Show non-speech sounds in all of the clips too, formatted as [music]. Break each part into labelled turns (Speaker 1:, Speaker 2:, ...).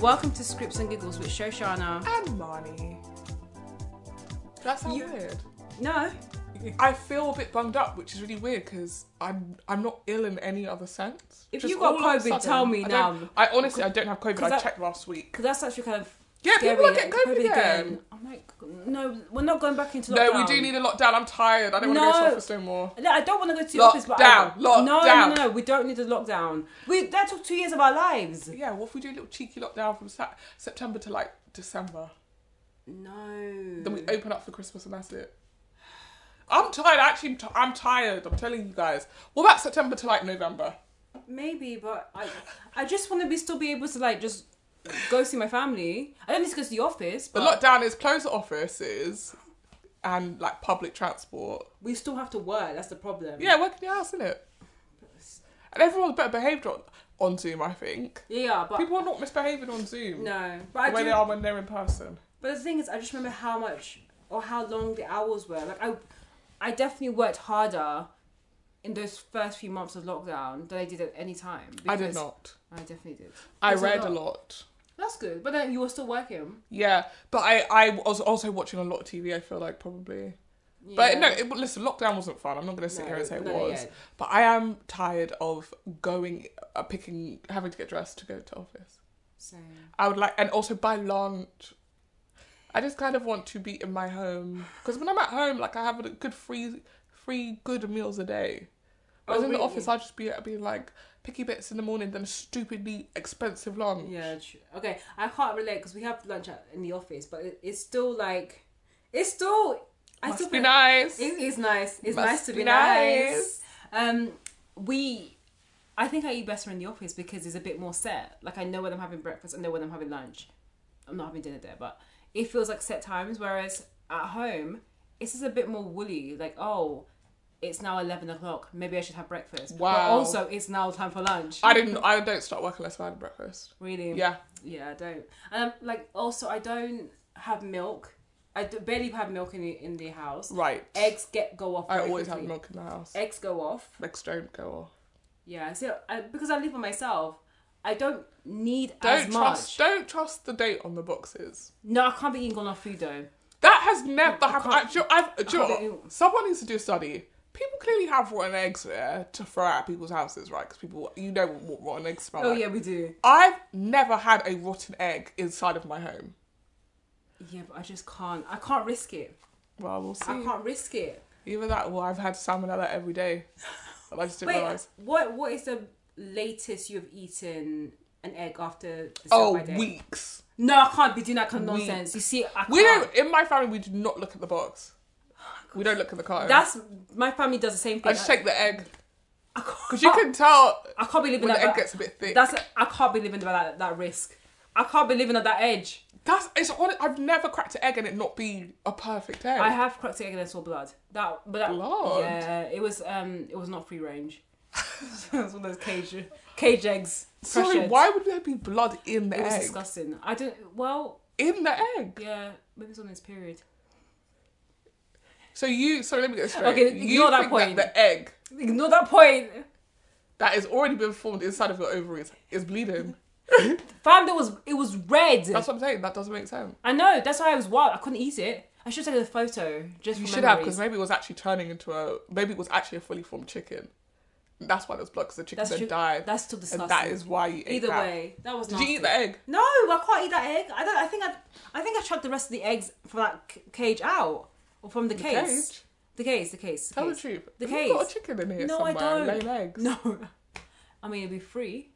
Speaker 1: Welcome to Scripts and Giggles with Shoshana.
Speaker 2: And Marnie. That sounds
Speaker 1: You-
Speaker 2: weird.
Speaker 1: No,
Speaker 2: I feel a bit bunged up, which is really weird because I'm I'm not ill in any other sense.
Speaker 1: If
Speaker 2: Just
Speaker 1: you got
Speaker 2: all of a
Speaker 1: COVID, tell me
Speaker 2: I don't-
Speaker 1: now.
Speaker 2: I honestly I don't have COVID. I
Speaker 1: that-
Speaker 2: checked last week.
Speaker 1: because that's actually kind of
Speaker 2: Yeah,
Speaker 1: scary.
Speaker 2: people are
Speaker 1: like,
Speaker 2: getting COVID, again.
Speaker 1: I'm like, no, we're not going back into
Speaker 2: No,
Speaker 1: lockdown.
Speaker 2: we do need a lockdown. I'm tired. I don't want
Speaker 1: No.
Speaker 2: to go to office no more.
Speaker 1: No, I don't want to go to the
Speaker 2: Lockdown,
Speaker 1: office, but I-
Speaker 2: lockdown.
Speaker 1: No, no, no, no, we don't need a lockdown. We that took two years of our lives.
Speaker 2: Yeah, what if we do a little cheeky lockdown from Sat September to like December?
Speaker 1: No.
Speaker 2: Then we open up for Christmas and that's it. I'm tired. Actually, I'm, t- I'm tired. I'm telling you guys. What about September to like November?
Speaker 1: Maybe, but I, I just want to be still be able to like just go see my family. I don't need to go to the office,
Speaker 2: The
Speaker 1: but
Speaker 2: lockdown is close offices and like public transport.
Speaker 1: we still have to work. That's the problem.
Speaker 2: Yeah, work in your house, innit? And everyone's better behaved on, on Zoom, I think.
Speaker 1: yeah, yeah, but
Speaker 2: People are not misbehaving on Zoom
Speaker 1: no,
Speaker 2: the
Speaker 1: but I
Speaker 2: way
Speaker 1: do.
Speaker 2: they are when they're in person.
Speaker 1: But the thing is, I just remember how much or how long the hours were. Like I, I definitely worked harder in those first few months of lockdown than I did at any time.
Speaker 2: I did
Speaker 1: because-
Speaker 2: not.
Speaker 1: I definitely did.
Speaker 2: I
Speaker 1: There's a
Speaker 2: read a lot.
Speaker 1: lot. That's good, but then you were still working.
Speaker 2: Yeah, but I, I was also watching a lot of TV, I feel like, probably. But
Speaker 1: Yeah.
Speaker 2: no, it, listen, lockdown wasn't fun. I'm not going to sit
Speaker 1: No,
Speaker 2: here and say it
Speaker 1: no,
Speaker 2: was.
Speaker 1: yeah.
Speaker 2: But I am tired of going, uh, picking, having to get dressed to go to office.
Speaker 1: Same.
Speaker 2: I would like, and also by lunch. I just kind of want to be in my home because when I'm at home, like I have a good three, three good meals a day. Whereas
Speaker 1: Oh,
Speaker 2: in the
Speaker 1: really?
Speaker 2: office, I'll just be be like picky bits in the morning, then a stupidly expensive lunch.
Speaker 1: Yeah. True. Okay, I can't relate because we have lunch at, in the office, but it, it's still like, it's still. I
Speaker 2: must
Speaker 1: still
Speaker 2: be
Speaker 1: pre-
Speaker 2: nice.
Speaker 1: It is nice. It's
Speaker 2: Must
Speaker 1: nice to
Speaker 2: be
Speaker 1: be nice. Um, we, I think I eat better in the office because it's a bit more set. Like I know when I'm having breakfast, I know when I'm having lunch. I'm not having dinner there, but it feels like set times. Whereas at home, it's just a bit more woolly. Like oh, it's now eleven o'clock. Maybe I should have breakfast. But
Speaker 2: Wow.
Speaker 1: also, it's now time for lunch.
Speaker 2: I didn't. I don't start work unless I had breakfast.
Speaker 1: really.
Speaker 2: Yeah,
Speaker 1: Yeah, I don't. And I'm, like also, I don't have milk. I d- barely have milk in the, in the house.
Speaker 2: right.
Speaker 1: Eggs get go off.
Speaker 2: I
Speaker 1: very
Speaker 2: always have
Speaker 1: quickly.
Speaker 2: milk in the house.
Speaker 1: Eggs go off.
Speaker 2: Eggs don't go off.
Speaker 1: Yeah, so I, because I live by myself, I don't need as
Speaker 2: Don't
Speaker 1: much.
Speaker 2: trust. Don't trust the date on the boxes.
Speaker 1: No, I can't be eating on off food though.
Speaker 2: That has never happened. I,
Speaker 1: can't-
Speaker 2: do, you- I've, do you
Speaker 1: I can't
Speaker 2: know what?
Speaker 1: do-
Speaker 2: someone needs to do a study. People clearly have rotten eggs there to throw out people's houses, right? Because people, you know what rotten eggs smell
Speaker 1: Oh
Speaker 2: like.
Speaker 1: yeah, we do.
Speaker 2: I've never had a rotten egg inside of my home.
Speaker 1: Yeah, but I just can't. I can't risk it.
Speaker 2: Well, we'll
Speaker 1: I
Speaker 2: see.
Speaker 1: can't risk it.
Speaker 2: Either that or I've had salmonella every day. And I just didn't
Speaker 1: Wait,
Speaker 2: realise.
Speaker 1: what? What is the latest you have eaten an egg after? The
Speaker 2: Oh,
Speaker 1: Saturday?
Speaker 2: weeks.
Speaker 1: No, I can't be doing that kind of nonsense. You see, I can't.
Speaker 2: We don't, in my family, we do not look at the box. We don't look at the carton.
Speaker 1: That's my family does the same thing.
Speaker 2: I just take the egg.
Speaker 1: I can't-
Speaker 2: Because you can tell
Speaker 1: I can't be living
Speaker 2: when
Speaker 1: at
Speaker 2: the egg
Speaker 1: that.
Speaker 2: gets a bit thick.
Speaker 1: Oh. That's. I can't be living at that, that risk. I can't be living at that edge.
Speaker 2: That's it's on. I've never cracked an egg and it not be a perfect egg.
Speaker 1: I have cracked egg and I saw blood. That, but that,
Speaker 2: Blood?
Speaker 1: Yeah, it was um, it was not free
Speaker 2: [laughs]
Speaker 1: range. it was one of those cage cage eggs. fresh
Speaker 2: Sorry,
Speaker 1: eggs.
Speaker 2: why would there be blood in the
Speaker 1: It was
Speaker 2: egg?
Speaker 1: disgusting. I don't. Well,
Speaker 2: In the egg.
Speaker 1: yeah, maybe it's on this period.
Speaker 2: So you. Sorry, let me get straight.
Speaker 1: Okay,
Speaker 2: you
Speaker 1: ignore that
Speaker 2: think
Speaker 1: point.
Speaker 2: the egg
Speaker 1: Ignore that point.
Speaker 2: that has already been formed inside of your ovaries is bleeding.
Speaker 1: Fam, there was it was red.
Speaker 2: That's what I'm saying. That doesn't make sense.
Speaker 1: I know. That's why I was wild. I couldn't eat it. I should have taken a photo. Just
Speaker 2: You
Speaker 1: for
Speaker 2: should have
Speaker 1: memories.
Speaker 2: because maybe it was actually turning into a. Maybe it was actually a fully formed chicken. That's why there was blood because the chicken
Speaker 1: That's
Speaker 2: then
Speaker 1: true.
Speaker 2: died.
Speaker 1: That's still
Speaker 2: and
Speaker 1: disgusting.
Speaker 2: that is why you ate
Speaker 1: Either
Speaker 2: that.
Speaker 1: way, that was.
Speaker 2: Did you eat the
Speaker 1: nasty.
Speaker 2: egg?
Speaker 1: No, I can't eat that egg. I don't. I think I. I think I chucked the rest of the eggs from that c- cage out or from the, case.
Speaker 2: cage?
Speaker 1: The case. The case. The
Speaker 2: Tell
Speaker 1: case.
Speaker 2: the truth.
Speaker 1: The
Speaker 2: Have you got a
Speaker 1: case.
Speaker 2: chicken in here
Speaker 1: No, I
Speaker 2: somewhere?
Speaker 1: don't.
Speaker 2: Laying
Speaker 1: [laughs]
Speaker 2: eggs.
Speaker 1: No. I mean, it'd be free.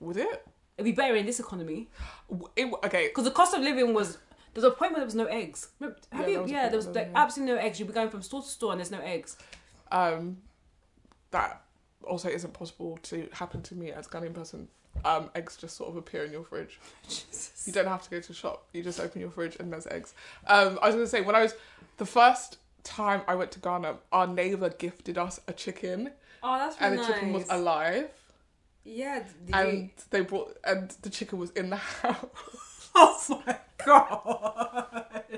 Speaker 2: Would it?
Speaker 1: It'd be better in this economy
Speaker 2: W- it okay.
Speaker 1: because the cost of living was. There's a point where there was no eggs. Remember- Have
Speaker 2: Yeah,
Speaker 1: you? yeah,
Speaker 2: there was a point
Speaker 1: there was
Speaker 2: where there
Speaker 1: like
Speaker 2: was no
Speaker 1: absolutely no eggs. You'd be going from store to store and there's no eggs. [laughs]
Speaker 2: um, that also isn't possible to happen to me as a Ghanaian person. Um, eggs just sort of appear in your fridge. You don't have to go to a shop. You just open your fridge and there's eggs. Um, I was gonna say when I was the first time I went to Ghana, our neighbor gifted us a chicken,
Speaker 1: Oh, that's
Speaker 2: and
Speaker 1: really nice.
Speaker 2: the chicken was alive,
Speaker 1: yeah. did
Speaker 2: and [laughs]
Speaker 1: you-
Speaker 2: they brought and the chicken was in the [laughs] house.
Speaker 1: Oh my god. [laughs]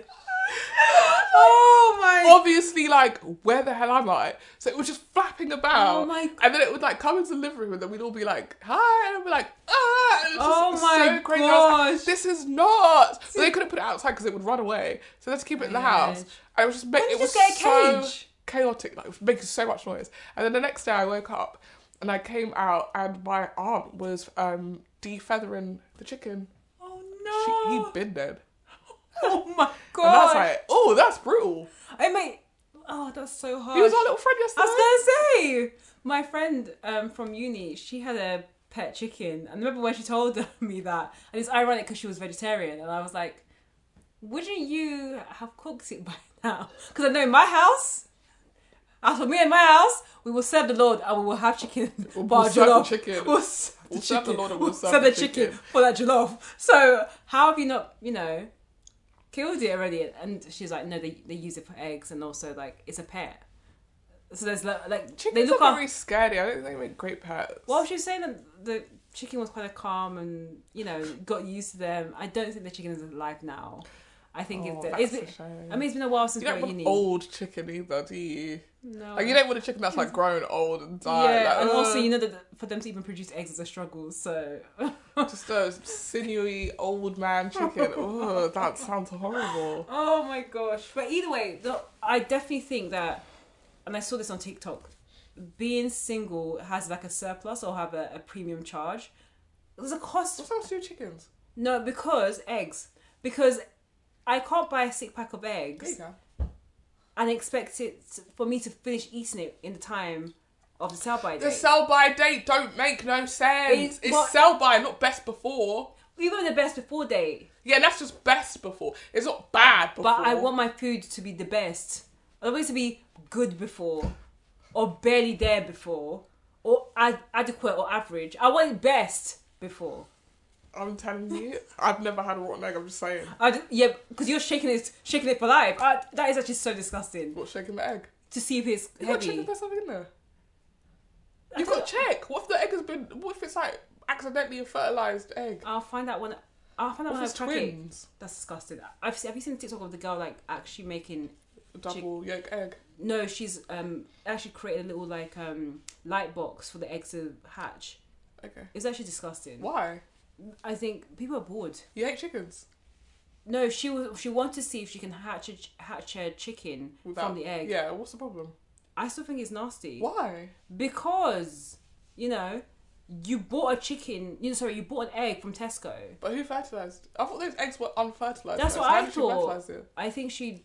Speaker 1: oh my
Speaker 2: Obviously, like where the hell am I? So it was just flapping about.
Speaker 1: Oh my
Speaker 2: And then it would like come into the living room, and then we'd all be like, "Hi," and I'd be like, "Ah," it was
Speaker 1: Oh
Speaker 2: just
Speaker 1: my
Speaker 2: so crazy. I was like,
Speaker 1: gosh.
Speaker 2: this is not. But they couldn't put it outside because it would run away. So they had to keep it in the house.
Speaker 1: Cage.
Speaker 2: I was just,
Speaker 1: Why
Speaker 2: ma-
Speaker 1: don't
Speaker 2: it
Speaker 1: you
Speaker 2: was
Speaker 1: just get a
Speaker 2: so
Speaker 1: cage?
Speaker 2: chaotic, like it was making so much noise. And then the next day I woke up and I came out and my aunt was um defeathering the chicken.
Speaker 1: Oh
Speaker 2: She,
Speaker 1: no!
Speaker 2: he'd been dead.
Speaker 1: oh my
Speaker 2: And that's
Speaker 1: god!
Speaker 2: like, oh, that's brutal.
Speaker 1: I mate. Oh, that's so hard.
Speaker 2: He was our little friend
Speaker 1: I was
Speaker 2: yesterday.
Speaker 1: gonna say, my friend um, from uni, she had a pet chicken, and I remember when she told [laughs] me that, and it's ironic because she was vegetarian, and I was like, wouldn't you have cooked it [laughs] by now? Because I know in my house, as for me and my house, we will serve the Lord and we will have chicken. [laughs]
Speaker 2: We'll-
Speaker 1: for our
Speaker 2: we'll serve the
Speaker 1: jollof.
Speaker 2: chicken.
Speaker 1: We'll serve the
Speaker 2: We'll serve
Speaker 1: chicken.
Speaker 2: the Lord and we'll serve
Speaker 1: serve
Speaker 2: the
Speaker 1: the chicken.
Speaker 2: chicken.
Speaker 1: for that jollof. So how have you not, you know, killed it already? And she's like, no, they they use it for eggs and also like it's a pet. So there's lo- like
Speaker 2: Chickens
Speaker 1: they look
Speaker 2: are
Speaker 1: up.
Speaker 2: very scary. I don't think they make great pets.
Speaker 1: well, she was saying that the chicken was quite a calm and you know got used to them. I don't think the chicken is alive now. I think
Speaker 2: oh,
Speaker 1: it's,
Speaker 2: that's
Speaker 1: the, it's
Speaker 2: a
Speaker 1: been-
Speaker 2: shame.
Speaker 1: I mean, it's been a while
Speaker 2: you
Speaker 1: since we
Speaker 2: don't
Speaker 1: were at
Speaker 2: want
Speaker 1: uni.
Speaker 2: old chicken either, do you?
Speaker 1: no.
Speaker 2: Like you don't want a chicken that's like grown old and died.
Speaker 1: yeah,
Speaker 2: like, uh,
Speaker 1: and also
Speaker 2: ugh.
Speaker 1: you know that for them to even produce eggs is a struggle. So [laughs]
Speaker 2: just a sinewy old
Speaker 1: [laughs]
Speaker 2: man chicken. oh, that sounds horrible.
Speaker 1: Oh my gosh. But either way, the, I definitely think that, and I saw this on TikTok, being single has like a surplus or have a, a premium charge. There's a cost.
Speaker 2: What's up to do with chickens?
Speaker 1: No, because eggs. Because I can't buy a six pack of
Speaker 2: There you
Speaker 1: eggs
Speaker 2: go.
Speaker 1: and expect it to- for me to finish eating it in the time of the sell by
Speaker 2: The
Speaker 1: date.
Speaker 2: sell by date don't make no sense.
Speaker 1: It's
Speaker 2: It's
Speaker 1: what-
Speaker 2: sell by, not best before.
Speaker 1: Even the best before date.
Speaker 2: Yeah, that's just best before. It's not bad before.
Speaker 1: But I want my food to be the best. I want it to be good before, or barely there before, or ad- adequate or average. I want it best before.
Speaker 2: I'm telling you, I've never had a rotten egg. I'm just saying.
Speaker 1: I d- yeah, because you're shaking it, shaking it for life. I, that is actually so disgusting
Speaker 2: What's shaking the egg?
Speaker 1: to see if it's
Speaker 2: You gotta check
Speaker 1: heavy.
Speaker 2: if there's something in there.
Speaker 1: I
Speaker 2: You
Speaker 1: don't-
Speaker 2: gotta check. What if the egg has been? What if it's like accidentally a fertilized egg?
Speaker 1: I'll find out when. I'll find out
Speaker 2: What
Speaker 1: when
Speaker 2: if
Speaker 1: I
Speaker 2: it's
Speaker 1: crack it.
Speaker 2: twins?
Speaker 1: That's disgusting. I've seen, have you seen the TikTok of the girl like actually making?
Speaker 2: Double yolk egg.
Speaker 1: No, she's um actually created a little like um light box for the eggs to hatch.
Speaker 2: Okay.
Speaker 1: It's actually disgusting.
Speaker 2: Why?
Speaker 1: I think people are bored.
Speaker 2: You hate chickens?
Speaker 1: No, she was. She wanted to see if she can hatch a ch- hatch a chicken from the egg.
Speaker 2: Yeah, what's the problem?
Speaker 1: I still think it's nasty.
Speaker 2: Why?
Speaker 1: Because you know, you bought a chicken. You know, sorry, you bought an egg from Tesco.
Speaker 2: But who fertilized? I thought those eggs were unfertilized.
Speaker 1: That's
Speaker 2: So
Speaker 1: what
Speaker 2: how
Speaker 1: I
Speaker 2: did you
Speaker 1: thought.
Speaker 2: fertilise it?
Speaker 1: I think she.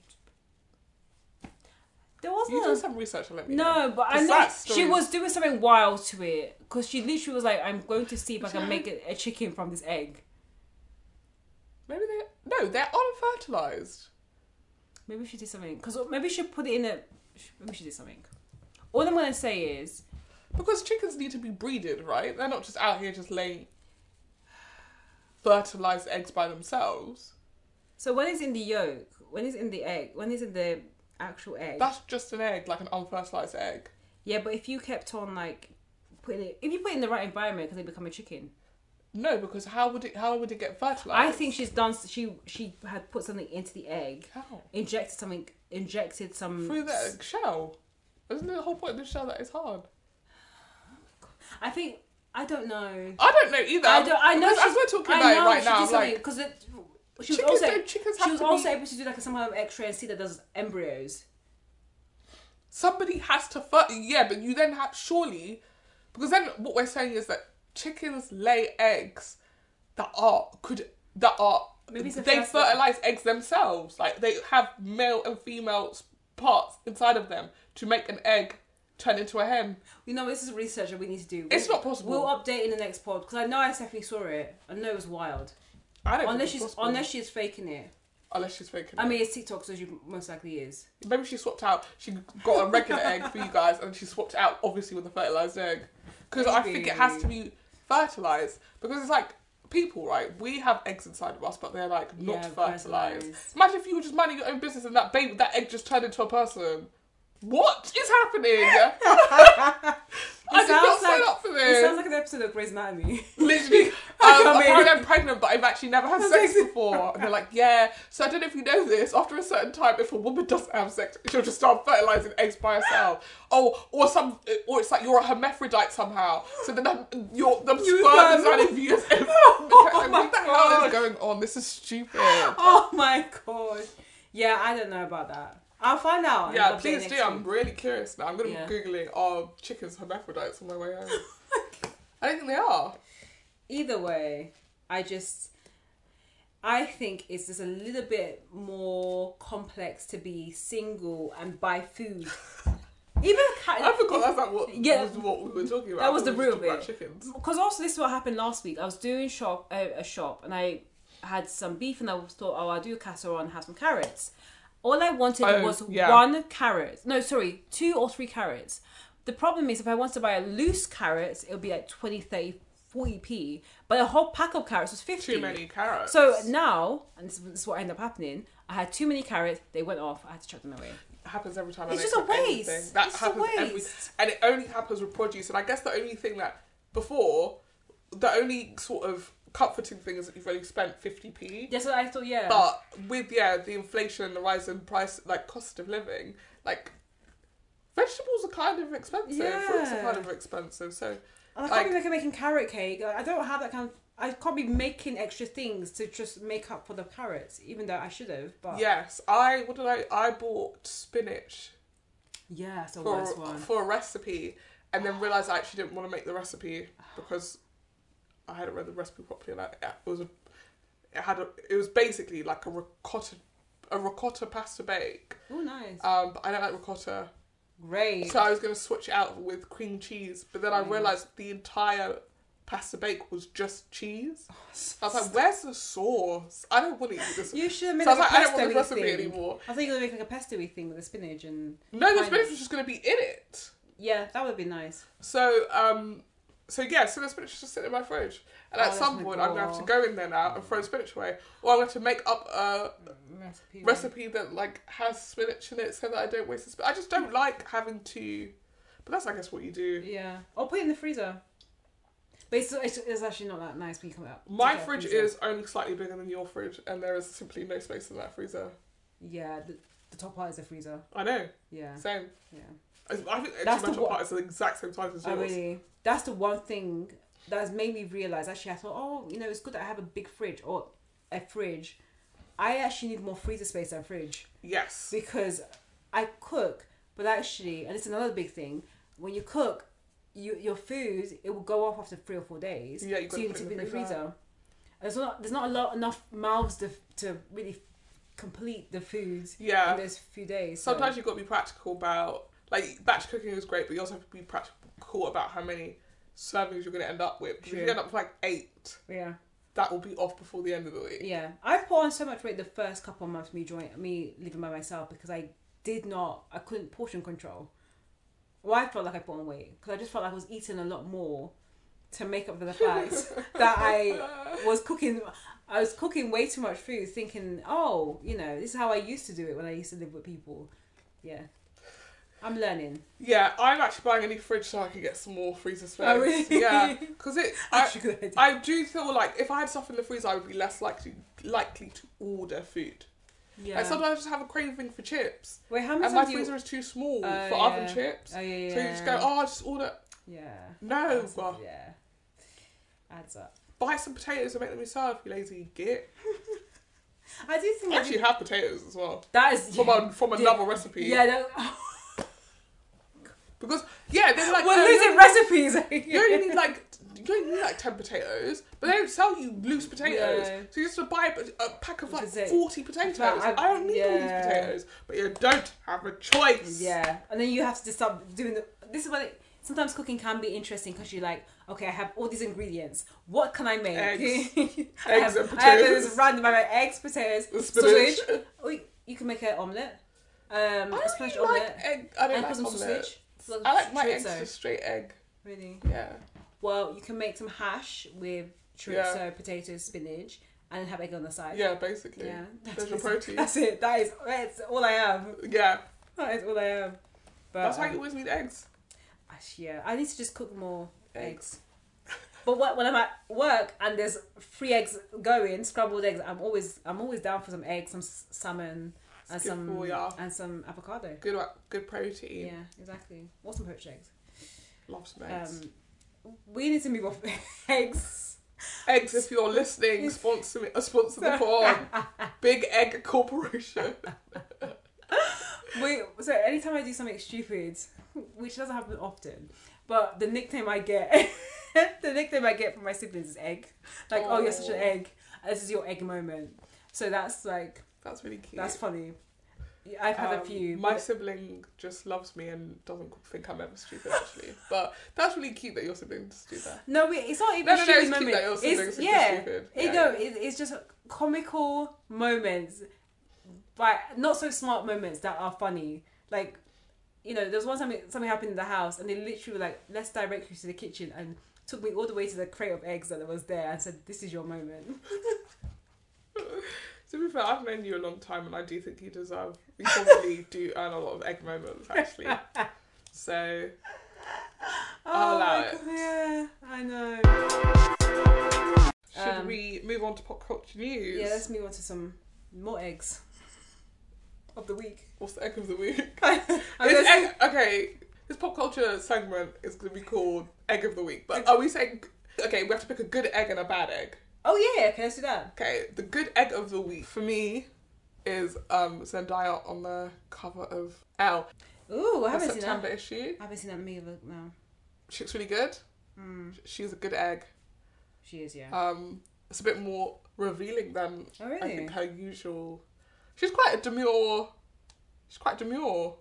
Speaker 1: There
Speaker 2: You do
Speaker 1: wasn't.
Speaker 2: some research and let me know.
Speaker 1: No, but I
Speaker 2: Because
Speaker 1: know
Speaker 2: that
Speaker 1: she
Speaker 2: story-
Speaker 1: was doing something wild to it because she literally was like, "I'm going to see if I can
Speaker 2: [laughs]
Speaker 1: make a, a chicken from this egg."
Speaker 2: Maybe they no, they're unfertilized.
Speaker 1: Maybe she did something because maybe she put it in a. Maybe she did something. All I'm gonna say is
Speaker 2: Because chickens need to be breeded, right? They're not just out here just laying fertilized eggs by themselves.
Speaker 1: So when it's in the yolk, when it's in the egg, when it's in the actual egg.
Speaker 2: That's just an egg, like an unfertilized egg.
Speaker 1: yeah, but if you kept on like putting it, if you put it in the right environment, can they become a chicken?
Speaker 2: No, because how would it how would it get fertilized?
Speaker 1: I think she's done. She she had put something into the egg,
Speaker 2: how?
Speaker 1: injected something, injected some.
Speaker 2: Through the egg shell. Isn't it the whole point of the shell that it's hard?
Speaker 1: I think I don't know.
Speaker 2: I don't know either.
Speaker 1: I don't. I know.
Speaker 2: Because as
Speaker 1: she's-
Speaker 2: we're talking
Speaker 1: I
Speaker 2: about
Speaker 1: know
Speaker 2: it right
Speaker 1: she
Speaker 2: now,
Speaker 1: did
Speaker 2: I'm like,
Speaker 1: because it- she was
Speaker 2: chickens
Speaker 1: also
Speaker 2: don't chickens
Speaker 1: she
Speaker 2: have
Speaker 1: was
Speaker 2: to
Speaker 1: also
Speaker 2: be-
Speaker 1: able to do like some kind of X-ray and see that there's embryos.
Speaker 2: somebody has to fuck. Yeah, but you then have surely because then what we're saying is that chickens lay eggs that are could that are
Speaker 1: Maybe it's a
Speaker 2: they
Speaker 1: first one.
Speaker 2: fertilize eggs themselves. Like they have male and female s- parts inside of them to make an egg turn into a hen.
Speaker 1: You know, this is research that we need to do.
Speaker 2: It's
Speaker 1: We'll-
Speaker 2: not possible.
Speaker 1: We'll update in the next pod because I know I definitely saw it. I know it was wild.
Speaker 2: I don't
Speaker 1: Unless
Speaker 2: think
Speaker 1: she's
Speaker 2: it's possible.
Speaker 1: unless she's faking it.
Speaker 2: unless she's faking.
Speaker 1: I
Speaker 2: it.
Speaker 1: mean, it's TikTok, so she most likely is.
Speaker 2: Maybe she swapped out. She got a regular egg for you guys, and she swapped it out obviously with a fertilized egg, because I think it has to be fertilized. Because it's like people, right? We have eggs inside of us, but they're like not
Speaker 1: Yeah,
Speaker 2: fertilized.
Speaker 1: fertilised.
Speaker 2: Imagine if you were just minding your own business and that baby, that egg just turned into a person. What
Speaker 1: [laughs]
Speaker 2: is happening? I did not sign up for
Speaker 1: It
Speaker 2: this.
Speaker 1: sounds like an episode of Grey's Anatomy. [laughs]
Speaker 2: Literally, [laughs] Um,
Speaker 1: I mean-
Speaker 2: apparently I'm pregnant, but I've actually never had sex
Speaker 1: like-
Speaker 2: before. And they're like, yeah. So I don't know if you know this. After a certain time, if a woman doesn't have sex, she'll just start fertilizing eggs by herself. Oh, or some, or it's like you're a hermaphrodite somehow. So then that, your the
Speaker 1: You
Speaker 2: sperm is
Speaker 1: sperm.
Speaker 2: out of you.
Speaker 1: [laughs] Oh my [laughs]
Speaker 2: what the hell
Speaker 1: God.
Speaker 2: is going on? This
Speaker 1: [laughs]
Speaker 2: is stupid.
Speaker 1: Oh my god. Yeah, I don't know about that. I'll find out. and
Speaker 2: Yeah,
Speaker 1: update
Speaker 2: please
Speaker 1: next
Speaker 2: do.
Speaker 1: week.
Speaker 2: I'm really curious now. I'm gonna
Speaker 1: Yeah.
Speaker 2: be googling are chickens hermaphrodites on my way
Speaker 1: [laughs]
Speaker 2: home. I don't think they are.
Speaker 1: Either way, I just I think it's just a little bit more complex to be single and buy [laughs] food. Even
Speaker 2: I forgot that's like what,
Speaker 1: Yeah.
Speaker 2: was what we were talking about.
Speaker 1: That was
Speaker 2: I thought
Speaker 1: the
Speaker 2: we were
Speaker 1: root of
Speaker 2: just talking About chickens.
Speaker 1: because also this is what happened last week. I was doing shop uh, a shop and I had some beef and I was thought, oh, I'll do a casserole and have some carrots. All I wanted
Speaker 2: Oh,
Speaker 1: was
Speaker 2: yeah.
Speaker 1: one carrot. No, sorry, two or three carrots. The problem is if I wanted to buy a loose carrot, it would be like 20, 30, 40p. But a whole pack of carrots was 50.
Speaker 2: Too many carrots.
Speaker 1: So now, and this, this is what ended up happening, I had too many carrots, they went off, I had to chuck them away.
Speaker 2: It happens every time. I
Speaker 1: It's
Speaker 2: don't
Speaker 1: just a
Speaker 2: cook
Speaker 1: waste.
Speaker 2: anything. That
Speaker 1: It's just a
Speaker 2: happens every,
Speaker 1: waste.
Speaker 2: and it only happens with produce. And I guess the only thing that before, the only sort of comforting thing is that you've only spent fifty p.
Speaker 1: Yes, I thought, yeah.
Speaker 2: But with yeah the inflation and the rise in price, like cost of living, like vegetables are kind of expensive. Fruits are
Speaker 1: Yeah.
Speaker 2: kind of expensive. So
Speaker 1: And I
Speaker 2: Like-
Speaker 1: can't be like making carrot cake. Like, I don't have that kind of. I can't be making extra things to just make up for the carrots, even though I should have. But
Speaker 2: yes, I what did I I bought spinach
Speaker 1: yeah, it's the
Speaker 2: for
Speaker 1: worst one.
Speaker 2: for a recipe, and then realized I actually didn't want to make the recipe because I hadn't read the recipe properly, and I, it was a it had a, it was basically like a ricotta a ricotta pasta bake.
Speaker 1: Oh, nice,
Speaker 2: Um, but I don't like ricotta.
Speaker 1: great.
Speaker 2: So I was going to switch it out with cream cheese, but then I
Speaker 1: Mm.
Speaker 2: realised the entire pasta bake was just cheese.
Speaker 1: Oh,
Speaker 2: I was like, "Where's the sauce? I don't want to eat this." So
Speaker 1: you should have
Speaker 2: I
Speaker 1: made
Speaker 2: was
Speaker 1: like,
Speaker 2: like,
Speaker 1: a
Speaker 2: "I don't want the
Speaker 1: pesto
Speaker 2: recipe
Speaker 1: thing.
Speaker 2: anymore."
Speaker 1: I think you're gonna make like a pesto thing with the spinach and
Speaker 2: No, the
Speaker 1: Kind of.
Speaker 2: spinach was just going to be in it.
Speaker 1: yeah, that would be nice.
Speaker 2: So, um, so yeah, so the spinach is just sitting in my fridge, and
Speaker 1: Oh,
Speaker 2: at
Speaker 1: that's
Speaker 2: some
Speaker 1: my
Speaker 2: point I'm going to have to
Speaker 1: goal.
Speaker 2: go in there now and throw the spinach away, or I'm going to make up a
Speaker 1: Recipe.
Speaker 2: recipe that like has spinach in it so that I don't waste the spinach. I just don't like having to, but that's I guess what you do.
Speaker 1: Yeah, I'll put it in the freezer. But it's, it's, it's actually not that nice when you come out.
Speaker 2: My
Speaker 1: take out
Speaker 2: fridge
Speaker 1: freezer.
Speaker 2: is only slightly bigger than your fridge, and there is simply no space in that freezer.
Speaker 1: yeah. The, the top part is the freezer.
Speaker 2: I know,
Speaker 1: Yeah,
Speaker 2: same.
Speaker 1: yeah.
Speaker 2: I I think actually
Speaker 1: That's
Speaker 2: my
Speaker 1: the
Speaker 2: top
Speaker 1: one-
Speaker 2: part is the exact same size as
Speaker 1: I
Speaker 2: yours.
Speaker 1: really. That's the one thing that has made me realize. Actually, I thought, oh, you know, it's good that I have a big fridge or a fridge. I actually need more freezer space than fridge
Speaker 2: Yes.
Speaker 1: because I cook, but actually, and it's another big thing. When you cook, you your food it will go off after three or four days.
Speaker 2: Yeah, you
Speaker 1: so
Speaker 2: gotta
Speaker 1: you need
Speaker 2: put
Speaker 1: to
Speaker 2: it
Speaker 1: put it in the freezer. There's not there's not a lot enough mouths to to really complete the foods in
Speaker 2: Yeah.
Speaker 1: those few days. so-
Speaker 2: Sometimes you've got to be practical about like batch cooking is great, but you also have to be practical about how many servings you're going to end up with. 'Cause If
Speaker 1: True.
Speaker 2: you end up with like eight,
Speaker 1: yeah.
Speaker 2: that will be off before the end of the week.
Speaker 1: Yeah, I put on so much weight the first couple of months me join me living by myself because I did not, I couldn't portion control. Well, I felt like I put on weight because I just felt like I was eating a lot more to make up for
Speaker 2: [laughs]
Speaker 1: the fact that I was cooking. I was cooking way too much food, thinking, oh, you know, this is how I used to do it when I used to live with people. Yeah, I'm learning.
Speaker 2: Yeah, I'm actually buying a new fridge so I can get some more freezer space.
Speaker 1: Oh, really? [laughs]
Speaker 2: Yeah, because it. I,
Speaker 1: That's a good idea.
Speaker 2: I do feel like if I had stuff in the freezer, I would be less likely likely to order food.
Speaker 1: yeah.
Speaker 2: Like sometimes I just have a craving for chips,
Speaker 1: Wait, how many
Speaker 2: and my
Speaker 1: times do you?
Speaker 2: freezer is too small for
Speaker 1: Oh,
Speaker 2: oven
Speaker 1: yeah.
Speaker 2: chips.
Speaker 1: Oh yeah, yeah.
Speaker 2: So you just go, oh, I'll just order.
Speaker 1: Yeah.
Speaker 2: No,
Speaker 1: Adds
Speaker 2: well,
Speaker 1: up, yeah. Adds up.
Speaker 2: buy some potatoes and make them yourself, you lazy git.
Speaker 1: I do think
Speaker 2: I
Speaker 1: I
Speaker 2: actually have potatoes as well
Speaker 1: That is
Speaker 2: from a, from
Speaker 1: Yeah.
Speaker 2: [laughs] another recipe.
Speaker 1: yeah. That,
Speaker 2: Because yeah, they're [laughs] like
Speaker 1: we're
Speaker 2: oh,
Speaker 1: losing
Speaker 2: you- [laughs]
Speaker 1: recipes. [laughs]
Speaker 2: You only need like you only need like ten potatoes, but they don't sell you loose potatoes.
Speaker 1: No.
Speaker 2: So you just buy a, a pack of
Speaker 1: Which
Speaker 2: like
Speaker 1: is it.
Speaker 2: forty potatoes.
Speaker 1: But
Speaker 2: I,
Speaker 1: I-
Speaker 2: don't need all these
Speaker 1: yeah.
Speaker 2: potatoes, but you don't have a choice.
Speaker 1: yeah, and then you have to just start doing the. This is what it, sometimes cooking can be interesting because you're like, okay, I have all these ingredients. What can I make?
Speaker 2: Eggs.
Speaker 1: [laughs] I
Speaker 2: Eggs
Speaker 1: have,
Speaker 2: and
Speaker 1: I have
Speaker 2: potatoes.
Speaker 1: this random amount of eggs, potatoes,
Speaker 2: The
Speaker 1: sausage.
Speaker 2: spinach.
Speaker 1: Oh, you- you can make an omelette. Um,
Speaker 2: I
Speaker 1: a
Speaker 2: don't
Speaker 1: spinach
Speaker 2: really like
Speaker 1: omelette.
Speaker 2: egg. I don't
Speaker 1: and
Speaker 2: like
Speaker 1: put some
Speaker 2: omelette.
Speaker 1: sausage. It's like
Speaker 2: I like my eggs
Speaker 1: chorizo,
Speaker 2: just straight egg.
Speaker 1: Really.
Speaker 2: Yeah.
Speaker 1: Well, you can make some hash with chorizo, potatoes, spinach, and have egg on the side.
Speaker 2: Yeah, basically.
Speaker 1: Yeah, that's,
Speaker 2: There's your
Speaker 1: basically-
Speaker 2: protein.
Speaker 1: That's it. That is that's all I am.
Speaker 2: Yeah.
Speaker 1: That is all I am. But
Speaker 2: That's why
Speaker 1: um,
Speaker 2: you always need eggs.
Speaker 1: ash, yeah, I need to just cook more eggs. [laughs] But what, when I'm at work and there's free eggs going, scrambled eggs, I'm always I'm always down for some eggs, some s- salmon, and
Speaker 2: Skip
Speaker 1: some
Speaker 2: all, yeah.
Speaker 1: and some avocado.
Speaker 2: Good, wa- good protein.
Speaker 1: Yeah, exactly. Or some poached eggs.
Speaker 2: Love some eggs.
Speaker 1: Um, we need to move off [laughs] eggs.
Speaker 2: eggs, if you're
Speaker 1: [laughs]
Speaker 2: listening, sponsor me. Uh, sponsor the pod. Big Egg Corporation.
Speaker 1: We, so anytime I do something stupid, which doesn't happen often, but the nickname I get, [laughs] the nickname I get from my siblings is egg. Like, oh, you're such an
Speaker 2: Aw.
Speaker 1: egg. This is your egg moment. So that's like
Speaker 2: That's really cute.
Speaker 1: that's funny. Yeah, I've had a
Speaker 2: Um,
Speaker 1: few.
Speaker 2: My
Speaker 1: but-
Speaker 2: sibling just loves me and doesn't think I'm ever stupid, actually. But that's really cute that your siblings do that.
Speaker 1: no, we, it's not even
Speaker 2: No, no, no,
Speaker 1: stupid
Speaker 2: it's cute
Speaker 1: moment.
Speaker 2: that your siblings
Speaker 1: It's,
Speaker 2: think you're
Speaker 1: yeah,
Speaker 2: stupid.
Speaker 1: It,
Speaker 2: Yeah,
Speaker 1: no,
Speaker 2: yeah.
Speaker 1: It, it's just comical moments, but not so smart moments that are funny. Like, you know, there was one time it- something happened in the house, and they literally were like, "Let's direct you to the kitchen," and took me all the way to the crate of eggs that was there, and said, "This is your moment."
Speaker 2: To be fair, I've known you a long time and I do think you deserve,
Speaker 1: [laughs]
Speaker 2: you probably do earn a lot of egg moments, actually. So, I'll allow
Speaker 1: Oh my
Speaker 2: it.
Speaker 1: God, yeah, I know.
Speaker 2: should
Speaker 1: Um,
Speaker 2: we move on to pop culture news?
Speaker 1: Yeah, let's move on to some more eggs of the
Speaker 2: [laughs]
Speaker 1: week.
Speaker 2: What's the egg of the week?
Speaker 1: I'm
Speaker 2: This
Speaker 1: gonna-
Speaker 2: egg, okay, this pop culture segment is going to be called Egg of the Week. But are we saying, okay, we have to pick a good egg and a bad egg?
Speaker 1: Oh yeah, okay, let's do that.
Speaker 2: Okay, the good egg of the week for me is um, Zendaya on the cover of Elle,
Speaker 1: Ooh, I
Speaker 2: the
Speaker 1: haven't seen that.
Speaker 2: September issue.
Speaker 1: I haven't seen that move look now.
Speaker 2: She looks really good.
Speaker 1: Mm,
Speaker 2: She's a good egg.
Speaker 1: she is, yeah.
Speaker 2: Um, it's a bit more revealing than
Speaker 1: oh
Speaker 2: I
Speaker 1: really?
Speaker 2: think her usual. She's quite a demure. She's quite demure.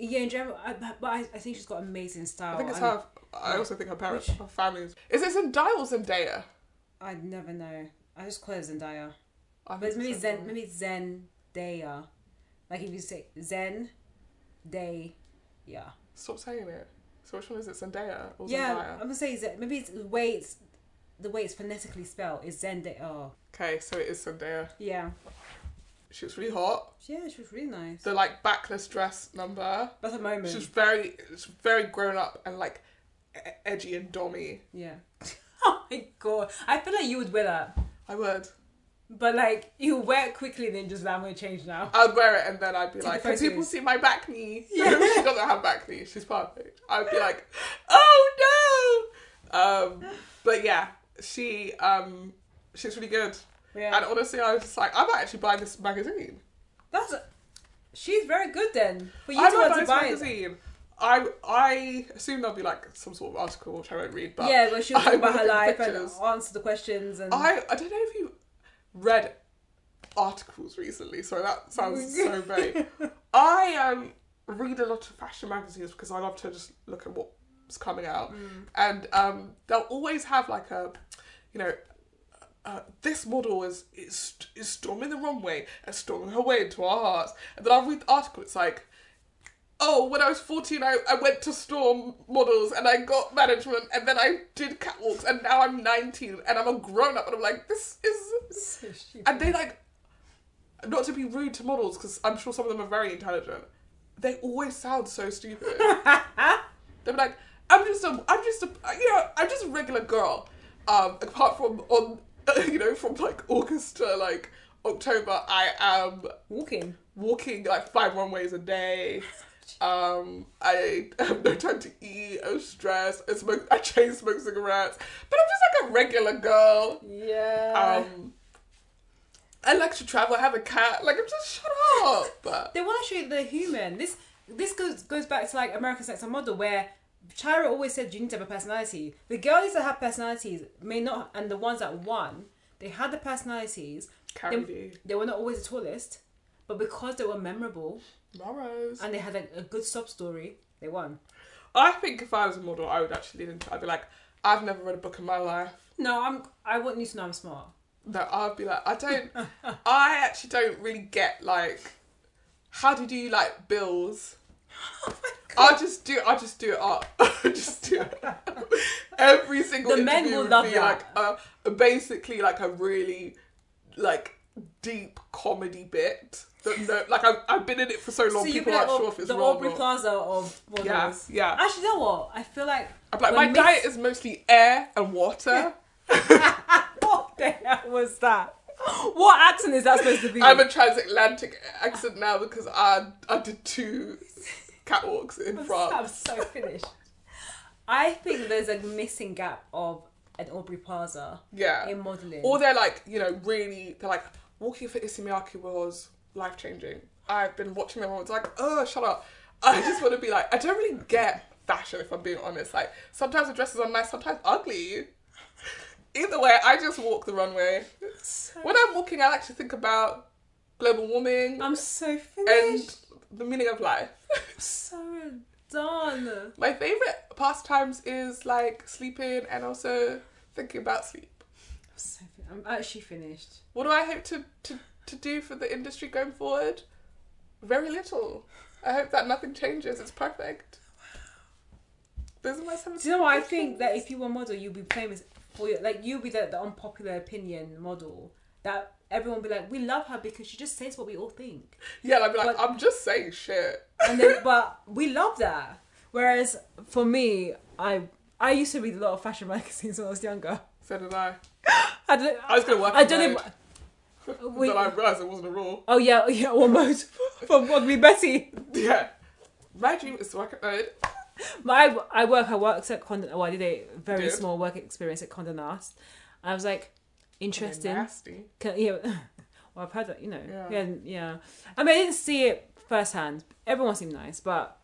Speaker 1: Yeah, in general, I, but but I, I think she's got amazing style.
Speaker 2: I think it's
Speaker 1: and
Speaker 2: her. I also think her parents,
Speaker 1: Oh, Which-
Speaker 2: her families. Is it Zendaya or Zendaya?
Speaker 1: I never know. I just call her Zendaya,
Speaker 2: I
Speaker 1: but it's
Speaker 2: think
Speaker 1: maybe
Speaker 2: it's
Speaker 1: Zen, maybe Zendaya. Like if you say Zen, day, yeah,
Speaker 2: Stop saying it. So which one is it, Zendaya or
Speaker 1: yeah. I'm
Speaker 2: Zendaya?
Speaker 1: gonna say Zen. Maybe it's the way it's the way it's phonetically spelled is Zendaya. Oh,
Speaker 2: Okay, so it is Zendaya.
Speaker 1: yeah,
Speaker 2: She looks really hot.
Speaker 1: yeah. She was really nice.
Speaker 2: The like backless dress number.
Speaker 1: but at the moment,
Speaker 2: She's very, it's very grown up and like e- edgy and dommy.
Speaker 1: yeah. [laughs] oh my god, I feel like you would wear that,
Speaker 2: I would.
Speaker 1: but like you wear it quickly and then just like, I'm gonna change now.
Speaker 2: I'd wear it and then I'd be
Speaker 1: the
Speaker 2: like, can
Speaker 1: photos.
Speaker 2: people see my
Speaker 1: [laughs]
Speaker 2: back knee?
Speaker 1: Yeah.
Speaker 2: she doesn't have back knee. She's perfect. I'd
Speaker 1: [laughs]
Speaker 2: be like, oh no. Um, but yeah, she um, she's really good.
Speaker 1: Yeah.
Speaker 2: And honestly, I was just like, I might actually buy this magazine.
Speaker 1: That's she's very good then. But you
Speaker 2: I
Speaker 1: do
Speaker 2: might
Speaker 1: have
Speaker 2: buy
Speaker 1: to
Speaker 2: this
Speaker 1: buy it.
Speaker 2: magazine. I I assume there'll be like some sort of article which I won't read, but
Speaker 1: yeah, where she'll talk
Speaker 2: I
Speaker 1: about
Speaker 2: will
Speaker 1: her
Speaker 2: look at
Speaker 1: life
Speaker 2: pictures.
Speaker 1: and answer the questions and
Speaker 2: I I don't know if you read articles recently, so that sounds so vague. I um read a lot of fashion magazines because I love to just look at what's coming out, and um they'll always have like a, you know. Uh, this model is, is is storming the runway and storming her way into our hearts. And then I'll read the article. It's like, oh, when I was 14, I, I went to storm models and I got management and then I did catwalks and now I'm 19 and I'm a grown up and I'm like, this is.
Speaker 1: So stupid.
Speaker 2: And they like, not to be rude to models because I'm sure some of them are very intelligent, they always sound so stupid. They'd be like, I'm just a, I'm just a, you know, I'm just a regular girl. Um, apart from on, [laughs] you know, from like August to like October, I am
Speaker 1: walking.
Speaker 2: walking like five runways a day. Um, I have no time to eat. I'm stressed. I smoke. I chain smoke cigarettes, but I'm just like a regular girl.
Speaker 1: Yeah.
Speaker 2: Um, I like to travel. I have a cat. Like I'm just shut up.
Speaker 1: they want to show you the human. This this goes goes back to like American Sex and Model where Chira always said you need to have a personality. The girls that have personalities may not, and the ones that won, they had the personalities.
Speaker 2: Carrie
Speaker 1: They,
Speaker 2: B.
Speaker 1: they were not always the tallest, but because they were memorable
Speaker 2: Morrows.
Speaker 1: and they had a, a good sob story, they won.
Speaker 2: I think if I was a model, I would actually lean into. I'd be like, I've never read a book in my life.
Speaker 1: No, I'm. I want you to know I'm [laughs] smart.
Speaker 2: that I'd be like, I [laughs] don't, I actually don't really get like, how do you do like bills?
Speaker 1: Oh
Speaker 2: I'll just do, I'll just do it [laughs] up. I'll just
Speaker 1: [laughs]
Speaker 2: do it. up. Every single
Speaker 1: The men
Speaker 2: interview
Speaker 1: will
Speaker 2: would
Speaker 1: love
Speaker 2: be
Speaker 1: that.
Speaker 2: like, uh, basically like a really, like deep comedy bit that no, like I've, I've been in it for so long,
Speaker 1: so you'd be
Speaker 2: people
Speaker 1: like
Speaker 2: aren't sure
Speaker 1: oh,
Speaker 2: if it's
Speaker 1: the
Speaker 2: wrong.
Speaker 1: Aubrey
Speaker 2: or-
Speaker 1: Plaza of Bordeaux.
Speaker 2: yeah, yeah.
Speaker 1: Actually, you know what? I feel like
Speaker 2: I'm like,
Speaker 1: we're
Speaker 2: my
Speaker 1: miss- [laughs]
Speaker 2: diet is mostly air and water.
Speaker 3: What the hell was that?
Speaker 2: [laughs]
Speaker 3: What accent is that supposed to be?
Speaker 1: [laughs]
Speaker 2: I'm a transatlantic accent now because I I
Speaker 1: [laughs]
Speaker 2: did two catwalks in
Speaker 1: I'm
Speaker 2: France.
Speaker 1: so finished. I think there's a missing gap of an Aubrey Plaza
Speaker 2: Yeah.
Speaker 1: in modeling.
Speaker 2: Or they're like, you know, really, they're like, walking for Issey Miyake was life changing. I've been watching them and was like, oh, shut up. I just want to be like, I don't really get fashion if I'm being honest. Like, sometimes the dresses are nice, sometimes ugly. Either way, I just walk the runway. When I'm walking, I actually think about global warming
Speaker 1: I'm so
Speaker 2: and
Speaker 1: finished.
Speaker 2: the meaning of life. [laughs]
Speaker 1: so done.
Speaker 2: My favorite pastimes is like sleeping and also thinking about sleep.
Speaker 1: I'm so fin- I'm actually finished.
Speaker 2: What do I hope to, to, to do for the industry going forward? Very little. I hope that nothing changes. It's perfect. Those are my seven
Speaker 1: Do you know what I think
Speaker 2: suggestions.
Speaker 1: that if you were a model, you'd be famous for your like you'd be the, the unpopular opinion model that everyone would be like, we love her because she just says what we all think,
Speaker 2: Yeah, I'd be like,
Speaker 1: But-
Speaker 2: I'm just saying shit.
Speaker 1: and then [laughs] but we love that. Whereas for me, I I used to read a lot of fashion [laughs] magazines when I was younger.
Speaker 2: So did I.
Speaker 1: I don't.
Speaker 2: I was gonna work
Speaker 1: I
Speaker 2: in
Speaker 1: don't.
Speaker 2: mode.
Speaker 1: Even,
Speaker 2: But
Speaker 1: we-
Speaker 2: [laughs] I realised it wasn't a rule. [laughs]
Speaker 1: oh yeah, yeah. [laughs] Or mode from Ugly Betty.
Speaker 2: Yeah. My dream is to work at mode.
Speaker 3: My I work. I worked at Condé.
Speaker 1: oh,
Speaker 3: Well, I did a very
Speaker 2: Did?
Speaker 3: small work experience at Condé Nast. I was like, interesting.
Speaker 2: Nasty.
Speaker 3: Can, yeah. [laughs] Well, I've heard that. You know.
Speaker 2: Yeah.
Speaker 3: Yeah. Yeah. I mean, I didn't see it firsthand. Everyone seemed nice, but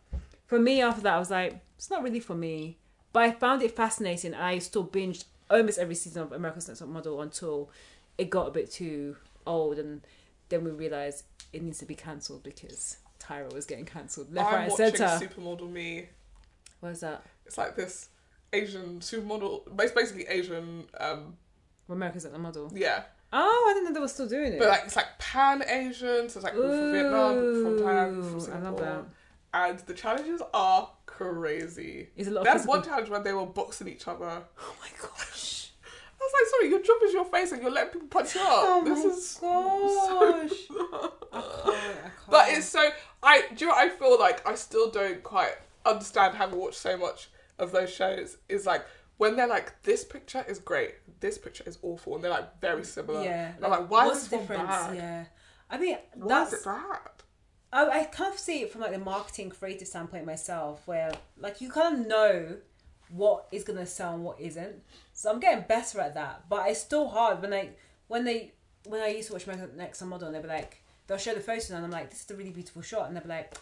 Speaker 3: for me, after that, I was like, it's not really for me. But I found it fascinating. I still binged almost every season of America's Next Top Model until it got a bit too old, and then we realized it needs to be cancelled because Tyra was getting cancelled left,
Speaker 2: I'm
Speaker 3: right, and
Speaker 2: watching
Speaker 3: centre.
Speaker 2: Supermodel Me.
Speaker 3: What is that?
Speaker 2: It's like this Asian supermodel, bas- basically Asian, um,
Speaker 3: Well, America's Next Top Model.
Speaker 2: yeah.
Speaker 3: Oh, I didn't know they were still doing it.
Speaker 2: But like it's like pan Asian, so it's like people from Vietnam, people from Thailand, people from
Speaker 3: Ooh, I
Speaker 2: Singapore.
Speaker 3: love that.
Speaker 2: And the challenges are crazy.
Speaker 3: Is a lot of
Speaker 2: There's
Speaker 3: physical...
Speaker 2: one challenge where they were boxing each other. I
Speaker 3: Oh my gosh!
Speaker 2: was like, sorry, your job is your face and you're letting people punch you up.
Speaker 1: Oh
Speaker 2: this
Speaker 1: my
Speaker 2: is
Speaker 3: Oh
Speaker 1: gosh. I can't, I can't.
Speaker 2: [laughs] But it's so I do you know what I feel like I still don't quite understand having watched so much of those shows is like when they're like this picture is great, this picture is awful, and they're like very similar.
Speaker 1: yeah.
Speaker 2: And I'm like, why
Speaker 1: what's
Speaker 2: is
Speaker 1: the
Speaker 2: this one bad?
Speaker 1: Yeah. I mean,
Speaker 2: Why
Speaker 1: that's
Speaker 2: is it bad?
Speaker 1: I, I kind of see it from like the marketing creative standpoint myself, where like you kind of know what is gonna sell and what isn't. So I'm getting better at that, but it's still hard when I when they when I used to watch my next model, and they'd be like, they'll show the photos, and I'm like, this is a really beautiful shot, and they'll be like,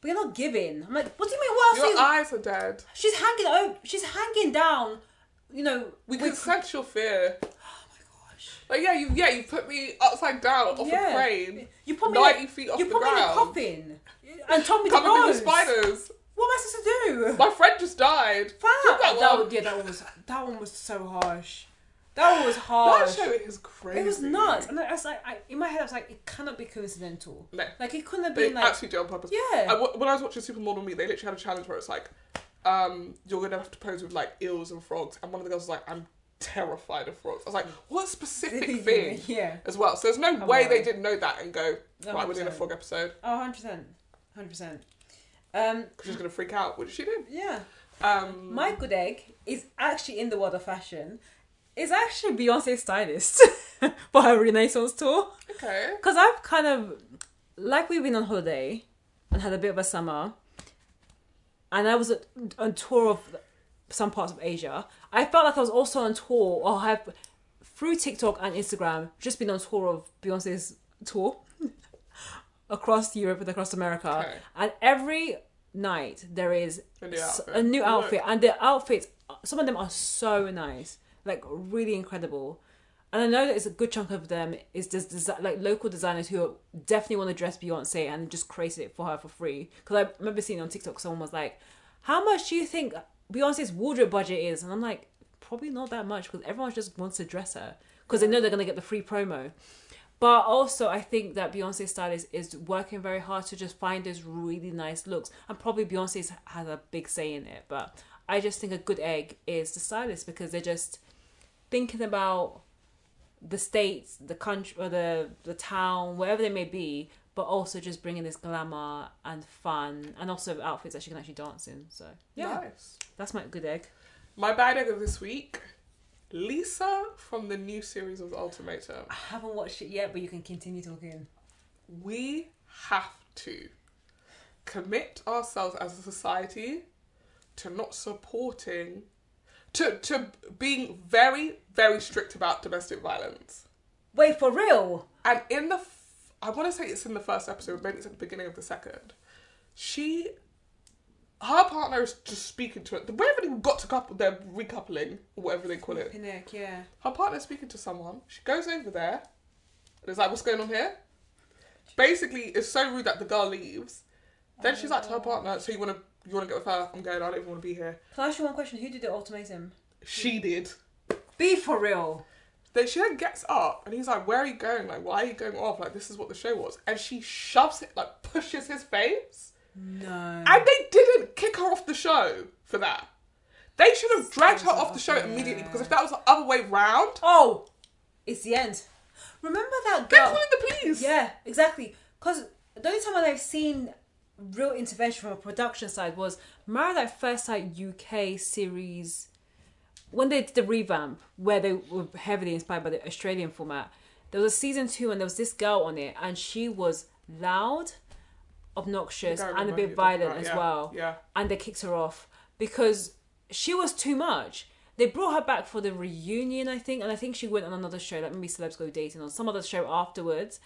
Speaker 1: but you're not giving. I'm like, what do you mean? What else? are
Speaker 2: Your
Speaker 1: you-
Speaker 2: eyes are dead.
Speaker 1: she's hanging over. She's hanging down. You know,
Speaker 2: We
Speaker 1: with- Oh
Speaker 2: can sense your fear. Like yeah, you yeah you put me upside down off a
Speaker 1: Yeah.
Speaker 2: crane,
Speaker 1: You put me.
Speaker 2: ninety
Speaker 1: in,
Speaker 2: feet off
Speaker 1: you
Speaker 2: the
Speaker 1: put me in a
Speaker 2: ground,
Speaker 1: coffin and told me to
Speaker 2: covered in
Speaker 1: rose.
Speaker 2: spiders.
Speaker 1: What am I supposed to do?
Speaker 2: My friend just died.
Speaker 1: Fuck!
Speaker 2: That
Speaker 1: That
Speaker 2: one.
Speaker 1: one, yeah, that one was that one was so harsh. That one was
Speaker 2: That
Speaker 1: harsh.
Speaker 2: show is crazy.
Speaker 1: it was nuts. And I was like, I, in my head, I was like, it cannot be coincidental.
Speaker 2: No,
Speaker 1: Like it couldn't have
Speaker 2: they
Speaker 1: been like,
Speaker 2: actually do it on purpose.
Speaker 1: yeah,
Speaker 2: I, when I was watching Supermodel Meet, they literally had a challenge where it's like, um, you're gonna have to pose with like eels and frogs, and one of the girls was like, I'm terrified of frogs. I was like, what
Speaker 1: [laughs]
Speaker 2: specific thing?
Speaker 1: yeah.
Speaker 2: As well, so there's no
Speaker 1: Come
Speaker 2: way
Speaker 1: on.
Speaker 2: they didn't know that and go,
Speaker 1: Oh,
Speaker 2: right, we're doing a
Speaker 1: 100%.
Speaker 2: frog episode
Speaker 1: Oh, 100 percent, hundred percent. Um,
Speaker 2: because she's gonna freak out, which she did.
Speaker 1: yeah. [laughs]
Speaker 2: Um,
Speaker 1: Michael Egg is actually in the world of fashion.
Speaker 3: It's actually Beyonce's
Speaker 1: [laughs]
Speaker 3: stylist for her Renaissance tour.
Speaker 2: okay.
Speaker 3: Because I've kind of, like, we've been on holiday and had a bit of a summer, and I was on tour of some parts of Asia. I felt like I was also on tour, or have through TikTok and Instagram, just been on tour of Beyonce's tour [laughs] across Europe and across America.
Speaker 2: Okay.
Speaker 3: And every night there is
Speaker 2: A new
Speaker 3: s-
Speaker 2: outfit.
Speaker 3: a new
Speaker 2: Look.
Speaker 3: outfit, and the outfits, some of them are so nice, like really incredible. And I know that it's a good chunk of them is just desi- like local designers who definitely want to dress Beyonce and just created it for her for free. Because I remember seeing on TikTok someone was like, "How much do you think Beyonce's wardrobe budget is?" And I'm like, "Probably not that much because everyone just wants to dress her because they know they're gonna get the free promo." But also, I think that Beyonce's stylist is working very hard to just find those really nice looks. And probably Beyonce's has a big say in it. But I just think a good egg is the stylist because they're just thinking about the states, the country, or the the town, wherever they may be, but also just bringing this glamour and fun, and also outfits that she can actually dance in. So yeah,
Speaker 2: Nice.
Speaker 3: that's my good egg.
Speaker 2: My bad egg of this week, Lisa from the new series of The Ultimatum.
Speaker 1: I haven't watched it yet, but you can continue talking.
Speaker 2: We have to commit ourselves as a society to not supporting, to, to being very, very strict about domestic violence.
Speaker 1: Wait for real?
Speaker 2: And in the, f- I want to say it's in the first episode, maybe it's at the beginning of the second. She, her partner is just speaking to it. The whatever they got to couple, they're recoupling, or whatever they call it.
Speaker 1: Pinnock, yeah.
Speaker 2: Her partner's speaking to someone. She goes over there, and is like, "What's going on here?" Basically, it's so rude that the girl leaves. Then she's like to her partner, "So you want to, you want to get with her? I'm going. I don't even want to be here."
Speaker 1: Can I ask you one question? Who did the ultimatum?
Speaker 2: She did.
Speaker 1: Be for real.
Speaker 2: Then she then gets up and he's like, Where are you going? Like, why are you going off? Like, this is what the show was. And she shoves it, like, pushes his face.
Speaker 1: No.
Speaker 2: And they didn't kick her off the show for that. They should have dragged her off the show immediately because if that was the other way round,
Speaker 1: Oh, it's the end. Remember that
Speaker 2: they're
Speaker 1: girl?
Speaker 2: calling the police.
Speaker 1: Yeah, exactly. Because the only time that I've seen real intervention from a production side was Married at First Sight UK series when they did the revamp, where they were heavily inspired by the Australian format. There was a season two, and there was this girl on it, and she was loud, obnoxious,
Speaker 2: I think I
Speaker 3: and a
Speaker 2: remember you
Speaker 3: bit
Speaker 2: talking
Speaker 3: violent
Speaker 2: about-
Speaker 3: as
Speaker 2: yeah,
Speaker 3: well
Speaker 2: Yeah.
Speaker 3: and they kicked her off because she was too much. They brought her back for the reunion, I think, and I think she went on another show, like maybe Celebs Go Dating or some other show afterwards.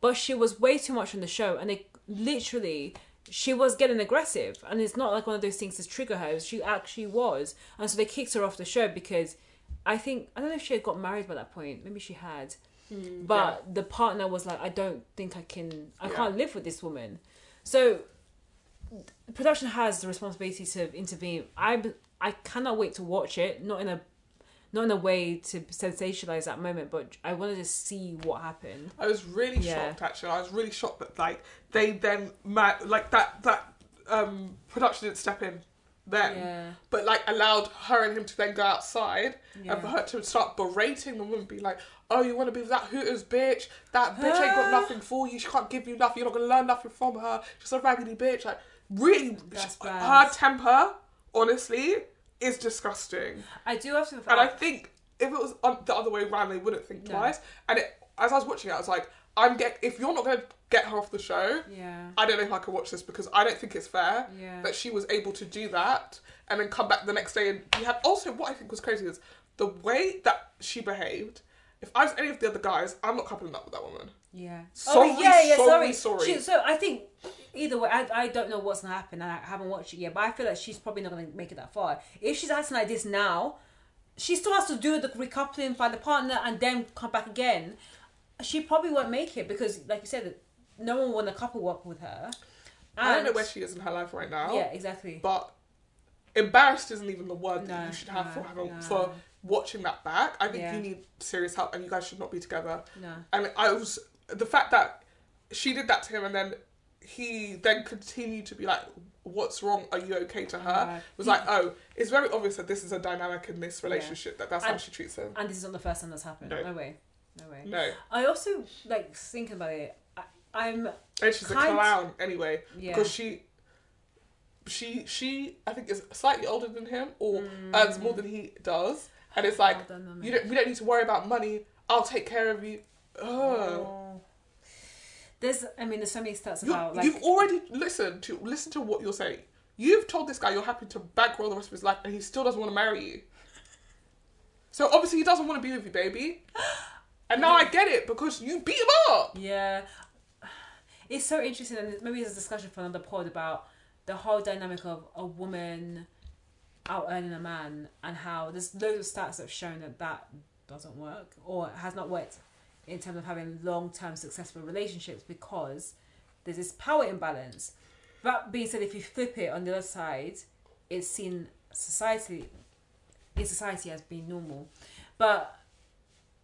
Speaker 3: But she was way too much on the show, and they literally she was getting aggressive, and it's not like one of those things to trigger her. She actually was, and so they kicked her off the show because I think I don't know if she had got married by that point. Maybe she had, but the partner was like, I don't think I can, I
Speaker 2: Yeah.
Speaker 3: can't live with this woman. So production has the responsibility to intervene. I I cannot wait to watch it. Not in a not in a way to sensationalize that moment, but I wanted to see what happened.
Speaker 2: I was really
Speaker 3: Yeah.
Speaker 2: shocked actually. I was really shocked that like they then ma- like that that um production didn't step in then.
Speaker 3: Yeah.
Speaker 2: But like allowed her and him to then go outside
Speaker 1: Yeah.
Speaker 2: and for her to start berating the woman, be like, "Oh, you want to be with that hooters bitch? That bitch
Speaker 1: [gasps]
Speaker 2: ain't got nothing for you. She can't give you nothing. You're not gonna learn nothing from her. She's a raggedy bitch." Like really,
Speaker 1: That's
Speaker 2: she-
Speaker 1: bad.
Speaker 2: her temper honestly is disgusting.
Speaker 1: I do have to.
Speaker 2: And I think if it was on the other way around, they wouldn't think
Speaker 1: No.
Speaker 2: twice. And it, as I was watching it, I was like, I'm get if you're not going to get her off the show,
Speaker 1: yeah.
Speaker 2: I don't know if I can watch this because I don't think it's fair
Speaker 1: Yeah.
Speaker 2: that she was able to do that and then come back the next day. And you had also what I think was crazy is the way that she behaved. If I was any of the other guys, I'm not coupling up with that woman.
Speaker 1: Yeah.
Speaker 2: Sorry,
Speaker 1: oh, yeah, yeah, sorry,
Speaker 2: sorry, sorry.
Speaker 1: She- so I think either way, I, I don't know what's gonna happen, and I haven't watched it yet. But I feel like she's probably not gonna make it that far. If she's acting like this now, she still has to do the recoupling, find the partner, and then come back again. She probably won't make it because, like you said, no one will want a couple up with her.
Speaker 2: I don't know
Speaker 1: And-
Speaker 2: where she is in her life right now.
Speaker 1: Yeah, exactly.
Speaker 2: but embarrassed isn't even the word that
Speaker 1: No,
Speaker 2: you should have
Speaker 1: no,
Speaker 2: for having
Speaker 1: no.
Speaker 2: for watching that back. I think
Speaker 1: Yeah.
Speaker 2: you need serious help, and you guys should not be together.
Speaker 1: No.
Speaker 2: And I was the fact that she did that to him, and then he then continued to be like, "What's wrong? Are you okay?" To her
Speaker 1: No.
Speaker 2: was like, "Oh, it's very obvious that this is a dynamic in this relationship that that's how
Speaker 1: And-
Speaker 2: she treats him."
Speaker 1: And this is not the first time that's happened.
Speaker 2: No.
Speaker 1: No, way. No way.
Speaker 2: No,
Speaker 1: I also like thinking about it. I, I'm
Speaker 2: and she's a
Speaker 1: Kind-
Speaker 2: clown anyway
Speaker 1: Yeah.
Speaker 2: because she. She she I think is slightly older than him or
Speaker 1: Mm.
Speaker 2: earns more than he does, and it's like
Speaker 1: Hold on a
Speaker 2: You
Speaker 1: minute.
Speaker 2: don't, we don't need to worry about money. I'll take care of you. Ugh.
Speaker 1: Oh. There's, I mean, there's so many stats
Speaker 2: You,
Speaker 1: about like
Speaker 2: have already listened to listen to what you're saying. You've told this guy you're happy to bankroll the rest of his life, and he still doesn't want to marry you. So obviously he doesn't want to be with you, baby. And now I get it because you beat him up.
Speaker 1: Yeah. It's so interesting, and maybe there's a discussion for another pod about the whole dynamic of a woman out earning a man and how there's loads of stats that have shown that that doesn't work or has not worked in terms of having long term successful relationships because there's this power imbalance. That being said, if you flip it on the other side, it's seen society in society as being normal. But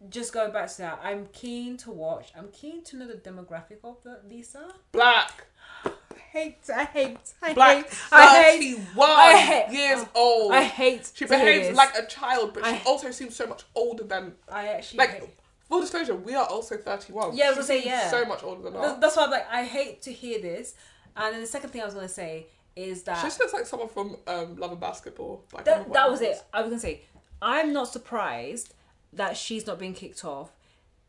Speaker 1: just going back to that, I'm keen to watch. I'm keen to know the demographic of the Lisa.
Speaker 2: Black,
Speaker 1: I hate. I hate. I
Speaker 2: black,
Speaker 1: hate. I hate.
Speaker 2: thirty-one
Speaker 3: I hate-
Speaker 2: years old.
Speaker 3: I hate.
Speaker 2: she
Speaker 3: to hear
Speaker 2: behaves
Speaker 3: this.
Speaker 2: like a child, but
Speaker 3: I-
Speaker 2: she also seems so much older than
Speaker 1: I actually
Speaker 2: like
Speaker 1: hate.
Speaker 2: Full disclosure, we are also 31.
Speaker 1: Yeah, I was
Speaker 2: She
Speaker 1: gonna say,
Speaker 2: seems
Speaker 1: yeah.
Speaker 2: So much older than
Speaker 1: That's,
Speaker 2: us.
Speaker 1: that's why I'm like, I hate to hear this. And then the second thing I was gonna say is that
Speaker 2: She just looks like someone from um, Love and Basketball. Like, I don't
Speaker 3: That,
Speaker 2: know
Speaker 3: that
Speaker 2: what
Speaker 3: was it. I was gonna say, I'm not surprised that she's not being kicked off,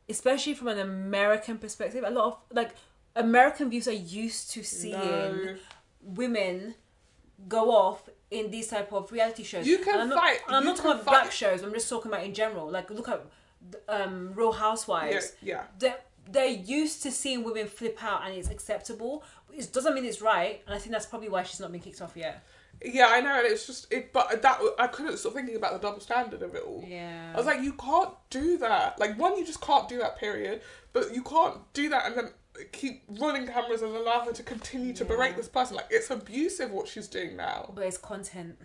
Speaker 3: especially from an American perspective. A lot of like American views are used to seeing
Speaker 2: No.
Speaker 3: women.
Speaker 1: go off in these type of reality shows.
Speaker 2: You can
Speaker 1: And I'm not,
Speaker 2: fight.
Speaker 1: and I'm
Speaker 2: You
Speaker 1: not talking
Speaker 2: can
Speaker 1: about
Speaker 2: fight.
Speaker 1: black shows. I'm just talking about in general. Like look at um, Real
Speaker 2: Yeah,
Speaker 1: Housewives.
Speaker 2: yeah.
Speaker 1: They're, they're used to seeing women flip out and it's acceptable. It doesn't mean it's right, and I think that's probably why she's not been kicked off yet.
Speaker 2: Yeah, I know, and it's just it. But that I couldn't stop thinking about the double standard of it all.
Speaker 1: Yeah.
Speaker 2: I was like, you can't do that. Like, one, you just can't do that. Period. But you can't do that and then keep running cameras and allow her to continue to berate this person. Like, it's abusive what she's doing now.
Speaker 1: But it's content.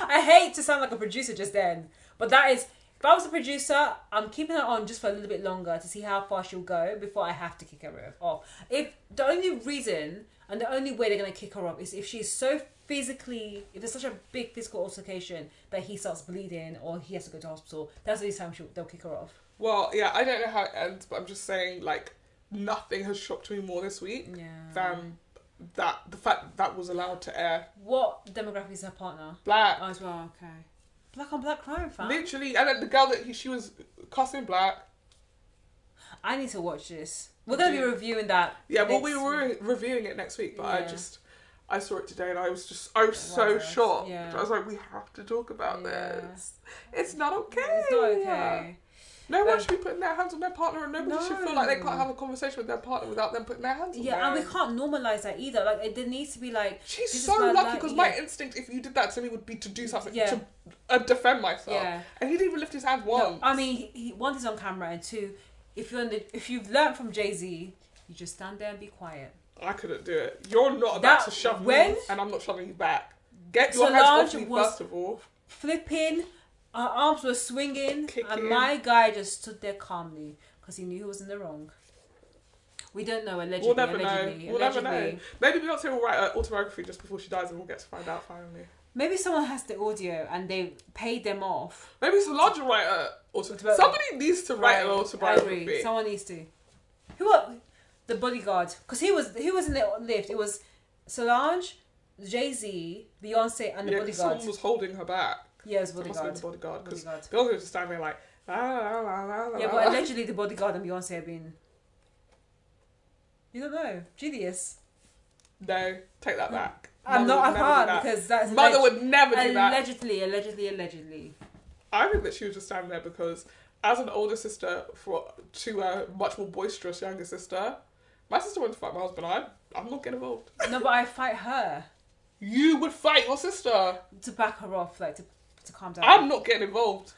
Speaker 1: I hate to sound like a producer just then, but that is. If I was a producer, I'm keeping her on just for a little bit longer to see how far she'll go before I have to kick her off. If the only reason and the only way they're gonna kick her off is if she's so physically, if there's such a big physical altercation that he starts bleeding or he has to go to hospital, that's the only time she'll, they'll kick her off.
Speaker 2: Well, yeah, I don't know how it ends, but I'm just saying, like, nothing has shocked me more this week
Speaker 1: Yeah.
Speaker 2: than that the fact that, that was allowed to air.
Speaker 1: What demographic is her partner?
Speaker 2: Black.
Speaker 1: Oh, as well. Okay. Black on black crime, fam.
Speaker 2: Literally, and then the girl that he, she was cussing black.
Speaker 1: I need to watch this. We're gonna be reviewing that.
Speaker 2: Yeah, well, we
Speaker 1: next
Speaker 2: were reviewing it next week, but I
Speaker 1: Yeah.
Speaker 2: just I saw it today and I was just I was so
Speaker 1: Wow.
Speaker 2: shocked.
Speaker 1: Yeah.
Speaker 2: I was like, we have to talk about
Speaker 1: Yeah.
Speaker 2: this. It's not okay.
Speaker 1: It's not okay.
Speaker 2: No one
Speaker 1: Um,
Speaker 2: should be putting their hands on their partner, and nobody should feel like they can't have a conversation with their partner without them putting their hands on.
Speaker 1: Yeah,
Speaker 2: them.
Speaker 1: and we can't normalize that either. Like, it, there needs to be like
Speaker 2: She's
Speaker 1: this is
Speaker 2: so
Speaker 1: my
Speaker 2: lucky
Speaker 1: life,
Speaker 2: because
Speaker 1: yeah.
Speaker 2: my instinct, if you did that to me, would be to do something
Speaker 1: Yeah.
Speaker 2: to uh, defend myself.
Speaker 1: Yeah.
Speaker 2: And he didn't even lift his hand once.
Speaker 1: No, I mean, he, he, one is on camera, and two, if you're in the, if you've learned from Jay Z, you just stand there and be quiet.
Speaker 2: I couldn't do it. You're not about
Speaker 1: That-
Speaker 2: to shove
Speaker 1: when-
Speaker 2: me, and I'm not shoving you back. Get your hands
Speaker 1: Solange
Speaker 2: off me
Speaker 1: was-
Speaker 2: first of all.
Speaker 1: Flipping, her arms were swinging, and
Speaker 2: Kicking.
Speaker 1: my guy just stood there calmly because he knew he was in the wrong. We don't know allegedly.
Speaker 2: We'll never
Speaker 1: allegedly,
Speaker 2: know. We'll
Speaker 1: allegedly.
Speaker 2: never know. Maybe Beyonce will write an uh, autobiography just before she dies, and we'll get to find out finally.
Speaker 1: Maybe someone has the audio and they paid them off.
Speaker 2: Maybe Solange will write an autobiography. Somebody needs to write an
Speaker 1: I
Speaker 2: autobiography.
Speaker 1: agree. Someone needs to. Who are the bodyguard? Because he was he was in the lift. It was Solange, Jay Z, Beyonce, and the
Speaker 2: yeah, 'cause
Speaker 1: bodyguard.
Speaker 2: someone was holding her back.
Speaker 1: Yeah, it was
Speaker 2: It must have
Speaker 1: bodyguard.
Speaker 2: been the bodyguard because
Speaker 1: Bodyguard.
Speaker 2: Beyonce was just standing there like la la la la la.
Speaker 1: Yeah,
Speaker 2: la, [laughs]
Speaker 1: but
Speaker 2: la.
Speaker 1: allegedly the bodyguard and Beyonce have been. You don't know, Julius.
Speaker 2: no, take that back.
Speaker 1: I'm
Speaker 2: Mother
Speaker 1: not. I
Speaker 2: would never do
Speaker 1: can't
Speaker 2: that.
Speaker 1: because that's
Speaker 2: Mother
Speaker 1: alleg-
Speaker 2: would never do that.
Speaker 1: allegedly, allegedly, allegedly.
Speaker 2: I think that she was just standing there because, as an older sister for to a much more boisterous younger sister, my sister wanted to fight my husband. I I'm not getting involved.
Speaker 1: No, but I fight her
Speaker 2: You would fight your sister.
Speaker 1: to back her off, like to to calm down.
Speaker 2: I'm not getting involved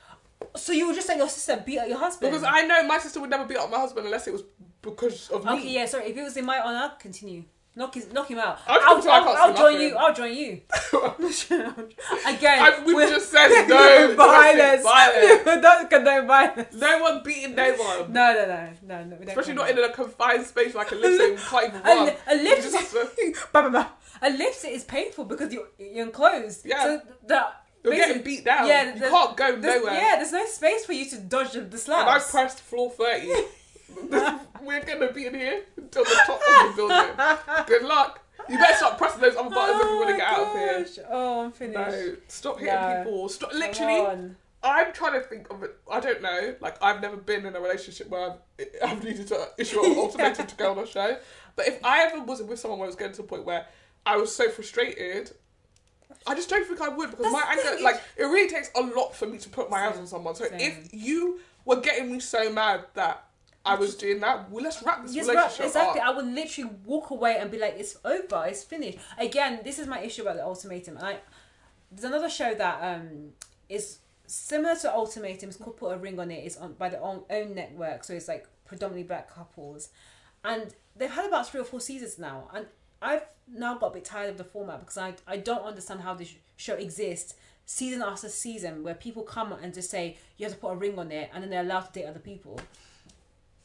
Speaker 1: so you would just let your sister beat up your husband?
Speaker 2: because I know my sister would never beat up my husband unless it was because of me.
Speaker 1: Okay, yeah, sorry. If it was in my honor, continue. Knock his, knock him out.
Speaker 2: I'll
Speaker 1: I'll,
Speaker 2: just
Speaker 1: I'll,
Speaker 2: pretend I
Speaker 1: I'll,
Speaker 2: can't see
Speaker 1: join
Speaker 2: nothing.
Speaker 1: you. I'll join you. [laughs] Again,
Speaker 2: [laughs] I, we've
Speaker 1: we're- [laughs]
Speaker 2: just said no
Speaker 1: violence. [laughs]
Speaker 2: violence. violence.
Speaker 1: We don't condone violence.
Speaker 2: No one beating no one.
Speaker 1: No, no, no, no, no. We don't
Speaker 2: Especially not
Speaker 1: condone.
Speaker 2: in a confined space like a lift so you
Speaker 1: [laughs]
Speaker 2: can't even
Speaker 1: A,
Speaker 2: run.
Speaker 1: li- a
Speaker 2: You
Speaker 1: lift,
Speaker 2: just
Speaker 1: [laughs]
Speaker 2: have to,
Speaker 1: Bah, bah, bah. a lift is painful because you're, you're enclosed.
Speaker 2: Yeah.
Speaker 1: So that
Speaker 2: you're getting
Speaker 1: basic-
Speaker 2: beat down.
Speaker 1: Yeah,
Speaker 2: you
Speaker 1: there's-
Speaker 2: can't go
Speaker 1: there's-
Speaker 2: nowhere.
Speaker 1: Yeah, there's no space for you to dodge the, the
Speaker 2: and I
Speaker 1: slabs.
Speaker 2: pressed floor 30.
Speaker 1: [laughs]
Speaker 2: [laughs] We're going to be in here until the top
Speaker 1: [laughs]
Speaker 2: of the building. Good luck. You better start pressing those other buttons if you want to
Speaker 1: my
Speaker 2: get out of here.
Speaker 1: gosh. Oh, I'm finished.
Speaker 2: No, stop hitting
Speaker 1: No.
Speaker 2: people. Stop,
Speaker 1: Come
Speaker 2: literally,
Speaker 1: on.
Speaker 2: I'm trying to think of it. I don't know. Like I've never been in a relationship where I've, I've needed to
Speaker 1: [laughs]
Speaker 2: issue an ultimatum to go on a show. But if I ever was with someone where I was getting to a point where I was so frustrated, I just don't think I would because my
Speaker 1: That's the
Speaker 2: anger,
Speaker 1: thing.
Speaker 2: like it really takes a lot for me to put my hands on someone. So
Speaker 1: Same.
Speaker 2: if you were getting me so mad that I was doing that, well, let's wrap this
Speaker 1: Yes,
Speaker 2: relationship
Speaker 1: but exactly.
Speaker 2: up.
Speaker 1: I would literally walk away and be like, "It's over. It's finished." Again, this is my issue about the ultimatum. And I there's another show that um is similar to ultimatum. It's called Put a Ring on It. It's on by the own, own network, so it's like predominantly black couples, and they've had about three or four seasons now. And I've now got a bit tired of the format because I I don't understand how this show exists. Season after season, where people come and just say you have to put a ring on it, and then they're allowed to date other people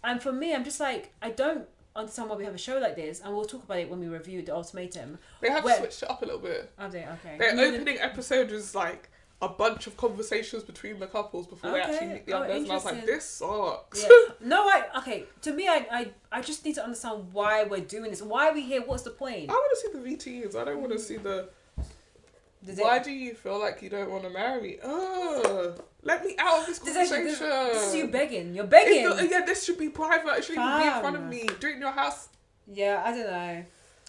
Speaker 1: and for me, I'm just like, I don't understand why we have a show like this, and we'll talk about it when we review the ultimatum.
Speaker 2: They have
Speaker 1: Where-
Speaker 2: switched it up a little bit.
Speaker 1: Oh, they okay.
Speaker 2: Their opening episode was like a bunch of conversations between the couples before they actually
Speaker 1: Okay.
Speaker 2: meet the
Speaker 1: Oh,
Speaker 2: others, and I was like,
Speaker 1: interesting.
Speaker 2: this sucks. [laughs]
Speaker 1: Yeah. No, I okay. To me, I, I I just need to understand why we're doing this. Why are we here? What's the point?
Speaker 2: I want to see the VTs. I don't want to see the.
Speaker 1: Mm. Does it-
Speaker 2: Why do you feel like you don't want to marry me? Ugh. Let me out of this
Speaker 1: does
Speaker 2: conversation.
Speaker 1: it- does- this is you begging. You're
Speaker 2: It's
Speaker 1: begging.
Speaker 2: not- yeah, this should be private. It shouldn't even be in front of
Speaker 1: Fam.
Speaker 2: me. Do it in your house.
Speaker 1: yeah, I don't know.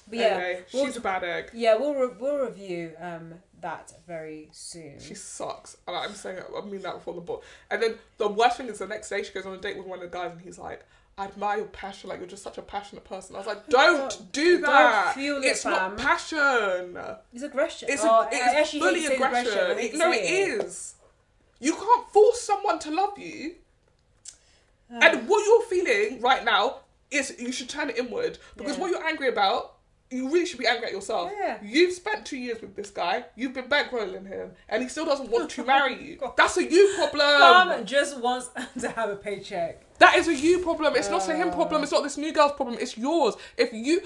Speaker 1: But yeah,
Speaker 2: Anyway,
Speaker 1: we'll-
Speaker 2: she's a bad egg.
Speaker 1: yeah, we'll re- we'll review um that very soon.
Speaker 2: She sucks. And I'm saying, I mean that before the board. And then the worst thing is the next day she goes on a date with one of the guys and he's like, I admire your passion. Like, you're just such a passionate person. I was like, don't
Speaker 1: Don't-
Speaker 2: do
Speaker 1: don't
Speaker 2: that.
Speaker 1: fuel it,
Speaker 2: it's
Speaker 1: fam."
Speaker 2: not passion.
Speaker 1: It's aggression.
Speaker 2: It's,
Speaker 1: oh,
Speaker 2: a, it's
Speaker 1: I actually
Speaker 2: fully
Speaker 1: hate to say
Speaker 2: aggression.
Speaker 1: I hate to
Speaker 2: no,
Speaker 1: say
Speaker 2: it is. You can't force someone to love you.
Speaker 1: Oh.
Speaker 2: And what you're feeling right now is you should turn it inward because
Speaker 1: Yeah.
Speaker 2: what you're angry about, you really should be angry at yourself.
Speaker 1: Yeah.
Speaker 2: You've spent two years with this guy, you've been bankrolling him, and he still doesn't
Speaker 1: [laughs]
Speaker 2: want to marry you.
Speaker 1: God.
Speaker 2: That's a you problem.
Speaker 1: Mom just wants [laughs] to have a paycheck.
Speaker 2: that is a you problem. It's not a
Speaker 1: Uh.
Speaker 2: him problem. It's not this new girl's problem. It's yours. If you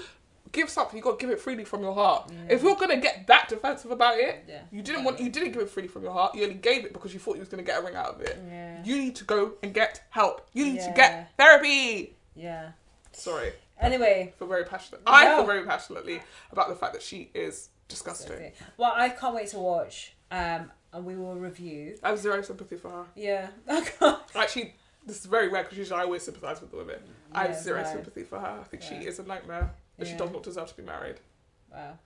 Speaker 2: give something, you got to give it freely from your heart. If you're gonna get that defensive about it,
Speaker 1: Mm. Yeah.
Speaker 2: you didn't want. You didn't give it freely from your heart. You only gave it because you thought you was gonna get a ring out of it.
Speaker 1: Mm, Yeah.
Speaker 2: You need to go and get help. You need to
Speaker 1: Yeah.
Speaker 2: get therapy.
Speaker 1: Yeah.
Speaker 2: Sorry.
Speaker 1: Anyway,
Speaker 2: feel very passionate. I
Speaker 1: Yeah.
Speaker 2: feel very passionately about the fact that she is disgusting.
Speaker 1: that's it. Well, I can't wait to watch. Um, and we will review.
Speaker 2: I have zero sympathy for her.
Speaker 1: Yeah. [laughs] I can't.
Speaker 2: Actually, this is very rare because usually I always sympathise with the women. I have
Speaker 1: Yeah,
Speaker 2: zero
Speaker 1: no.
Speaker 2: sympathy for her. I think she
Speaker 1: Yeah.
Speaker 2: is a nightmare. And she
Speaker 1: Yeah.
Speaker 2: does not deserve to be married.
Speaker 1: Wow.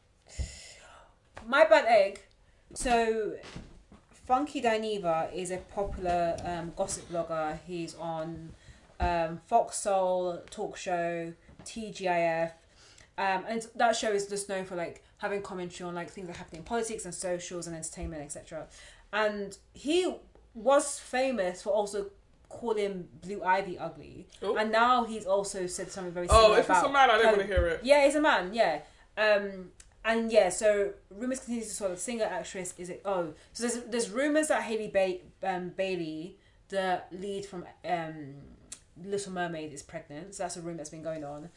Speaker 1: My bad egg. So, Funky Dineva is a popular um, gossip blogger. He's on um, Fox Soul Talk Show, TGIF, um, and that show is just known for like having commentary on like things that happen in politics and socials and entertainment, etc. And he was famous for also calling Blue Ivy ugly,
Speaker 2: Oh.
Speaker 1: and now he's also said something very similar
Speaker 2: Oh, if it's
Speaker 1: about
Speaker 2: a man, I don't
Speaker 1: Chloe.
Speaker 2: want to hear it.
Speaker 1: Yeah, he's a man. Yeah. Um, and yeah, so rumors continue to swirl. The singer actress is it? Oh, so there's there's rumors that Haley ba- um, Bailey, the lead from um, Little Mermaid, is pregnant. So that's a rumor that's been going on.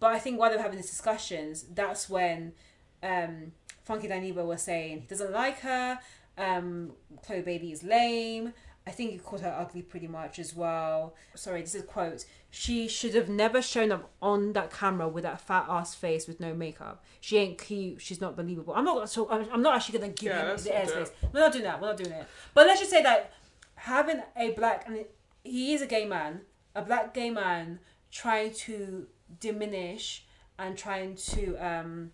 Speaker 1: But I think while they were having these discussions, that's when um, Funky Daniba was saying he doesn't like her. Um, Chloe Baby is lame. I think he called her ugly pretty much as well. Sorry, this is a quote. She should have never shown up on that camera with that fat ass face with no makeup. She ain't cute. She's not believable. I'm not. So I'm I'm not actually gonna give
Speaker 2: Yeah,
Speaker 1: him
Speaker 2: let's
Speaker 1: the
Speaker 2: not do
Speaker 1: airspace.
Speaker 2: it.
Speaker 1: We're not doing that. We're not doing it. But let's just say that having a black and he is a gay man, a black gay man trying to diminish and trying to um,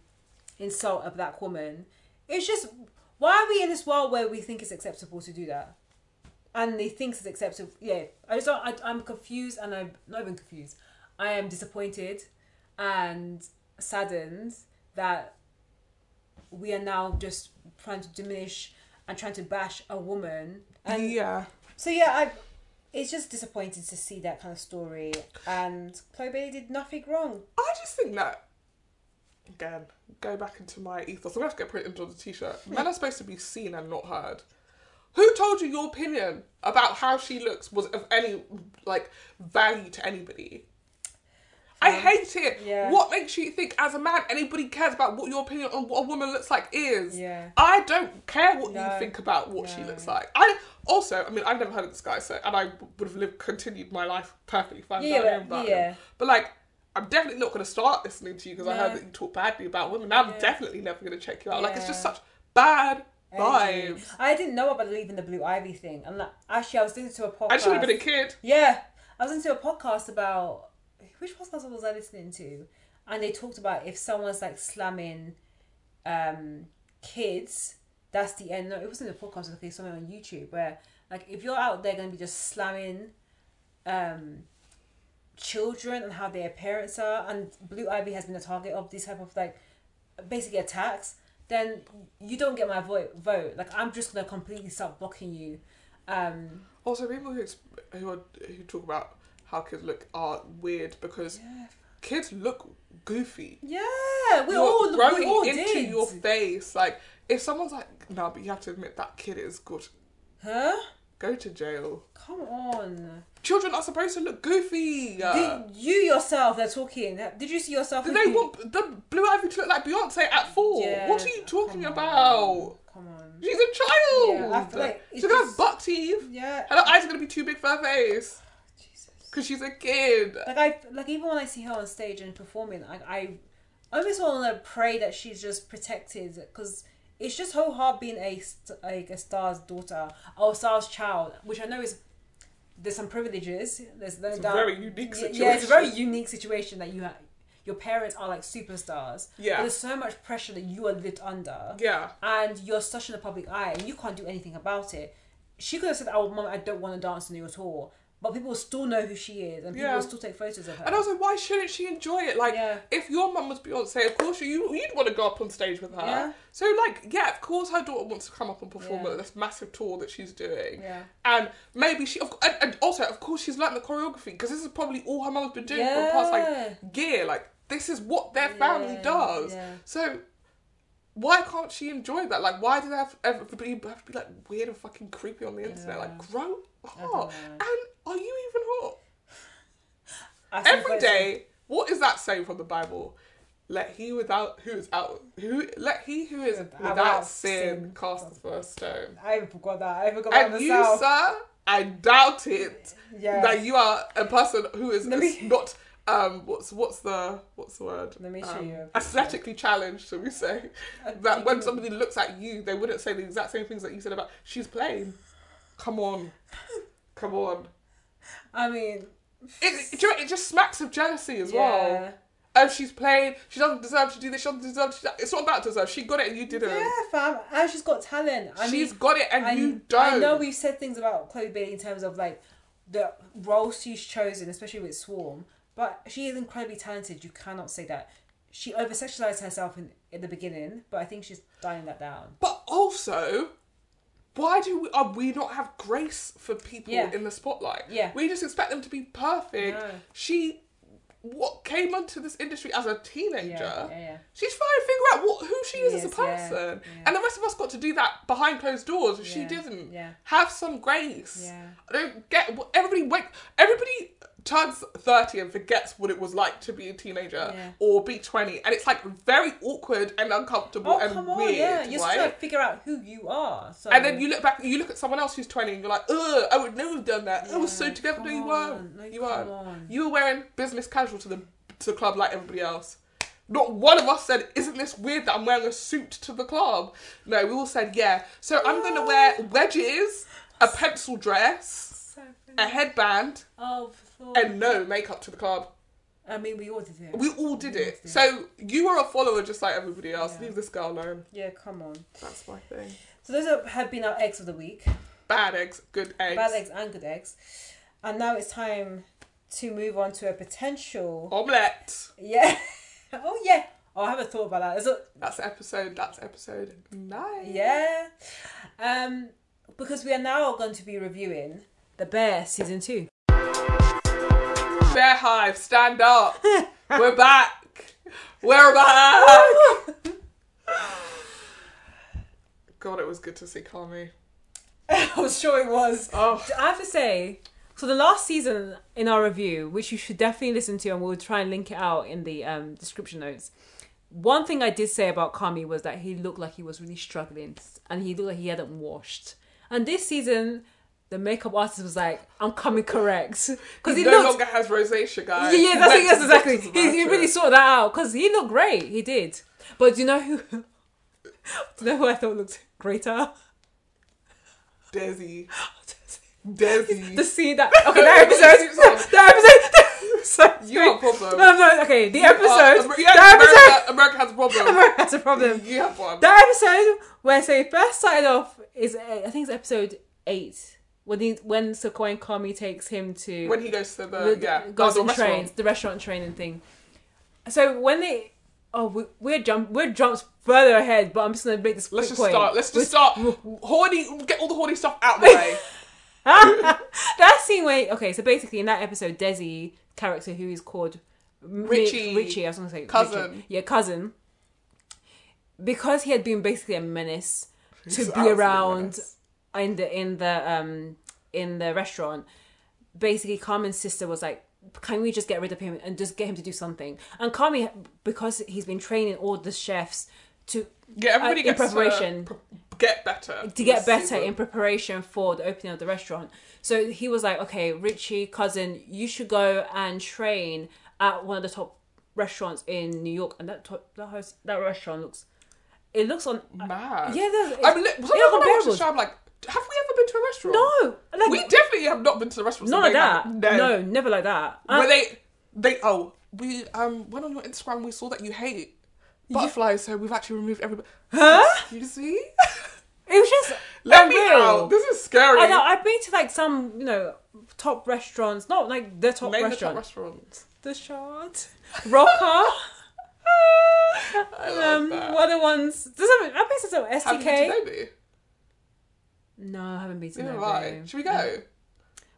Speaker 1: insult a black woman. It's just why are we in this world where we think it's acceptable to do that? and he thinks it's acceptable. Yeah, I just don't, I, I'm confused, and I'm not even confused. I am disappointed and saddened that we are now just trying to diminish and trying to bash a woman. And
Speaker 2: yeah.
Speaker 1: so yeah, I. It's just disappointing to see that kind of story, and Chloe Bailey did nothing wrong.
Speaker 2: I just think that, again, go back into my ethos. I'm going to have to get printed on the t shirt. Men are supposed to be seen and not heard. Who told you your opinion about how she looks was of any, like, value to anybody? I hate it.
Speaker 1: Um, yeah.
Speaker 2: What makes you think, as a man, anybody cares about what your opinion on what a woman looks like is?
Speaker 1: Yeah.
Speaker 2: I don't care what
Speaker 1: No.
Speaker 2: you think about what she
Speaker 1: No.
Speaker 2: looks like. I also, I mean, I've never heard of this guy, so and I would have lived continued my life perfectly fine.
Speaker 1: Yeah,
Speaker 2: without hearing
Speaker 1: but-
Speaker 2: about
Speaker 1: yeah.
Speaker 2: him. But like, I'm definitely not going to start listening to you because I heard
Speaker 1: No.
Speaker 2: that you talk badly about women. I'm
Speaker 1: Yeah.
Speaker 2: definitely never going to check you out. Like, it's just
Speaker 1: Yeah.
Speaker 2: such bad
Speaker 1: Energy.
Speaker 2: vibes.
Speaker 1: I didn't know about leaving the blue ivy thing, and like, actually, I was listening to a podcast.
Speaker 2: I just would have been a kid.
Speaker 1: Yeah, I was listening to a podcast about which podcast was I listening to, and they talked about if someone's like slamming um kids, that's the end. No, it wasn't a podcast. It was something on YouTube where like if you're out there going to be just slamming um children and how their parents are, and Blue Ivy has been a target of these type of like basically attacks. Then you don't get my vote. Vote like I'm just gonna completely start blocking you. Um,
Speaker 2: Also, people who ex- who, are, who talk about how kids look are weird because kids look goofy.
Speaker 1: Yeah, we
Speaker 2: You're
Speaker 1: all
Speaker 2: growing
Speaker 1: we all
Speaker 2: into
Speaker 1: did.
Speaker 2: your face. Like, if someone's like, "No, but you have to admit that kid is good,"
Speaker 1: huh?
Speaker 2: go to jail.
Speaker 1: Come on.
Speaker 2: Children are supposed to look goofy.
Speaker 1: Did you yourself, they're talking. Did you see yourself?
Speaker 2: Do
Speaker 1: with
Speaker 2: Uh, they
Speaker 1: me?
Speaker 2: want the blue ivy to look like Beyonce at four?
Speaker 1: Yeah,
Speaker 2: what are you talking
Speaker 1: come on,
Speaker 2: about?
Speaker 1: come on.
Speaker 2: She's a child.
Speaker 1: Yeah, I feel like it's
Speaker 2: she's gonna have
Speaker 1: just-
Speaker 2: buck teeth.
Speaker 1: Yeah.
Speaker 2: Her eyes are gonna be too big for her face
Speaker 1: Jesus.
Speaker 2: because she's a kid.
Speaker 1: Like I like even when I see her on stage and performing, like I almost want to pray that she's just protected because it's just so hard being a st- like a star's daughter or a star's child, which I know is there's some privileges. There's no
Speaker 2: It's a
Speaker 1: doubt.
Speaker 2: very unique
Speaker 1: Y-
Speaker 2: situation.
Speaker 1: Yeah, it's a very unique situation that you have. Your parents are like superstars.
Speaker 2: Yeah.
Speaker 1: But there's so much pressure that you are lived under
Speaker 2: yeah.
Speaker 1: and you're such in the public eye and you can't do anything about it. She could have said, Oh, mum, I don't want to dance in you at all. But people will still know who she is and people
Speaker 2: Yeah.
Speaker 1: will still take photos of her.
Speaker 2: And also, why shouldn't she enjoy it? Like,
Speaker 1: Yeah.
Speaker 2: if your mum was Beyonce, of course you you'd want to go up on stage with her.
Speaker 1: Yeah.
Speaker 2: So, like, yeah, of course her daughter wants to come up and perform
Speaker 1: Yeah.
Speaker 2: at this massive tour that she's doing.
Speaker 1: Yeah.
Speaker 2: And maybe she, of, cou- and, and also, of course, she's learned the choreography because this is probably all her mum's been doing for the past
Speaker 1: Yeah.
Speaker 2: like year. Like, this is what their family
Speaker 1: Yeah,
Speaker 2: does.
Speaker 1: yeah.
Speaker 2: So. Why can't she enjoy that? Like, why do they have everybody have to be like weird and fucking creepy on the internet?
Speaker 1: Yeah.
Speaker 2: Like, grow
Speaker 1: don't
Speaker 2: up.
Speaker 1: know.
Speaker 2: And are you even hot?
Speaker 1: I think
Speaker 2: every
Speaker 1: that's-
Speaker 2: day what is that saying from the bible let he without who is out who let he who is
Speaker 1: Without
Speaker 2: without sin,
Speaker 1: sin
Speaker 2: cast the first stone
Speaker 1: I even forgot that. I even forgot that
Speaker 2: and you
Speaker 1: myself.
Speaker 2: sir i doubt it
Speaker 1: yeah.
Speaker 2: that you are a person who is
Speaker 1: Let me-
Speaker 2: not um what's what's the what's the word
Speaker 1: Let me show
Speaker 2: Um,
Speaker 1: you a picture.
Speaker 2: aesthetically challenged shall we
Speaker 1: [laughs]
Speaker 2: say that when somebody looks at you they wouldn't say the exact same things that you said about she's plain
Speaker 1: [laughs]
Speaker 2: come on come on
Speaker 1: I mean,
Speaker 2: it, do you know, it just smacks of jealousy as well
Speaker 1: yeah.
Speaker 2: oh, she's playing, she doesn't deserve to do this, she doesn't deserve to do that. It's not about deserve. She got it and you didn't.
Speaker 1: Yeah, fam. And she's got talent. I mean,
Speaker 2: She's got it and
Speaker 1: I-
Speaker 2: you don't.
Speaker 1: I know we've said things about Chloe Bailey in terms of like the role she's chosen, especially with Swarm, but she is incredibly talented. You cannot say that. She over sexualized herself in, in the beginning, but I think she's dialing that down.
Speaker 2: But also, why do we, are we not have grace for people
Speaker 1: Yeah.
Speaker 2: in the spotlight?
Speaker 1: Yeah.
Speaker 2: We just expect them to be perfect.
Speaker 1: No.
Speaker 2: She what came onto this industry as a teenager.
Speaker 1: Yeah, yeah, yeah.
Speaker 2: She's trying to figure out what who she is as a
Speaker 1: Yes, yeah,
Speaker 2: person.
Speaker 1: yeah.
Speaker 2: And the rest of us got to do that behind closed doors. and She
Speaker 1: Yeah,
Speaker 2: didn't.
Speaker 1: yeah.
Speaker 2: Have some grace.
Speaker 1: Yeah.
Speaker 2: I don't get what everybody went everybody turns 30 and forgets what it was like to be a teenager
Speaker 1: Yeah.
Speaker 2: or be 20 and it's like very awkward and uncomfortable
Speaker 1: Oh
Speaker 2: and
Speaker 1: come on,
Speaker 2: weird
Speaker 1: yeah. You're
Speaker 2: right?
Speaker 1: supposed to like, figure out who you are. So
Speaker 2: and then you look back you look at someone else who's 20 and you're like ugh I would never have done that I was so
Speaker 1: Yeah,
Speaker 2: together no
Speaker 1: come
Speaker 2: you
Speaker 1: on.
Speaker 2: weren't
Speaker 1: No,
Speaker 2: you
Speaker 1: come
Speaker 2: weren't
Speaker 1: on.
Speaker 2: you were wearing business casual to the to the club like everybody else not one of us said, "Isn't this weird that I'm wearing a suit to the club?" No, we all said, "Yeah." So I'm gonna
Speaker 1: [gasps]
Speaker 2: wear wedges, a pencil dress,
Speaker 1: So funny.
Speaker 2: a headband,
Speaker 1: Oh, for thought.
Speaker 2: and no makeup to the club.
Speaker 1: I mean, we all did it.
Speaker 2: We all did it.
Speaker 1: Yeah.
Speaker 2: So you were a follower just like everybody else.
Speaker 1: Yeah.
Speaker 2: Leave this girl alone.
Speaker 1: yeah, come on.
Speaker 2: That's my
Speaker 1: [sighs]
Speaker 2: thing.
Speaker 1: So those are, have been our eggs of the week.
Speaker 2: Bad eggs, good eggs.
Speaker 1: bad eggs and good eggs. And now it's time to move on to a potential.
Speaker 2: Omelette.
Speaker 1: Yeah. [laughs] oh yeah. Oh, I haven't thought about that. Is it-
Speaker 2: That's episode. That's episode nine.
Speaker 1: Yeah. Um, because we are now going to be reviewing the Bear season two. [laughs]
Speaker 2: Bear Hive,
Speaker 1: [laughs]
Speaker 2: stand up. We're back. We're back. God, it was good to see Kami.
Speaker 1: I was sure it was.
Speaker 2: Oh,
Speaker 1: I have to say, so the last season in our review, which you should definitely listen to, and we'll try and link it out in the um, description notes. One thing I did say about Kami was that he looked like he was really struggling, and he looked like he hadn't washed. And this season, the makeup artist was like, "I'm coming
Speaker 2: [laughs]
Speaker 1: correct," because he
Speaker 2: no
Speaker 1: looked.
Speaker 2: longer has rosacea,
Speaker 1: Yeah,
Speaker 2: guys.
Speaker 1: yeah, that's, that's
Speaker 2: [laughs]
Speaker 1: exactly.
Speaker 2: That's
Speaker 1: He, he
Speaker 2: about
Speaker 1: really
Speaker 2: it.
Speaker 1: sorted that out because he looked great. He did. But do you know who? [laughs] do you know who I thought looked greater? [laughs]
Speaker 2: Desi.
Speaker 1: Oh,
Speaker 2: Desi.
Speaker 1: the scene that okay that
Speaker 2: [laughs]
Speaker 1: episode that episode sorry.
Speaker 2: You have a problem.
Speaker 1: no, no, okay the episode
Speaker 2: Amer-
Speaker 1: the
Speaker 2: Uh, yeah,
Speaker 1: episode
Speaker 2: America, America has a problem.
Speaker 1: [laughs] America has a problem
Speaker 2: You have one.
Speaker 1: the episode where say first started off is uh, I think it's episode eight when he, when Sequoia and Kami takes him to
Speaker 2: when he goes to the,
Speaker 1: the,
Speaker 2: yeah
Speaker 1: goes
Speaker 2: oh, the
Speaker 1: on
Speaker 2: restaurant.
Speaker 1: trains the restaurant training thing so when they oh we, we're jump we're jumps further ahead but I'm just gonna make this
Speaker 2: Let's
Speaker 1: quick
Speaker 2: just
Speaker 1: point.
Speaker 2: start. Let's
Speaker 1: We're-
Speaker 2: just start. Horny, get all the horny stuff out the way.
Speaker 1: [laughs] that scene where okay, so basically in that episode, Desi character who is called Mi-
Speaker 2: Richie.
Speaker 1: Richie, I was gonna say
Speaker 2: Cousin.
Speaker 1: Richie. yeah, cousin, because he had been basically a menace
Speaker 2: He's
Speaker 1: to be
Speaker 2: absolute
Speaker 1: around
Speaker 2: menace.
Speaker 1: in the in the um in the restaurant. Basically, Carmen's sister was like. Can we just get rid of him and just get him to do something? And Kami, because he's been training all the chefs to
Speaker 2: Yeah,
Speaker 1: uh,
Speaker 2: everybody
Speaker 1: in
Speaker 2: gets uh,
Speaker 1: preparation.
Speaker 2: pre- get better.
Speaker 1: to get
Speaker 2: this
Speaker 1: better
Speaker 2: season.
Speaker 1: in preparation for the opening of the restaurant. So he was like, okay, Richie, cousin, you should go and train at one of the top restaurants in New York. And that top, that house, that restaurant looks, it looks on.
Speaker 2: Mad.
Speaker 1: Yeah, there's-
Speaker 2: I mean, look, sometimes
Speaker 1: they're
Speaker 2: when I watch the
Speaker 1: comparables.
Speaker 2: show, I'm like, have we ever been to a restaurant?
Speaker 1: No, like
Speaker 2: We definitely have not been to the restaurant. so
Speaker 1: none of
Speaker 2: they
Speaker 1: that.
Speaker 2: haven't-
Speaker 1: No, never like that. And
Speaker 2: Where they, they, oh, we, um, went on your Instagram, we saw that you hate butterflies, so we've actually removed everybody.
Speaker 1: Huh?
Speaker 2: Excuse me? [laughs]
Speaker 1: It was just
Speaker 2: Let me
Speaker 1: unreal.
Speaker 2: out. This is scary.
Speaker 1: I know. I've been to like some, you know, top restaurants, not like the top
Speaker 2: Name the
Speaker 1: restaurant.
Speaker 2: top restaurants.
Speaker 1: the shard,
Speaker 2: [laughs]
Speaker 1: rocker. um,
Speaker 2: that.
Speaker 1: what are the ones? Does that, I've been to some
Speaker 2: Have you been
Speaker 1: STK.
Speaker 2: to Nobu?
Speaker 1: No, I haven't been to
Speaker 2: Yeah,
Speaker 1: Nobu.
Speaker 2: right. Should we go?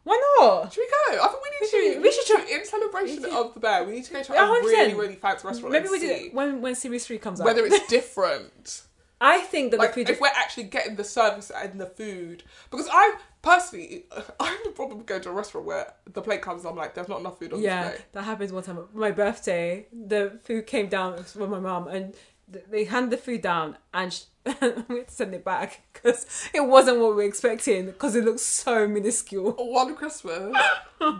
Speaker 1: Why not?
Speaker 2: Should we go? I think we need
Speaker 1: We
Speaker 2: to.
Speaker 1: should- we should try-
Speaker 2: In celebration
Speaker 1: we should-
Speaker 2: of the bear, we need to go to a
Speaker 1: 100%.
Speaker 2: really, really fancy restaurant.
Speaker 1: Maybe
Speaker 2: and
Speaker 1: we do
Speaker 2: see
Speaker 1: it when when series three comes out.
Speaker 2: Whether it's
Speaker 1: [laughs]
Speaker 2: different.
Speaker 1: I think that
Speaker 2: like
Speaker 1: the food.
Speaker 2: if we're actually getting the service and the food because i personally [laughs] i have a problem with going to a restaurant where the plate comes i'm like there's not enough food on
Speaker 1: yeah,
Speaker 2: this plate
Speaker 1: that happens one time. For my birthday, the food came down with my mum, and th- they handed the food down, and sh [laughs] we had to send it back because it wasn't what we were expecting because it looked so minuscule.
Speaker 2: one christmas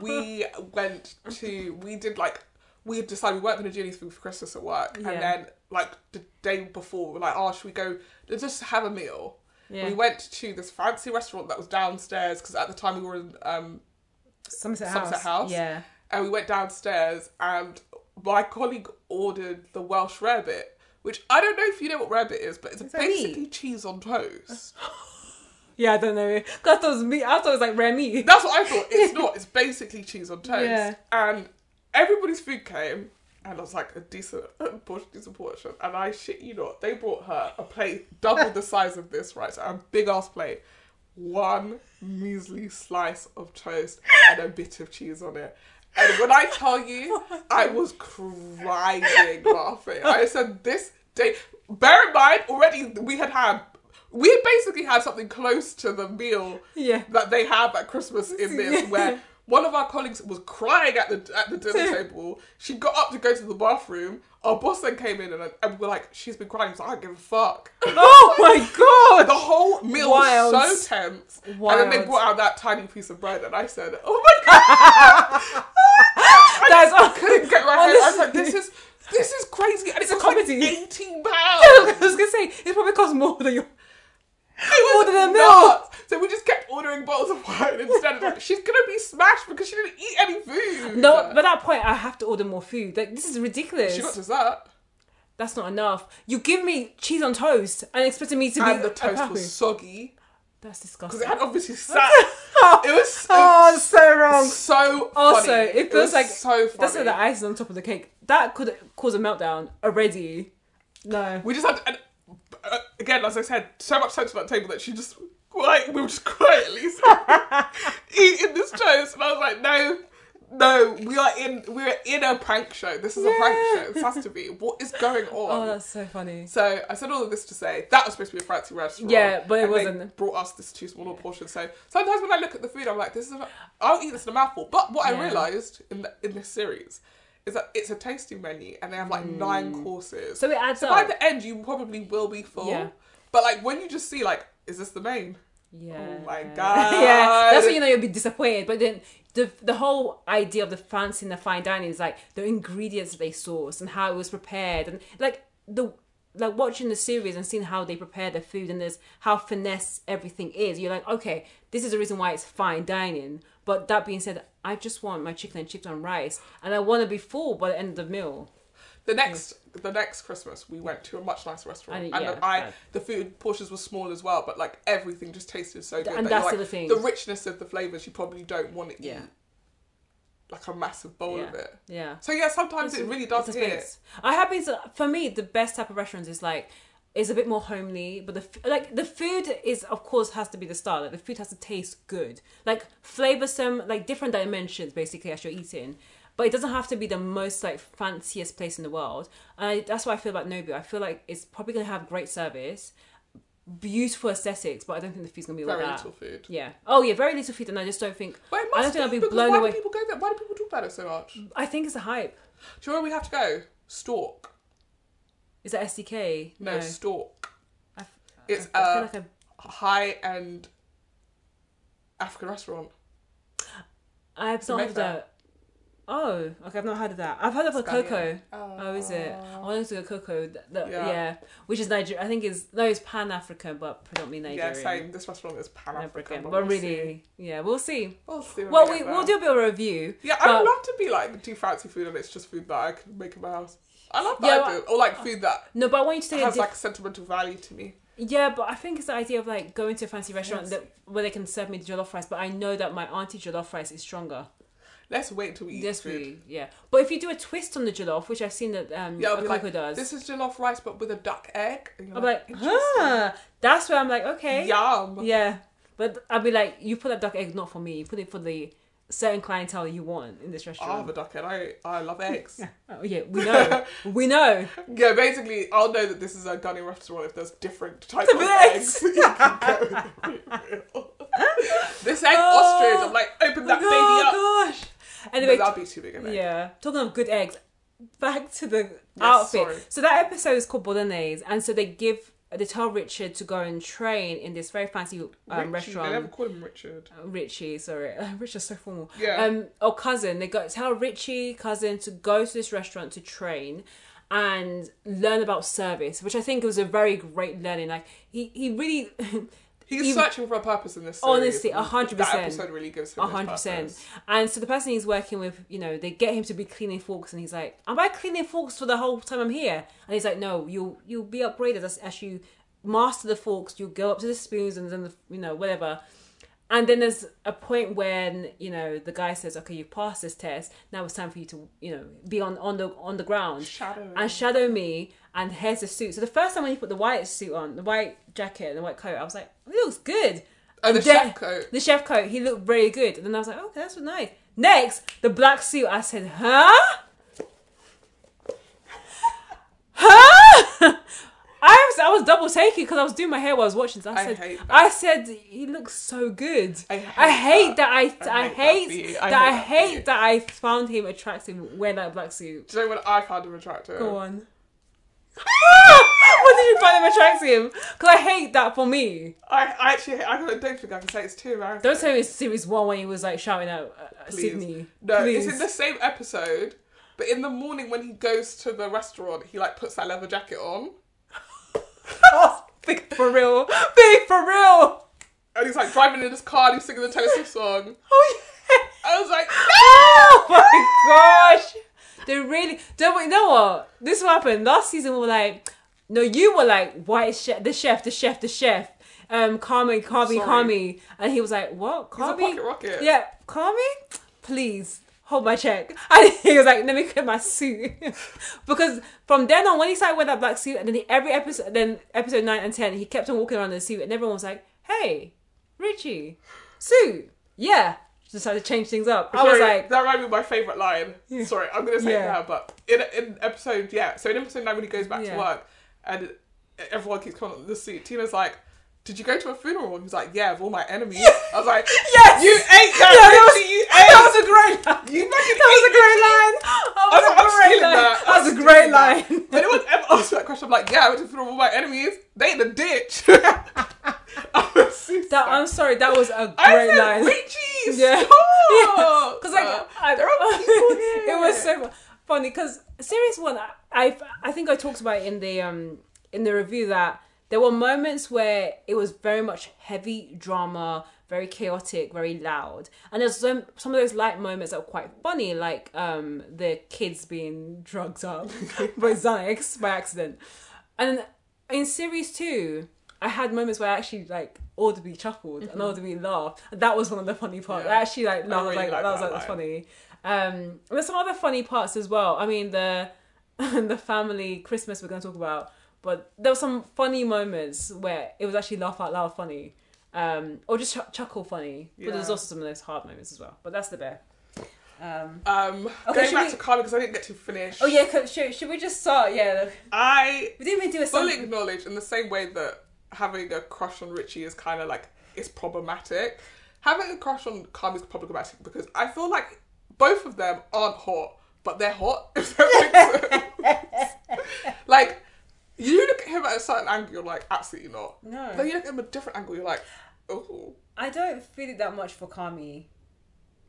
Speaker 2: we went to we did like we had decided we weren't going to do anything for christmas at work
Speaker 1: Yeah.
Speaker 2: and then like the day before we we're like oh should we go just have a meal
Speaker 1: Yeah,
Speaker 2: we went to this fancy restaurant that was downstairs because at the time we were in um
Speaker 1: Somerset,
Speaker 2: Somerset House.
Speaker 1: Yeah,
Speaker 2: and we went downstairs and my colleague ordered the Welsh rarebit, which I don't know if you know what rarebit is, but it's
Speaker 1: Is that
Speaker 2: basically cheese on toast.
Speaker 1: yeah, I don't know. 'Cause I thought it was meat. I thought it was like rare [laughs] meat.
Speaker 2: That's what I thought. It's not. It's basically cheese on toast.
Speaker 1: Yeah.
Speaker 2: And everybody's food came, and I was like a decent [laughs] portion, decent portion. And I shit you not, they brought her a plate double the size of this, right? So a big ass plate, one measly slice of toast and a bit of cheese on it. And when I tell you, I was crying laughing. I said, "This day." Bear in mind, already we had had, we had basically had something close to the meal
Speaker 1: Yeah.
Speaker 2: that they have at Christmas in this,
Speaker 1: Yeah. [laughs]
Speaker 2: where one of our colleagues was crying at the at the dinner table. She got up to go to the bathroom. Our boss then came in and, and we're like, "She's been crying, so I don't give a
Speaker 1: [laughs]
Speaker 2: fuck."
Speaker 1: Oh my [laughs]
Speaker 2: the
Speaker 1: god!
Speaker 2: whole meal
Speaker 1: Wild.
Speaker 2: was so tense, and then they
Speaker 1: Wild.
Speaker 2: brought out that tiny piece of bread, and I said, "Oh my
Speaker 1: [laughs]
Speaker 2: god!"
Speaker 1: That's
Speaker 2: I couldn't get my head. I was like, "This
Speaker 1: Honestly.
Speaker 2: is this is crazy," and it's
Speaker 1: a
Speaker 2: a comedy.
Speaker 1: comedy. [laughs]
Speaker 2: Eighteen pounds.
Speaker 1: I was gonna say it probably costs more than your. [laughs]
Speaker 2: It was
Speaker 1: Order their
Speaker 2: nuts. So we just kept ordering bottles of wine instead. It's Like, She's gonna be smashed because she didn't eat any food.
Speaker 1: No, but at that point I have to order more food. Like this is ridiculous.
Speaker 2: she got dessert.
Speaker 1: That's not enough. You give me cheese on toast and expecting me to be
Speaker 2: and the
Speaker 1: a
Speaker 2: toast
Speaker 1: papu.
Speaker 2: was soggy
Speaker 1: That's
Speaker 2: because it
Speaker 1: disgusting.
Speaker 2: had
Speaker 1: [laughs]
Speaker 2: obviously sat. it was so,
Speaker 1: Oh, so wrong.
Speaker 2: so funny.
Speaker 1: Also, it feels
Speaker 2: was
Speaker 1: like
Speaker 2: so funny.
Speaker 1: That's why the ice is on top of the cake. That could cause a meltdown already. No.
Speaker 2: we just had and, uh, again, as I said, so much sense about the table that she just like we were just quietly [laughs] eating this toast, and I was like, no. No, we are in we are in a prank show. This is a prank show. This has to be. What is
Speaker 1: [laughs]
Speaker 2: going on?
Speaker 1: Oh, that's so funny.
Speaker 2: So I said all of this to say that was supposed to be a fancy restaurant.
Speaker 1: Yeah, but it
Speaker 2: and they
Speaker 1: wasn't.
Speaker 2: brought us this too small a portion. So sometimes when I look at the food, I'm like, "This is a, I'll eat this in a mouthful." But what
Speaker 1: Yeah.
Speaker 2: I realised in the, in this series is that it's a tasting menu and they have like
Speaker 1: Mm.
Speaker 2: nine courses.
Speaker 1: So it adds
Speaker 2: So by
Speaker 1: up.
Speaker 2: the end, you probably will be full.
Speaker 1: Yeah.
Speaker 2: But like when you just see like, is this the main?
Speaker 1: Yeah. [laughs]
Speaker 2: Oh my god.
Speaker 1: yeah. That's when you know you'll be disappointed. But then the the whole idea of the fancy and the fine dining is like the ingredients they source and how it was prepared and like the like watching the series and seeing how they prepare their food and there's how finesse everything is. You're like, okay, this is the reason why it's fine dining. But that being said, I just want my chicken and chips on rice, and I want to be full by the end of the meal.
Speaker 2: The next, the next Christmas, we went to a much nicer restaurant,
Speaker 1: And,
Speaker 2: and,
Speaker 1: yeah,
Speaker 2: the, I,
Speaker 1: that-
Speaker 2: the food portions were small as well, but like everything just tasted so good.
Speaker 1: And
Speaker 2: that you're
Speaker 1: that's
Speaker 2: like,
Speaker 1: the thing.
Speaker 2: The richness of the flavors, you probably don't want to
Speaker 1: Yeah.
Speaker 2: eat like a massive bowl
Speaker 1: yeah.
Speaker 2: of it.
Speaker 1: Yeah.
Speaker 2: So yeah, sometimes it really does
Speaker 1: It's a
Speaker 2: hit.
Speaker 1: space. I have been to, for me the best type of restaurants is like is a bit more homely, but the f- like the food is of course has to be the star. Like the food has to taste good, like flavorsome, like different dimensions basically as you're eating. But it doesn't have to be the most like fanciest place in the world, and I, that's why I feel about Nobu. I feel like it's probably gonna have great service, beautiful aesthetics, but I don't think the food's gonna be
Speaker 2: Very
Speaker 1: like that.
Speaker 2: little food.
Speaker 1: Yeah. Oh yeah, very little food, and I just don't think.
Speaker 2: But it
Speaker 1: I don't
Speaker 2: must
Speaker 1: think I'll
Speaker 2: be,
Speaker 1: be
Speaker 2: because
Speaker 1: blown
Speaker 2: why
Speaker 1: away. Mm.
Speaker 2: do people go there? Why do people talk about it so much? Do
Speaker 1: I think it's a hype.
Speaker 2: you know where we have to go? Stalk.
Speaker 1: Is that SDK?
Speaker 2: No, stalk.
Speaker 1: I've-
Speaker 2: It's uh,
Speaker 1: I feel
Speaker 2: a
Speaker 1: like I
Speaker 2: high end African restaurant.
Speaker 1: I've not heard of
Speaker 2: Jamaica.
Speaker 1: that. Oh, okay, I've not heard of that. I've heard of a cocoa.
Speaker 2: Scania.
Speaker 1: Oh, is it? I wanted to go cocoa. Th- th- yeah.
Speaker 2: Yeah.
Speaker 1: which is Nigeria. I think is no, it's Pan African, but predominantly
Speaker 2: Yeah,
Speaker 1: Nigerian.
Speaker 2: same. This restaurant is Pan African.
Speaker 1: African, but really, yeah, we'll see.
Speaker 2: We'll see when
Speaker 1: Well,
Speaker 2: get
Speaker 1: we
Speaker 2: there.
Speaker 1: we'll do a bit of a review.
Speaker 2: Yeah, I would
Speaker 1: but-
Speaker 2: love to be like do fancy food and it's just food that I can make in my house. I love that
Speaker 1: Yeah,
Speaker 2: idea. Or like food that
Speaker 1: No, but I want you to take a
Speaker 2: has
Speaker 1: diff-
Speaker 2: like sentimental value to me.
Speaker 1: Yeah, but I think it's the idea of like going to a fancy restaurant
Speaker 2: Yes.
Speaker 1: that where they can serve me the jollof rice. But I know that my auntie jollof rice is stronger.
Speaker 2: Let's wait till we eat
Speaker 1: Yes,
Speaker 2: food.
Speaker 1: we yeah. But if you do a twist on the jollof, which I've seen that um,
Speaker 2: Yeah, I'll
Speaker 1: a
Speaker 2: be
Speaker 1: cocoa
Speaker 2: like,
Speaker 1: does,
Speaker 2: This is jollof rice but with a duck egg. And you're
Speaker 1: I'm like, huh. That's where I'm like, okay,
Speaker 2: Yum.
Speaker 1: yeah. But I'll be like, you put that duck egg not for me. You put it for the certain clientele you want in this
Speaker 2: I love
Speaker 1: restaurant.
Speaker 2: a duck egg. I, I
Speaker 1: [laughs]
Speaker 2: love eggs.
Speaker 1: Oh yeah, we
Speaker 2: [laughs]
Speaker 1: know, we know. [laughs]
Speaker 2: yeah, basically, I'll know that this is a Ghani restaurant if there's different types of
Speaker 1: eggs.
Speaker 2: eggs. You can go with- this egg ostrich. I'm like, open that baby up.
Speaker 1: oh gosh. Anyway,
Speaker 2: no, that'd be too big an egg.
Speaker 1: Yeah. Talking of good eggs, back to the outfit.
Speaker 2: sorry.
Speaker 1: So that episode is called Bolognese, and so they give they tell Richard to go and train in this very fancy um,
Speaker 2: Richie, They never
Speaker 1: restaurant.
Speaker 2: call him Richard.
Speaker 1: Uh, Richie, sorry, [laughs] Richard's so formal.
Speaker 2: Yeah.
Speaker 1: Um, or cousin, they go tell Richie cousin to go to this restaurant to train and learn about service, which I think was a very great learning. Like he he really. [laughs]
Speaker 2: He's
Speaker 1: He-
Speaker 2: searching for a purpose in this. Series.
Speaker 1: Honestly,
Speaker 2: and
Speaker 1: 100%.
Speaker 2: That episode really gives him
Speaker 1: A
Speaker 2: his
Speaker 1: hundred percent.
Speaker 2: purpose.
Speaker 1: And so the person he's working with, you know, they get him to be cleaning forks, and he's like, "Am I cleaning forks for the whole time I'm here?" And he's like, "No, you'll you'll be upgraded as, as you master the forks. You'll go up to the spoons, and then the, you know whatever." And then there's a point when you know the guy says, "Okay, you've passed this test. Now it's time for you to you know be on on the on the ground
Speaker 2: Shadowing.
Speaker 1: and shadow me." And here's the suit. So the first time when he put the white suit on, the white jacket and the white coat, I was like, "It looks good."
Speaker 2: And the
Speaker 1: Yeah.
Speaker 2: chef coat.
Speaker 1: The chef coat, he looked very good. And then I was like, okay, that's nice. Next, the black suit. I said, huh? huh? [laughs] I was, I was double taking because I was doing my hair while I was watching. So I
Speaker 2: I
Speaker 1: said,
Speaker 2: hate that.
Speaker 1: I said, he looks so good.
Speaker 2: I
Speaker 1: I hate
Speaker 2: hate
Speaker 1: that. I,
Speaker 2: I
Speaker 1: I
Speaker 2: hate that for
Speaker 1: hate
Speaker 2: you.
Speaker 1: that.
Speaker 2: I
Speaker 1: I
Speaker 2: hate that for you.
Speaker 1: hate that I found him attractive wearing that black suit.
Speaker 2: Do you know when I found him attractive?
Speaker 1: Go on.
Speaker 2: [laughs]
Speaker 1: [laughs] what did you find him attractive? Because I hate that for me.
Speaker 2: I, I actually, I don't think I can say it's too embarrassing.
Speaker 1: Don't tell me it's series one when he was like shouting out uh, uh,
Speaker 2: Please.
Speaker 1: Sydney.
Speaker 2: No,
Speaker 1: Please.
Speaker 2: it's in the same episode, but in the morning when he goes to the restaurant, he like puts that leather jacket on,
Speaker 1: Big for real. Big for real.
Speaker 2: and he's like driving in his car and he's singing the Taylor Swift song.
Speaker 1: Oh, yeah.
Speaker 2: I was like,
Speaker 1: Oh my gosh. They really don't. You know what? This is what happened last season. We were like, no, you were like, white chef, the chef, the chef, the chef. Um, Kami, Kami,
Speaker 2: Sorry.
Speaker 1: Kami, and he was like, what?
Speaker 2: he's a
Speaker 1: Kami?
Speaker 2: pocket rocket.
Speaker 1: Yeah, Kami, please hold my check. [laughs] And he was like, let me get my suit. [laughs] because from then on, when he started wearing that black suit, and then he, every episode, then episode 9 and 10, he kept on walking around in the suit, and everyone was like, hey, Richie, suit. Yeah. Just decided to change things up. I was
Speaker 2: Sorry,
Speaker 1: like,
Speaker 2: that might be my favorite line. Sorry, I'm gonna say
Speaker 1: Yeah.
Speaker 2: it now, but in in episode yeah, so in episode nine when he goes back
Speaker 1: Yeah.
Speaker 2: to work and everyone keeps calling him the suit, Tina's like, "Did you go to a funeral?" And he's like, "Yeah, of all my enemies." I was like,
Speaker 1: Yes!
Speaker 2: you ate
Speaker 1: [laughs] Yeah, that
Speaker 2: that,
Speaker 1: was-
Speaker 2: Richie, you ate."
Speaker 1: that was a great line. [laughs]
Speaker 2: You fucking
Speaker 1: That was a great line. That was a
Speaker 2: ate I'm, I'm
Speaker 1: great
Speaker 2: stealing
Speaker 1: line.
Speaker 2: that.
Speaker 1: That was
Speaker 2: I'm
Speaker 1: a great
Speaker 2: stealing that.
Speaker 1: line.
Speaker 2: If anyone ever asked that question, I'm like, yeah, I went to throw all my enemies. They in the ditch. [laughs] I was so
Speaker 1: That,
Speaker 2: sad.
Speaker 1: I'm sorry, that was a
Speaker 2: I
Speaker 1: great
Speaker 2: said,
Speaker 1: line.
Speaker 2: Richie,
Speaker 1: Yeah. [laughs]
Speaker 2: stop.
Speaker 1: because like I,
Speaker 2: Uh,
Speaker 1: [laughs]
Speaker 2: there are people here.
Speaker 1: it was so fu- funny because series one I, I I think I talked about it in the um in the review that there were moments where it was very much heavy drama very chaotic very loud and there's some some of those light moments that were quite funny like um the kids being drugged up [laughs] by Xanax by accident and in series two I had moments where I actually like audibly chuckled and audibly laughed. And that was one of the funny parts.
Speaker 2: Mm-hmm. Yeah.
Speaker 1: I actually like laughed.
Speaker 2: really
Speaker 1: like,
Speaker 2: like
Speaker 1: that was like
Speaker 2: that
Speaker 1: that's
Speaker 2: line.
Speaker 1: funny. Um, and there's some other funny parts as well. I mean the [laughs] the family Christmas we're gonna talk about, but there were some funny moments where it was actually laugh out loud funny, um, or just ch- chuckle funny. But there's
Speaker 2: Yeah.
Speaker 1: also some of those hard moments as well. But that's the bear.
Speaker 4: Um,
Speaker 2: Um,
Speaker 4: Okay,
Speaker 2: going
Speaker 4: should
Speaker 2: back
Speaker 4: we-
Speaker 2: to Carmen because I didn't get to finish.
Speaker 4: oh yeah, co- should, should we just start? Yeah, look.
Speaker 2: I
Speaker 4: we didn't even do a
Speaker 2: fully
Speaker 4: song.
Speaker 2: acknowledge in the same way that having a crush on Richie is kind of like it's problematic. Having a crush on Carmen is problematic because I feel like both of them aren't [laughs] hot, but they're hot. If that makes sense. like you look at him at a certain angle, you're like, absolutely not.
Speaker 1: No.
Speaker 2: Then you look at him at a different angle, you're like, oh.
Speaker 1: I don't feel it that much for Kami,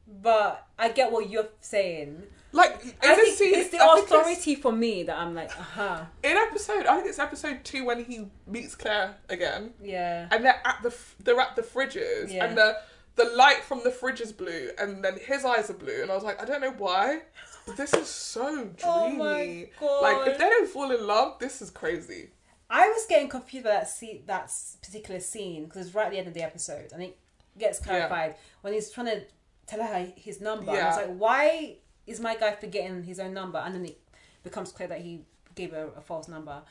Speaker 1: but I get what you're saying.
Speaker 2: Like, in
Speaker 1: I
Speaker 2: this
Speaker 1: think
Speaker 2: scene,
Speaker 1: it's the
Speaker 2: I think it's-
Speaker 1: authority for me that I'm like, uh-huh.
Speaker 2: in episode, I think it's episode two when he meets Claire again,
Speaker 1: Yeah.
Speaker 2: and they're at the f- they're at the fridges,
Speaker 1: Yeah.
Speaker 2: and the the light from the fridge is blue, and then his eyes are blue, and I was like, I don't know why, but this is so dreamy.
Speaker 1: [laughs] Oh my God.
Speaker 2: Like, if they don't fall in love, this is crazy.
Speaker 1: I was getting confused by that scene, that s- particular scene because it's right at the end of the episode, and it gets clarified when he's trying to tell her his number. And I was
Speaker 2: Yeah.
Speaker 1: like, why is my guy forgetting his own number? And then it becomes clear that he gave her a false number.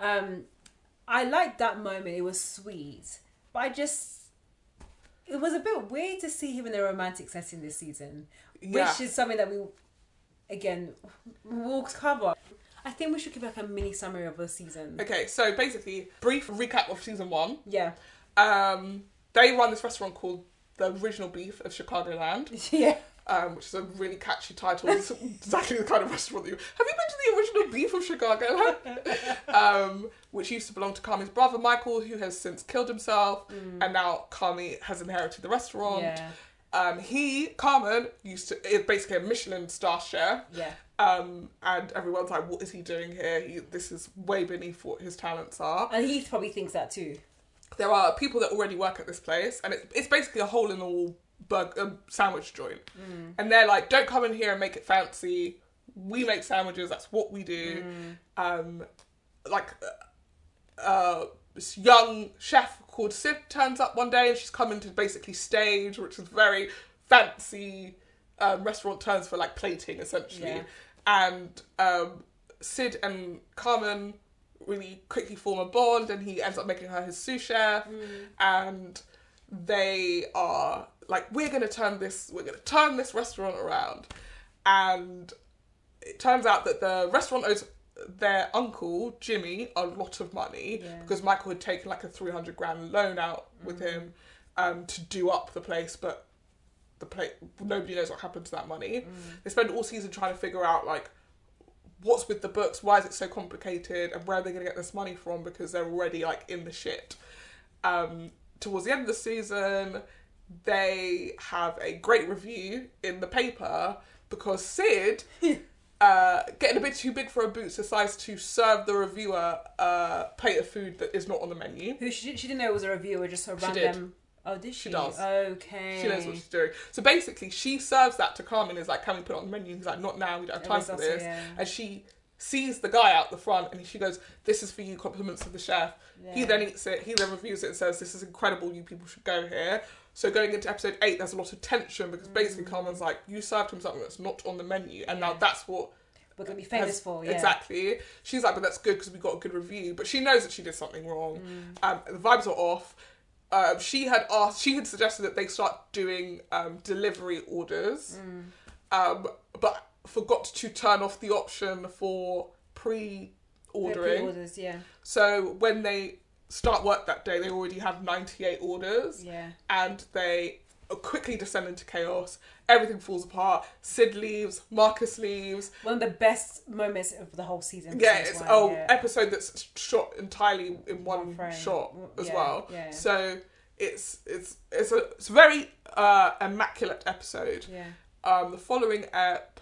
Speaker 1: Um, I liked that moment; it was sweet, but I just. It was a bit weird to see him in a romantic setting this season,
Speaker 2: Yeah.
Speaker 1: which is something that we, again, will cover. I think we should give like a mini summary of the season.
Speaker 2: Okay, so basically, brief recap of season one.
Speaker 1: Yeah. [laughs]
Speaker 2: Um, they run this restaurant called the Original Beef of Chicagoland,
Speaker 1: Yeah.
Speaker 2: um, which is a really catchy title. It's exactly the kind of restaurant that you have you been to the Original Beef of Chicagoland, [laughs] um, which used to belong to Kami's brother Michael, who has since killed himself, and now Kami has inherited the restaurant.
Speaker 1: Yeah.
Speaker 2: Um, he Carmen used to is basically a Michelin star chef.
Speaker 1: Yeah.
Speaker 2: Um, and everyone's like, "What is he doing here? He, this is way beneath what his talents are."
Speaker 1: And he probably thinks that too.
Speaker 2: there are people that already work at this place, and it's, it's basically a hole in the wall bug um, sandwich joint. And they're like, don't come in here and make it fancy. We make sandwiches. That's what we do. Um, like uh, uh, this young chef called Sid turns up one day, and she's coming to basically stage, which is very fancy um, restaurant terms for like plating, essentially.
Speaker 1: Yeah.
Speaker 2: And um, Sid and Carmen really quickly form a bond, and he ends up making her his sous chef. And they are like, we're gonna turn this, we're gonna turn this restaurant around. And it turns out that the restaurant owes their uncle Jimmy a lot of money
Speaker 1: Yeah.
Speaker 2: because Michael had taken like a three hundred grand loan out with him um, to do up the place, but the place nobody knows what happened to that money. They spend all season trying to figure out like what's with the books, why is it so complicated, and where are they going to get this money from because they're already like in the shit. Um, towards the end of the season, they have a great review in the paper
Speaker 1: [laughs]
Speaker 2: because Sid, uh, getting a bit too big for her boots, decides to serve the reviewer a plate of food that is not on the menu.
Speaker 1: Who she, she didn't know it was a reviewer, just a random.
Speaker 2: did.
Speaker 1: Oh, did she?
Speaker 2: does.
Speaker 1: Okay.
Speaker 2: She knows what she's doing. So basically, she serves that to Carmen. Is like, can we put it on the menu? He's like, not now. We don't have
Speaker 1: It
Speaker 2: time
Speaker 1: was
Speaker 2: for
Speaker 1: us,
Speaker 2: this.
Speaker 1: yeah.
Speaker 2: And she sees the guy out the front, and she goes, "This is for you. Compliments to the chef." He
Speaker 1: Yeah.
Speaker 2: then eats it. He then reviews it and says, "This is incredible. You people should go here." So going into episode eight, there's a lot of tension because
Speaker 1: Mm.
Speaker 2: basically Carmen's like, "You served him something that's not on the menu, and now that's what."
Speaker 1: We're gonna be famous
Speaker 2: has-
Speaker 1: for yeah.
Speaker 2: Exactly. She's like, but that's good because we got a good review. But she knows that she did something wrong.
Speaker 1: Mm.
Speaker 2: Um, the vibes are off. Um, she had asked. She had suggested that they start doing um, delivery orders,
Speaker 1: Mm.
Speaker 2: um, but forgot to turn off the option for
Speaker 1: They're
Speaker 2: pre-ordering.
Speaker 1: pre-orders, yeah,
Speaker 2: So when they start work that day, they already have ninety-eight orders
Speaker 1: yeah.
Speaker 2: and they quickly descend into chaos. Everything falls apart. Sid leaves. Marcus leaves.
Speaker 1: One of the best moments of the whole season.
Speaker 2: Yeah,
Speaker 1: besides
Speaker 2: it's
Speaker 1: one,
Speaker 2: oh
Speaker 1: yeah.
Speaker 2: episode that's shot entirely in one,
Speaker 1: One frame.
Speaker 2: shot
Speaker 1: W-
Speaker 2: as
Speaker 1: yeah,
Speaker 2: well.
Speaker 1: yeah.
Speaker 2: So it's it's it's a it's a very uh, immaculate episode.
Speaker 1: yeah.
Speaker 2: Um, the following ep,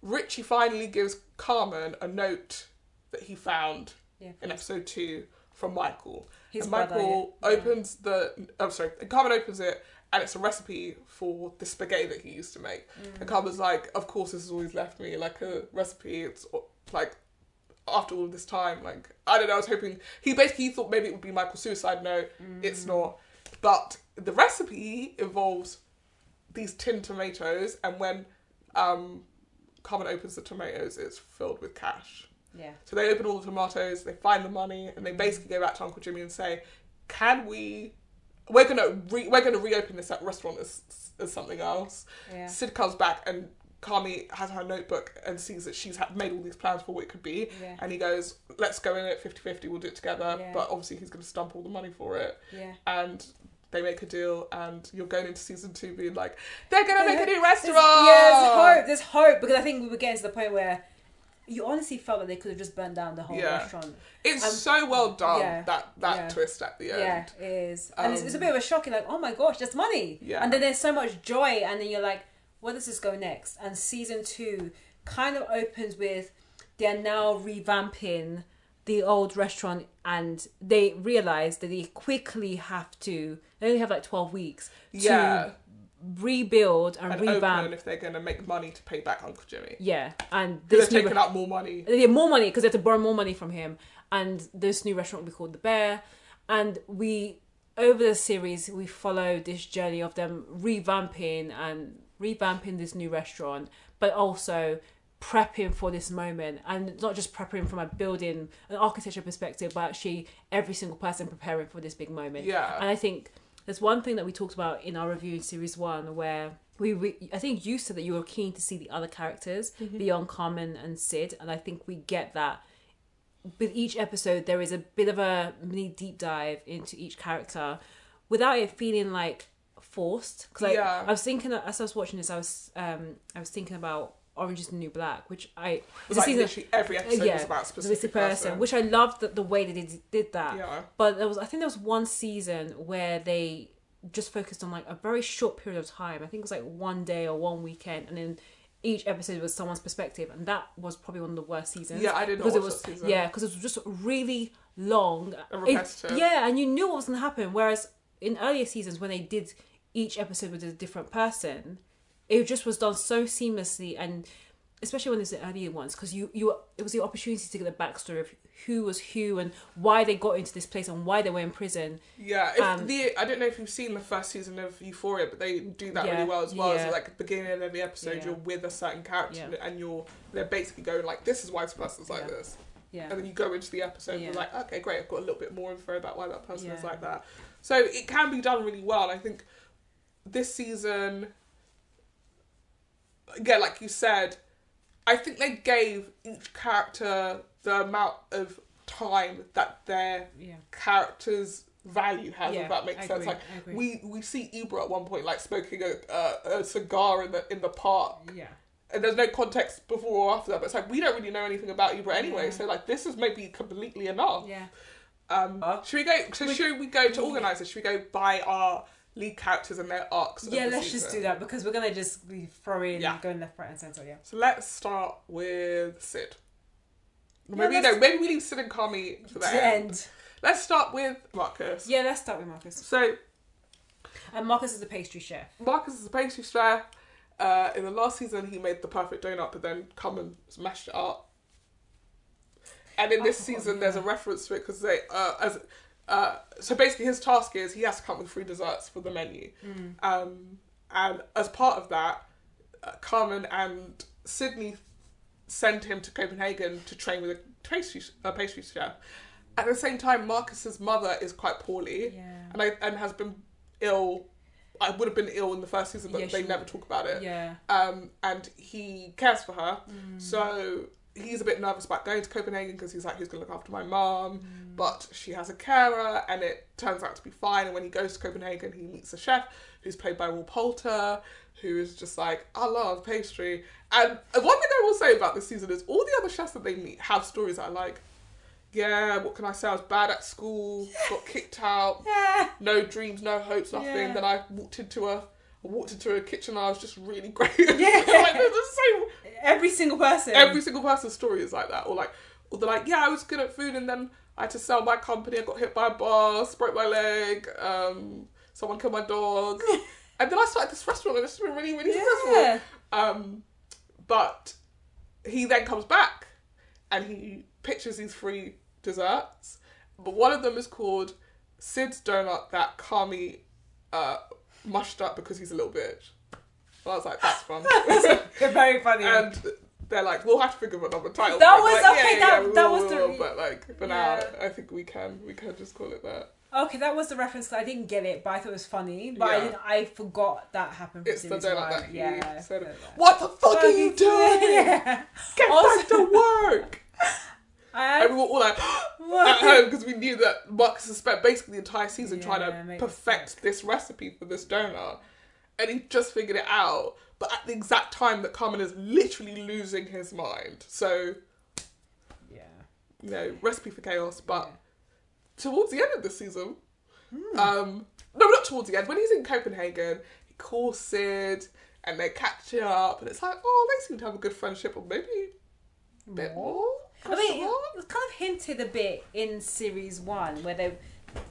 Speaker 2: Richie finally gives Carmen a note that he found
Speaker 1: Yeah.
Speaker 2: in episode two from Michael.
Speaker 1: His
Speaker 2: and
Speaker 1: brother,
Speaker 2: Michael
Speaker 1: yeah.
Speaker 2: opens the. I'm sorry. And Carmen opens it, and it's a recipe for the spaghetti that he used to make.
Speaker 1: Mm.
Speaker 2: And Carmen's like, "Of course, this has always left me like a recipe. It's like." After all this time, like I don't know, I was hoping he basically thought maybe it would be Michael's suicide note. It's
Speaker 1: Mm.
Speaker 2: not, but the recipe involves these tin tomatoes, and when um, Carmen opens the tomatoes, it's filled with cash.
Speaker 1: Yeah.
Speaker 2: So they open all the tomatoes, they find the money, and they basically go back to Uncle Jimmy and say, "Can we? We're gonna re- we're gonna reopen this restaurant as as something else."
Speaker 1: Yeah.
Speaker 2: Sid comes back and Kami has her notebook and sees that she's ha- made all these plans for what it could be.
Speaker 1: Yeah.
Speaker 2: And he goes, let's go in at 50 50, we'll do it together.
Speaker 1: Yeah.
Speaker 2: But obviously, he's going to stump all the money for it.
Speaker 1: Yeah.
Speaker 2: And they make a deal, and you're going into season two being like,
Speaker 1: [laughs]
Speaker 2: they're going to make a new
Speaker 1: There's,
Speaker 2: restaurant!
Speaker 1: yeah, there's hope. There's hope because I think we were getting to the point where you honestly felt like they could have just burned down the whole
Speaker 2: Yeah.
Speaker 1: restaurant.
Speaker 2: It's
Speaker 1: Um,
Speaker 2: so well done
Speaker 1: yeah,
Speaker 2: that that
Speaker 1: yeah.
Speaker 2: twist at the end.
Speaker 1: Yeah, it is. And it's, it's a bit of a shocking, like, oh my gosh, that's money.
Speaker 2: um, Yeah.
Speaker 1: And then there's so much joy, and then you're like, where does this go next? And season two kind of opens with they're now revamping the old restaurant, and they realize that they quickly have to, they only have like 12 weeks to
Speaker 2: Yeah.
Speaker 1: rebuild and,
Speaker 2: And
Speaker 1: revamp.
Speaker 2: open if they're gonna make money to pay back Uncle Jimmy.
Speaker 1: Yeah, and
Speaker 2: They've
Speaker 1: this new
Speaker 2: taken out more money.
Speaker 1: they get more money because they have to borrow more money from him. And this new restaurant will be called The Bear. And we, over the series, we follow this journey of them revamping and revamping this new restaurant, but also prepping for this moment and not just prepping from a building, an architecture perspective, but actually every single person preparing for this big moment.
Speaker 2: Yeah.
Speaker 1: And I think there's one thing that we talked about in our review in series one where we, we I think you said that you were keen to see the other characters
Speaker 2: Mm-hmm.
Speaker 1: beyond Carmen and Sid, and I think we get that with each episode there is a bit of a mini deep dive into each character without it feeling like forced because
Speaker 2: Yeah.
Speaker 1: I was thinking as I was watching this I was um I was thinking about Orange is the New Black which I it's
Speaker 2: Like literally every episode
Speaker 1: yeah,
Speaker 2: was about a
Speaker 1: specific,
Speaker 2: specific
Speaker 1: person,
Speaker 2: person.
Speaker 1: which I loved that the way that they d- did that.
Speaker 2: Yeah.
Speaker 1: But there was, I think there was one season where they just focused on like a very short period of time. I think it was like one day or one weekend, and then each episode was someone's perspective, and that was probably one of the worst seasons.
Speaker 2: Yeah, I did not
Speaker 1: because it
Speaker 2: watch
Speaker 1: was
Speaker 2: that season.
Speaker 1: yeah, because it was just really long.
Speaker 2: And
Speaker 1: It-
Speaker 2: repetitive.
Speaker 1: yeah, and you knew what was going to happen. Whereas in earlier seasons, when they did each episode with a different person, it just was done so seamlessly and especially when there's the earlier ones because you you it was the opportunity to get the backstory of who was who and why they got into this place and why they were in prison
Speaker 2: Yeah, if
Speaker 1: Um,
Speaker 2: the I don't know if you've seen the first season of Euphoria, but they do that
Speaker 1: Yeah,
Speaker 2: really well as well.
Speaker 1: yeah.
Speaker 2: As like at the beginning of every episode,
Speaker 1: Yeah.
Speaker 2: you're with a certain character,
Speaker 1: Yeah.
Speaker 2: and you're they're basically going like, "This is why this person's like
Speaker 1: Yeah.
Speaker 2: this,"
Speaker 1: yeah
Speaker 2: and then you go into the episode and you're
Speaker 1: Yeah.
Speaker 2: like, "Okay, great, I've got a little bit more info about why that person is
Speaker 1: Yeah.
Speaker 2: like that." So it can be done really well. I think this season, again, like you said, I think they gave each character the amount of time that their
Speaker 1: yeah
Speaker 2: character's value has,
Speaker 1: Yeah,
Speaker 2: if that makes
Speaker 1: I
Speaker 2: sense.
Speaker 1: agree,
Speaker 2: like
Speaker 1: I agree.
Speaker 2: we we see Ibra at one point like smoking a, a, a cigar in the in the park,
Speaker 1: yeah
Speaker 2: and there's no context before or after that. But it's like we don't really know anything about Ibra anyway,
Speaker 1: Yeah.
Speaker 2: so like this is maybe completely enough.
Speaker 1: yeah
Speaker 2: Um,
Speaker 1: Huh?
Speaker 2: should we go? So should we go to organizers? Should we go by our lead characters and their arcs? of
Speaker 1: yeah
Speaker 2: the
Speaker 1: let's just
Speaker 2: season?
Speaker 1: do that because we're gonna just be throwing
Speaker 2: Yeah.
Speaker 1: going left right and center yeah
Speaker 2: So let's start with Sid.
Speaker 1: Yeah,
Speaker 2: Maybe
Speaker 1: let's-
Speaker 2: no, maybe we leave Sid and Kami for the
Speaker 1: To
Speaker 2: end.
Speaker 1: end.
Speaker 2: Let's start with Marcus.
Speaker 1: yeah let's start with marcus
Speaker 2: So
Speaker 1: and marcus is the pastry chef
Speaker 2: Marcus is a pastry chef. Uh, in the last season, he made the perfect donut, but then come and smashed it up. And in this
Speaker 1: Oh,
Speaker 2: season,
Speaker 1: yeah.
Speaker 2: there's a reference to it because they, uh, as, uh, so basically his task is he has to come up with three desserts for the menu.
Speaker 1: Mm.
Speaker 2: Um, and as part of that, uh, Carmen and Sydney send him to Copenhagen to train with a pastry, a pastry chef. At the same time, Marcus's mother is quite poorly
Speaker 1: yeah
Speaker 2: and I and has been ill. I would have been ill in the first season, but
Speaker 1: Yeah,
Speaker 2: they
Speaker 1: she
Speaker 2: never
Speaker 1: would.
Speaker 2: talk about it.
Speaker 1: yeah Mm.
Speaker 2: Um, and he cares for her, so he's a bit nervous about going to Copenhagen because he's like, who's gonna look after my mum?
Speaker 1: Mm.
Speaker 2: But she has a carer, and it turns out to be fine. And when he goes to Copenhagen, he meets a chef who's played by Will Poulter, who is just like, I love pastry. And one thing I will say about this season is all the other chefs that they meet have stories that are like, yeah, what can I say? I was bad at school, got kicked out,
Speaker 1: yeah
Speaker 2: no dreams, no hopes, nothing.
Speaker 1: Yeah.
Speaker 2: Then I walked into a I walked into a kitchen and I was just really [laughs] great. Yeah. like, there's the same-
Speaker 1: every single person
Speaker 2: every single person's story is like that. Or like or they're like, yeah, I was good at food and then I had to sell my company, I got hit by a bus, broke my leg, um, someone killed my
Speaker 1: [laughs]
Speaker 2: dog. and then I started this restaurant and it's been really, really successful.
Speaker 1: yeah
Speaker 2: Um, but he then comes back and he pictures these three desserts. But one of them is called Sid's donut that Kami uh, mushed up because he's a little bitch. And I was like,
Speaker 1: [laughs]
Speaker 2: that's fun.
Speaker 1: [laughs]
Speaker 2: [laughs]
Speaker 1: they're very funny
Speaker 2: and they're like, we'll have to think of another title.
Speaker 1: That
Speaker 2: I'm
Speaker 1: was-
Speaker 2: like,
Speaker 1: okay, that-
Speaker 2: we
Speaker 1: that
Speaker 2: will,
Speaker 1: was
Speaker 2: we
Speaker 1: the
Speaker 2: will,
Speaker 1: re-
Speaker 2: But like for
Speaker 1: Yeah.
Speaker 2: now, I think we can we can just call it that.
Speaker 1: Okay, that was the reference. I didn't get it, but I thought it was funny. But I
Speaker 2: Yeah.
Speaker 1: didn't. I forgot that happened. from
Speaker 2: It's the
Speaker 1: series
Speaker 2: donut
Speaker 1: one.
Speaker 2: that he
Speaker 1: yeah,
Speaker 2: said,
Speaker 1: yeah.
Speaker 2: What the fuck
Speaker 1: [laughs]
Speaker 2: are you doing?
Speaker 1: Yeah.
Speaker 2: Get
Speaker 1: Also-
Speaker 2: back to work.
Speaker 1: [laughs]
Speaker 2: and
Speaker 1: I,
Speaker 2: we were all like. at
Speaker 1: [laughs]
Speaker 2: home because we knew that Marcus has spent basically the entire season trying
Speaker 1: Yeah,
Speaker 2: to
Speaker 1: make
Speaker 2: perfect this recipe for this donut, and he just figured it out. But at the exact time that Carmen is literally losing his mind, so you know, recipe for chaos. But towards the end of the season,
Speaker 1: Hmm.
Speaker 2: um, no, not towards the end, when he's in Copenhagen, he calls Sid and they catch up, and it's like, oh, they seem to have a good friendship, or maybe a bit more.
Speaker 1: I mean,
Speaker 2: Question
Speaker 1: it was kind of hinted a bit in series one where they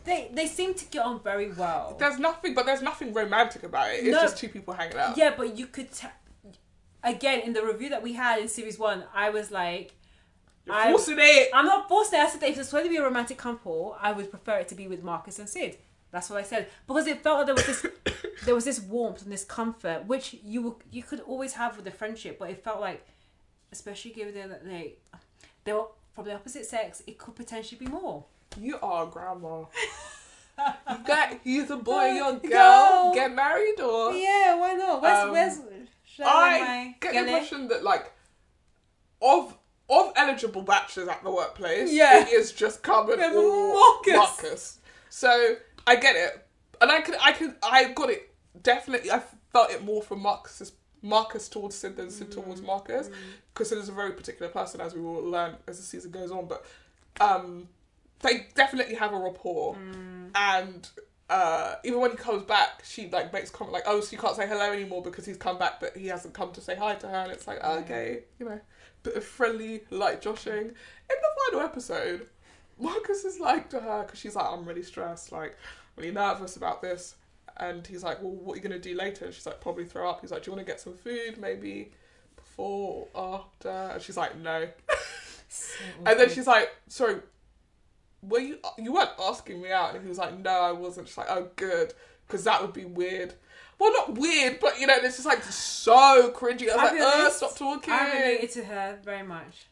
Speaker 1: they they seem to get on very well.
Speaker 2: There's nothing, but there's nothing romantic about it. It's
Speaker 1: No.
Speaker 2: just two people hanging out.
Speaker 1: Yeah, but you could t- again in the review that we had in series one, I was like,
Speaker 2: You're
Speaker 1: I-
Speaker 2: forcing it.
Speaker 1: I'm not forcing. it. I said that if it's going to be a romantic couple, I would prefer it to be with Marcus and Sid. That's what I said because it felt like there was this there was this warmth and this comfort which you were, you could always have with a friendship, but it felt like, especially given that they they were from the opposite sex, it could potentially be more.
Speaker 2: You are a
Speaker 1: [laughs]
Speaker 2: grandma. you got he's a boy, you're a girl.
Speaker 1: Girl.
Speaker 2: Get married or
Speaker 1: Yeah, why not?
Speaker 2: Where's- Um, where's- I get the impression that like of of eligible bachelors at the workplace,
Speaker 1: Yeah.
Speaker 2: it is just Carmen
Speaker 1: Yeah,
Speaker 2: or
Speaker 1: Marcus.
Speaker 2: Marcus. So I get it, and I can I can I got it definitely. I felt it more from Marcus's Marcus towards Sid than Sid towards Marcus because Sid is a very particular person, as we will learn as the season goes on. But um, they definitely have a rapport, and uh, even when he comes back, she like makes comment like, "Oh, so you can't say hello anymore because he's come back, but he hasn't come to say hi to her." And it's like, okay, you know, bit of friendly light joshing. In the final episode, Marcus is like to her because she's like, "I'm really stressed, like really nervous about this," and he's like, "Well, what are you gonna do later?" And she's like, "Probably throw up." He's like, "Do you want to get some food, maybe?" Before or after, and she's like, no. And then she's like, sorry, were you you weren't asking me out? And he was like, no, I wasn't. She's like, oh, good, because that would be weird. Well, not weird, but you know, it's just like so cringy.
Speaker 1: I
Speaker 2: I was like,
Speaker 1: feel
Speaker 2: uh,
Speaker 1: this-
Speaker 2: stop talking,
Speaker 1: I related to her very much.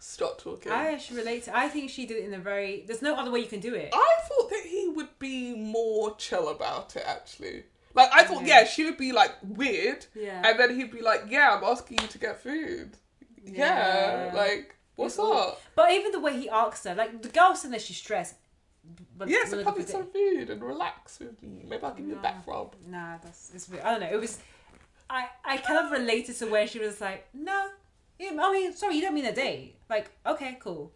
Speaker 2: stop talking.
Speaker 1: I
Speaker 2: I,
Speaker 1: actually relate to. I think she did it in a very. There's no other way you can do it.
Speaker 2: thought that he would be more chill about it actually. Like I thought, yeah, she would be like weird,
Speaker 1: Yeah.
Speaker 2: and then he'd be like, yeah, I'm asking you to get food. Yeah,
Speaker 1: Yeah.
Speaker 2: like what's
Speaker 1: It's all-
Speaker 2: up?
Speaker 1: But even the way he asks her, like the girl said that she's stressed. But
Speaker 2: Yeah, so
Speaker 1: but-
Speaker 2: come eat some food and relax with me. Maybe I'll give you a back rub.
Speaker 1: Nah, that's it's. weird. I don't know. It was. I I kind of related to where she was like, no, yeah, I mean, sorry, you don't mean a date. Like, okay, cool,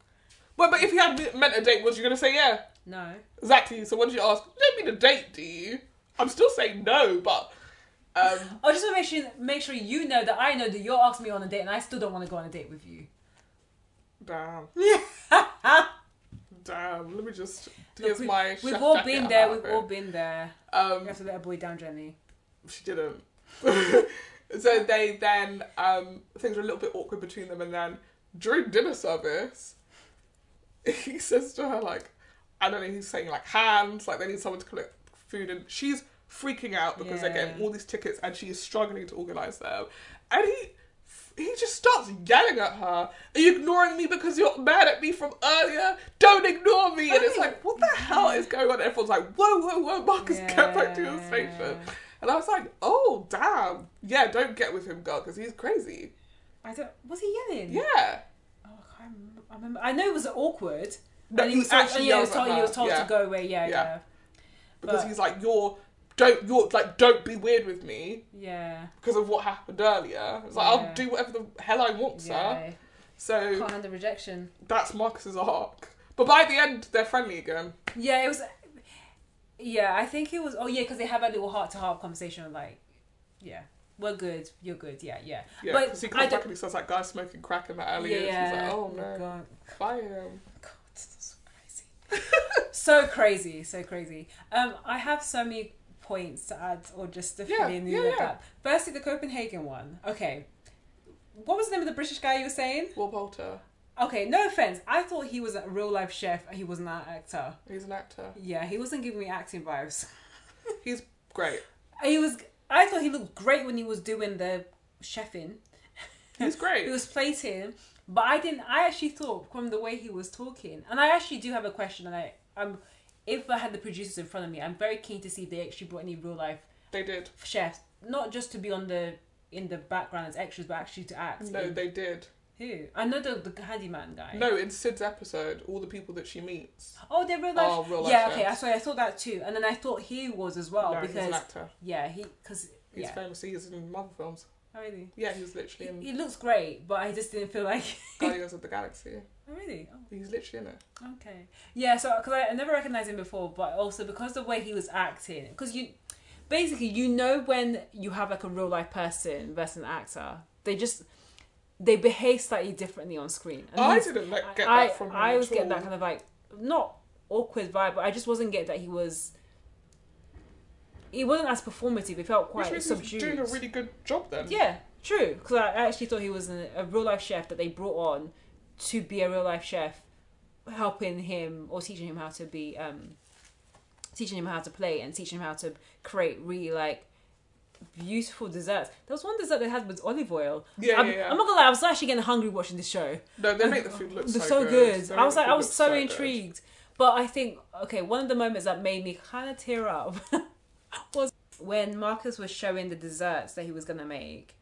Speaker 2: Well, but if you had meant a date, was you gonna say yeah?
Speaker 1: no.
Speaker 2: Exactly. So what did you ask? You don't mean a date, do you? I'm still saying no, but
Speaker 1: [laughs]
Speaker 2: um,
Speaker 1: I just want to make sure make sure you know that I know that you're asking me on a date, and I still don't want to go on a date with you.
Speaker 2: damn,
Speaker 1: [laughs]
Speaker 2: damn. Let me just give
Speaker 1: Look, we-
Speaker 2: my.
Speaker 1: we've
Speaker 2: chef
Speaker 1: all
Speaker 2: jacket
Speaker 1: been
Speaker 2: a
Speaker 1: there.
Speaker 2: lap
Speaker 1: We've all been there.
Speaker 2: Um,
Speaker 1: You have to let a boy down, Jenny.
Speaker 2: she didn't. [laughs] so they then um, things were a little bit awkward between them, and then during dinner service, [laughs] he says to her like, I don't know, he's saying like hands, like they need someone to collect food, and she's freaking out because they're
Speaker 1: Yeah.
Speaker 2: getting all these tickets, and she is struggling to organize them, and he. He just starts yelling at her. Are you ignoring me because you're mad at me from earlier? Don't ignore me! And it's like, what the hell is going on? Everyone's like, whoa, whoa, whoa, Marcus, get back to your station.
Speaker 1: Yeah.
Speaker 2: And I was like, oh, damn. Yeah, don't get with him, girl, because he's crazy.
Speaker 1: I don't. Was he yelling?
Speaker 2: Yeah.
Speaker 1: Oh, I, can't remember. I remember. I know it was awkward.
Speaker 2: No,
Speaker 1: and
Speaker 2: he
Speaker 1: told,
Speaker 2: actually
Speaker 1: and yeah, he was
Speaker 2: yells at
Speaker 1: told, he
Speaker 2: her,
Speaker 1: was told
Speaker 2: yeah.
Speaker 1: to go away. Yeah,
Speaker 2: Yeah.
Speaker 1: yeah,
Speaker 2: Because
Speaker 1: But-
Speaker 2: he's like, you're, don't, you're, like, don't be weird with me
Speaker 1: yeah.
Speaker 2: because of what happened earlier. It's like,
Speaker 1: Yeah.
Speaker 2: I'll do whatever the hell I want, sir.
Speaker 1: yeah.
Speaker 2: So
Speaker 1: Can't handle rejection.
Speaker 2: that's Marcus's arc. But by the end, they're friendly again.
Speaker 1: Yeah, it was. Yeah, I think it was. Oh yeah, because they have a little heart to heart conversation. Like, yeah, we're good. You're good. Yeah, yeah.
Speaker 2: Yeah,
Speaker 1: But
Speaker 2: because he
Speaker 1: I
Speaker 2: comes
Speaker 1: don't-
Speaker 2: back and he says that guy smoking crack in the alley, and she's
Speaker 1: yeah.
Speaker 2: like, "Oh no, um,
Speaker 1: God.
Speaker 2: fire him."
Speaker 1: God, that's so
Speaker 2: [laughs]
Speaker 1: crazy. so crazy, so crazy. Um, I have so many points to add or just to fill
Speaker 2: Yeah,
Speaker 1: in
Speaker 2: yeah,
Speaker 1: with
Speaker 2: yeah.
Speaker 1: that. Firstly, the Copenhagen one. Okay. What was the name of the British guy you were saying?
Speaker 2: Will Bolter,
Speaker 1: Okay, no offense. I thought he was a real life chef. He wasn't an actor.
Speaker 2: he's an actor.
Speaker 1: Yeah, he wasn't giving me acting vibes. [laughs]
Speaker 2: He's great.
Speaker 1: He was. I thought he looked great when he was doing the chefing.
Speaker 2: He's great.
Speaker 1: He was plating, but I didn't. I actually thought from the way he was talking, and I actually do have a question. And I, um, if I had the producers in front of me, I'm very keen to see if they actually brought any real life
Speaker 2: They did.
Speaker 1: chefs, not just to be on the in the background as extras, but actually to act.
Speaker 2: No,
Speaker 1: in-
Speaker 2: they did.
Speaker 1: who? I know the, the handyman guy.
Speaker 2: No, in Sid's episode, all the people that she meets.
Speaker 1: Oh, they're real life.
Speaker 2: Oh, real life
Speaker 1: yeah, okay. I
Speaker 2: chefs.
Speaker 1: saw. I thought that too, and then I thought he was as well
Speaker 2: no, he's an
Speaker 1: because
Speaker 2: actor.
Speaker 1: yeah, he because
Speaker 2: He's
Speaker 1: yeah.
Speaker 2: famous. He's in Marvel films.
Speaker 1: Oh, really?
Speaker 2: Yeah, he was literally
Speaker 1: It,
Speaker 2: in
Speaker 1: it looks great, but I just didn't feel like.
Speaker 2: Guardians of the Galaxy.
Speaker 1: Oh, really? Oh,
Speaker 2: He's literally in it.
Speaker 1: okay. Yeah, so because I, I never recognized him before, but also because the way he was acting, because you
Speaker 3: basically you know when you have like a real life person versus an actor they just they behave slightly differently on screen And
Speaker 2: I
Speaker 3: he's-
Speaker 2: didn't like get
Speaker 3: I,
Speaker 2: that from him.
Speaker 3: I always
Speaker 2: at
Speaker 3: get
Speaker 2: all.
Speaker 3: that kind of like not awkward vibe but i just wasn't getting that he was he wasn't as performative it felt
Speaker 2: Which
Speaker 3: quite
Speaker 2: means he's
Speaker 3: subdued
Speaker 2: doing a really good job then.
Speaker 3: yeah true because i actually thought he was an, a real life chef that they brought on to be a real life chef helping him or teaching him how to be um teaching him how to play and teaching him how to create really like beautiful desserts there was one dessert they had with olive oil
Speaker 2: Yeah,
Speaker 3: I'm,
Speaker 2: yeah, yeah.
Speaker 3: I'm not gonna lie i was actually getting hungry watching this show
Speaker 2: No, they make the food look
Speaker 3: they're
Speaker 2: so,
Speaker 3: so
Speaker 2: good.
Speaker 3: good.
Speaker 2: They
Speaker 3: I was like,
Speaker 2: make
Speaker 3: I
Speaker 2: the food
Speaker 3: was
Speaker 2: look
Speaker 3: so,
Speaker 2: good.
Speaker 3: intrigued. But I think, okay, one of the moments that made me kind of tear up [laughs] was when Marcus was showing the desserts that he was gonna make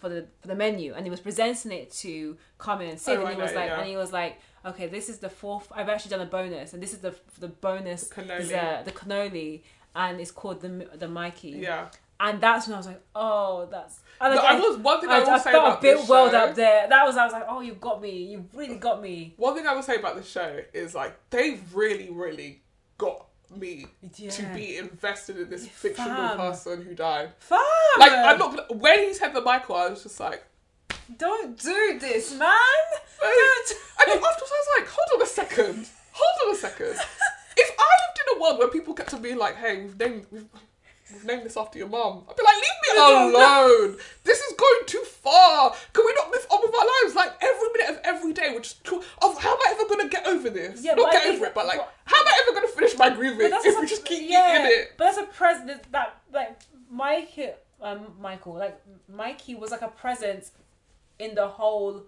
Speaker 3: for the for the menu, and he was presenting it to Carmen and Sid,
Speaker 2: Oh,
Speaker 3: and
Speaker 2: I
Speaker 3: he
Speaker 2: know,
Speaker 3: was like,
Speaker 2: yeah.
Speaker 3: and he was like, okay, this is the fourth. I've actually done a bonus, and this is the the bonus
Speaker 2: The cannoli.
Speaker 3: dessert, the cannoli, and it's called the the Mikey.
Speaker 2: Yeah.
Speaker 3: And that's when I was like, oh, that's. And
Speaker 2: No,
Speaker 3: like,
Speaker 2: I was one thing I,
Speaker 3: I,
Speaker 2: will
Speaker 3: I
Speaker 2: say
Speaker 3: felt
Speaker 2: about
Speaker 3: a bit
Speaker 2: this
Speaker 3: welled
Speaker 2: show-
Speaker 3: up there. That was I was like, oh, you got me. You really got me.
Speaker 2: One thing I will say about the show is like they really, really got me to
Speaker 1: Yeah.
Speaker 2: be invested in this fictional
Speaker 1: Fam.
Speaker 2: person who died.
Speaker 1: fam,
Speaker 2: Like I'm not gonna- when he said the Michael, I was
Speaker 1: [laughs]
Speaker 2: just like,
Speaker 1: Don't do this, man.
Speaker 2: and then afterwards I was like, hold on a second, hold on a second. If I lived in a world where people kept to be like, hey, we've named we've, we've named this after your mum, I'd be like, leave me
Speaker 1: Oh,
Speaker 2: alone. This is going too far. Can we not move on with our lives? Like every minute of every day, we're just talk- of how am I ever gonna get over this?
Speaker 1: Yeah,
Speaker 2: not
Speaker 1: but I
Speaker 2: get
Speaker 1: think-
Speaker 2: over it, but like,
Speaker 1: but-
Speaker 2: how am I ever gonna finish my grieving
Speaker 1: that's
Speaker 2: if
Speaker 1: a-
Speaker 2: we [laughs] just keep
Speaker 1: yeah,
Speaker 2: eating it?
Speaker 1: But that's a present that like Mike, um, Michael, like Mikey was like a presence in the whole.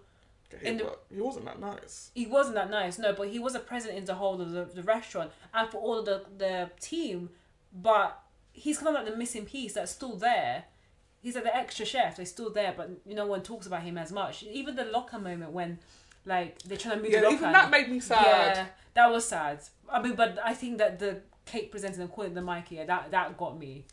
Speaker 2: He,
Speaker 1: And-
Speaker 2: wa- he wasn't that nice.
Speaker 1: He wasn't that nice, no, but he was a present in the whole of the, the restaurant and for all of the the team. But he's kind of like the missing piece that's still there. He's like the extra chef. They're still there, but no one talks about him as much. Even the locker moment when, like, they're trying to move.
Speaker 2: Yeah,
Speaker 1: the locker
Speaker 2: even that made me sad.
Speaker 1: yeah, that was sad. I mean, but I think that the cake presenting and calling it the Mikey, yeah, that that got me.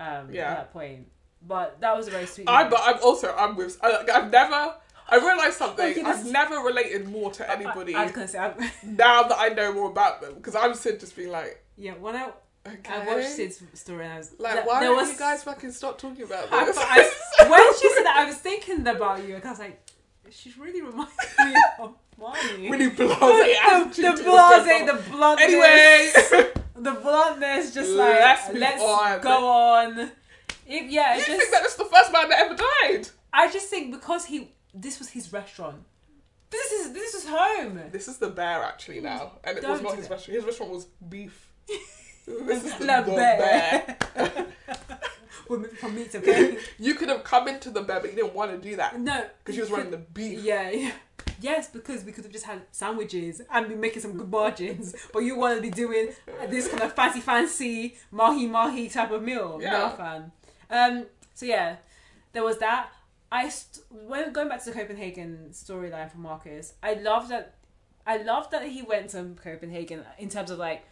Speaker 1: Um,
Speaker 2: Yeah.
Speaker 1: at that point, but that was a very sweet.
Speaker 2: I
Speaker 1: moment.
Speaker 2: but I'm also I'm with I, I've never I realised
Speaker 1: Oh,
Speaker 2: something
Speaker 1: goodness.
Speaker 2: I've never related more to anybody
Speaker 1: I, I was gonna say, I, [laughs]
Speaker 2: now that I know more about them because I'm Sid just being like
Speaker 1: yeah. When I
Speaker 2: okay
Speaker 1: I watched Sid's story, and I was
Speaker 2: like
Speaker 1: that-
Speaker 2: why
Speaker 1: there
Speaker 2: don't
Speaker 1: was-
Speaker 2: you guys fucking stop talking
Speaker 1: [laughs]
Speaker 2: about
Speaker 1: I,
Speaker 2: this
Speaker 1: I,
Speaker 2: [laughs]
Speaker 1: when she said that, I was thinking about you, and I was like, she really reminds me
Speaker 2: [laughs]
Speaker 1: of Marnie.
Speaker 2: really blase
Speaker 1: [laughs] the,
Speaker 2: attitude
Speaker 1: the,
Speaker 2: to what's
Speaker 1: blase,
Speaker 2: going on.
Speaker 1: the bluntness.
Speaker 2: anyway
Speaker 1: the bluntness, just like
Speaker 2: Let's
Speaker 1: let's,
Speaker 2: move on.
Speaker 1: go on. If yeah,
Speaker 2: [laughs] you
Speaker 1: it's
Speaker 2: think
Speaker 1: just
Speaker 2: that it's the first man that ever died
Speaker 1: I just think because he this was his restaurant. This is this is home.
Speaker 2: this is the bear actually now and it was
Speaker 1: Mm, Don't
Speaker 2: not
Speaker 1: do
Speaker 2: his
Speaker 1: it.
Speaker 2: restaurant his restaurant was
Speaker 1: [laughs]
Speaker 2: beef this is the,
Speaker 1: La
Speaker 2: the
Speaker 1: Bear.
Speaker 2: bear.
Speaker 1: [laughs] We're moving from meat, [laughs] okay?
Speaker 2: [laughs] you could have come into the bear but you didn't want to do that
Speaker 1: no,
Speaker 2: because you was
Speaker 1: [laughs]
Speaker 2: running the beef
Speaker 1: Yeah, yeah. Yes, because we could have just had sandwiches and be making some good
Speaker 2: [laughs]
Speaker 1: margins, but you want to be doing this kind of fancy, fancy mahi mahi type of meal.
Speaker 2: Yeah.
Speaker 1: No fan. Um. So yeah, there was that. I st- when going back to the Copenhagen storyline for Marcus, I love that. I love that he went to Copenhagen in terms of like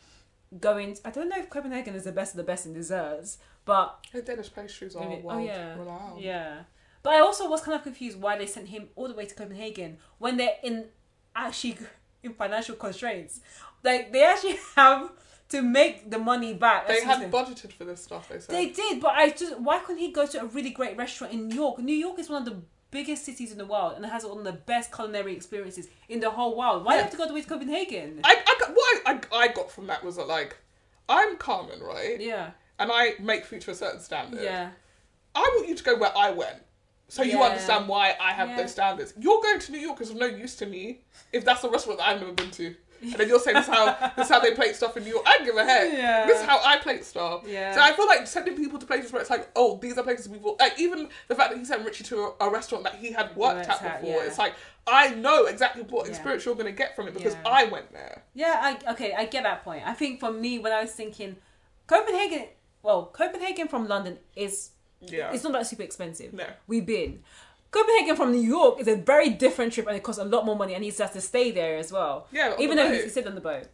Speaker 1: going. I don't know if Copenhagen is the best of the best in desserts, but
Speaker 2: The Danish pastries are
Speaker 1: Maybe-
Speaker 2: world
Speaker 1: oh yeah,
Speaker 2: renowned.
Speaker 1: yeah. But I also was kind of confused why they sent him all the way to Copenhagen when they're in actually [laughs] in financial constraints. Like they actually [laughs] have to make the money back.
Speaker 2: They
Speaker 1: That's
Speaker 2: had
Speaker 1: something.
Speaker 2: budgeted for this stuff, they said.
Speaker 1: They did, but I just why couldn't he go to a really great restaurant in New York? New York is one of the biggest cities in the world and it has one of the best culinary experiences in the whole world. Why do you have to go all the way to Copenhagen?
Speaker 2: I, I, got- what I, I, I got from that was that, like, I'm Carmen, right?
Speaker 1: yeah,
Speaker 2: And I make food to a certain standard.
Speaker 1: yeah,
Speaker 2: I want you to go where I went. So you
Speaker 1: Yeah.
Speaker 2: understand why I have
Speaker 1: Yeah.
Speaker 2: those standards. You're going to New York is of no use to me if that's a restaurant that I've never been to. And then you're saying this is how this is how they plate stuff in New York. I don't give a heck.
Speaker 1: Yeah.
Speaker 2: This is how I plate stuff.
Speaker 1: Yeah.
Speaker 2: So I feel like sending people to places where it's like, oh, these are places we've all like even the fact that he sent Richie to a, a restaurant that he had worked
Speaker 1: Worked
Speaker 2: at
Speaker 1: at,
Speaker 2: before.
Speaker 1: yeah.
Speaker 2: It's like I know exactly what
Speaker 1: Yeah.
Speaker 2: experience you're gonna get from it because
Speaker 1: Yeah.
Speaker 2: I went there.
Speaker 1: yeah. I okay, I get that point. I think for me when I was thinking Copenhagen, well, Copenhagen from London is
Speaker 2: Yeah.
Speaker 3: It's not that super expensive.
Speaker 2: No.
Speaker 3: We've been. Copenhagen from New York is a very different trip and it costs a lot more money and he has to stay there as well.
Speaker 2: Yeah, on
Speaker 3: Even
Speaker 2: the
Speaker 3: though
Speaker 2: boat.
Speaker 3: he stayed on the boat,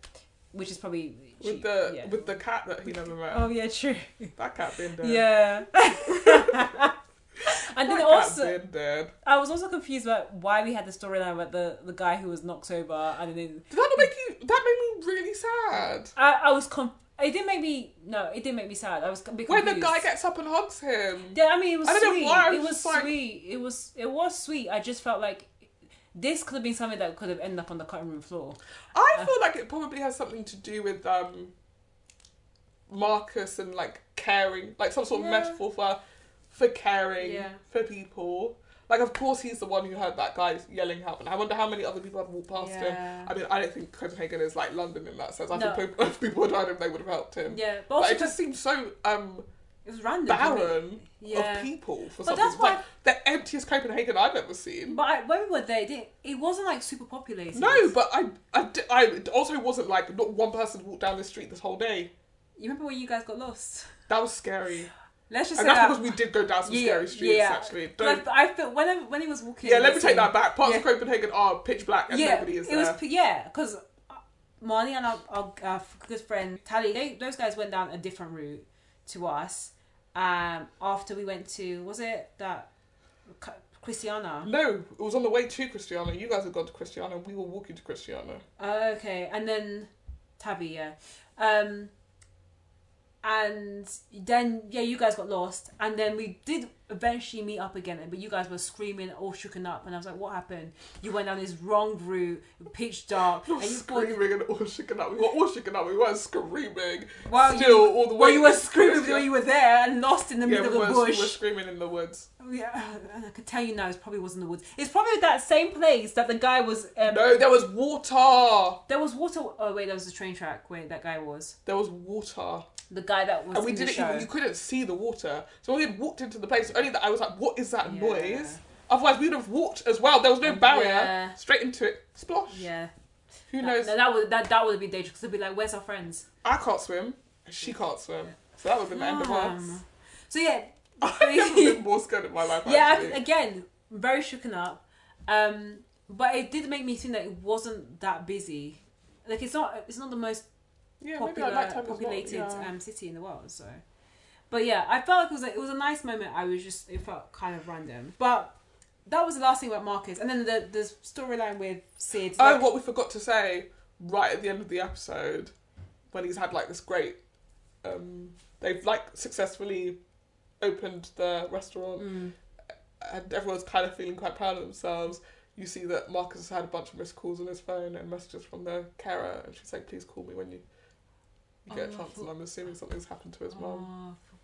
Speaker 3: which is probably
Speaker 2: with
Speaker 3: cheap,
Speaker 2: the
Speaker 3: yeah.
Speaker 2: with the cat that he never met.
Speaker 3: Oh yeah, true.
Speaker 2: [laughs] That cat been there.
Speaker 3: Yeah. And then
Speaker 2: That
Speaker 3: also,
Speaker 2: been dead.
Speaker 3: I was also confused about why we had the storyline about the, the guy who was knocked over, and then
Speaker 2: Did that not make you? That made me really sad.
Speaker 3: I, I was com- it did make me no, it did make me sad. I was a bit
Speaker 2: When the
Speaker 3: confused.
Speaker 2: guy gets up and hugs him.
Speaker 3: yeah, I mean it was
Speaker 2: I don't know
Speaker 3: sweet.
Speaker 2: why, I was
Speaker 3: it was
Speaker 2: just like-
Speaker 3: sweet. It was it was sweet. I just felt like this could have been something that could have ended up on the cutting room floor.
Speaker 2: I feel like it probably has something to do with um Marcus and like caring, like some sort of
Speaker 3: Yeah.
Speaker 2: metaphor for for caring
Speaker 1: Yeah.
Speaker 2: for people. Like, of course, he's the one who heard that guy yelling help, and I wonder how many other people have walked past him.
Speaker 1: Yeah.
Speaker 2: I mean, I don't think Copenhagen is like London in that sense. I
Speaker 3: No.
Speaker 2: think people, [laughs] if people had heard him, they would have helped him.
Speaker 1: Yeah, but
Speaker 2: But
Speaker 1: also
Speaker 2: it just seems so um
Speaker 1: it was random. wasn't
Speaker 2: barren
Speaker 1: it? Yeah.
Speaker 2: of people for
Speaker 1: But
Speaker 2: something.
Speaker 1: that's
Speaker 2: It's like the emptiest Copenhagen I've ever seen.
Speaker 1: But I, when we were there, it, didn't, it wasn't like super populated.
Speaker 2: no, but I, I, di- I it also wasn't like not one person walked down the street this whole day.
Speaker 1: You remember when you guys got lost?
Speaker 2: That was scary.
Speaker 1: Let's just
Speaker 2: And
Speaker 1: say that.
Speaker 2: that's because we did go down some scary streets, actually.
Speaker 1: But
Speaker 2: Don't,
Speaker 1: I, I felt when I, when he was walking.
Speaker 2: yeah, let me
Speaker 1: listen,
Speaker 2: take that back. Parts of
Speaker 1: Yeah.
Speaker 2: Copenhagen are pitch black and
Speaker 1: yeah,
Speaker 2: nobody is
Speaker 1: it
Speaker 2: there.
Speaker 1: was p- yeah because Marnie and our, our, our good friend Tally, they, those guys went down a different route to us. Um, after we went to was it that Ca- Christiana?
Speaker 2: no, it was on the way to Cristiano. You guys had gone to Cristiano. We were walking to Cristiano.
Speaker 1: Oh, okay, and then Tabby, yeah. Um, and then yeah, you guys got lost, and then we did eventually meet up again. But you guys were screaming, all shooken up, and I was like, "What happened? You went down this wrong route, pitch
Speaker 2: [laughs]
Speaker 1: dark, and you thought,
Speaker 2: screaming and all shaken up. We were all shaken up. We weren't screaming.
Speaker 1: Well, you-
Speaker 2: Still, all the way.
Speaker 1: well, you were
Speaker 2: to
Speaker 1: screaming
Speaker 2: Christiana.
Speaker 1: when you were there and lost in the
Speaker 2: Yeah,
Speaker 1: middle
Speaker 2: we
Speaker 1: of
Speaker 2: were,
Speaker 1: the
Speaker 2: we were
Speaker 1: bush."
Speaker 2: screaming in the woods.
Speaker 1: Yeah, I can tell you now, it probably wasn't the woods. It's probably that same place that the guy was. Um,
Speaker 2: No, there was water.
Speaker 1: There was water. Oh wait, there was a train track where that guy was.
Speaker 2: There was water,
Speaker 1: The guy that was.
Speaker 2: and we
Speaker 1: in the
Speaker 2: didn't
Speaker 1: show.
Speaker 2: even. You couldn't see the water, so we had walked into the place. Only that I was like, "What is that
Speaker 1: Yeah.
Speaker 2: noise?" Otherwise, we would have walked as well. There was no barrier.
Speaker 1: Yeah.
Speaker 2: Straight into it, splosh.
Speaker 1: Yeah.
Speaker 2: Who
Speaker 1: That,
Speaker 2: knows?
Speaker 1: no, that would that that would have been dangerous because they'd be like, "Where's our friends?"
Speaker 2: I can't swim. and She can't swim. So that would have been the end of us. [laughs]
Speaker 1: Um, so yeah, [laughs]
Speaker 2: I've never been more scared in my life.
Speaker 1: yeah.
Speaker 2: actually.
Speaker 1: Again, very shooken up. Um, but it did make me think that it wasn't that busy. Like it's not. It's not the most
Speaker 2: yeah, maybe
Speaker 1: popular,
Speaker 2: at night time as well,
Speaker 1: populated
Speaker 2: yeah.
Speaker 1: um, city in the world. So, but yeah, I felt like it was a, it was a nice moment. I was just it felt kind of random, but that was the last thing about Marcus, and then the the storyline with Sid.
Speaker 2: Oh,
Speaker 1: like-
Speaker 2: what we forgot to say right at the end of the episode, when he's had like this great, um, they've like successfully opened the restaurant,
Speaker 1: Mm.
Speaker 2: and everyone's kind of feeling quite proud of themselves. You see that Marcus has had a bunch of missed calls on his phone and messages from the carer, and she's like, "Please call me when you." You get
Speaker 1: Oh,
Speaker 2: a
Speaker 1: I
Speaker 2: chance, and
Speaker 1: thought-
Speaker 2: I'm assuming something's happened to his mum.
Speaker 1: Oh,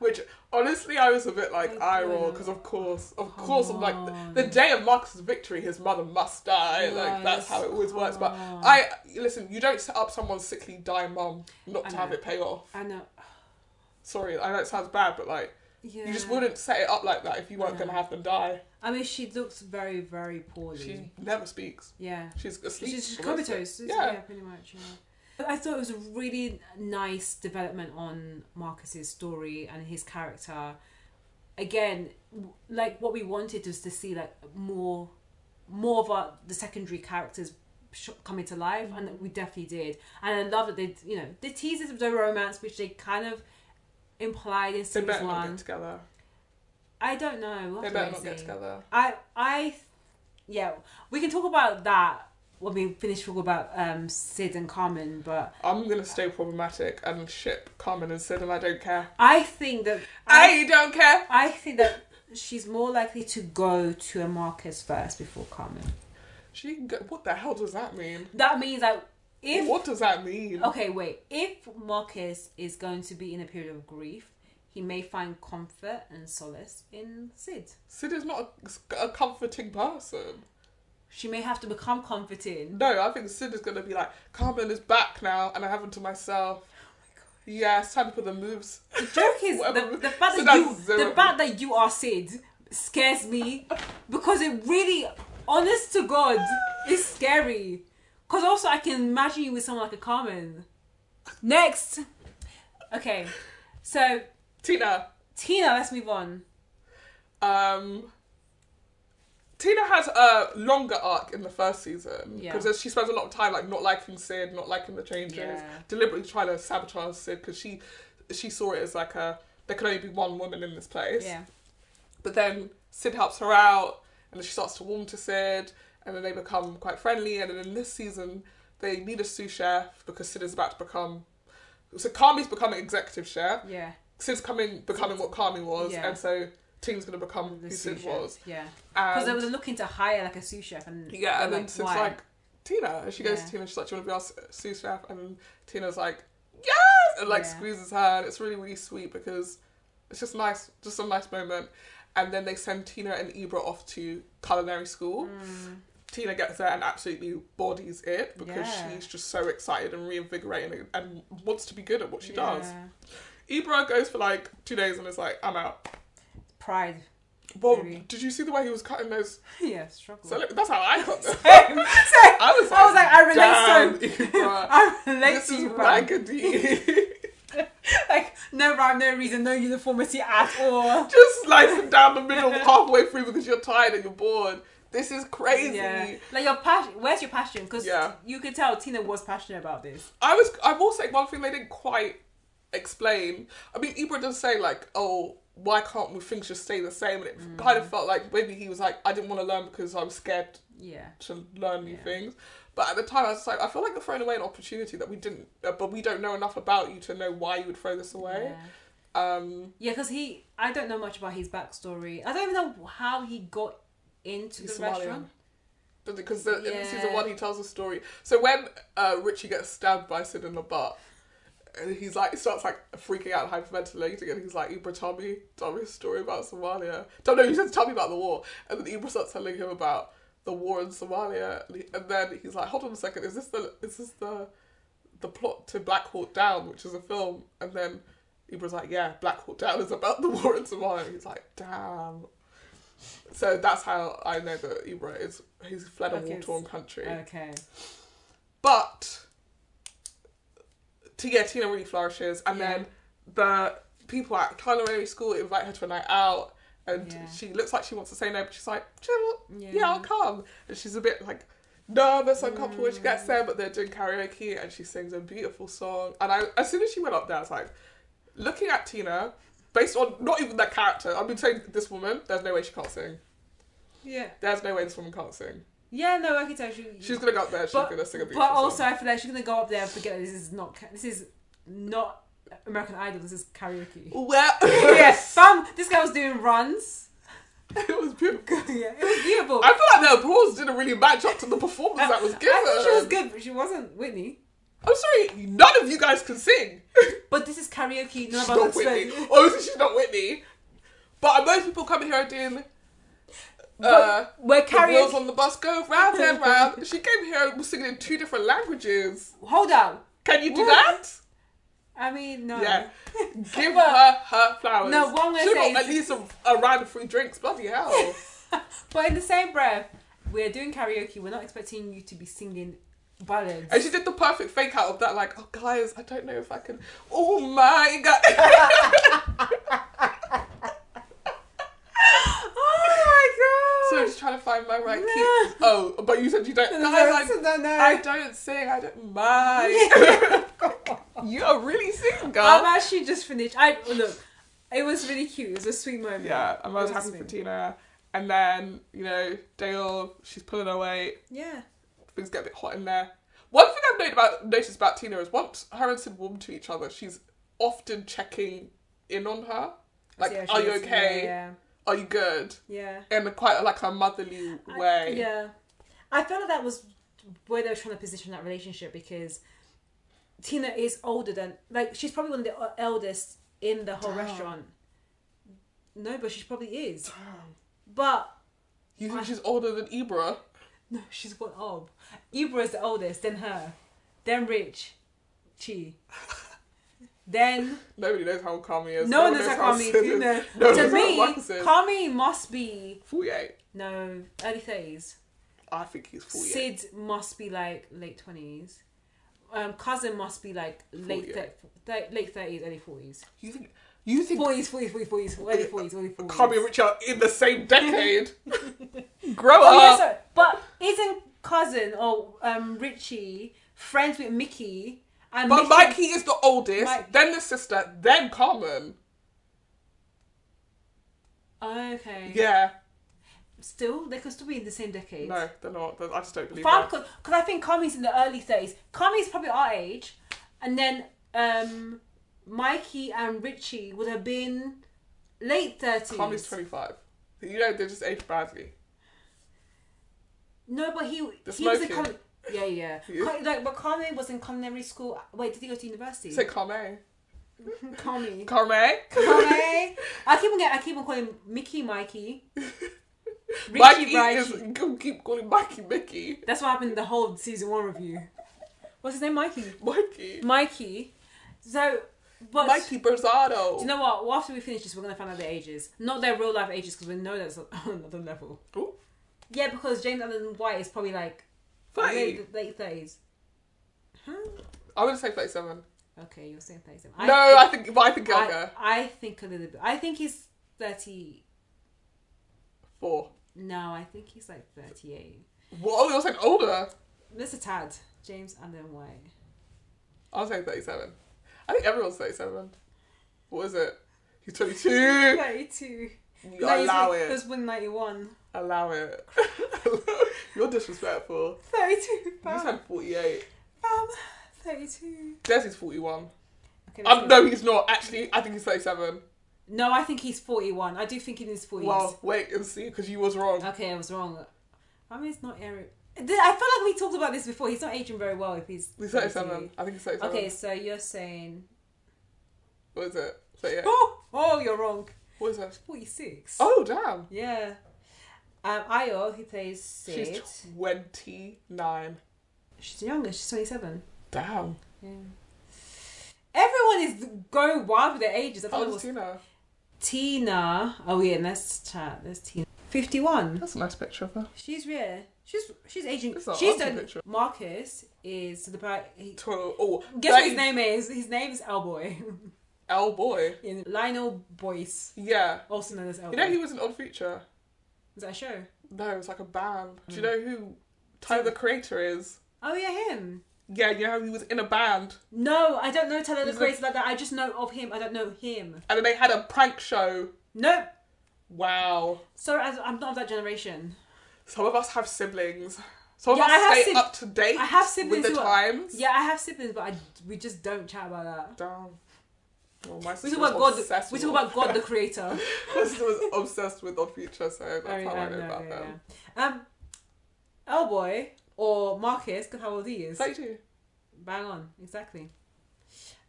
Speaker 2: Which honestly, I was a bit like
Speaker 1: I
Speaker 2: eye roll
Speaker 1: do.
Speaker 2: because, of course, of
Speaker 1: Come
Speaker 2: course, I'm like the- the
Speaker 1: on.
Speaker 2: day of Marcus's victory, his mother must die. Like that's
Speaker 1: Oh. Yes,
Speaker 2: how it always works. But
Speaker 1: come on.
Speaker 2: I listen. You don't set up someone's sickly dying mum
Speaker 1: Uh-huh.
Speaker 2: not
Speaker 1: I
Speaker 2: to have
Speaker 1: know.
Speaker 2: it pay off.
Speaker 1: I know.
Speaker 2: Sorry, I know it sounds bad, but like
Speaker 1: Yeah.
Speaker 2: you just wouldn't set it up like that if you weren't
Speaker 1: I
Speaker 2: going to
Speaker 1: know.
Speaker 2: have them die.
Speaker 1: I mean, she looks very very poorly.
Speaker 2: She never speaks.
Speaker 1: yeah.
Speaker 2: She's asleep.
Speaker 1: She's just
Speaker 2: for most of it.
Speaker 1: comatose.
Speaker 2: Yeah.
Speaker 1: Yeah. pretty much. Yeah. But I thought it was a really nice development on Marcus's story and his character. Again, w- like what we wanted was to see like more, more of our, the secondary characters sh- coming to life, and we definitely did. And I love that they, you know, the teases of the romance, which they kind of implied in
Speaker 2: They
Speaker 1: series
Speaker 2: better not get
Speaker 1: one.
Speaker 2: together.
Speaker 1: I don't know. We'll have
Speaker 2: They
Speaker 1: to
Speaker 2: better
Speaker 1: wait
Speaker 2: not
Speaker 1: and
Speaker 2: get
Speaker 1: see.
Speaker 2: together.
Speaker 1: I I yeah, we can talk about that when we finish talking about um Sid and Carmen, but
Speaker 2: I'm gonna stay problematic and ship Carmen and Sid, and I don't care.
Speaker 1: I think that I
Speaker 2: I don't care.
Speaker 1: I think that she's more likely to go to a Marcus first before Carmen.
Speaker 2: She can go. What the hell does that mean?
Speaker 1: That means that if Oh.
Speaker 2: what does that mean?
Speaker 1: okay, wait, if Marcus is going to be in a period of grief, he may find comfort and solace in Sid.
Speaker 2: Sid is not a, a comforting person.
Speaker 1: She may have to become comforting.
Speaker 2: No, I think Sid is going to be like, Carmen is back now, and I have him to myself. Yeah, it's time for the moves.
Speaker 1: Oh The joke is
Speaker 2: [laughs] Whatever.
Speaker 1: the, the fact
Speaker 2: So
Speaker 1: that you
Speaker 2: that's zero.
Speaker 1: the fact that you are Sid scares me because it really, honest to God, is scary. Because also I can imagine you with someone like a Carmen. Next, okay, so
Speaker 2: Tina.
Speaker 1: Tina, let's move on.
Speaker 2: Um, Tina has a longer arc in the first season
Speaker 1: Yeah.
Speaker 2: because she spends a lot of time like not liking Sid, not liking the changes,
Speaker 1: Yeah.
Speaker 2: deliberately trying to sabotage Sid because she she saw it as like a there can only be one woman in this place.
Speaker 1: Yeah,
Speaker 2: But then Sid helps her out, and then she starts to warm to Sid, and then they become quite friendly. And then in this season, they need a sous chef because Sid is about to become. So Kami's becoming executive chef.
Speaker 1: Yeah.
Speaker 2: Sid's coming, becoming what Kami was,
Speaker 1: Yeah.
Speaker 2: and so Ting's gonna become
Speaker 1: The
Speaker 2: who
Speaker 1: sous
Speaker 2: Sid
Speaker 1: chef.
Speaker 2: was.
Speaker 1: Yeah. Because
Speaker 2: And
Speaker 1: they were looking to hire like a sous chef and
Speaker 2: yeah, and
Speaker 1: they're
Speaker 2: then Sid's
Speaker 1: why?
Speaker 2: like, Tina. And she goes
Speaker 1: Yeah.
Speaker 2: to Tina, she's like, Do you want to be our s- sous chef? And Tina's like, Yes! And like
Speaker 1: Yeah.
Speaker 2: squeezes her. And it's really, really sweet because it's just nice, just a nice moment. And then they send Tina and Ibra off to culinary school.
Speaker 1: Mm.
Speaker 2: Tina gets there and absolutely bodies it because
Speaker 1: Yeah.
Speaker 2: she's just so excited and reinvigorated and wants to be good at what she does.
Speaker 1: Yeah.
Speaker 2: Ibra goes for like two days and is like, I'm out.
Speaker 1: Pride. [laughs]
Speaker 2: Well,
Speaker 1: Maybe.
Speaker 2: did you see the way he was cutting those?
Speaker 1: yeah, struggle. [laughs]
Speaker 2: [laughs] So that's how I got them.
Speaker 1: Same, same.
Speaker 2: I was like,
Speaker 1: I was like, I relate
Speaker 2: "Damn, Ibra,
Speaker 1: [laughs] I relate
Speaker 2: this
Speaker 1: to
Speaker 2: is
Speaker 1: you, man.
Speaker 2: raggedy.
Speaker 1: [laughs] Like, no rhyme, no reason, no uniformity at all.
Speaker 2: [laughs] Just slicing down
Speaker 1: [laughs]
Speaker 2: the middle halfway through because you're tired and you're bored. This is crazy.
Speaker 1: Yeah. Like, your passion, where's your passion? Because
Speaker 2: Yeah.
Speaker 1: you could tell Tina was passionate about this.
Speaker 2: I was. I will say one thing they didn't quite explain. I mean, Ibra does say like, "Oh, why can't we things just stay the same?" And it
Speaker 1: Mm.
Speaker 2: kind of felt like maybe he was like, "I didn't want to learn because I was scared
Speaker 1: Yeah.
Speaker 2: to learn new
Speaker 1: Yeah.
Speaker 2: things." But at the time, I was just like, "I feel like you're throwing away an opportunity that we didn't, uh, but we don't know enough about you to know why you would throw this away."
Speaker 1: Yeah.
Speaker 2: Um,
Speaker 1: Yeah, because he, I don't know much about his backstory. I don't even know how he got into
Speaker 2: He's
Speaker 1: the
Speaker 2: Somalian.
Speaker 1: restaurant.
Speaker 2: Because the, in season
Speaker 1: Yeah.
Speaker 2: one, he tells a story. So when uh, Richie gets stabbed by Sid in the butt, and he's like, he starts like freaking out, and hyperventilating, and he's like, Ibra, tell me, tell me a story about Somalia. Don't know, he says, tell me about the war. And then Ibra starts telling him about the war in Somalia, and, he, and then he's like, hold on a second, is this the, is this the, the plot to Black Hawk Down, which is a film? And then Ibra's like, yeah, Black Hawk Down is about the [laughs] war in Somalia. And he's like, damn. So that's how I know that Ibra is, he's fled a
Speaker 1: Okay,
Speaker 2: war torn country.
Speaker 1: Okay.
Speaker 2: But T- yeah, Tina really flourishes, and then the people at culinary school invite her to a night out, and
Speaker 1: Yeah.
Speaker 2: she looks like she wants to say no, but she's like, "Do you know what?
Speaker 1: Yeah.
Speaker 2: yeah. I'll come. And she's a bit like nervous, uncomfortable when she
Speaker 1: Mm.
Speaker 2: gets there, but they're doing karaoke, and she sings a beautiful song. And I, as soon as she went up there, I was like, looking at Tina, based on not even that character, I've been saying this woman, there's no way she can't sing.
Speaker 1: Yeah.
Speaker 2: There's no way this woman can't sing.
Speaker 1: Yeah, no, I can tell she.
Speaker 2: She's gonna go up there, she's
Speaker 1: but,
Speaker 2: gonna sing a beautiful
Speaker 1: but
Speaker 2: song.
Speaker 1: also, I feel like she's gonna go up there and forget that this is not ca- this is not American Idol. This is karaoke.
Speaker 2: well,
Speaker 1: [laughs] yeah, fam. This guy was doing runs. [laughs]
Speaker 2: [laughs] it was beautiful.
Speaker 1: yeah, it was beautiful.
Speaker 2: I feel like the applause didn't really match up to the performance that was given.
Speaker 1: I thought she was good, but she wasn't Whitney.
Speaker 2: I'm sorry, none of you guys can sing.
Speaker 1: But this is karaoke. [laughs] None of
Speaker 2: she's
Speaker 1: us
Speaker 2: not
Speaker 1: expect.
Speaker 2: Whitney. Obviously, she's not Whitney. But most people coming here are doing. Uh,
Speaker 1: But we're
Speaker 2: the wheels
Speaker 1: karaoke.
Speaker 2: on the bus go round and round. She came here and was singing in two different languages.
Speaker 1: Hold on.
Speaker 2: Can you do
Speaker 1: What?
Speaker 2: that?
Speaker 1: I mean, no.
Speaker 2: Yeah. Give
Speaker 1: But-
Speaker 2: her her flowers.
Speaker 1: No, what I'm gonna
Speaker 2: Should've
Speaker 1: say
Speaker 2: got
Speaker 1: is-
Speaker 2: at least a, a round of free drinks. Bloody
Speaker 1: [laughs]
Speaker 2: hell.
Speaker 1: [laughs] but in the same breath, we're doing karaoke. We're not expecting you to be singing ballads. [gasps]
Speaker 2: And she did the perfect fake out of that, like, oh guys, I don't know if I can. Oh my god. [laughs]
Speaker 1: oh
Speaker 2: so I'm just trying to find my right key. Oh, but you said you don't. [laughs] Guys, I,
Speaker 1: no, no.
Speaker 2: I don't sing. I don't mind. [laughs] you are really singing,
Speaker 1: I'm
Speaker 2: girl.
Speaker 1: actually just finished. I look. It was really cute. It was a sweet moment.
Speaker 2: Yeah, I'm always
Speaker 1: It was
Speaker 2: happy for
Speaker 1: sweet.
Speaker 2: Tina. And then you know, day off, she's pulling her weight.
Speaker 1: Yeah.
Speaker 2: Things get a bit hot in there. One thing I've noted about, noticed about Tina is once her and Sid warm to each other, she's often checking in on her. Like,
Speaker 1: Yeah, she
Speaker 2: are you
Speaker 1: was-
Speaker 2: okay?
Speaker 1: Yeah.
Speaker 2: Are you good?
Speaker 1: Yeah.
Speaker 2: In a quite like a motherly
Speaker 1: I-
Speaker 2: way.
Speaker 1: yeah. I felt like that was where they were trying to position that relationship because Tina is older than like she's probably one of the eldest in the whole
Speaker 2: Damn.
Speaker 1: restaurant. No, but she probably is.
Speaker 2: Damn.
Speaker 1: But
Speaker 2: You think she's older than Ibra?
Speaker 1: No, she's one of. Ibra is the oldest, then her, then Rich, Chi.
Speaker 2: [laughs]
Speaker 1: Then
Speaker 2: Nobody knows how old Kami is.
Speaker 1: no one knows how Kami.
Speaker 2: Sid
Speaker 1: you know.
Speaker 2: No one
Speaker 1: to
Speaker 2: knows how old
Speaker 1: me,
Speaker 2: Sid is.
Speaker 1: Kami must be
Speaker 2: 48.
Speaker 1: no early thirties.
Speaker 2: I think he's 48.
Speaker 1: Sid must be like late twenties. Um, cousin must be like late
Speaker 2: 48.
Speaker 1: thir- late thirties, early forties.
Speaker 2: You think you think
Speaker 1: Forties, forties, forties, forties, early forties, early forties.
Speaker 2: Kami and Richie are in
Speaker 1: [laughs]
Speaker 2: the same decade? Grow
Speaker 1: Oh, yeah,
Speaker 2: up.
Speaker 1: sorry. But isn't cousin or um Richie friends with Mickey? And
Speaker 2: but
Speaker 1: Mickey-
Speaker 2: Mikey is the oldest,
Speaker 1: Mike-
Speaker 2: then the sister, then Carmen.
Speaker 1: Okay.
Speaker 2: Yeah,
Speaker 1: Still, they could still be in the same decade.
Speaker 2: no, they're not. They're, I just don't believe
Speaker 1: Farm
Speaker 2: that.
Speaker 1: because I think Kami's in the early thirties. Kami's probably our age, and then um, Mikey and Richie would have been late thirties.
Speaker 2: Kami's 25. You know, they just aged badly.
Speaker 1: No, but he
Speaker 2: The
Speaker 1: he was in
Speaker 2: smoking.
Speaker 1: culinary. Yeah, yeah.
Speaker 2: [laughs] Yeah.
Speaker 1: Ka- Like, but Kami was in culinary school. Wait, did he go to university? [laughs]
Speaker 2: Say Kame.
Speaker 1: Kami.
Speaker 2: Kame? [laughs]
Speaker 1: Kami. I keep on getting, I keep on calling him Mickey Mikey.
Speaker 2: [laughs]
Speaker 1: Richie
Speaker 2: Mikey
Speaker 1: Ricey.
Speaker 2: is. You keep calling Mikey Mickey.
Speaker 1: That's what happened in the whole season one review. What's his name? Mikey.
Speaker 2: Mikey.
Speaker 1: Mikey. So, but
Speaker 2: Mikey Berzado.
Speaker 1: do you know what? Well, after we finish this, we're gonna find out their ages, not their real life ages, because we know that's [laughs] on another level.
Speaker 2: Ooh,
Speaker 1: Yeah, because James Allen White is probably like
Speaker 2: 30.
Speaker 1: late late thirties. Huh?
Speaker 2: I'm gonna say 37.
Speaker 1: Okay, you're saying thirties.
Speaker 2: no, I think, but I think
Speaker 1: I,
Speaker 2: younger.
Speaker 1: I think a little bit. I think he's thirty.
Speaker 2: Four.
Speaker 1: No, I think he's like thirty-eight.
Speaker 2: What? I was saying older.
Speaker 1: That's a tad. James Allen White.
Speaker 2: I'll say 37. I think everyone's 37. What is it? He's 22.
Speaker 1: Thirty-two.
Speaker 2: You [laughs]
Speaker 1: No, he's
Speaker 2: allow
Speaker 1: like-
Speaker 2: it.
Speaker 1: There's one ninety-one.
Speaker 2: Allow it. [laughs] You're disrespectful.
Speaker 1: Thirty-two.
Speaker 2: You
Speaker 1: Fam.
Speaker 2: said 48.
Speaker 1: Fam. Thirty-two.
Speaker 2: Desi's 41.
Speaker 1: Okay, let's
Speaker 2: Um,
Speaker 1: go.
Speaker 2: no, he's not. Actually, I think he's 37.
Speaker 1: No, I think he's 41. I do think he is 40s.
Speaker 2: Well, wait and see, because you was wrong.
Speaker 1: Okay, I was wrong. I mean, it's not Eric. I feel like we talked about this before. He's not aging very well if he's.
Speaker 2: He's
Speaker 1: 32.
Speaker 2: 37. I think he's 37.
Speaker 1: Okay, so you're saying.
Speaker 2: What is it? 38.
Speaker 1: Oh, oh, you're wrong.
Speaker 2: What is it?
Speaker 1: 46.
Speaker 2: Oh, damn.
Speaker 1: Yeah. Um, Io, he plays Sid.
Speaker 2: She's 29.
Speaker 1: She's younger. She's 27.
Speaker 2: Damn.
Speaker 1: Yeah. Everyone is going wild with their ages. I
Speaker 2: How
Speaker 1: thought it
Speaker 2: old is
Speaker 1: was
Speaker 2: Tina?
Speaker 1: Tina. Oh yeah, and let's chat. There's Tina. 51.
Speaker 2: That's a nice picture of her.
Speaker 1: She's rare. She's she's aging.
Speaker 2: It's not
Speaker 1: She's
Speaker 2: auntie
Speaker 1: done.
Speaker 2: picture.
Speaker 1: Marcus is the pri- he,
Speaker 2: Tw- Oh,
Speaker 1: guess what his
Speaker 2: 30
Speaker 1: name is. His name is Elboy.
Speaker 2: L Oh, boy.
Speaker 1: [laughs] In Lionel Boyce,
Speaker 2: Yeah.
Speaker 1: also known as Elboy.
Speaker 2: You know he was an odd feature.
Speaker 1: is that a show?
Speaker 2: No, it was like a band. Do you know who Tyler the Creator is?
Speaker 1: Oh yeah, him.
Speaker 2: Yeah, you know how he was in a band,
Speaker 1: No, I don't know Tyler the
Speaker 2: He's a-
Speaker 1: Creator like that. I just know of him. I don't know him.
Speaker 2: and then they had a prank show.
Speaker 1: Nope.
Speaker 2: Wow.
Speaker 1: Sorry, I- I'm not of that generation.
Speaker 2: Some of us have siblings. Some of
Speaker 1: Yeah, I
Speaker 2: us
Speaker 1: have
Speaker 2: stay
Speaker 1: sib-
Speaker 2: up to date.
Speaker 1: I have siblings
Speaker 2: with the
Speaker 1: who are-
Speaker 2: times.
Speaker 1: Yeah, I have siblings, but I, we just don't chat about that.
Speaker 2: Damn. Well, my
Speaker 1: We
Speaker 2: sister
Speaker 1: talk
Speaker 2: was
Speaker 1: about God.
Speaker 2: obsessed
Speaker 1: We
Speaker 2: with
Speaker 1: talk
Speaker 2: Odd-
Speaker 1: about God,
Speaker 2: [laughs]
Speaker 1: the Creator.
Speaker 2: my sister was obsessed with Odd Future, so that's
Speaker 1: Oh, yeah,
Speaker 2: how I know
Speaker 1: no,
Speaker 2: about
Speaker 1: yeah,
Speaker 2: them.
Speaker 1: yeah. Um, Elboy or Marcus, because how old he is.
Speaker 2: Thirty-two.
Speaker 1: Bang on, exactly.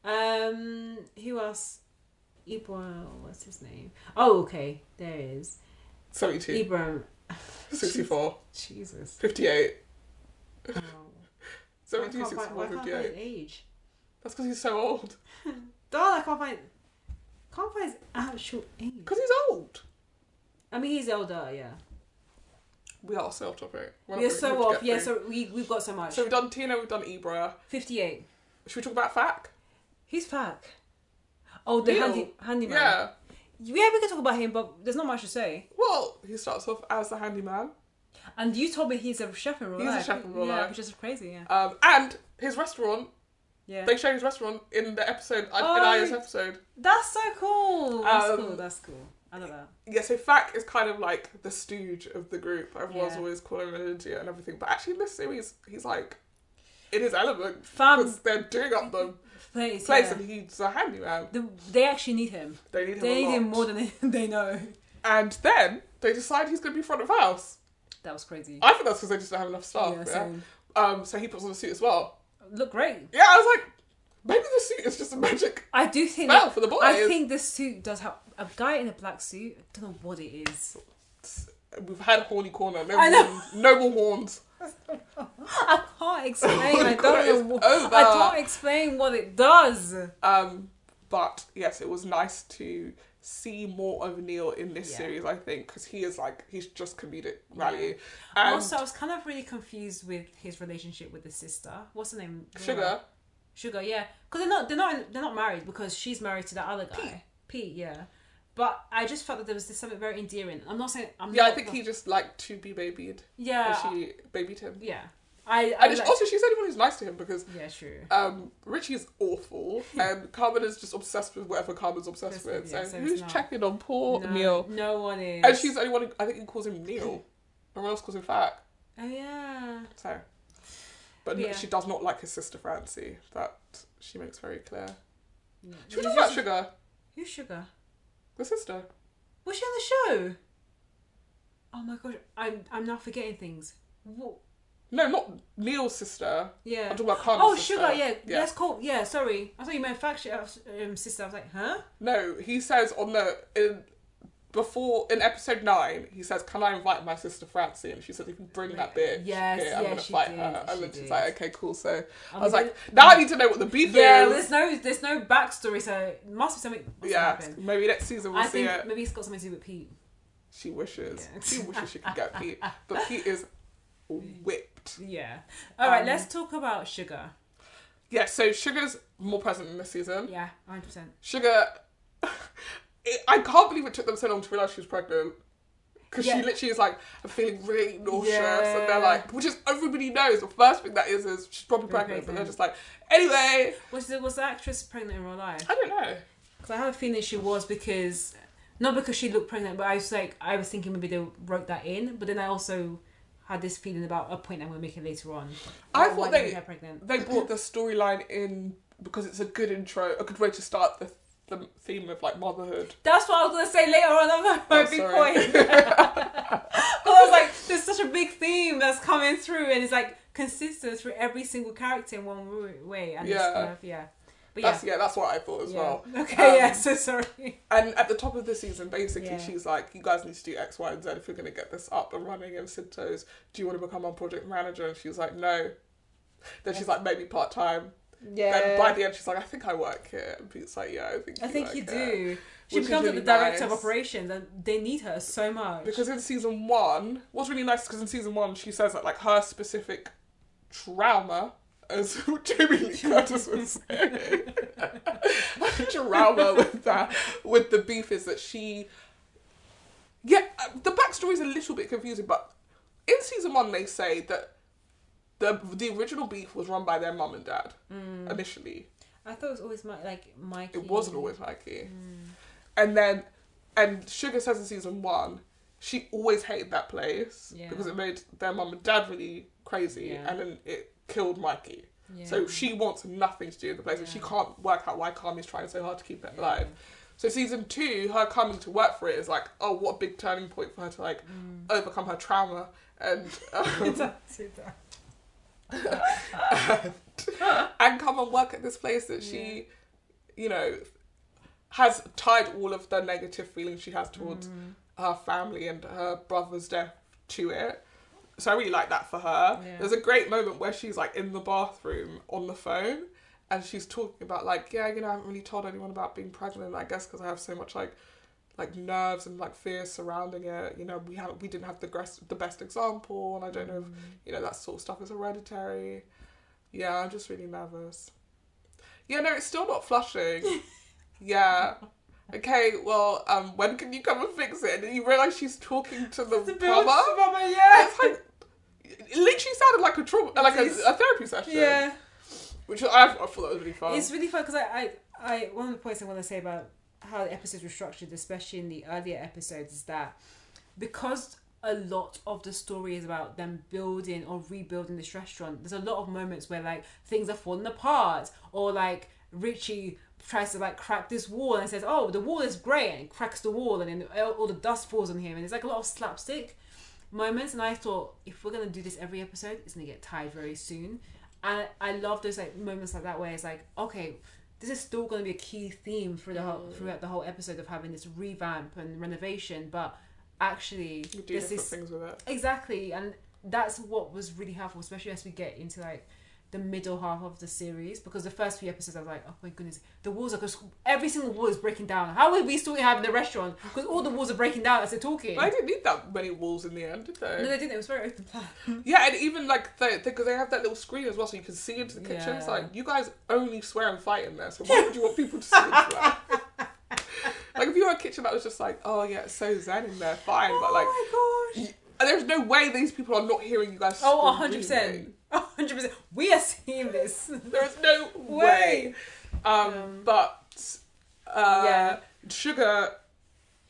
Speaker 1: Um, who else? Ibram, what's his name? Oh, okay, there he is.
Speaker 2: 72,
Speaker 1: Ibram.
Speaker 2: 64, [laughs]
Speaker 1: Jesus.
Speaker 2: 58,
Speaker 1: Oh. I
Speaker 2: 72,
Speaker 1: can't find, why
Speaker 2: 64,
Speaker 1: can't I find his
Speaker 2: 58.
Speaker 1: age.
Speaker 2: That's because he's so old.
Speaker 1: Darn, I can't find. Can't find his actual age.
Speaker 2: Because he's old.
Speaker 1: I mean, he's elder, yeah.
Speaker 2: We are so off topic. We're not
Speaker 1: We're
Speaker 2: really-
Speaker 1: so
Speaker 2: we have to
Speaker 1: off.
Speaker 2: get
Speaker 1: Yeah,
Speaker 2: through.
Speaker 1: so we we've got so much.
Speaker 2: So we've done Tina, we've done Ibra.
Speaker 1: Fifty-eight.
Speaker 2: Should we talk about FAC?
Speaker 1: Who's Pac? Oh, the
Speaker 2: Neil.
Speaker 1: handy handyman.
Speaker 2: Yeah.
Speaker 1: yeah, we can talk about him, but there's not much to say.
Speaker 2: Well, he starts off as the handyman.
Speaker 1: And you told me he's a chef in real
Speaker 2: He's a
Speaker 1: life.
Speaker 2: chef in real
Speaker 1: yeah,
Speaker 2: life.
Speaker 1: which is crazy. Yeah,
Speaker 2: Um, and his restaurant,
Speaker 1: yeah.
Speaker 2: they show his restaurant in the episode, uh,
Speaker 1: Oh.
Speaker 2: in Aya's episode.
Speaker 1: That's so cool. That's
Speaker 2: Um,
Speaker 1: cool. That's cool. I love that.
Speaker 2: Yeah, so FAC is kind of like the stooge of the group. Everyone's
Speaker 1: Yeah.
Speaker 2: always calling him an idiot and everything. But actually, in this series, he's like in his element.
Speaker 1: Fam,
Speaker 2: Because they're doing up the
Speaker 1: place.
Speaker 2: place
Speaker 1: Um, yeah.
Speaker 2: and he's a handyman.
Speaker 1: The, they actually need him.
Speaker 2: They need him
Speaker 1: They
Speaker 2: a
Speaker 1: need him
Speaker 2: lot.
Speaker 1: more than [laughs] they, they know.
Speaker 2: And then they decide he's going to be front of house.
Speaker 3: That was crazy.
Speaker 2: I think that's because they just don't have enough staff.
Speaker 1: yeah,
Speaker 2: yeah?
Speaker 1: so-
Speaker 2: Um, so he puts on a suit as well.
Speaker 3: Look great.
Speaker 2: Yeah, I was like, maybe the suit is just a magic
Speaker 3: I do think.
Speaker 2: spell for the boys.
Speaker 3: I think this suit does help. A guy in a black suit. I don't know what it is.
Speaker 2: we've had horny corner. No,
Speaker 3: I know.
Speaker 2: horns- no more horns.
Speaker 3: [laughs] I can't explain. I
Speaker 2: Oh my God, it's
Speaker 3: don't know. wha-
Speaker 2: over.
Speaker 3: I can't explain what it does.
Speaker 2: Um, but yes, it was nice to see more of Neil in this
Speaker 3: Yeah.
Speaker 2: series. I think because he is like he's just comedic
Speaker 3: Yeah.
Speaker 2: value. And
Speaker 3: also, I was kind of really confused with his relationship with the sister. What's her name? Laura.
Speaker 2: sugar.
Speaker 3: Sugar, yeah. Because they're not, they're not, they're not married because she's married to that other guy, Pete. yeah. But I just felt that there was this something very endearing. I'm not saying I'm
Speaker 2: Yeah, I
Speaker 3: not-
Speaker 2: think he just liked to be babied.
Speaker 3: Yeah,
Speaker 2: and she babied him.
Speaker 3: yeah.
Speaker 1: I, I
Speaker 2: And it's
Speaker 1: like-
Speaker 2: also, she's the only one who's nice to him because
Speaker 1: yeah, true.
Speaker 2: um, Richie's awful and Carmen is just obsessed with whatever Carmen's obsessed
Speaker 1: Obsessed with,
Speaker 2: with.
Speaker 1: yeah,
Speaker 2: so
Speaker 1: so it's
Speaker 2: who's
Speaker 1: not-
Speaker 2: checking on poor
Speaker 1: no,
Speaker 2: Neil?
Speaker 1: No one is.
Speaker 2: And she's the only one who I think who calls him Neil. Everyone else calls him Fag.
Speaker 1: Oh yeah.
Speaker 2: So. But
Speaker 1: Yeah.
Speaker 2: she does not like his sister Francie. That she makes very clear.
Speaker 1: Yeah.
Speaker 2: Should we
Speaker 1: Who's
Speaker 2: talk about
Speaker 1: this-
Speaker 2: Sugar?
Speaker 1: Who's sugar?
Speaker 2: The sister.
Speaker 1: Was she on the show? Oh my gosh, I'm I'm now forgetting things. What?
Speaker 2: No, not Neil's sister.
Speaker 1: Yeah.
Speaker 2: I'm talking about Carmen's
Speaker 1: Oh,
Speaker 2: sister.
Speaker 1: sugar. Yeah, that's cool. Yeah, sorry. I thought you meant fact. I was- Um, sister. I was like, huh?
Speaker 2: No, he says on the in before in episode nine, he says, "Can I invite my sister Francie?" And she says, "If you bring that bitch,
Speaker 1: Yes,
Speaker 2: here, I'm
Speaker 1: yeah,
Speaker 2: gonna
Speaker 1: she
Speaker 2: fight
Speaker 1: did,
Speaker 2: her." And
Speaker 1: she
Speaker 2: then she's
Speaker 1: did.
Speaker 2: like, "Okay, cool." So i
Speaker 1: I'm
Speaker 2: was
Speaker 1: gonna-
Speaker 2: like, "Now I need to know what the
Speaker 1: [laughs]
Speaker 2: beef
Speaker 1: Yeah.
Speaker 2: is."
Speaker 1: There's no there's no backstory, so it must be something. Must
Speaker 2: yeah,
Speaker 1: Happen.
Speaker 2: maybe next season we'll
Speaker 1: I
Speaker 2: see
Speaker 1: think
Speaker 2: it.
Speaker 1: maybe it's got something to do with Pete. [laughs]
Speaker 2: She wishes.
Speaker 1: Yeah.
Speaker 2: She wishes she could get Pete, but
Speaker 1: [laughs]
Speaker 2: Pete is whipped.
Speaker 1: Yeah. All right,
Speaker 2: Um,
Speaker 1: let's talk about sugar.
Speaker 2: Yeah. So Sugar's more present in this season.
Speaker 1: Yeah, hundred percent.
Speaker 2: Sugar, [laughs] it, I can't believe it took them so long to realize she was pregnant. Because
Speaker 1: Yeah.
Speaker 2: she literally is like, I'm feeling really nauseous, and
Speaker 1: Yeah.
Speaker 2: they're like, which is everybody knows. The first thing that is is she's probably
Speaker 1: Very
Speaker 2: pregnant, but they're
Speaker 1: pregnant.
Speaker 2: just like, anyway,
Speaker 1: Was the, was the actress pregnant in real life?
Speaker 2: I don't know.
Speaker 1: Because I have a feeling she was because not because she looked pregnant, but I was like I was thinking maybe they wrote that in, but then I also had this feeling about a point I'm gonna make it later on.
Speaker 2: I
Speaker 1: About
Speaker 2: thought
Speaker 1: why they
Speaker 2: they
Speaker 1: made her pregnant.
Speaker 2: they brought the storyline in because it's a good intro, a good way to start the, the theme of like motherhood.
Speaker 1: That's what I was gonna say later on. I'm like, my
Speaker 2: Oh,
Speaker 1: big
Speaker 2: sorry. [laughs]
Speaker 1: point. 'Cause I was like, there's such a big theme that's coming through, and it's like consistent through every single character in one w- way. And yeah,
Speaker 2: Yeah.
Speaker 1: kind of, yeah, but yeah,
Speaker 2: That's yeah, that's what I thought as
Speaker 1: yeah.
Speaker 2: well.
Speaker 1: [laughs] Okay,
Speaker 2: Um,
Speaker 1: yeah. So sorry.
Speaker 2: And at the top of the season, basically,
Speaker 1: Yeah.
Speaker 2: she's like, "You guys need to do X, Y, and Z if you're going to get this up and running." And Sid goes, "Do you want to become our project manager?" And she's like, "No." Then she's like, "Maybe part time." Then by the end, she's like, "I think I work here." And Pete's like, "Yeah, I think."
Speaker 1: I think you
Speaker 2: work here."
Speaker 1: do. She
Speaker 2: Which is
Speaker 1: becomes
Speaker 2: really
Speaker 1: the director of
Speaker 2: nice.
Speaker 1: operations, and they need her so much.
Speaker 2: Because in season one, what's really nice because in season one, she says that like her specific trauma, as [laughs] Jamie Lee Curtis would say, [laughs] trauma with that with the beef is that she, yeah, uh, the backstory is a little bit confusing, but in season one they say that. The, the original beef was run by their mum and dad initially.
Speaker 1: Mm. I thought it was always my like Mikey.
Speaker 2: It wasn't always Mikey.
Speaker 1: Mm.
Speaker 2: And then, and Sugar says in season one, she always hated that place
Speaker 1: Yeah.
Speaker 2: because it made their mum and dad really crazy,
Speaker 1: Yeah.
Speaker 2: and then it killed Mikey.
Speaker 1: Yeah.
Speaker 2: So she wants nothing to do with the place, and she
Speaker 1: Yeah.
Speaker 2: can't work out why Carmen's trying so hard to keep it
Speaker 1: Yeah. [laughs]
Speaker 2: alive. So season two, her coming to work for it is like, oh, what a big turning point for her to like
Speaker 1: Mm.
Speaker 2: overcome her trauma
Speaker 1: [laughs]
Speaker 2: and um, [laughs] [laughs] and come and work at this place that she, you know, has tied all of the negative feelings she has towards her family and her brother's death to it. So I really like that for her.
Speaker 1: Yeah.
Speaker 2: There's a great moment where she's like in the bathroom on the phone and she's talking about like, yeah, you know, I haven't really told anyone about being pregnant, I guess because I have so much like like nerves and like fears surrounding it. You know, we haven't we didn't have the best the best example, and I don't know if you know that sort of stuff is hereditary. Yeah, I'm just really nervous. Yeah, no, it's still not
Speaker 1: [laughs]
Speaker 2: flushing. yeah. Okay, well, um, when can you come and fix it? And then you realise she's talking to the, plumber.
Speaker 1: Mama, yeah.
Speaker 2: It's
Speaker 1: [laughs]
Speaker 2: like it literally sounded like a trauma, like a, a therapy session.
Speaker 1: Yeah,
Speaker 2: Which I, I thought that was really fun.
Speaker 1: it's really fun because I, I, I, one of the points I want to say about how the episodes were structured, especially in the earlier episodes, is that because a lot of the story is about them building or rebuilding this restaurant, there's a lot of moments where like things are falling apart or like Richie tries to like crack this wall and says, "Oh, the wall is great," and cracks the wall, and then all- all the dust falls on him, and it's like a lot of slapstick moments. And I thought, if we're gonna do this every episode, it's gonna get tired very soon. And I love those like moments like that where it's like, okay, this is still gonna be a key theme through the whole, throughout the whole episode of having this revamp and renovation, but actually,
Speaker 2: you do
Speaker 1: this
Speaker 2: different
Speaker 1: is
Speaker 2: things with it.
Speaker 1: Exactly, and that's what was really helpful, especially as we get into like the middle half of the series. Because the first few episodes, I was like, oh my goodness, the walls are just every single wall is breaking down. How are we still having the restaurant? Because all the walls are breaking down as they're talking.
Speaker 2: But I didn't need that many walls in the end, did they?
Speaker 1: No, they didn't. It was very open
Speaker 2: [laughs]
Speaker 1: plan.
Speaker 2: Yeah, and even like they because they have that little screen as well, so you can see into the kitchen. It's
Speaker 1: Yeah.
Speaker 2: like you guys only swear and fight in there, so why would you want people to see into
Speaker 1: [laughs]
Speaker 2: that? like if you were a kitchen that was just like, oh yeah, it's so zen in there, fine, but like
Speaker 1: oh my gosh!
Speaker 2: y- there's no way these people are not hearing you guys.
Speaker 1: Oh, 100%.
Speaker 2: screaming.
Speaker 1: hundred percent. We are seeing
Speaker 2: [laughs]
Speaker 1: this.
Speaker 2: There is no way. Um,
Speaker 1: Um,
Speaker 2: but uh,
Speaker 1: yeah.
Speaker 2: sugar.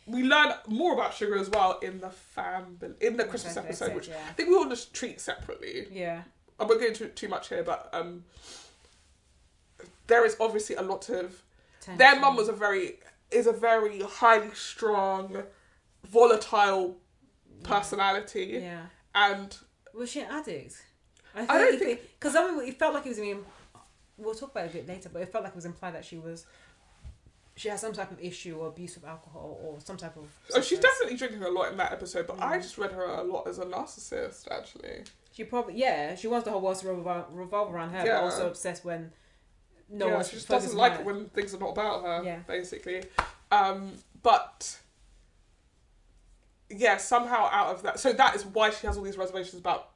Speaker 2: We learn more about sugar as well in the family in the Christmas
Speaker 1: Christmas
Speaker 2: episode, which
Speaker 1: episode, yeah.
Speaker 2: I think we all just treat separately.
Speaker 1: Yeah.
Speaker 2: I won't go into it too much here, but um, there is obviously a lot of their mum was a very is a very highly strong, volatile personality,
Speaker 1: Yeah.
Speaker 2: and
Speaker 1: Was she an addict? I,
Speaker 2: don't
Speaker 1: because I mean, it felt like it was. I mean, we'll talk about it a bit later, but it felt like it was implied that she was. She had some type of issue or abuse of alcohol or some type of.
Speaker 2: oh, she's
Speaker 1: substance.
Speaker 2: definitely drinking a lot in that episode. But I
Speaker 1: Mhm.
Speaker 2: just read her a lot as a narcissist, actually.
Speaker 1: She probably yeah. She wants the whole world to revolve, revolve around her,
Speaker 2: Yeah.
Speaker 1: but also obsessed when no
Speaker 2: yeah,
Speaker 1: one's
Speaker 2: she just
Speaker 1: focused
Speaker 2: doesn't
Speaker 1: on
Speaker 2: like
Speaker 1: her.
Speaker 2: it when things are not about her,
Speaker 1: Yeah.
Speaker 2: basically. Um, but yeah, somehow out of that, so that is why she has all these reservations about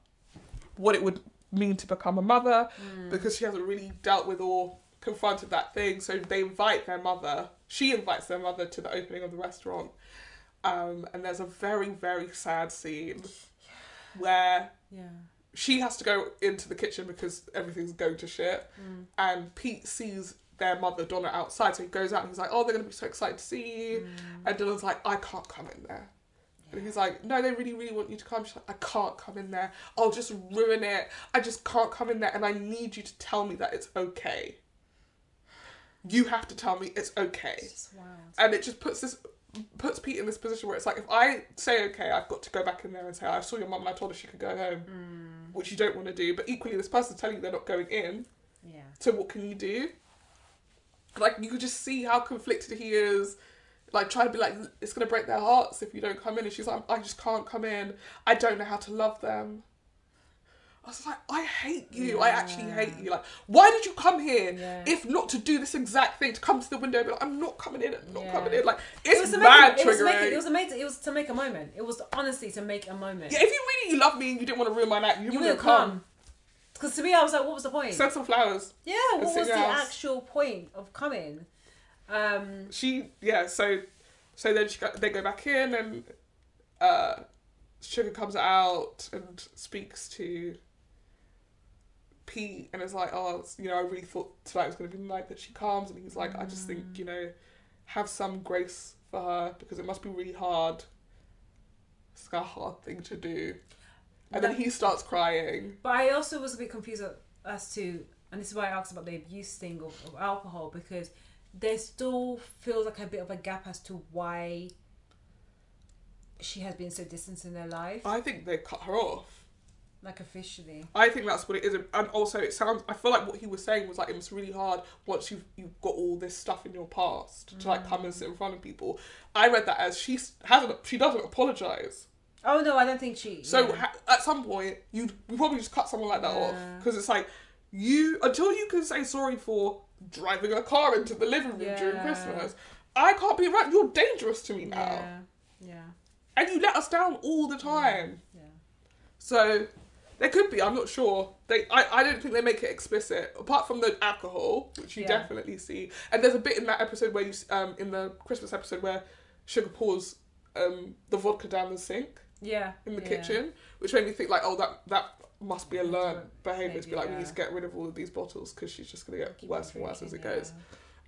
Speaker 2: what it would mean to become a mother
Speaker 1: Mm.
Speaker 2: because she hasn't really dealt with or confronted that thing. So they invite their mother. She invites their mother to the opening of the restaurant, um, and there's a very very sad scene where
Speaker 1: Yeah.
Speaker 2: she has to go into the kitchen because everything's going to shit. And Pete sees their mother Donna outside, so he goes out and he's like, "Oh, they're gonna be so excited to see you." And Donna's like, "I can't come in there." And he's like, "No, they really, really want you to come." She's like, "I can't come in there. I'll just ruin it. I just can't come in there, and I need you to tell me that it's okay. You have to tell me it's okay."
Speaker 1: It's just wild.
Speaker 2: and it just puts this puts Pete in this position where it's like if I say okay, I've got to go back in there and say I saw your mum and I told her she could go home, which you don't want to do. But equally, this person's telling you they're not going in,
Speaker 1: Yeah.
Speaker 2: so what can you do? Like you could just see how conflicted he is. Like trying to be like it's gonna break their hearts if you don't come in, and she's like I just can't come in. I don't know how to love them. I was like, I hate you. I actually hate you. Like, why did you come here
Speaker 1: Yeah.
Speaker 2: if not to do this exact thing? To come to the window and be like, I'm not coming in. I'm not
Speaker 1: Yeah.
Speaker 2: coming in. Like,
Speaker 1: It
Speaker 2: it's
Speaker 1: was, to
Speaker 2: mad
Speaker 1: make, it, was to make,
Speaker 2: triggering.
Speaker 1: it was amazing. It was to make a moment. It was honestly to make a moment.
Speaker 2: yeah, if you really love me and you didn't want to ruin my night, you,
Speaker 1: you
Speaker 2: wouldn't
Speaker 1: wouldn't come. Because to me, I was like, what was the point?
Speaker 2: Send some flowers.
Speaker 1: yeah,
Speaker 2: and
Speaker 1: what was
Speaker 2: sit
Speaker 1: the
Speaker 2: down.
Speaker 1: actual point of coming? Um,
Speaker 2: she yeah so so then she got, they go back in and uh sugar comes out and speaks to pete and is like oh it's- you know i really thought tonight was going to be the night that she comes and he's like i just think you know have some grace for her because it must be really hard it's a hard thing to do and then
Speaker 1: That-
Speaker 2: he starts crying
Speaker 1: But I also was a bit confused as to, and this is why I asked about the abuse thing of, of alcohol because there still feels like a bit of a gap as to why she has been so distant in her life,
Speaker 2: i think they cut her off
Speaker 1: like officially.
Speaker 2: I think that's what it is, and also it sounds. I feel like what he was saying was like it was really hard once you've you've got all this stuff in your past to like come and sit in front of people. I read that as she s- hasn't she doesn't apologize.
Speaker 1: Oh no, I don't think she.
Speaker 2: So
Speaker 1: yeah.
Speaker 2: ha- at some point you you probably just cut someone like that off. 'Cause off
Speaker 1: Yeah.
Speaker 2: because it's like you until you can say sorry for driving a car into the living room during
Speaker 1: Yeah.
Speaker 2: Christmas. I can't be right. You're dangerous to me now,
Speaker 1: yeah, yeah,
Speaker 2: and you let us down all the time.
Speaker 1: yeah.
Speaker 2: So there could be. I'm not sure. They, I, I don't think they make it explicit, apart from the alcohol, which you
Speaker 1: Yeah.
Speaker 2: definitely see. And there's a bit in that episode where you, s- um, in the Christmas episode where Sugar pours um the vodka down the sink
Speaker 1: Yeah,
Speaker 2: in the
Speaker 1: yeah.
Speaker 2: kitchen, which made me think like, oh, that that must be a
Speaker 1: Yeah,
Speaker 2: learned behavior.
Speaker 1: maybe,
Speaker 2: It's be like we
Speaker 1: yeah.
Speaker 2: need to get rid of all of these bottles because she's just gonna get
Speaker 1: Keep
Speaker 2: worse and worse as it
Speaker 1: drinking,
Speaker 2: goes.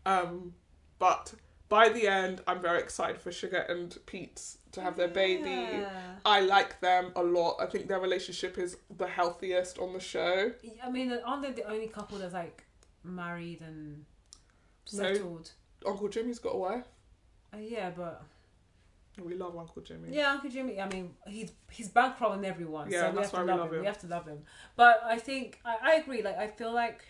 Speaker 2: Um, but by the end, I'm very excited for Sugar and Pete to
Speaker 1: yeah.
Speaker 2: have their baby.
Speaker 1: Yeah.
Speaker 2: I like them a lot. I think their relationship is the healthiest on the show.
Speaker 1: I mean, aren't they the only couple that's like married and
Speaker 2: No.
Speaker 1: settled?
Speaker 2: Uncle Jimmy's got a wife.
Speaker 1: Uh, yeah, but
Speaker 2: We love Uncle Jimmy.
Speaker 1: Yeah, Uncle Jimmy. I mean, he's he's bankrolling everyone.
Speaker 2: Yeah,
Speaker 1: so we have
Speaker 2: that's
Speaker 1: to
Speaker 2: why we
Speaker 1: love
Speaker 2: love
Speaker 1: him.
Speaker 2: him.
Speaker 1: We have to love him. But I think I, I agree. Like I feel like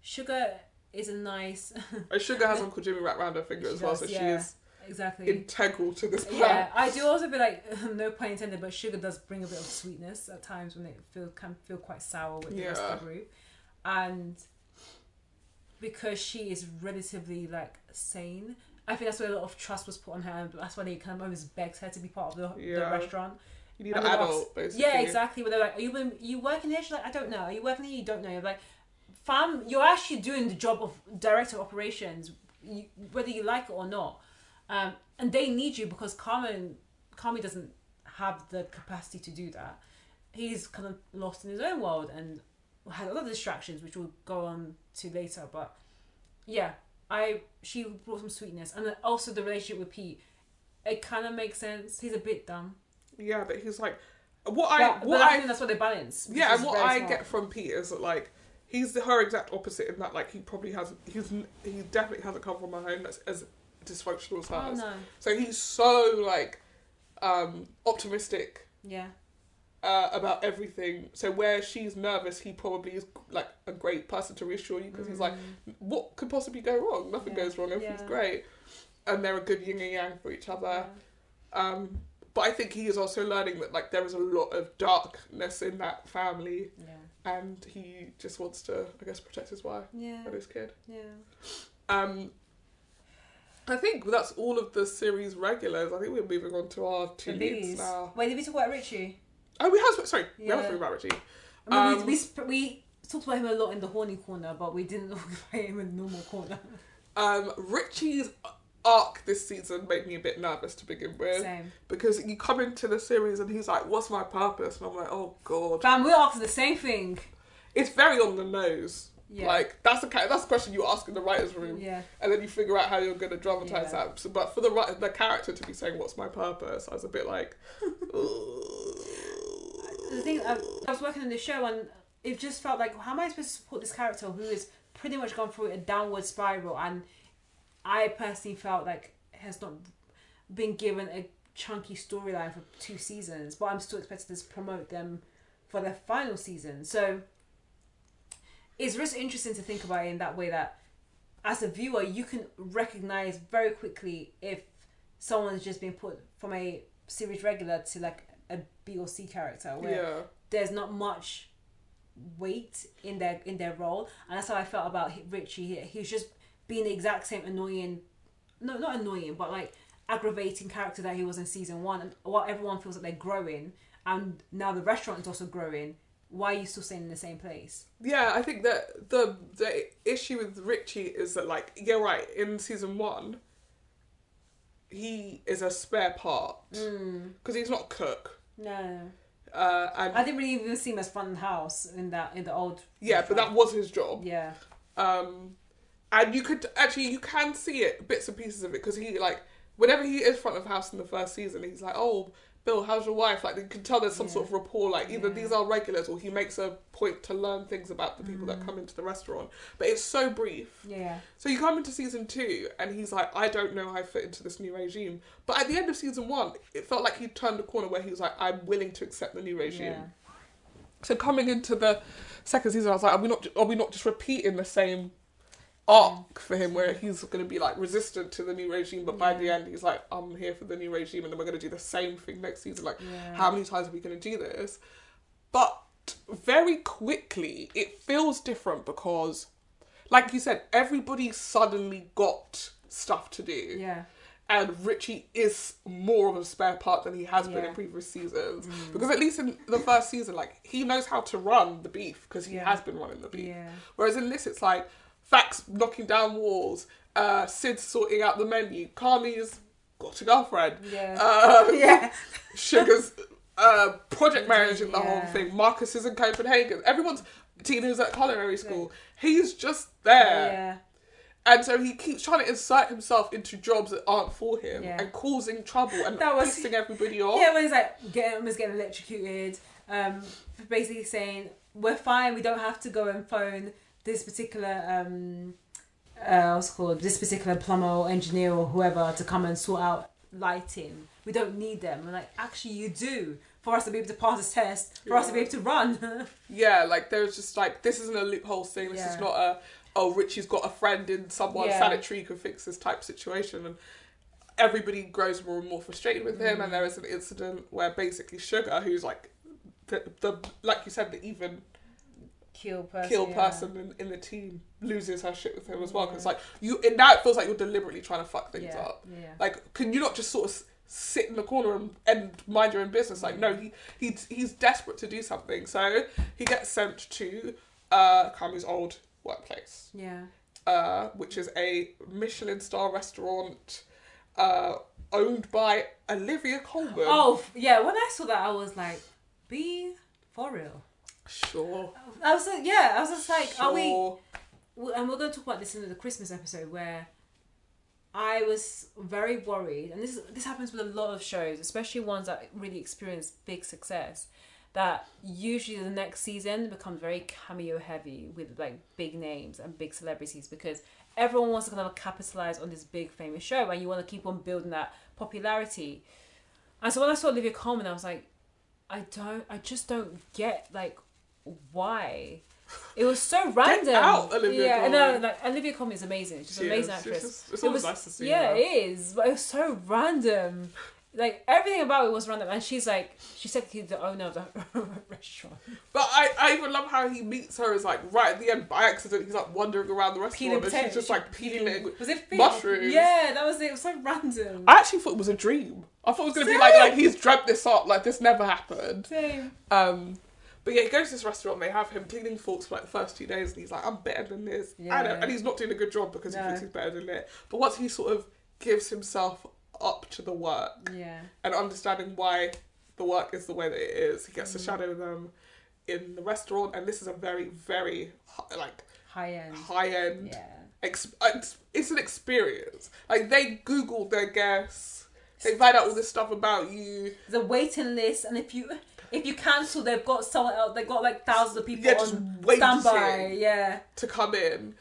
Speaker 1: Sugar is a nice
Speaker 2: And Sugar has Uncle Jimmy wrapped around her finger
Speaker 1: She
Speaker 2: as
Speaker 1: [laughs]
Speaker 2: well,
Speaker 1: does,
Speaker 2: so
Speaker 1: yeah.
Speaker 2: she is
Speaker 1: exactly.
Speaker 2: integral to this plan.
Speaker 1: yeah, I do also feel like [laughs] no pun intended, but Sugar does bring a bit of sweetness at times when it feel can feel quite sour with the rest of the group, and because she is relatively like sane. I think that's where a lot of trust was put on her, and that's why they kind of always begged her to be part of the, the
Speaker 2: Yeah.
Speaker 1: restaurant.
Speaker 2: You need
Speaker 1: And
Speaker 2: an
Speaker 1: the boss.
Speaker 2: adult, basically.
Speaker 1: Yeah, exactly. Where they're like, "Are you are you working here?" She's like, "I don't know. Are you working here? You don't know." You're like, "Fam, you're actually doing the job of director of operations, you, whether you like it or not." Um, and they need you because Carmen, Carmen doesn't have the capacity to do that. He's kind of lost in his own world, and had other distractions, which we'll go on to later. But yeah, I she brought some sweetness, and then also the relationship with Pete. It kind of makes sense. He's a bit dumb.
Speaker 2: Yeah, but he's like, what
Speaker 1: But,
Speaker 2: I,
Speaker 1: but
Speaker 2: what
Speaker 1: I,
Speaker 2: I,
Speaker 1: think that's what they balance. which
Speaker 2: yeah,
Speaker 1: is
Speaker 2: and what
Speaker 1: very
Speaker 2: I
Speaker 1: smart.
Speaker 2: get from Pete is that like he's the, her exact opposite in that like he probably hasn't, he's he definitely hasn't come from a home that's as dysfunctional as
Speaker 1: Oh
Speaker 2: hers.
Speaker 1: no!
Speaker 2: So he's so like um optimistic
Speaker 1: Yeah,
Speaker 2: uh, about everything. So where she's nervous, he probably is like a great person to reassure you because he's like,
Speaker 1: Mm.
Speaker 2: what could possibly go wrong? Nothing
Speaker 1: Yeah.
Speaker 2: goes wrong. Everything's
Speaker 1: Yeah.
Speaker 2: great, and they're a good yin and yang for each other. Um, but I think he is also learning that like there is a lot of darkness in that family,
Speaker 1: yeah,
Speaker 2: and he just wants to, I guess, protect his wife
Speaker 1: yeah,
Speaker 2: and his kid.
Speaker 1: yeah.
Speaker 2: Um, I think that's all of the series regulars. I think we're moving on to our two
Speaker 1: The
Speaker 2: leads
Speaker 1: bees.
Speaker 2: now.
Speaker 1: Wait, did we talk about Richie?
Speaker 2: Oh, we have sorry, we
Speaker 1: Yeah.
Speaker 2: haven't spoken about Richie.
Speaker 1: I mean,
Speaker 2: Um,
Speaker 1: we, we sp- we talked about him a lot in the horny corner, but we didn't [laughs] talk about him in the normal corner.
Speaker 2: Um, Richie's arc this season made me a bit nervous to begin with
Speaker 1: Same.
Speaker 2: because you come into the series and he's like, "What's my purpose?" and I'm like, "Oh God."
Speaker 1: Bam, we're after the same thing.
Speaker 2: it's very on the nose.
Speaker 1: Yeah.
Speaker 2: Like that's the kind that's the question you ask in the writers' room,
Speaker 1: Yeah.
Speaker 2: and then you figure out how you're going to dramatize
Speaker 1: Yeah.
Speaker 2: that. So, but for the wri- the character to be saying, "What's my purpose?" I was a bit like, [laughs]
Speaker 1: The thing I, I was working on this show and it just felt like, how am I supposed to support this character who has pretty much gone through a downward spiral? And I personally felt like has not been given a chunky storyline for two seasons, but I'm still expected to promote them for their final season. So it's just interesting to think about it in that way that as a viewer you can recognize very quickly if someone's just been put from a series regular to like a B or C character where
Speaker 2: "Yeah,
Speaker 1: there's not much weight in their in their role, and that's how I felt about Hi- Richie here. He was just being the exact same annoying, no, not annoying, but like aggravating character that he was in season one. And while everyone feels that they're growing, and now the restaurant is also growing, why are you still staying in the same place?
Speaker 2: yeah." I think that the the issue with Richie is that, like, yeah, right. In season one, he is a spare part because he's not cook,
Speaker 1: No,
Speaker 2: uh, and
Speaker 1: Mm. I didn't really even see him as front of house in that in the old.
Speaker 2: yeah, but that was his job.
Speaker 1: yeah,
Speaker 2: um and you could actually you can see it bits and pieces of it because he like whenever he is front of house in the first season he's like oh bill how's your wife like you can tell there's some
Speaker 1: Yeah.
Speaker 2: sort of rapport like either
Speaker 1: Yeah.
Speaker 2: these are regulars or he makes a point to learn things about the people
Speaker 1: Mm.
Speaker 2: that come into the restaurant but it's so brief
Speaker 1: yeah,
Speaker 2: so you come into season two and he's like i don't know how i fit into this new regime but at the end of season one it felt like he turned a corner where he was like i'm willing to accept the new regime
Speaker 1: yeah.
Speaker 2: so coming into the second season, I was like, are we not are we not just repeating the same arc for him where he's going to be like resistant to the new regime, but by the
Speaker 1: Yeah.
Speaker 2: end he's like, I'm here for the new regime, and then we're going to do the same thing next season. Like,
Speaker 1: Yeah.
Speaker 2: how many times are we going to do this? But very quickly, it feels different because, like you said, everybody suddenly got stuff to do
Speaker 1: yeah.
Speaker 2: and Richie is more of a spare part than he has been
Speaker 1: Yeah. Mm.
Speaker 2: in previous seasons. Because at least in the first season, like he knows how to run the beef because he
Speaker 1: Yeah.
Speaker 2: has been running the beef.
Speaker 1: Yeah. [laughs]
Speaker 2: Whereas in this, it's like Fax knocking down walls, uh, Sid sorting out the menu, Carly's got a girlfriend,
Speaker 1: Yeah.
Speaker 2: uh,
Speaker 1: [laughs] Yeah.
Speaker 2: Sugar's uh, project managing the
Speaker 1: Yeah.
Speaker 2: whole thing, Marcus is in Copenhagen, everyone's Tina's at culinary school. He's just there.
Speaker 1: yeah.
Speaker 2: And so he keeps trying to insert himself into jobs that aren't for him
Speaker 1: Yeah.
Speaker 2: and causing trouble and
Speaker 1: That was-
Speaker 2: pissing everybody
Speaker 1: [laughs]
Speaker 2: off.
Speaker 1: Yeah, when he's like getting almost getting electrocuted, um, basically saying we're fine, we don't have to go and phone this particular um, uh, what's it called this particular plumber or engineer or whoever to come and sort out lighting. We don't need them. We're like, actually, you do for us to be able to pass this test, for us to be able to run. [laughs]
Speaker 2: Yeah, like there's just like this isn't a loophole thing. This
Speaker 1: Yeah.
Speaker 2: is not a oh Richie's got a friend in someone
Speaker 1: Yeah.
Speaker 2: sanitary who can fix this type situation and everybody grows more and more frustrated with him.
Speaker 1: Mm.
Speaker 2: And there is an incident where basically Sugar, who's like the, the like you said the even
Speaker 1: Kill person.
Speaker 2: kill
Speaker 1: yeah.
Speaker 2: person in, in the team, loses her shit with him as well. Because like you and now it feels like you're deliberately trying to fuck things
Speaker 1: Yeah,
Speaker 2: up.
Speaker 1: yeah.
Speaker 2: Like, can you not just sort of s- sit in the corner and, and mind your own business? Like, no, he, he he's desperate to do something. So he gets sent to uh, Kami's old workplace,
Speaker 1: yeah.
Speaker 2: uh, which is a Michelin star restaurant uh, owned by Olivia Colman.
Speaker 1: Oh f- yeah, when I saw that, I was like, be for real.
Speaker 2: Sure.
Speaker 1: I was like, yeah, I was just like,
Speaker 2: sure.
Speaker 1: are we? we- and we're going to talk about this in the Christmas episode where I was very worried, and this this happens with a lot of shows, especially ones that really experience big success. That usually the next season becomes very cameo heavy with like big names and big celebrities because everyone wants to kind of capitalize on this big famous show and you want to keep on building that popularity. And so when I saw Olivia Colman, I was like, I don't, I just don't get like why. It was so random.
Speaker 2: out, Olivia
Speaker 1: yeah, no,
Speaker 2: Colman.
Speaker 1: like Olivia Colman is amazing. She's an
Speaker 2: She
Speaker 1: amazing
Speaker 2: is. She's
Speaker 1: actress.
Speaker 2: just- it's
Speaker 1: It
Speaker 2: always
Speaker 1: was-
Speaker 2: nice to see
Speaker 1: Yeah,
Speaker 2: her.
Speaker 1: it is. But it was so random. Like everything about it was random, and she's like, she's technically the owner of the [laughs] restaurant.
Speaker 2: But I, I even love how he meets her is like right at the end by accident he's like wandering around the
Speaker 1: Peeling
Speaker 2: restaurant and
Speaker 1: potatoes.
Speaker 2: she's just like peeling it.
Speaker 1: Was it
Speaker 2: Mushrooms.
Speaker 1: Yeah, that was it. It was so random.
Speaker 2: I actually thought it was a dream. I thought it was gonna be like
Speaker 1: Same.
Speaker 2: like he's dreamt this up like this never happened.
Speaker 1: Same.
Speaker 2: Um, but yeah, he goes to this restaurant. They have him cleaning forks for like the first two days, and he's like, "I'm better than this." I know,
Speaker 1: Yeah.
Speaker 2: and he's not doing a good job because he
Speaker 1: No.
Speaker 2: thinks he's better than it. But once he sort of gives himself up to the work
Speaker 1: Yeah.
Speaker 2: and understanding why the work is the way that it is, he
Speaker 1: Mm.
Speaker 2: gets to shadow them in the restaurant. And this is a very, very hi- like
Speaker 1: High end.
Speaker 2: high end.
Speaker 1: Yeah.
Speaker 2: Ex- uh, it's, it's an experience. Like they Googled their guests. They find out all this stuff about you.
Speaker 1: The waiting list, and if you if you cancel, they've got someone else. They've got like thousands of people
Speaker 2: Yeah, just
Speaker 1: on
Speaker 2: waiting.
Speaker 1: standby. Yeah.
Speaker 2: to come in.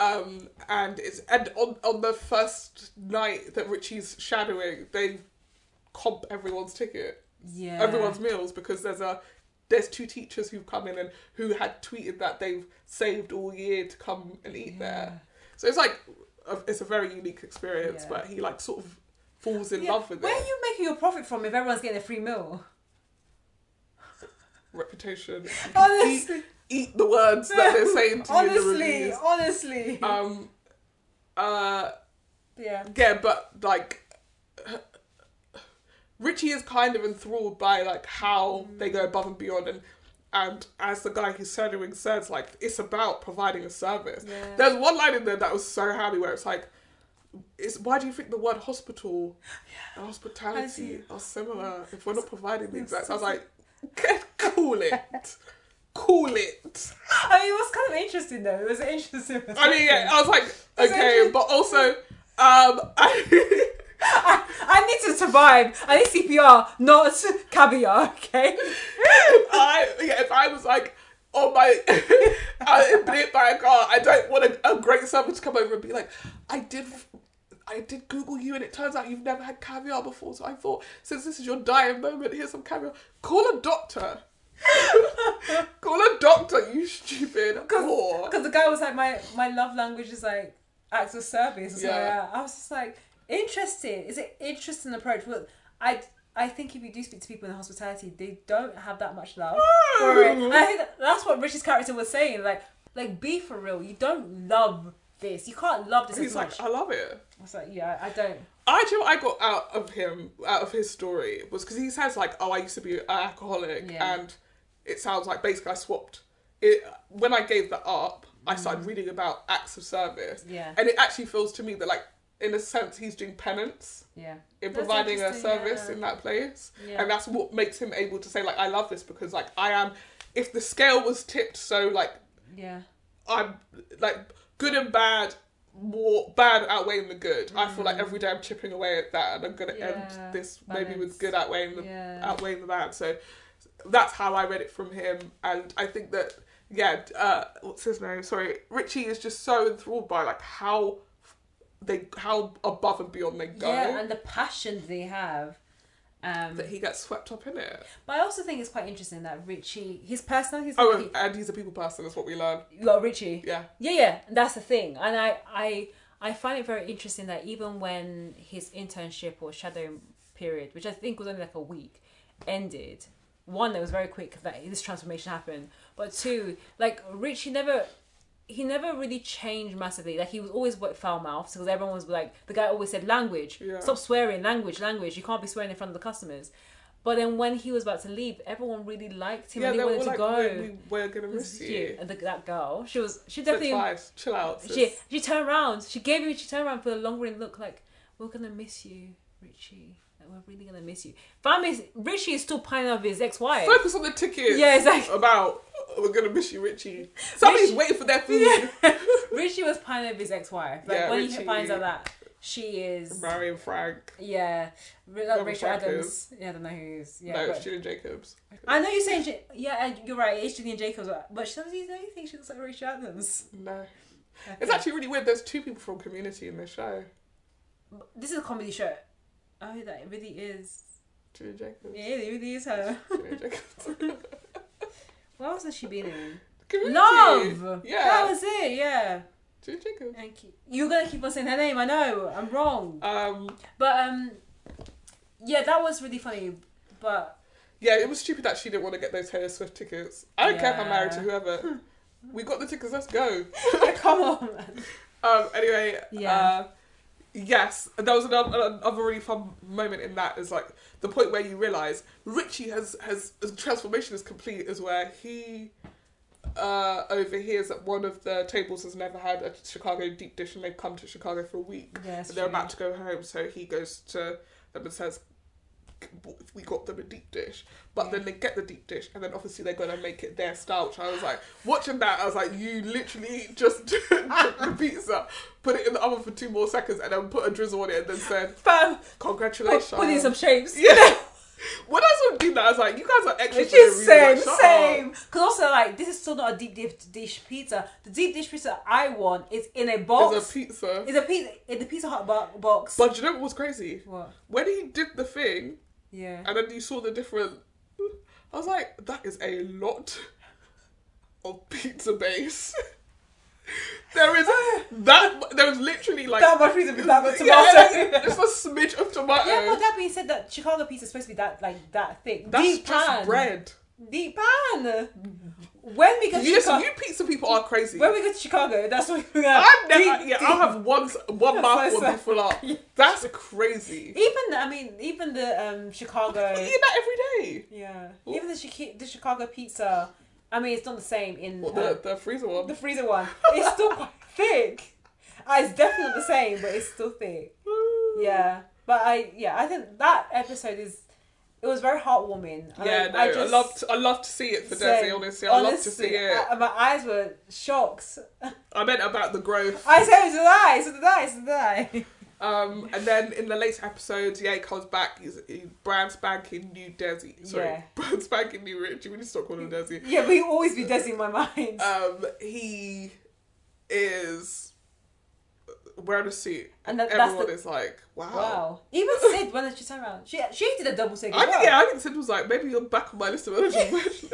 Speaker 2: Um, and it's and on, on the first night that Richie's shadowing, they comp everyone's ticket,
Speaker 1: Yeah.
Speaker 2: everyone's meals because there's a there's two teachers who've come in and who had tweeted that they've saved all year to come and eat there. So it's like a, it's a very unique experience,
Speaker 1: Yeah.
Speaker 2: but he like sort of falls in
Speaker 1: Yeah.
Speaker 2: love with
Speaker 1: Where
Speaker 2: it.
Speaker 1: are you making your profit from if everyone's getting a free meal?
Speaker 2: Reputation.
Speaker 1: Honestly.
Speaker 2: Eat the words that they're saying to you in the
Speaker 1: honestly,
Speaker 2: reviews.
Speaker 1: honestly.
Speaker 2: Um, uh,
Speaker 1: yeah.
Speaker 2: Yeah, but like Richie is kind of enthralled by like how they go above and beyond and and as the guy who's shadowing says, like it's about providing a service.
Speaker 1: Yeah.
Speaker 2: There's one line in there that was so handy where it's like it's why do you think the word hospital and hospitality are similar if we're not providing the exact I was [laughs] like cool it. cool it.
Speaker 1: I mean, it was kind of interesting though. It was an interesting. [laughs]
Speaker 2: I mean yeah, I was like,
Speaker 1: It's
Speaker 2: okay,
Speaker 1: actually-
Speaker 2: but also um [laughs] I
Speaker 1: I, I need to survive. I need CPR, not [laughs] caviar. Okay.
Speaker 2: [laughs] if I yeah, if I was like on my [laughs] I been hit by a car, I don't want a, a great servant to come over and be like, I did I did Google you and it turns out you've never had caviar before, so I thought since this is your dying moment, here's some caviar. Call a doctor. [laughs] Call a doctor, you stupid whore.
Speaker 1: Because the guy was like, my my love language is like acts of service. or something like
Speaker 2: Yeah.
Speaker 1: that. I was just like, interesting. It's an interesting approach. Well, I I think if you do speak to people in hospitality, they don't have that much love. for it. And I think that- that's what Richie's character was saying. Like, like be for real. You don't love this. You can't love this
Speaker 2: He's
Speaker 1: as
Speaker 2: like,
Speaker 1: much.
Speaker 2: "Oh." I love it.
Speaker 1: I was like, yeah, I don't.
Speaker 2: I do. I got out of him, out of his story, was because he says like, "Oh, I used to be an alcoholic,"
Speaker 1: Yeah.
Speaker 2: and it sounds like basically I swapped it. When I gave that up, I started reading about acts of service,
Speaker 1: Mm-hmm. Yeah.
Speaker 2: and it actually feels to me that like, in a sense, he's doing penance
Speaker 1: Yeah.
Speaker 2: in
Speaker 1: That's
Speaker 2: providing a
Speaker 1: interesting,
Speaker 2: service
Speaker 1: yeah.
Speaker 2: in that place,
Speaker 1: Yeah.
Speaker 2: and that's what makes him able to say like, "I love this," because like I am. If the scale was tipped so like
Speaker 1: Yeah.
Speaker 2: I'm like good and bad, more bad outweighing the good. I feel like every day I'm chipping away at that, and I'm gonna
Speaker 1: Mm. Yeah,
Speaker 2: end this maybe
Speaker 1: balance.
Speaker 2: with good outweighing the
Speaker 1: Yeah.
Speaker 2: outweighing the bad. So that's how I read it from him, and I think that yeah, uh, what's his name? Sorry, Richie is just so enthralled by like how they how above and beyond they go
Speaker 1: Yeah, and the passion they have. Um,
Speaker 2: that he gets swept up in it.
Speaker 1: but I also think it's quite interesting that Richie, his personality,
Speaker 2: Oh, and, and he's a people person. Is what we learn.
Speaker 1: he, like Richie.
Speaker 2: Yeah,
Speaker 1: Yeah, yeah, and that's the thing. And I, I, I find it very interesting that even when his internship or shadowing period, which I think was only like a week, ended, one, it was very quick that this transformation happened. But two, like Richie never. He never really changed massively. Like he was always foul mouthed because everyone was like, the guy always said language.
Speaker 2: Yeah.
Speaker 1: Stop swearing, language, language. You can't be swearing in front of the customers. But then when he was about to leave, everyone really liked him
Speaker 2: yeah.
Speaker 1: and
Speaker 2: They
Speaker 1: he
Speaker 2: were
Speaker 1: wanted to
Speaker 2: like,
Speaker 1: go.
Speaker 2: we, we, we're gonna
Speaker 1: This
Speaker 2: miss
Speaker 1: is
Speaker 2: you.
Speaker 1: you. And the, that girl, she was she
Speaker 2: But
Speaker 1: definitely
Speaker 2: twice, chill out.
Speaker 1: she
Speaker 2: sis.
Speaker 1: she turned around. She gave me. She turned around for a long ring look. Like we're gonna miss you, Richie. Like we're really gonna miss you. Fam is Richie is still pining of his ex-wife.
Speaker 2: Focus on the tickets.
Speaker 1: Yeah, exactly. [laughs]
Speaker 2: About We're gonna miss you, Richie. Somebody's
Speaker 3: Richie.
Speaker 2: waiting for their food.
Speaker 1: Richie was part of his ex-wife. Like
Speaker 2: Yeah,
Speaker 1: when he
Speaker 2: Richie-
Speaker 1: finds out that she is,
Speaker 2: Marion Frank.
Speaker 1: yeah, R-
Speaker 2: Robert
Speaker 1: like Rachel
Speaker 2: Frank
Speaker 1: Adams. Yeah, I don't know who's. Yeah,
Speaker 2: no,
Speaker 1: but-
Speaker 2: it's Julian Jacobs.
Speaker 1: I know you're saying, J- yeah, and you're right. It's Julian Jacobs, but she doesn't even you think she looks like Rachel Adams.
Speaker 2: No. It's actually really weird. There's two people from Community in this show.
Speaker 1: This is a comedy show. Oh, that it really is.
Speaker 2: Julian Jacobs.
Speaker 1: Yeah, it really is her. [laughs]
Speaker 2: Julian Jacobs. [laughs]
Speaker 1: What else has she been in?
Speaker 2: Community.
Speaker 1: Love.
Speaker 2: Yeah.
Speaker 1: that was it. Yeah.
Speaker 2: Julian Jacobs.
Speaker 1: And ke- you're gonna keep on saying her name. I know. I'm wrong.
Speaker 2: Um,
Speaker 1: But um, yeah, that was really funny. But [laughs]
Speaker 2: yeah, it was stupid that she didn't want to get those Taylor Swift tickets. I don't care if I'm married to
Speaker 1: Yeah. [laughs]
Speaker 2: whoever. we got the tickets, let's go.
Speaker 1: come on, man.
Speaker 2: Um, anyway,
Speaker 1: Yeah.
Speaker 2: Uh, yes, and there was another, another really fun moment in that is like the point where you realise Richie has has his transformation is complete is where he uh, overhears that one of the tables has never had a Chicago deep dish and they've come to Chicago for a week
Speaker 1: Yes.
Speaker 2: and they're about to go home, so he goes to them and says. "What If we got them a deep dish, but then they get the deep dish, and then obviously they're gonna make it their style. Which I was like, watching that, I was like, you literally just [laughs] took the pizza, put it in the oven for two more seconds, and then put a drizzle on it, and then said,
Speaker 1: Bam, put,
Speaker 2: "Congratulations."
Speaker 1: put in some shapes.
Speaker 2: [laughs] yeah. when I saw him do that, I was like, you guys are extra.
Speaker 1: Which is
Speaker 2: for a
Speaker 1: same,
Speaker 2: reason, like, shut
Speaker 1: same. Because also, like, this is still not a deep dish, dish pizza. The deep dish pizza I want is in a
Speaker 2: up.
Speaker 1: box.
Speaker 2: It's a pizza.
Speaker 1: It's a pizza in the Pizza Hut bo- box.
Speaker 2: But do you know what was crazy?
Speaker 1: what?
Speaker 2: When he did the thing,
Speaker 1: Yeah.
Speaker 2: and then you saw the different. I was like, that is a lot of pizza base. there is that. There is literally like
Speaker 1: That much reason for that much
Speaker 2: [laughs] Yeah,
Speaker 1: tomato.
Speaker 2: just a smidge of tomato.
Speaker 1: yeah, but that being said, that Chicago pizza is supposed to be that like that thick.
Speaker 2: That's
Speaker 1: deep
Speaker 2: just
Speaker 1: pan.
Speaker 2: bread.
Speaker 1: Deep pan. When we go to
Speaker 2: You, listen,
Speaker 1: Chicago,
Speaker 2: you pizza people are crazy.
Speaker 1: when we go to Chicago, that's what we have.
Speaker 2: I've never.
Speaker 1: Deep-
Speaker 2: yeah, I'll have one s- one
Speaker 1: That's
Speaker 2: mouth
Speaker 1: so
Speaker 2: will be
Speaker 1: sad.
Speaker 2: full up. That's crazy.
Speaker 1: Even I mean, even the um
Speaker 2: [laughs]
Speaker 1: Chicago.
Speaker 2: You eat that every day.
Speaker 1: Yeah. Even the, Chica- the Chicago pizza, I mean, it's not the same in
Speaker 2: What
Speaker 1: uh,
Speaker 2: the the freezer one?
Speaker 1: the freezer one. It's still
Speaker 2: [laughs]
Speaker 1: quite thick. Uh, it's definitely not the same, but it's still thick. Yeah. But I, yeah, I think that episode is, it was very heartwarming. And
Speaker 2: Yeah,
Speaker 1: I,
Speaker 2: no,
Speaker 1: I
Speaker 2: I,
Speaker 1: just-
Speaker 2: love to, I love to see it for Desi.
Speaker 1: same.
Speaker 2: Honestly, I love to
Speaker 1: Honestly,
Speaker 2: see it.
Speaker 1: I- my eyes were shocked. [laughs]
Speaker 2: I meant about the growth.
Speaker 1: I said, did I? So did I? So did I? [laughs]
Speaker 2: Um, and then in the later episodes, yeah, he comes back. He's, he's brand spanking new Desi. Sorry,
Speaker 1: Yeah.
Speaker 2: [laughs] brand spanking new Richie. We need to stop calling him Desi.
Speaker 1: Yeah, but he always be Desi in my mind.
Speaker 2: Um, he is wearing a suit,
Speaker 1: And
Speaker 2: and,
Speaker 1: that- that's
Speaker 2: everyone
Speaker 1: the-
Speaker 2: is like, "Wow."
Speaker 1: [laughs] wow. Even Sid, when she turned around, she, she did a double take.
Speaker 2: oh. I
Speaker 1: as
Speaker 2: think
Speaker 1: well.
Speaker 2: yeah, I think Sid was like, "Maybe you're back on my list of
Speaker 1: [laughs]
Speaker 2: eligible." mentions."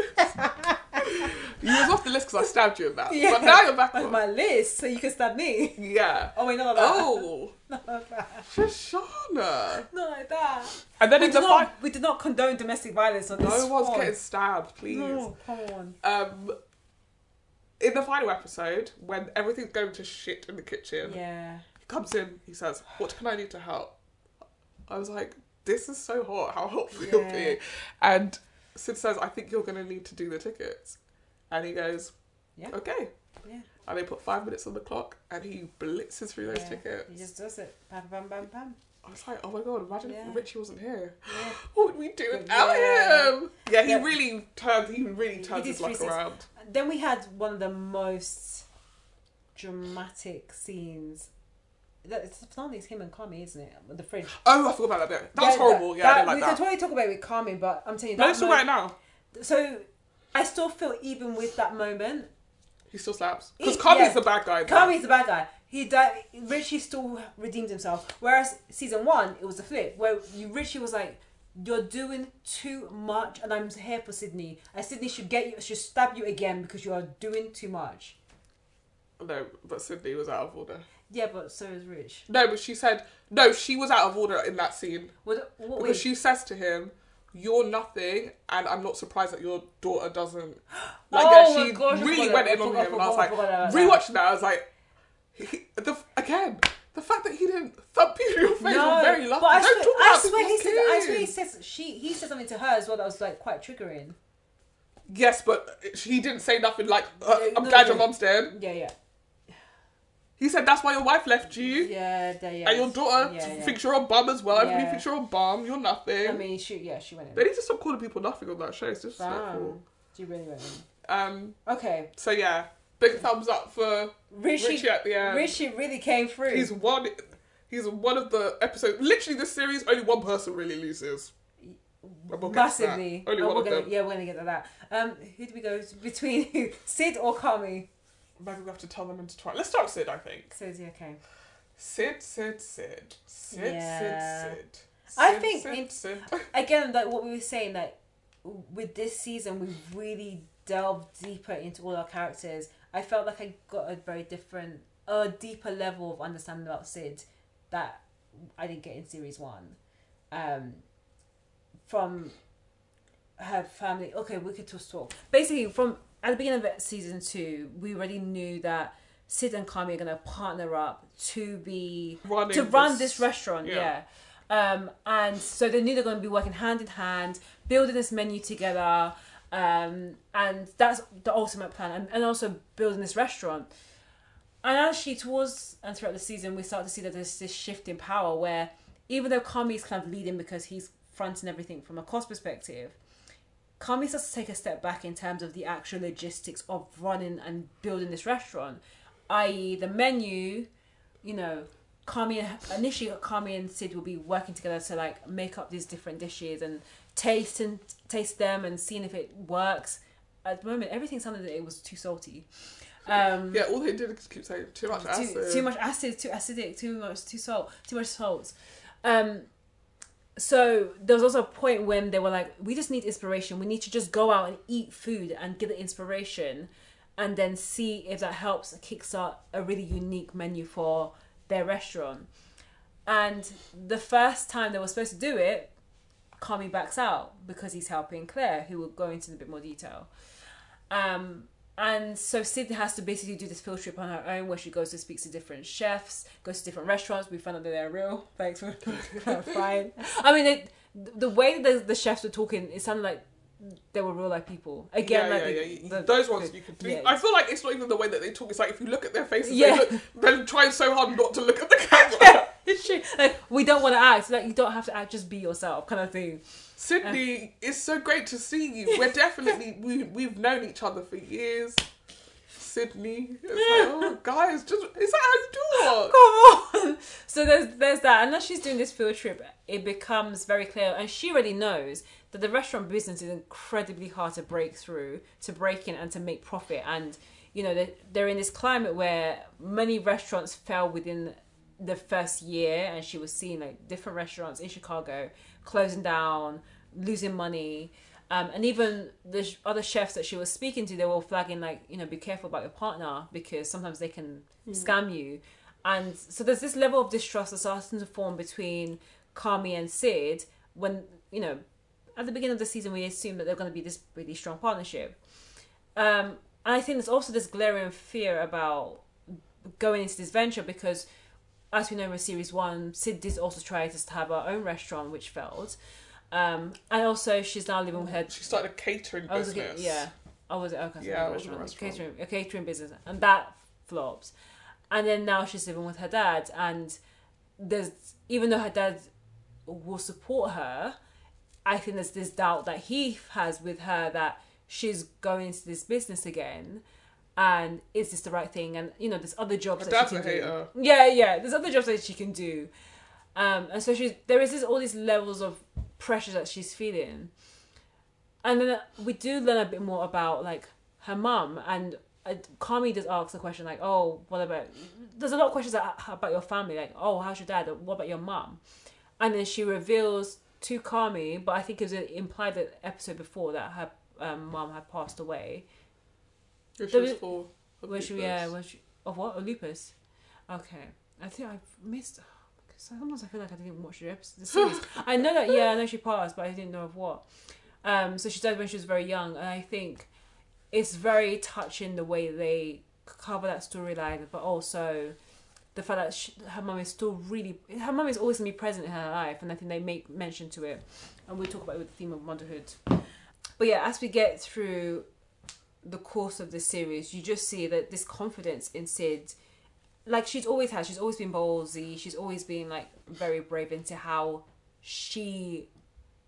Speaker 2: you was off the list because I stabbed you in that,
Speaker 1: Yeah. [laughs]
Speaker 2: but now you're back
Speaker 1: on
Speaker 2: on.
Speaker 1: my list, so you can stab me. [laughs]
Speaker 2: Yeah.
Speaker 1: Oh wait, not like that.
Speaker 2: Oh,
Speaker 1: Not like that.
Speaker 2: Shoshana.
Speaker 1: Not like that.
Speaker 2: And then
Speaker 1: We
Speaker 2: in
Speaker 1: do,
Speaker 2: the fight,
Speaker 1: not, we do not condone domestic violence on this.
Speaker 2: no one's
Speaker 1: pod.
Speaker 2: getting stabbed. Please.
Speaker 1: No, come on.
Speaker 2: um in the final episode when everything's going to shit in the kitchen
Speaker 1: Yeah.
Speaker 2: he comes in he says what can i do to help i was like this is so hot how helpful you'll
Speaker 1: Yeah.
Speaker 2: be and sid says i think you're going to need to do the tickets and he goes
Speaker 1: Yeah.
Speaker 2: okay
Speaker 1: Yeah.
Speaker 2: and they put five minutes on the clock and he blitzes through those
Speaker 1: yeah.
Speaker 2: tickets
Speaker 1: He just does it. Bam, bam, bam, bam.
Speaker 2: i was like oh my god imagine
Speaker 1: Yeah.
Speaker 2: if richie wasn't here
Speaker 1: Yeah.
Speaker 2: [gasps] what would we do without
Speaker 1: Yeah.
Speaker 2: him yeah he
Speaker 1: Yeah.
Speaker 2: really turned he really turned
Speaker 1: did
Speaker 2: his luck
Speaker 1: 360.
Speaker 2: around
Speaker 1: And Then we had one of the most dramatic scenes. That it's the finale is him and Kami, isn't it? With the fridge.
Speaker 2: oh i forgot about that bit that was
Speaker 1: Yeah,
Speaker 2: horrible yeah i didn't like
Speaker 1: we
Speaker 2: that
Speaker 1: can totally talk about it with Kami, but I'm telling you
Speaker 2: No,
Speaker 1: that
Speaker 2: it's all
Speaker 1: mo-
Speaker 2: right now.
Speaker 1: So I still feel even with that moment,
Speaker 2: He still slaps. Because
Speaker 1: He-
Speaker 2: Kami's
Speaker 1: yeah.
Speaker 2: the bad guy. though.
Speaker 1: Kami's the bad guy. He died. Richie still redeemed himself. Whereas season one, it was the flip where you Richie was like, "You're doing too much, and I'm here for Sydney, and Sydney should get you, should stab you again because you are doing too much."
Speaker 2: No, but Sydney was out of order.
Speaker 1: Yeah, but so is Rich.
Speaker 2: No, but she said no. She was out of order in that scene
Speaker 1: What? What?
Speaker 2: because
Speaker 1: Wait,
Speaker 2: she says to him, "You're nothing," and I'm not surprised that your daughter doesn't.
Speaker 1: Oh
Speaker 2: Like, yeah,
Speaker 1: my
Speaker 2: she
Speaker 1: gosh, I
Speaker 2: really
Speaker 1: forgot
Speaker 2: went
Speaker 1: that.
Speaker 2: in
Speaker 1: I
Speaker 2: on
Speaker 1: forgot-
Speaker 2: him, and
Speaker 1: I
Speaker 2: I was like,
Speaker 1: forgot- I forgot about
Speaker 2: rewatching that, I was like, he, the, again, the fact that he didn't thump you in your face
Speaker 1: no,
Speaker 2: was very lucky.
Speaker 1: but I
Speaker 2: Don't
Speaker 1: swear,
Speaker 2: talk
Speaker 1: I
Speaker 2: about
Speaker 1: swear he
Speaker 2: people's
Speaker 1: said, I
Speaker 2: kids.
Speaker 1: swear he says she, he said something to her as well that was like quite triggering.
Speaker 2: Yes, but he didn't say nothing like, uh,
Speaker 1: Yeah,
Speaker 2: "I'm
Speaker 1: no,
Speaker 2: glad
Speaker 1: no.
Speaker 2: your mom's dead."
Speaker 1: Yeah, yeah,
Speaker 2: He said, "That's why your wife left you."
Speaker 1: yeah, yeah. yeah.
Speaker 2: And your daughter
Speaker 1: Yeah, yeah.
Speaker 2: thinks you're a bum as well. Everybody
Speaker 1: Yeah.
Speaker 2: thinks you're a bum. You're nothing.
Speaker 1: I mean, she, yeah, she went in.
Speaker 2: they need to stop calling people nothing on that show. It's just
Speaker 1: Damn.
Speaker 2: cool.
Speaker 1: She really went in.
Speaker 2: Um,
Speaker 5: Okay.
Speaker 2: so yeah, big thumbs up for
Speaker 5: Rishi,
Speaker 2: Richie
Speaker 5: Rishi,
Speaker 2: at the end.
Speaker 5: really came through.
Speaker 2: um, He's one. He's one of the episodes. Literally, this series only one person really loses. But we'll get to that.
Speaker 5: massively.
Speaker 2: Only
Speaker 5: Oh,
Speaker 2: one
Speaker 5: we're
Speaker 2: of
Speaker 5: gonna,
Speaker 2: them.
Speaker 5: Yeah, we're gonna get to that. Um, who do we go to- between
Speaker 1: [laughs]
Speaker 5: who? Sid or Kami?
Speaker 2: Maybe we have to tell them into twice. Let's start with Sid. I think
Speaker 5: So is he okay?
Speaker 2: Sid, Sid, Sid, Sid,
Speaker 5: Yeah.
Speaker 2: Sid, Sid.
Speaker 5: I
Speaker 2: Sid,
Speaker 5: think
Speaker 2: Sid,
Speaker 5: in-
Speaker 2: Sid.
Speaker 5: Again, like what we were saying, like with this season, we really delved deeper into all our characters. I felt like I got a very different, a deeper level of understanding about Sid that I didn't get in series one. Um, from her family. Okay, we could just talk.
Speaker 1: basically from at the beginning of season two, we already knew that Sid and Kami are gonna partner up to be
Speaker 2: [laughs] Running
Speaker 1: to run
Speaker 2: this-
Speaker 1: this, restaurant.
Speaker 2: yeah.
Speaker 1: Yeah. Um, and so they knew they're going to be working hand in hand, building this menu together, um, and that's the ultimate plan, and, and also building this restaurant. And actually, towards and throughout the season, we start to see that there's this shift in power where even though Kami is kind of leading because he's fronting everything from a cost perspective, Kami starts to take a step back in terms of the actual logistics of running and building this restaurant, i.e., the menu. You know, Kami and, initially Kami and Sid will be working together to like make up these different dishes and taste and taste them and seeing if it works. At the moment, everything sounded that it was too salty. Um,
Speaker 2: Yeah, all they did is keep saying too much
Speaker 1: too,
Speaker 2: acid.
Speaker 1: too much acid, too acidic, too much, too salt, too much salt. Um, so there was also a point when they were like, we just need inspiration. We need to just go out and eat food and get the inspiration, and then see if that helps kickstart a really unique menu for their restaurant. And the first time they were supposed to do it, Kami backs out because he's helping Claire, who will go into in a bit more detail. Um, and so Sid has to basically do this field trip on her own where she goes to speak to different chefs, goes to different restaurants. We found out that they're real. [laughs] Thanks for fine. I mean, it, the way that the, the chefs were talking, it sounded like they were real life people. Again,
Speaker 2: yeah,
Speaker 1: like
Speaker 2: yeah,
Speaker 1: the-
Speaker 2: yeah.
Speaker 1: the-
Speaker 2: Those ones
Speaker 1: the-
Speaker 2: you could do.
Speaker 1: yeah.
Speaker 2: I feel like it's not even the way that they talk. It's like if you look at their faces,
Speaker 1: Yeah.
Speaker 2: they look, they're trying so hard not to look
Speaker 1: [laughs]
Speaker 2: at the camera. [laughs]
Speaker 1: It's true. Like we don't want to act. Like you don't have to act. Just be yourself, kind of thing.
Speaker 2: Sydney, it's so great to see you. We're definitely we we've known each other for years. Sydney, it's like, oh guys, just is that how you do
Speaker 1: Come on. [laughs] So there's there's that. And as she's doing this field trip, it becomes very clear, and she already knows that the restaurant business is incredibly hard to break through, to break in, and to make profit. And you know they're, they're in this climate where many restaurants fell within the first year, and she was seeing like different restaurants in Chicago closing down, losing money. Um, and even the sh- other chefs that she was speaking to, they were flagging like, you know, be careful about your partner because sometimes they can scam you. And so there's this level of distrust that's starting to form between Kami and Sid when, you know, at the beginning of the season, we assumed that they're going to be this really strong partnership. Um, and I think there's also this glaring fear about going into this venture because, as we know in series one, Sid did also try to have her own restaurant, which failed. Um, and also, she's now living with her
Speaker 2: it? She started a catering
Speaker 1: I was
Speaker 2: business.
Speaker 1: looking, yeah. I was okay. so
Speaker 2: Yeah,
Speaker 1: a
Speaker 2: it was a
Speaker 1: restaurant,
Speaker 2: restaurant.
Speaker 1: catering, a catering business, and that flopped. And then now she's living with her dad, and there's even though her dad will support her, I think there's this doubt that he has with her that she's going into this business again, and is this the right thing? And you know, there's other jobs
Speaker 2: Her
Speaker 1: that
Speaker 2: dad's
Speaker 1: she
Speaker 2: a
Speaker 1: can do.
Speaker 2: hater.
Speaker 1: Yeah, yeah. There's other jobs that she can do, um, and so she's there is this all these levels of pressure that she's feeling, and then we do learn a bit more about like her mum and. uh, Kami does ask the question like, "Oh, what about?" There's a lot of questions that- about your family, like, "Oh, how's your dad? What about your mum?" and then she reveals to Kami, but I think it was implied that episode before that her um, mom had passed away.
Speaker 2: She
Speaker 1: There
Speaker 2: was
Speaker 1: was-
Speaker 2: full of
Speaker 1: Where she,
Speaker 2: lupus.
Speaker 1: yeah, where she, uh, of what? Of lupus. Okay, I think I've missed. oh Sometimes I feel like I didn't watch the episode. The series. I know that, yeah, I know she passed, but I didn't know of what. Um, so she died when she was very young, and I think it's very touching the way they cover that storyline, but also the fact that she, her mum is still really her mum is always gonna be present in her life, and I think they make mention to it, and we talk about it with the theme of motherhood. But yeah, as we get through the course of the series, you just see that this confidence in Sid, like she's always had, she's always been ballsy, she's always been like very brave into how she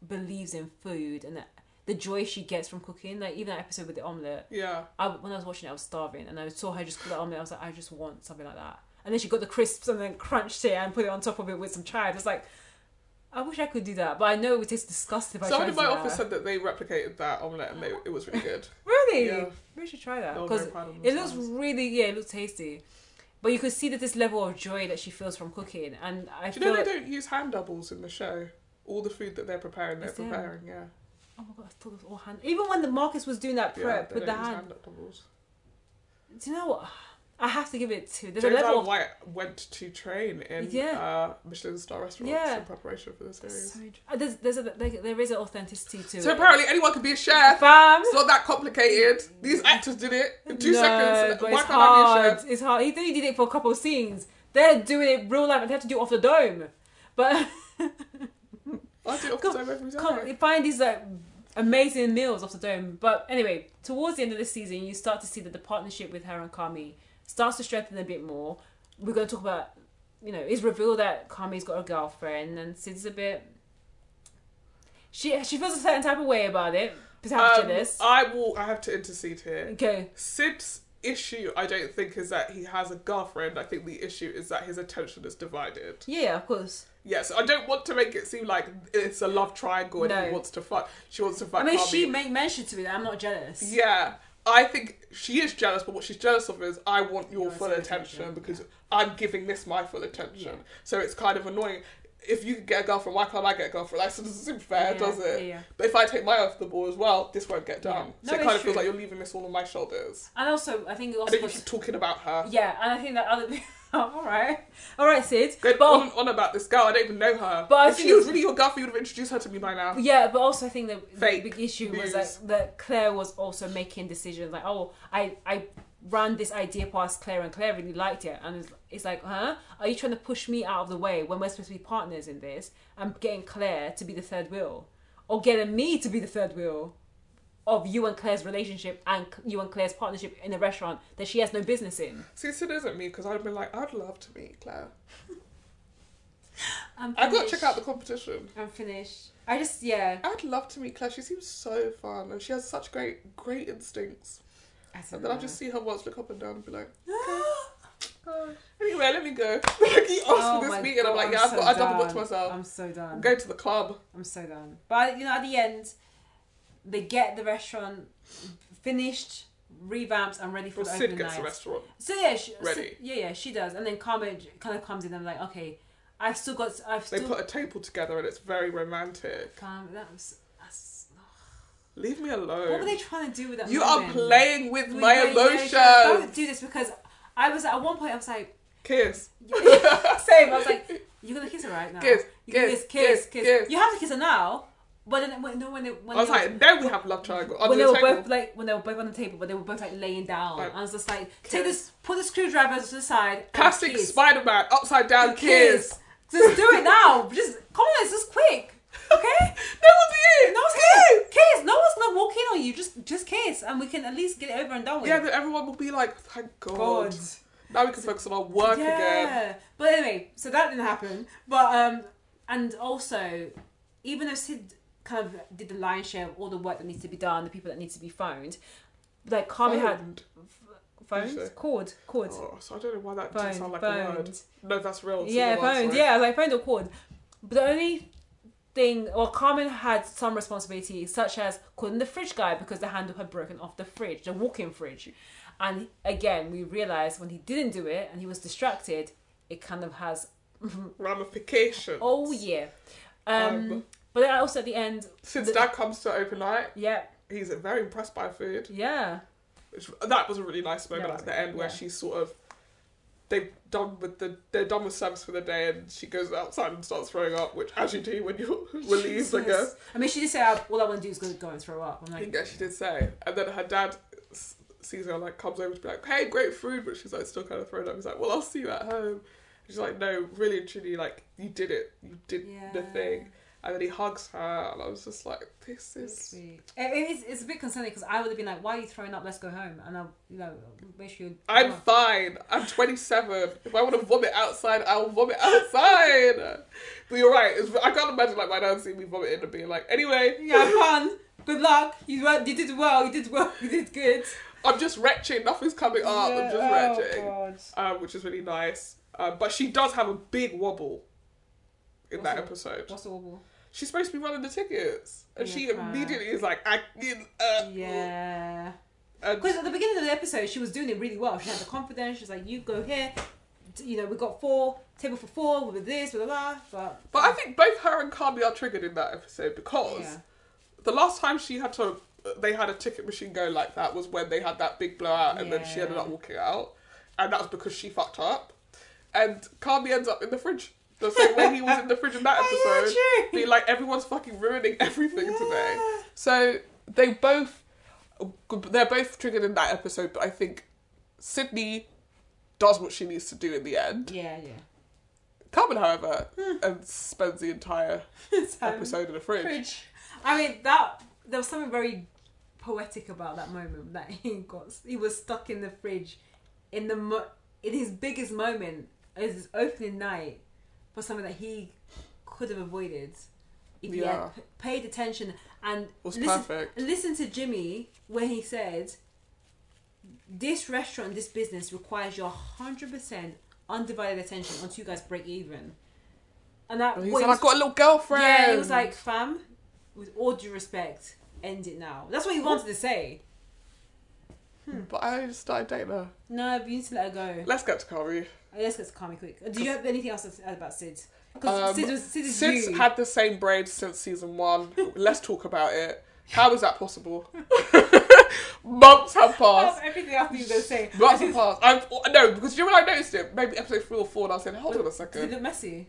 Speaker 1: believes in food and that the joy she gets from cooking. Like even that episode with the omelet,
Speaker 2: Yeah.
Speaker 1: I, when I was watching it, I was starving, and I saw her just cook the omelet. I was like, I just want something like that. And then she got the crisps and then crunched it and put it on top of it with some chives. It's like, I wish I could do that, but I know it would taste disgusting. If I
Speaker 2: Someone
Speaker 1: tried
Speaker 2: in my
Speaker 1: to uh, do
Speaker 2: office
Speaker 1: that.
Speaker 2: said that they replicated that omelette and they, it was really good.
Speaker 1: [laughs] really,
Speaker 2: Yeah.
Speaker 1: we should try that
Speaker 2: They were
Speaker 1: because
Speaker 2: very proud of
Speaker 1: it looks
Speaker 2: themselves.
Speaker 1: really, yeah, it looks tasty. But you could see that this level of joy that she feels from cooking, and I
Speaker 2: Do you
Speaker 1: feel
Speaker 2: know they
Speaker 1: like-
Speaker 2: don't use hand doubles in the show? All the food that they're preparing, they're
Speaker 1: It's them.
Speaker 2: preparing. Yeah.
Speaker 1: Oh my god, I thought it was all hand. Even when the Marcus was doing that
Speaker 2: yeah.
Speaker 1: prep
Speaker 2: they
Speaker 1: with the
Speaker 2: don't use
Speaker 1: hand,
Speaker 2: doubles.
Speaker 1: do you know what? I have to give it to. There's
Speaker 2: James
Speaker 1: a level.
Speaker 2: Allen
Speaker 1: Of,
Speaker 2: White went to train in
Speaker 1: Yeah.
Speaker 2: uh, Michelin star restaurants
Speaker 1: Yeah.
Speaker 2: in preparation for the
Speaker 1: That's
Speaker 2: series.
Speaker 1: so interesting. Uh, there's there's a there, there is an authenticity to
Speaker 2: So,
Speaker 1: it.
Speaker 2: apparently, anyone can be a chef.
Speaker 1: fam.
Speaker 2: It's not that complicated. These actors did it in two
Speaker 1: no,
Speaker 2: seconds.
Speaker 1: but
Speaker 2: Why
Speaker 1: it's
Speaker 2: can't I be a
Speaker 1: hard.
Speaker 2: chef?
Speaker 1: It's hard. He only did it for a couple of scenes. They're doing it real life. and They have to do it off the dome. But
Speaker 2: I do it off the
Speaker 1: Come-
Speaker 2: top every time.
Speaker 1: can't find these like amazing meals off the dome. But anyway, towards the end of the season, you start to see that the partnership with her and Kami starts to strengthen a bit more. We're going to talk about, you know, it's revealed that Kami's got a girlfriend, and Sid's a bit. She she feels a certain type of way about it. Perhaps
Speaker 2: Um,
Speaker 1: jealous.
Speaker 2: I will. I have to intercede here.
Speaker 1: okay.
Speaker 2: Sid's issue, I don't think, is that he has a girlfriend. I think the issue is that his attention is divided.
Speaker 1: Yeah, of course.
Speaker 2: Yes, I don't want to make it seem like it's a love triangle and
Speaker 1: No.
Speaker 2: he wants to fuck. She wants to
Speaker 1: I
Speaker 2: fuck.
Speaker 1: mean,
Speaker 2: Harvey.
Speaker 1: she made mention to it. that I'm not jealous.
Speaker 2: uh, Yeah, I think she is jealous, but what she's jealous of is I want your
Speaker 1: want
Speaker 2: full
Speaker 1: some
Speaker 2: attention,
Speaker 1: attention,
Speaker 2: because I'm giving this my full attention.
Speaker 1: Yeah.
Speaker 2: So it's kind of annoying. If you could get a girlfriend, why can't I get a girlfriend? That [laughs] doesn't seem fair,
Speaker 1: Yeah,
Speaker 2: does it?
Speaker 1: yeah, yeah.
Speaker 2: But if I take my off the ball as well, this won't get
Speaker 1: Yeah.
Speaker 2: done.
Speaker 1: No,
Speaker 2: So it
Speaker 1: it's
Speaker 2: kind of
Speaker 1: true.
Speaker 2: feels like you're leaving this all on my shoulders.
Speaker 1: And also, I think it
Speaker 2: I
Speaker 1: also.
Speaker 2: think you keep talking about her.
Speaker 1: yeah, and I think that other. [laughs] all right, all right, Sid.
Speaker 2: Going
Speaker 1: But-
Speaker 2: on and on about this girl, I don't even know her.
Speaker 1: But I
Speaker 2: if she
Speaker 1: think-
Speaker 2: was really your girlfriend, you would have introduced her to me by now.
Speaker 1: Yeah, but also I think the, the
Speaker 2: Fake
Speaker 1: big issue was
Speaker 2: news.
Speaker 1: that, that Claire was also making decisions like, oh, I I ran this idea past Claire and Claire really liked it, and it's, it's like, huh? Are you trying to push me out of the way when we're supposed to be partners in this? I'm getting Claire to be the third wheel, or getting me to be the third wheel of you and Claire's relationship and c- you and Claire's partnership in a restaurant that she has no business in.
Speaker 2: See, Sid isn't me because I'd been like, I'd love to
Speaker 1: [laughs]
Speaker 2: meet Claire.
Speaker 1: I'm
Speaker 2: I got to check out the competition.
Speaker 1: I'm finished. I just yeah.
Speaker 2: I'd love to meet Claire. She seems so fun, and she has such great, great instincts.
Speaker 1: I
Speaker 2: And then I just see her once look up and down and be like, [gasps] anyway, let me go. [laughs] like he asked
Speaker 6: Oh
Speaker 2: for
Speaker 6: my
Speaker 2: this meeting. I'm
Speaker 6: God,
Speaker 2: like, yeah,
Speaker 6: I'm
Speaker 2: I've
Speaker 6: so
Speaker 2: got, I double booked
Speaker 6: done.
Speaker 2: myself.
Speaker 6: I'm so done.
Speaker 2: Go to the club.
Speaker 6: I'm so done. But you know, at the end, they get the restaurant finished, revamped, and ready for
Speaker 2: Well,
Speaker 6: the
Speaker 2: Sid
Speaker 6: opening
Speaker 2: gets
Speaker 6: night.
Speaker 2: the restaurant.
Speaker 6: So yeah, she,
Speaker 2: Ready.
Speaker 6: So, yeah, yeah, she does. And then Carmen j- kind of comes in and like, okay, I've still got, I've
Speaker 2: They
Speaker 6: still.
Speaker 2: put a table together, and it's very romantic.
Speaker 6: Carmen, that was, that's,
Speaker 2: Leave me
Speaker 6: what were
Speaker 2: alone.
Speaker 6: they trying to do with that?
Speaker 2: You are
Speaker 6: moment?
Speaker 2: playing with
Speaker 6: With
Speaker 2: my
Speaker 6: emotions.
Speaker 2: emotions.
Speaker 6: Don't do this because I was at one point. I was
Speaker 2: [laughs]
Speaker 6: like,
Speaker 2: Kiss.
Speaker 6: [laughs] same. I was like, you're gonna kiss her right now.
Speaker 2: Kiss,
Speaker 6: You can
Speaker 2: kiss,
Speaker 6: kiss,
Speaker 2: kiss,
Speaker 6: kiss,
Speaker 2: kiss.
Speaker 6: You have to kiss her now. But then when, no, when, they- when
Speaker 2: [laughs] I was
Speaker 6: they-
Speaker 2: like, then we have love triangle. Under
Speaker 6: when they
Speaker 2: the
Speaker 6: were
Speaker 2: table.
Speaker 6: both like when they were both on the table, but they were both like laying down.
Speaker 2: Like,
Speaker 6: I was just like,
Speaker 2: kiss.
Speaker 6: take this, put the screwdriver to the side. and
Speaker 2: Classic
Speaker 6: kiss.
Speaker 2: Spider Man, upside down kiss.
Speaker 6: Just do it now. [laughs] Just come on, it's just quick.
Speaker 2: [laughs]
Speaker 6: Okay.
Speaker 2: That was it.
Speaker 6: No one's gonna kiss. No one's gonna walk in on you. Just, just kiss, and we can at least get it over and done with.
Speaker 2: Yeah, then everyone will be like, thank God.
Speaker 6: God.
Speaker 2: Now we can focus on our work again.
Speaker 6: Yeah. But anyway, so that didn't happen. But um, and also, even though Sid kind of did the lion's share of all the work that needs to be done, the people that need to be phoned, like Carmen had
Speaker 2: Phoned. Did you
Speaker 1: Phones,
Speaker 2: say?
Speaker 1: cord, cord.
Speaker 2: Oh, so I don't know why that
Speaker 1: Phoned,
Speaker 2: didn't sound like a
Speaker 1: phoned.
Speaker 2: word. No, that's real. It's
Speaker 1: yeah,
Speaker 2: not a word,
Speaker 1: phoned.
Speaker 2: sorry.
Speaker 1: Yeah, like phoned or called. But the only thing, well, Carmen had some responsibilities, such as calling the fridge guy because the handle had broken off the fridge, the walk-in fridge. And again, we realized when he didn't do it and he was distracted, it kind of has. [laughs]
Speaker 2: Ramifications.
Speaker 1: Oh yeah. Um,
Speaker 2: Um,
Speaker 1: but then also at the end,
Speaker 2: Since
Speaker 1: the-
Speaker 2: Dad comes to open night,
Speaker 1: yeah,
Speaker 2: he's very impressed by food.
Speaker 1: yeah,
Speaker 2: Which, that was a really nice moment
Speaker 1: That was
Speaker 2: at the
Speaker 1: it,
Speaker 2: end where
Speaker 1: yeah.
Speaker 2: she sort of they've done with the they're done with service for the day and she goes outside and starts throwing up, which as you [laughs] do when you're relieved, I guess.
Speaker 6: I mean, she just said,
Speaker 1: "Oh,
Speaker 6: "All I want to do is go, go and throw up." I'm
Speaker 2: I think
Speaker 6: like,
Speaker 2: that she did say. And then her dad s- sees her, like, comes over to be like, hey, great food. But she's, like, still kind of thrown up. He's like, well, I'll see you at home. And she's like, no, really and truly, like, you did it. You did the
Speaker 6: Yeah.
Speaker 2: thing. And then he hugs her. And I was just like, this is.
Speaker 6: It, it's, it's a bit concerning because I would have been like, "Why are you throwing up? Let's go home." And I'll, you know, make sure. you-
Speaker 1: [laughs]
Speaker 2: I'm fine. I'm 27. If I want to vomit outside, I'll vomit outside. but you're right. It's, I can't imagine like my dad seeing me vomiting and being like, anyway,
Speaker 6: yeah, fun.
Speaker 1: Good luck. You went, you did well. You did well. [laughs] You did good. Oh,
Speaker 2: I'm just retching. Nothing's coming up. I'm just
Speaker 6: Oh,
Speaker 2: retching.
Speaker 1: God.
Speaker 2: um, which is really nice. Um, but she does have a big wobble in that episode.
Speaker 1: What's the wobble?
Speaker 2: She's supposed to be running the tickets, and she
Speaker 1: Yeah.
Speaker 2: immediately is like, "I need." Uh,
Speaker 1: Yeah.
Speaker 2: and-
Speaker 1: Because at the beginning of the episode, she was doing it really well. She had the confidence. She was like, "You go here. D- You know, we got four table for four. We did this. Blah blah." blah. But
Speaker 2: but I think both her and Carly are triggered in that episode because
Speaker 1: yeah,
Speaker 2: the last time she had to, they had a ticket machine go like that was when they had that big blowout, and then she
Speaker 1: Yeah.
Speaker 2: ended up walking out, and that was because she fucked up, and Carly ends up in the fridge. The same way he was in the fridge
Speaker 1: [laughs]
Speaker 2: in that
Speaker 1: Oh, yeah,
Speaker 2: episode.
Speaker 1: true. [laughs]
Speaker 2: Be like, everyone's fucking ruining [laughs] everything today.
Speaker 1: Yeah.
Speaker 2: So they both, they're both triggered in that episode, but I think Sydney does what she needs to do in the end.
Speaker 1: yeah, yeah.
Speaker 2: Carmen, however, and spends the entire
Speaker 1: [laughs] So,
Speaker 2: episode in the fridge.
Speaker 1: Hmm. Um, fridge. I mean, that there was something very poetic about that moment. That [laughs] he got, he was stuck in the fridge, in the mo- in his biggest moment, as his opening night, for something that he could have avoided if he
Speaker 2: Yeah.
Speaker 1: had p- paid attention and
Speaker 2: Was
Speaker 1: listened-
Speaker 2: perfect.
Speaker 1: Listen to Jimmy when he said, "This restaurant, this business requires your hundred percent undivided attention until you guys break even." And that
Speaker 2: He
Speaker 1: what
Speaker 2: said,
Speaker 1: he was-
Speaker 2: "I got a little girlfriend."
Speaker 1: yeah, he was like, "Fam, with all due respect, end it now." That's what he wanted to say. hmm.
Speaker 2: But I just started dating her.
Speaker 1: No, but you need to let her go.
Speaker 2: Let's get to Carrie.
Speaker 1: Let's get to Kami quick. Do you have anything else to add about Sid?
Speaker 2: Um,
Speaker 1: Because Sid was Sid is
Speaker 2: Sid's
Speaker 1: you. [laughs]
Speaker 2: had the same braids since season one. Let's talk about it. How is
Speaker 1: [laughs]
Speaker 2: that possible? [laughs] Months
Speaker 1: That's
Speaker 2: have passed.
Speaker 1: everything else you were gonna say.
Speaker 2: Months have passed. I've, oh, no, because you know when I noticed it, maybe episode three or four, and I said, hold on a
Speaker 1: Did it
Speaker 2: second.
Speaker 1: look messy?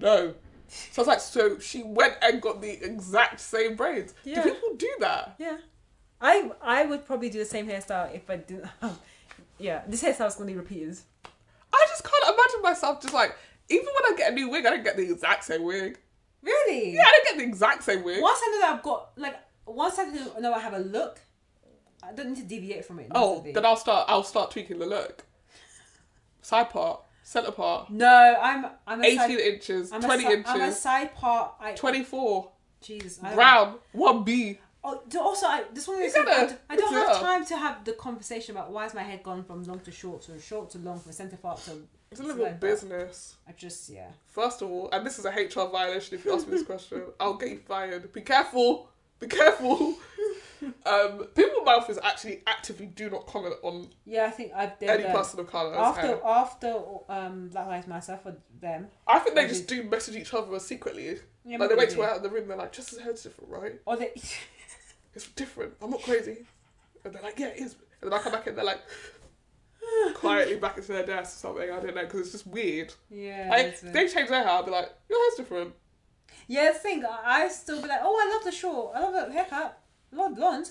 Speaker 2: No. So I was like, so she went and got the exact same braids.
Speaker 1: Yeah.
Speaker 2: Do people do that?
Speaker 1: Yeah. I I would probably do the same hairstyle if I didn't. [laughs] yeah, this hairstyle's gonna be repeated.
Speaker 2: I just can't imagine myself just like, even when I get a new wig, I don't get the exact same wig.
Speaker 1: Really?
Speaker 2: Yeah, I don't get the exact same wig.
Speaker 1: Once I know that I've got like once I know- know I have a look, I don't need to deviate from it.
Speaker 2: Oh,
Speaker 1: that's the
Speaker 2: then
Speaker 1: thing.
Speaker 2: I'll start. I'll start tweaking the look. Side part, centre part,
Speaker 1: no, I'm I'm a side-
Speaker 2: eighteen inches,
Speaker 1: I'm
Speaker 2: twenty
Speaker 1: a, si- I'm a
Speaker 2: inches,
Speaker 1: side part. I,
Speaker 2: twenty-four,
Speaker 1: Jesus. I don't-
Speaker 2: brown, one B.
Speaker 1: Oh, do- also, I this one is
Speaker 2: You gotta-
Speaker 1: I d- I don't
Speaker 2: it's
Speaker 1: have
Speaker 2: up.
Speaker 1: time to have the conversation about why is my head gone from long to short, from short to long, from centre part to.
Speaker 2: It's a little
Speaker 1: like that.
Speaker 2: business.
Speaker 1: I just yeah.
Speaker 2: First of all, and this is a HR violation. If you ask me this question, I'll get you fired. Be careful.
Speaker 1: [laughs]
Speaker 2: Be careful. Um, people with mouth is actually actively do not comment on
Speaker 1: Yeah, I think I've done
Speaker 2: any
Speaker 1: that.
Speaker 2: person of colour.
Speaker 1: after
Speaker 2: hair.
Speaker 1: after um Black Lives Matter for them,
Speaker 2: I think they just do message each other secretly.
Speaker 1: Yeah,
Speaker 2: like they wait
Speaker 1: maybe.
Speaker 2: till we're out of the room. They're like, "Just as head's different, right?"
Speaker 1: or they [laughs]
Speaker 2: it's different. I'm not crazy. And they're like, yeah, it is. And then I come back and
Speaker 1: [laughs]
Speaker 2: they're like, quietly back into their desk or something. I don't know, because it's just weird.
Speaker 1: yeah.
Speaker 2: Like,
Speaker 1: it's
Speaker 2: if
Speaker 1: a-
Speaker 2: they change their hair, I'll be like, your hair's different.
Speaker 1: Yeah, thing. I I still be like, oh, I love the short. I love the haircut. I love blonde.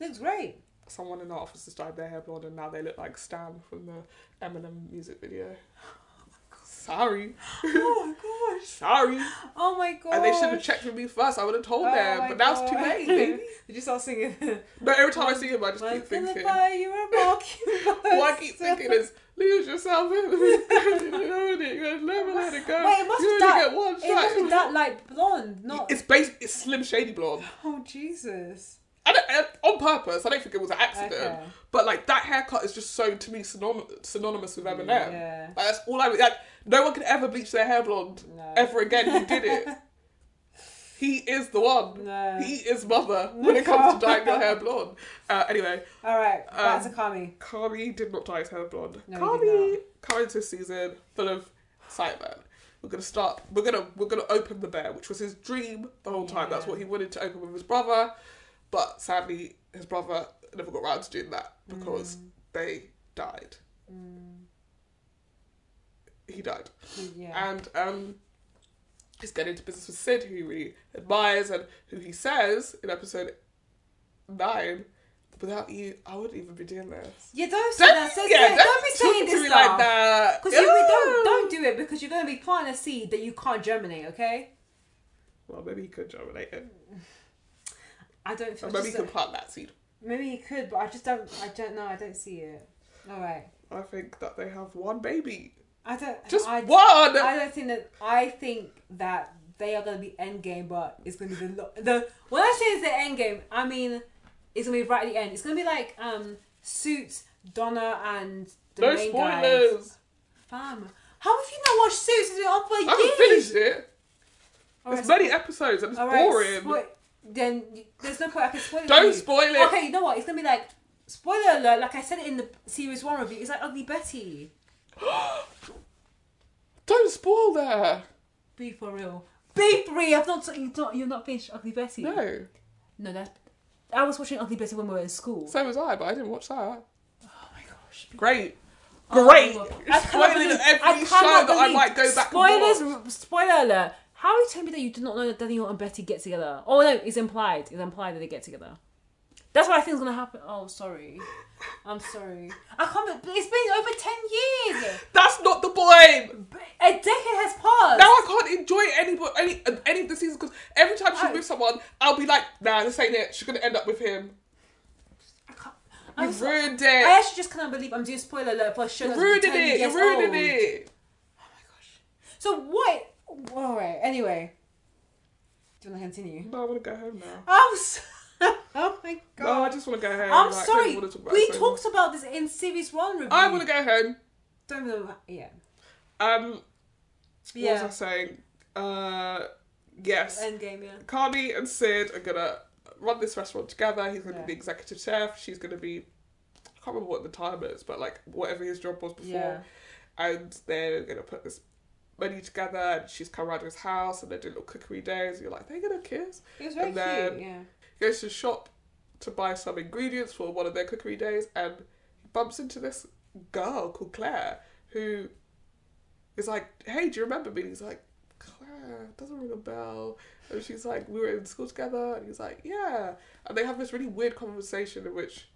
Speaker 1: Looks
Speaker 2: [laughs]
Speaker 1: great.
Speaker 2: Someone in the office has dyed their hair blonde and now they look like Stan from the Eminem music video. [laughs] Sorry.
Speaker 1: oh my gosh.
Speaker 2: Sorry.
Speaker 1: Oh my gosh.
Speaker 2: And they should have checked with me first. I would have told
Speaker 1: Oh
Speaker 2: them,
Speaker 1: my
Speaker 2: but now it's too
Speaker 1: God. [laughs]
Speaker 2: late. baby.
Speaker 1: Did you start
Speaker 2: [laughs]
Speaker 1: singing?
Speaker 2: No, every time I see him, I just
Speaker 1: I'm
Speaker 2: keep thinking.
Speaker 1: gonna buy you a
Speaker 2: [laughs]
Speaker 1: monkey.
Speaker 2: All I keep thinking
Speaker 1: [laughs]
Speaker 2: is lose yourself [laughs] in this. you know it. You never let it go.
Speaker 1: Wait, it must
Speaker 2: you
Speaker 1: be
Speaker 2: only
Speaker 1: that-
Speaker 2: get one
Speaker 1: It must be
Speaker 2: shot.
Speaker 1: that light blonde, not.
Speaker 2: It's based. It's Slim Shady blonde.
Speaker 1: Oh Jesus.
Speaker 2: I don't, I- on purpose. I don't think it was an accident.
Speaker 1: Okay.
Speaker 2: But like that haircut is just so to me synonym, synonymous with Eminem.
Speaker 1: Yeah.
Speaker 2: Like, that's all I like. No one can ever bleach their hair blonde
Speaker 1: No.
Speaker 2: ever again. He did it. he is the one.
Speaker 1: No.
Speaker 2: [laughs] He is mother when it comes to dyeing your hair blonde. Uh, anyway,
Speaker 1: All right, back
Speaker 2: Um,
Speaker 1: to Kami.
Speaker 2: Carly did not dye his hair blonde.
Speaker 1: No, he did
Speaker 2: Carly, Carly's this season full of excitement. We're gonna start. We're gonna we're gonna open the bear, which was his dream the whole time. That's
Speaker 1: Yeah.
Speaker 2: what he wanted to open with his brother, but sadly his brother never got round to doing that because
Speaker 1: Mm.
Speaker 2: they died. He died,
Speaker 1: Yeah.
Speaker 2: and um, he's getting into business with Sid, who he really admires and who he says in episode nine, without you, I wouldn't even be doing this
Speaker 1: Yeah, don't say that. Say, yeah, don't be saying
Speaker 2: talk
Speaker 1: this
Speaker 2: me
Speaker 1: stuff.
Speaker 2: like that.
Speaker 1: Because if we don't,
Speaker 2: Ugh.
Speaker 1: don't do it because you're going to be planting a seed that you can't germinate, okay?
Speaker 2: [laughs] Well, maybe he could germinate it.
Speaker 1: I don't
Speaker 2: Or
Speaker 1: feel
Speaker 2: maybe
Speaker 1: maybe,
Speaker 2: he
Speaker 1: just,
Speaker 2: could plant that seed.
Speaker 1: maybe you could, but I just don't, I don't know, I don't see it. All right.
Speaker 2: I think that they have one baby.
Speaker 1: I don't,
Speaker 2: Just
Speaker 1: I,
Speaker 2: one.
Speaker 1: I don't think that, I think that they are gonna be end game, but it's gonna be the lo- the when I say it's the end game, I mean it's gonna be right at the end. It's gonna be like um Suits, Donna, and the
Speaker 2: No
Speaker 1: main guys.
Speaker 2: spoilers.
Speaker 1: Fam, how have you not watched Suits? It's been on for
Speaker 2: I
Speaker 1: years.
Speaker 2: haven't finished it.
Speaker 1: Alright,
Speaker 2: There's many episodes and it's
Speaker 1: Alright,
Speaker 2: boring.
Speaker 1: spoil- then y- there's no point I can spoil it.
Speaker 2: Don't
Speaker 1: for you.
Speaker 2: spoil it.
Speaker 1: Okay, you know what? It's gonna be like spoiler alert. Like I said in the series one review, it's like Ugly Betty.
Speaker 2: Don't spoil that.
Speaker 1: Be for real. Be free. I've not. You're not. You're not finished Ugly Betty.
Speaker 2: No.
Speaker 1: No, that's. I was watching Ugly Betty when we were in school.
Speaker 2: So was I, but I didn't watch that.
Speaker 1: oh my gosh.
Speaker 2: Great.
Speaker 1: Oh,
Speaker 2: Great.
Speaker 1: I cannot
Speaker 2: Spoiling
Speaker 1: believe-
Speaker 2: every
Speaker 1: I cannot
Speaker 2: show that I
Speaker 1: believe-
Speaker 2: might go back
Speaker 1: Spoilers.
Speaker 2: and watch.
Speaker 1: Spoiler alert. How are you telling me that you do not know that Daniel and Betty get together? Oh no, it's implied. It's implied that they get together. That's what I think is gonna happen. Oh, sorry. I'm sorry. I can't. Be- it's been over ten years.
Speaker 2: That's not the point.
Speaker 1: A decade has passed.
Speaker 2: Now I can't enjoy any any, any of the seasons because every time she's
Speaker 1: I-
Speaker 2: with someone, I'll be like, nah, this ain't it. She's gonna end up with him.
Speaker 1: I can't.
Speaker 2: You
Speaker 1: I'm so-
Speaker 2: ruined
Speaker 1: I
Speaker 2: it.
Speaker 1: actually just cannot believe I'm doing spoiler alert for a show.
Speaker 2: You
Speaker 1: that's
Speaker 2: ruined
Speaker 1: 10
Speaker 2: it.
Speaker 1: years
Speaker 2: You ruined
Speaker 1: old.
Speaker 2: it.
Speaker 1: So what? All right. Anyway, do you want to continue?
Speaker 2: No, I want to go home now.
Speaker 1: I'm so- [laughs] oh my god.
Speaker 2: No, I just want to go home.
Speaker 1: I'm
Speaker 2: Like, I don't
Speaker 1: sorry.
Speaker 2: wanna talk about
Speaker 1: We
Speaker 2: it so much.
Speaker 1: talked about this in series one review.
Speaker 2: I want to go home.
Speaker 1: Don't know. Yeah.
Speaker 2: Um, What
Speaker 1: Yeah.
Speaker 2: was I saying? Uh, yes.
Speaker 1: Endgame. Yeah.
Speaker 2: Carney and Sid are gonna run this restaurant together. He's gonna
Speaker 1: Yeah.
Speaker 2: be the executive chef. She's gonna be, I can't remember what the time is, but like whatever his job was before.
Speaker 1: Yeah.
Speaker 2: And they're gonna put this menu together. And she's come around to his house, and they're doing little cookery days. You're like, they're gonna kiss.
Speaker 1: It was very
Speaker 2: And then-
Speaker 1: cute. Yeah.
Speaker 2: He goes to the shop to buy some ingredients for one of their cookery days, and he bumps into this girl called Claire who is like, "Hey, do you remember me?" And he's like, "Claire doesn't ring a bell." And she's like, "We were in school together," and he's like, "Yeah." And they have this really weird conversation in which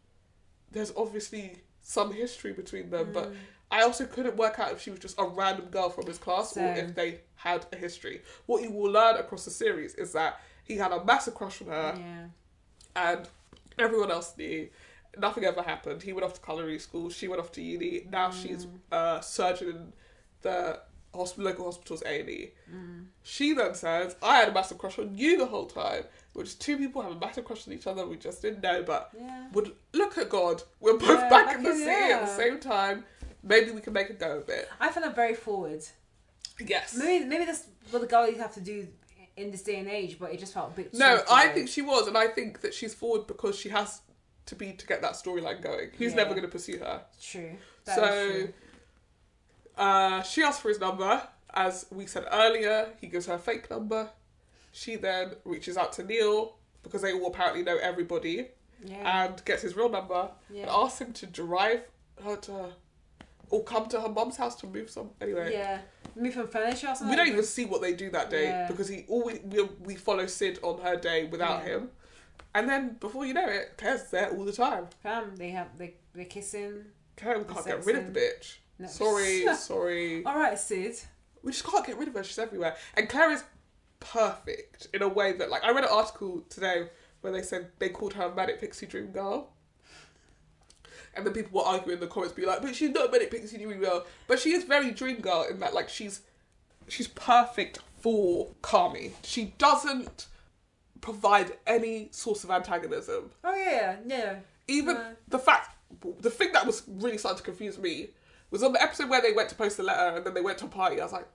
Speaker 2: there's obviously some history between them, but I also couldn't work out if she was just a random girl from his class or
Speaker 1: Same.
Speaker 2: if they had a history. What you will learn across the series is that he had a massive crush on her
Speaker 1: yeah.
Speaker 2: and everyone else knew. Nothing ever happened. He went off to culinary school. She went off to uni. Now
Speaker 1: Mm.
Speaker 2: she's a surgeon in the hospital, local hospital's A and E.
Speaker 1: Mm.
Speaker 2: She then says, "I had a massive crush on you the whole time," which two people have a massive crush on each other. We just didn't know, but
Speaker 1: Yeah.
Speaker 2: would look at God. We're both
Speaker 1: Yeah,
Speaker 2: back
Speaker 1: back
Speaker 2: in the
Speaker 1: in-
Speaker 2: city at the
Speaker 1: yeah.
Speaker 2: same time. Maybe we can make a go of it.
Speaker 1: I found that very forward.
Speaker 2: Yes.
Speaker 1: Maybe maybe that's what the girl you have to do in this day and age, but it just felt a bit.
Speaker 2: No,
Speaker 1: cheap to
Speaker 2: I
Speaker 1: me.
Speaker 2: think she was, and I think that she's forward because she has to be to get that storyline going. He's
Speaker 1: Yeah.
Speaker 2: never going to pursue her.
Speaker 1: true. That is
Speaker 2: so
Speaker 1: true.
Speaker 2: uh, she asked for his number. As we said earlier, he gives her a fake number. She then reaches out to Neil because they all apparently know everybody
Speaker 1: Yeah.
Speaker 2: and gets his real number and
Speaker 1: Mm. Yeah.
Speaker 2: asks him to drive her to or come to her mum's house to move some. Anyway,
Speaker 1: yeah. Move from furniture or something.
Speaker 2: uh, we don't even see what they do that day
Speaker 1: Yeah.
Speaker 2: because he always we, we follow Sid on her day without
Speaker 1: Yeah.
Speaker 2: him, and then before you know it, Claire's there all the time.
Speaker 1: Fam, they have they they're kissing.
Speaker 2: Claire can't get rid of the bitch.
Speaker 1: No. [laughs]
Speaker 2: Sorry, sorry.
Speaker 1: All right, Sid.
Speaker 2: we just can't get rid of her. She's everywhere. And Claire is perfect in a way that, like, I read an article today where they said they called her a manic pixie dream girl. And then people were arguing in the comments, be like, but she's not a manic pixie dream girl. But she is very dream girl in that, like, she's she's perfect for Kami. She doesn't provide any source of antagonism
Speaker 1: Oh yeah, yeah.
Speaker 2: even
Speaker 1: No. Uh,
Speaker 2: the fact the thing that was really starting to confuse me was on the episode where they went to post the letter and then they went to a party. I was like,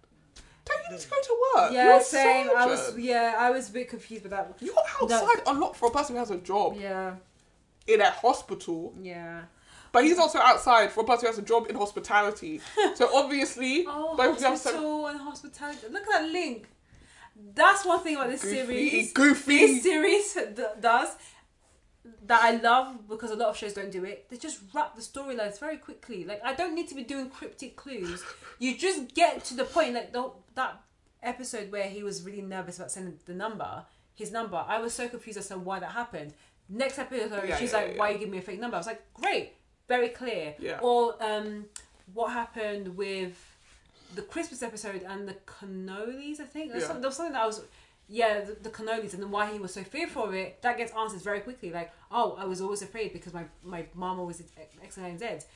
Speaker 2: don't you need to go to work?
Speaker 1: Yeah,
Speaker 2: You're a
Speaker 1: same. I was
Speaker 2: surgeon.
Speaker 1: yeah, I was a bit confused with that.
Speaker 2: You're outside a lot for a person who has a job
Speaker 1: Yeah,
Speaker 2: in a hospital,
Speaker 1: yeah.
Speaker 2: but he's also outside for a person who has a job
Speaker 1: [laughs]
Speaker 2: in hospitality. so obviously,
Speaker 1: Oh,
Speaker 2: both of them so
Speaker 1: hospital and hospitality. Look at that link. That's one thing about this
Speaker 2: goofy,
Speaker 1: series. This
Speaker 2: goofy.
Speaker 1: series d- does that I love because a lot of shows don't do it. They just wrap the storylines very quickly. Like I don't need to be doing cryptic clues. You just get to the point. Like the, that episode where he was really nervous about sending the number, his number. I was so confused as to why that happened. Next episode,
Speaker 2: Yeah,
Speaker 1: she's
Speaker 2: yeah,
Speaker 1: like,
Speaker 2: yeah.
Speaker 1: "Why you give me a fake number?" I was like, "Great, very clear."
Speaker 2: Yeah.
Speaker 1: Or um, what happened with the Christmas episode and the cannolis, I think. There was,
Speaker 2: Yeah.
Speaker 1: some- there was something that I was, yeah, the, the cannolis and then why he was so fearful of it. That gets answered very quickly. Like, oh, I was always afraid because my my mom always did X- X Y, and Z.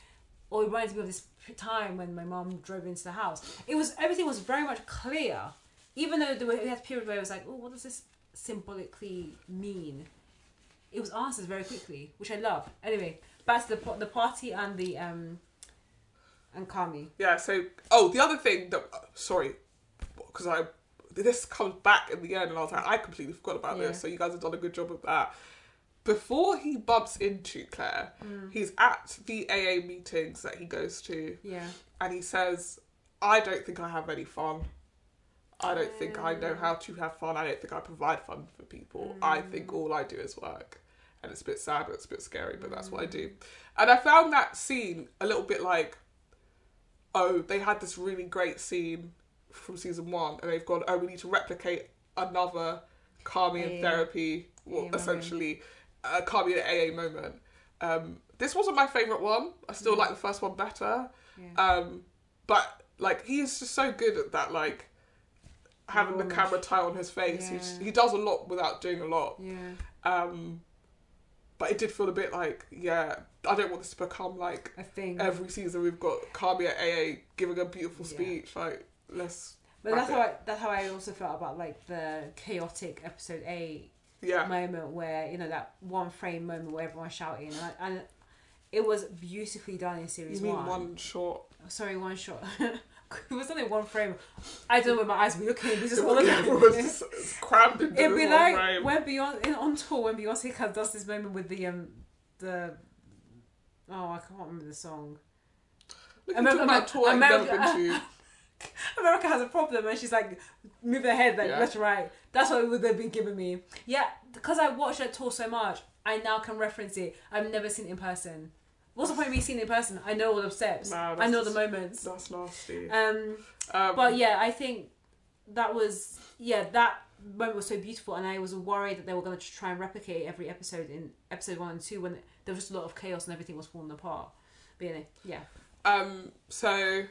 Speaker 1: Or it reminds me of this time when my mom drove into the house. It was everything was very much clear. even though there were, we had a period where it was like, oh, what does this symbolically mean? It was answered very quickly, which I love. Anyway, back to the po- the party and the um and Kami.
Speaker 2: Yeah, so oh, the other thing that sorry, because I this comes back in the end, and I was like, I completely forgot about
Speaker 1: Yeah.
Speaker 2: this. So you guys have done a good job of that. Before he bumps into Claire, he's at the AA meetings that he goes to,
Speaker 1: Yeah.
Speaker 2: and he says, "I don't think I have any fun. I don't think I know how to have fun. I don't think I provide fun for people. I think all I do is work." And it's a bit sad, and it's a bit scary, but that's what I do. And I found that scene a little bit like oh, they had this really great scene from season one, and they've gone, oh, we need to replicate another Kami
Speaker 1: Yeah.
Speaker 2: in therapy,
Speaker 1: AA
Speaker 2: well,
Speaker 1: moment.
Speaker 2: essentially, a Kami in AA moment. Um, this wasn't my favourite one. I still like the first one better.
Speaker 1: Yeah.
Speaker 2: Um, but, like, he is just so good at that, like, having the
Speaker 1: Rawness.
Speaker 2: camera tie on his face. He,
Speaker 1: Yeah.
Speaker 2: just, he does a lot without doing a lot.
Speaker 1: Yeah.
Speaker 2: Um, but it did feel a bit like, yeah, I don't want this to become, like,
Speaker 1: I think.
Speaker 2: every season we've got Kami at AA giving a beautiful
Speaker 1: Mm. Yeah.
Speaker 2: speech. Like, let's.
Speaker 1: But that's
Speaker 2: wrap
Speaker 1: how I, that's how I also felt about like the chaotic episode eight
Speaker 2: it. Yeah.
Speaker 1: moment where you know that one frame moment where everyone's shouting and, I- and it was beautifully done in series
Speaker 2: you mean
Speaker 1: one.
Speaker 2: one, short?
Speaker 1: Sorry, one shot. [laughs] it was only one frame. I don't know where my eyes were looking. It
Speaker 2: [laughs]
Speaker 1: was just all over the
Speaker 2: Everyone's
Speaker 1: [laughs] place.
Speaker 2: just it's crammed into
Speaker 1: It'd be
Speaker 2: this
Speaker 1: like
Speaker 2: one frame.
Speaker 1: when Beyonce in, on tour when Beyonce kind of does this moment with the um the oh I can't remember the song.
Speaker 2: Look,
Speaker 1: America-
Speaker 2: America, about tour I've never
Speaker 1: America- [laughs]
Speaker 2: been to.
Speaker 1: America has a problem and she's like moving her head like
Speaker 2: Yeah.
Speaker 1: left to right. That's what it would have been giving me. Yeah, because I watched that tour so much, I now can reference it. I've never seen it in person. What's the point of me seeing it in person? I know all the steps.
Speaker 2: Nah,
Speaker 1: I
Speaker 2: that's
Speaker 1: know the
Speaker 2: just-
Speaker 1: moments.
Speaker 2: That's nasty.
Speaker 1: Um
Speaker 2: Um,
Speaker 1: But yeah, I think that was yeah that moment was so beautiful, and I was worried that they were going to try and replicate every episode in episode one and two when there was just a lot of chaos and everything was falling apart. But yeah, yeah,
Speaker 2: Um, so,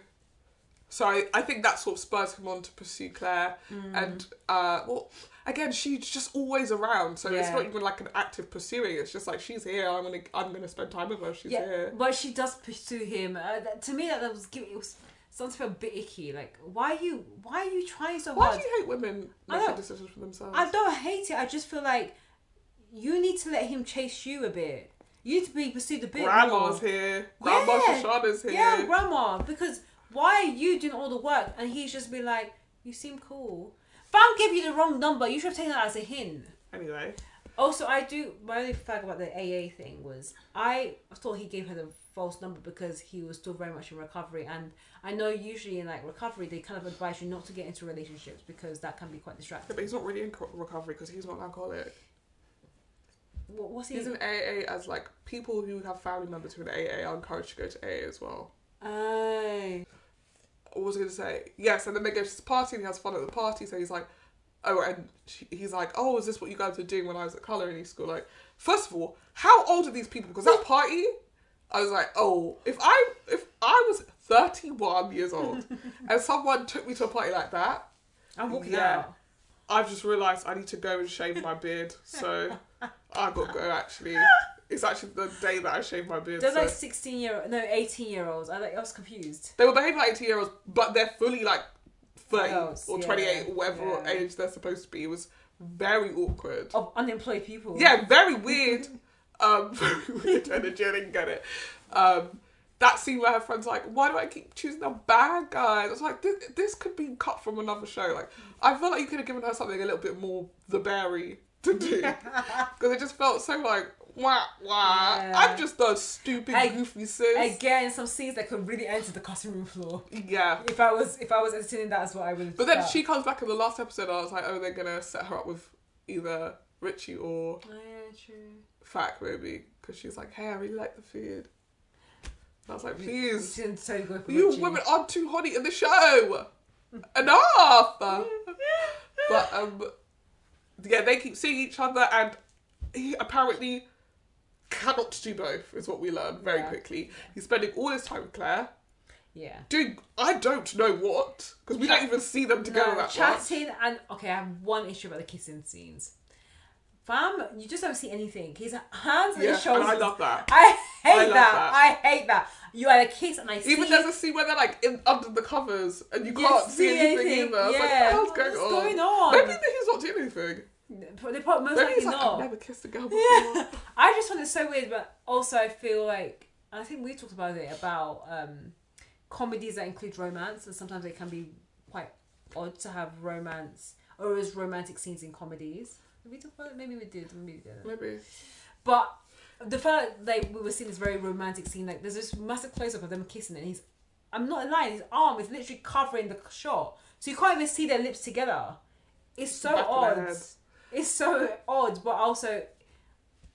Speaker 2: so I, I think that sort of spurs him on to pursue Claire,
Speaker 1: Mm.
Speaker 2: and uh, well, again, she's just always around, so it's
Speaker 1: Yeah.
Speaker 2: not even like an active pursuing. It's just like she's here. I'm gonna, I'm gonna spend time with her. She's
Speaker 1: yeah.
Speaker 2: here.
Speaker 1: But she does pursue him. Uh, that, to me, that, that was giving it was something a bit icky. Like, why are you why are you trying so
Speaker 2: Why
Speaker 1: hard?
Speaker 2: do you hate women
Speaker 1: Oh I
Speaker 2: making
Speaker 1: don't-
Speaker 2: decisions for themselves?
Speaker 1: I don't hate it. I just feel like you need to let him chase you a bit. You need to be pursued a bit. more.
Speaker 2: Grandma's here. Grandma
Speaker 1: Yeah.
Speaker 2: Shoshana's here.
Speaker 1: Yeah, grandma. Because why are you doing all the work? And he's just been like, you seem cool. Fam gave you the wrong number. You should have taken that as a hint.
Speaker 2: anyway,
Speaker 1: Also, I do. My only fag about the AA thing was I thought he gave her the false number because he was still very much in recovery. And I know usually in like recovery, they kind of advise you not to get into relationships because that can be quite
Speaker 2: yeah,
Speaker 1: distracting.
Speaker 2: but he's not really in co- recovery because he's not an alcoholic.
Speaker 1: What, what's he?
Speaker 2: He's in AA as like people who have family members who are in AA are encouraged to go to AA as well.
Speaker 1: Oh.
Speaker 2: What was I going to say? Yes, and then they go to this party and he has fun at the party. So he's like, oh, and she, he's like, oh, is this what you guys were doing when I was at culinary school? Like, first of all, how old are these people? Because that party, I was like, oh, if I if I was thirty one years old and someone took me to a party like that,
Speaker 1: I'm walking
Speaker 2: Yeah.
Speaker 1: out.
Speaker 2: I've just realised I need to go and shave my beard, so I got to go. Actually, it's actually the day that I shaved my beard.
Speaker 1: They're
Speaker 2: so-
Speaker 1: like 16 year no 18 year olds. I, like, I was confused.
Speaker 2: They were behaving like eighteen year olds, but they're fully like thirty
Speaker 1: Adults,
Speaker 2: or
Speaker 1: yeah,
Speaker 2: twenty eight, whatever
Speaker 1: yeah.
Speaker 2: age they're supposed to be. It was very awkward.
Speaker 1: Of unemployed people.
Speaker 2: Yeah,
Speaker 1: [laughs]
Speaker 2: very weird. um, [laughs] very weird energy. I didn't get it. Um, that scene where her friend's like, "Why do I keep choosing the bad guys?" It's like this, this could be cut from another show. Like, I feel like you could have given her something a little bit more the berry to
Speaker 1: [laughs]
Speaker 2: do because it just felt so like wah wah.
Speaker 1: Yeah.
Speaker 2: I'm just a stupid
Speaker 1: I-
Speaker 2: goofy sis.
Speaker 1: Again, some scenes that could really enter the cutting room floor.
Speaker 2: yeah.
Speaker 1: If I was if I was entertaining that is what I would have
Speaker 2: But then
Speaker 1: felt.
Speaker 2: she comes back in the last episode, and I was like, oh, they're gonna set her up with either Richie or
Speaker 1: Oh yeah, true.
Speaker 2: Fak maybe, because she's like, hey, I really like the food. And I was like, please,
Speaker 1: She didn't totally go for
Speaker 2: you
Speaker 1: Richie.
Speaker 2: women are too horny in the show. [laughs] Enough. but um, yeah, they keep seeing each other, and he apparently cannot do both, is what we learn very
Speaker 1: Yeah.
Speaker 2: quickly. He's spending all his time with Claire.
Speaker 1: [laughs] Yeah.
Speaker 2: Doing, I don't know what, because we don't even see them together
Speaker 1: No,
Speaker 2: that much.
Speaker 1: chatting and okay, I have one issue about the kissing scenes. fam, you just don't see anything. His hands and
Speaker 2: Yeah,
Speaker 1: his
Speaker 2: and
Speaker 1: shoulders.
Speaker 2: I love that.
Speaker 1: I hate
Speaker 2: I love
Speaker 1: that. I hate that. You are the kiss, and I see
Speaker 2: Even
Speaker 1: it.
Speaker 2: there's a scene where they're like in, under the covers and you
Speaker 1: You
Speaker 2: can't see, anything, either. It's
Speaker 1: Yeah.
Speaker 2: like, what the hell's
Speaker 1: What's
Speaker 2: going
Speaker 1: going
Speaker 2: on?
Speaker 1: on?
Speaker 2: Maybe that he's not doing anything.
Speaker 1: They probably most
Speaker 2: Maybe
Speaker 1: likely
Speaker 2: he's like, I've
Speaker 1: not.
Speaker 2: never kissed a girl before.
Speaker 1: Yeah. [laughs] I just find it so weird, but also I feel like I think we talked about it about um, comedies that include romance, and sometimes it can be quite odd to have romance or as romantic scenes in comedies. Did we talk about it? Maybe we did. Maybe we didn't.
Speaker 2: Maybe.
Speaker 1: But the fact that like, we were seeing this very romantic scene, like there's this massive close up of them kissing, and he's I'm not lying, his arm is literally covering the shot, so you can't even see their lips together. It's [laughs] so
Speaker 2: Back of their
Speaker 1: odd.
Speaker 2: heads.
Speaker 1: It's so odd, but also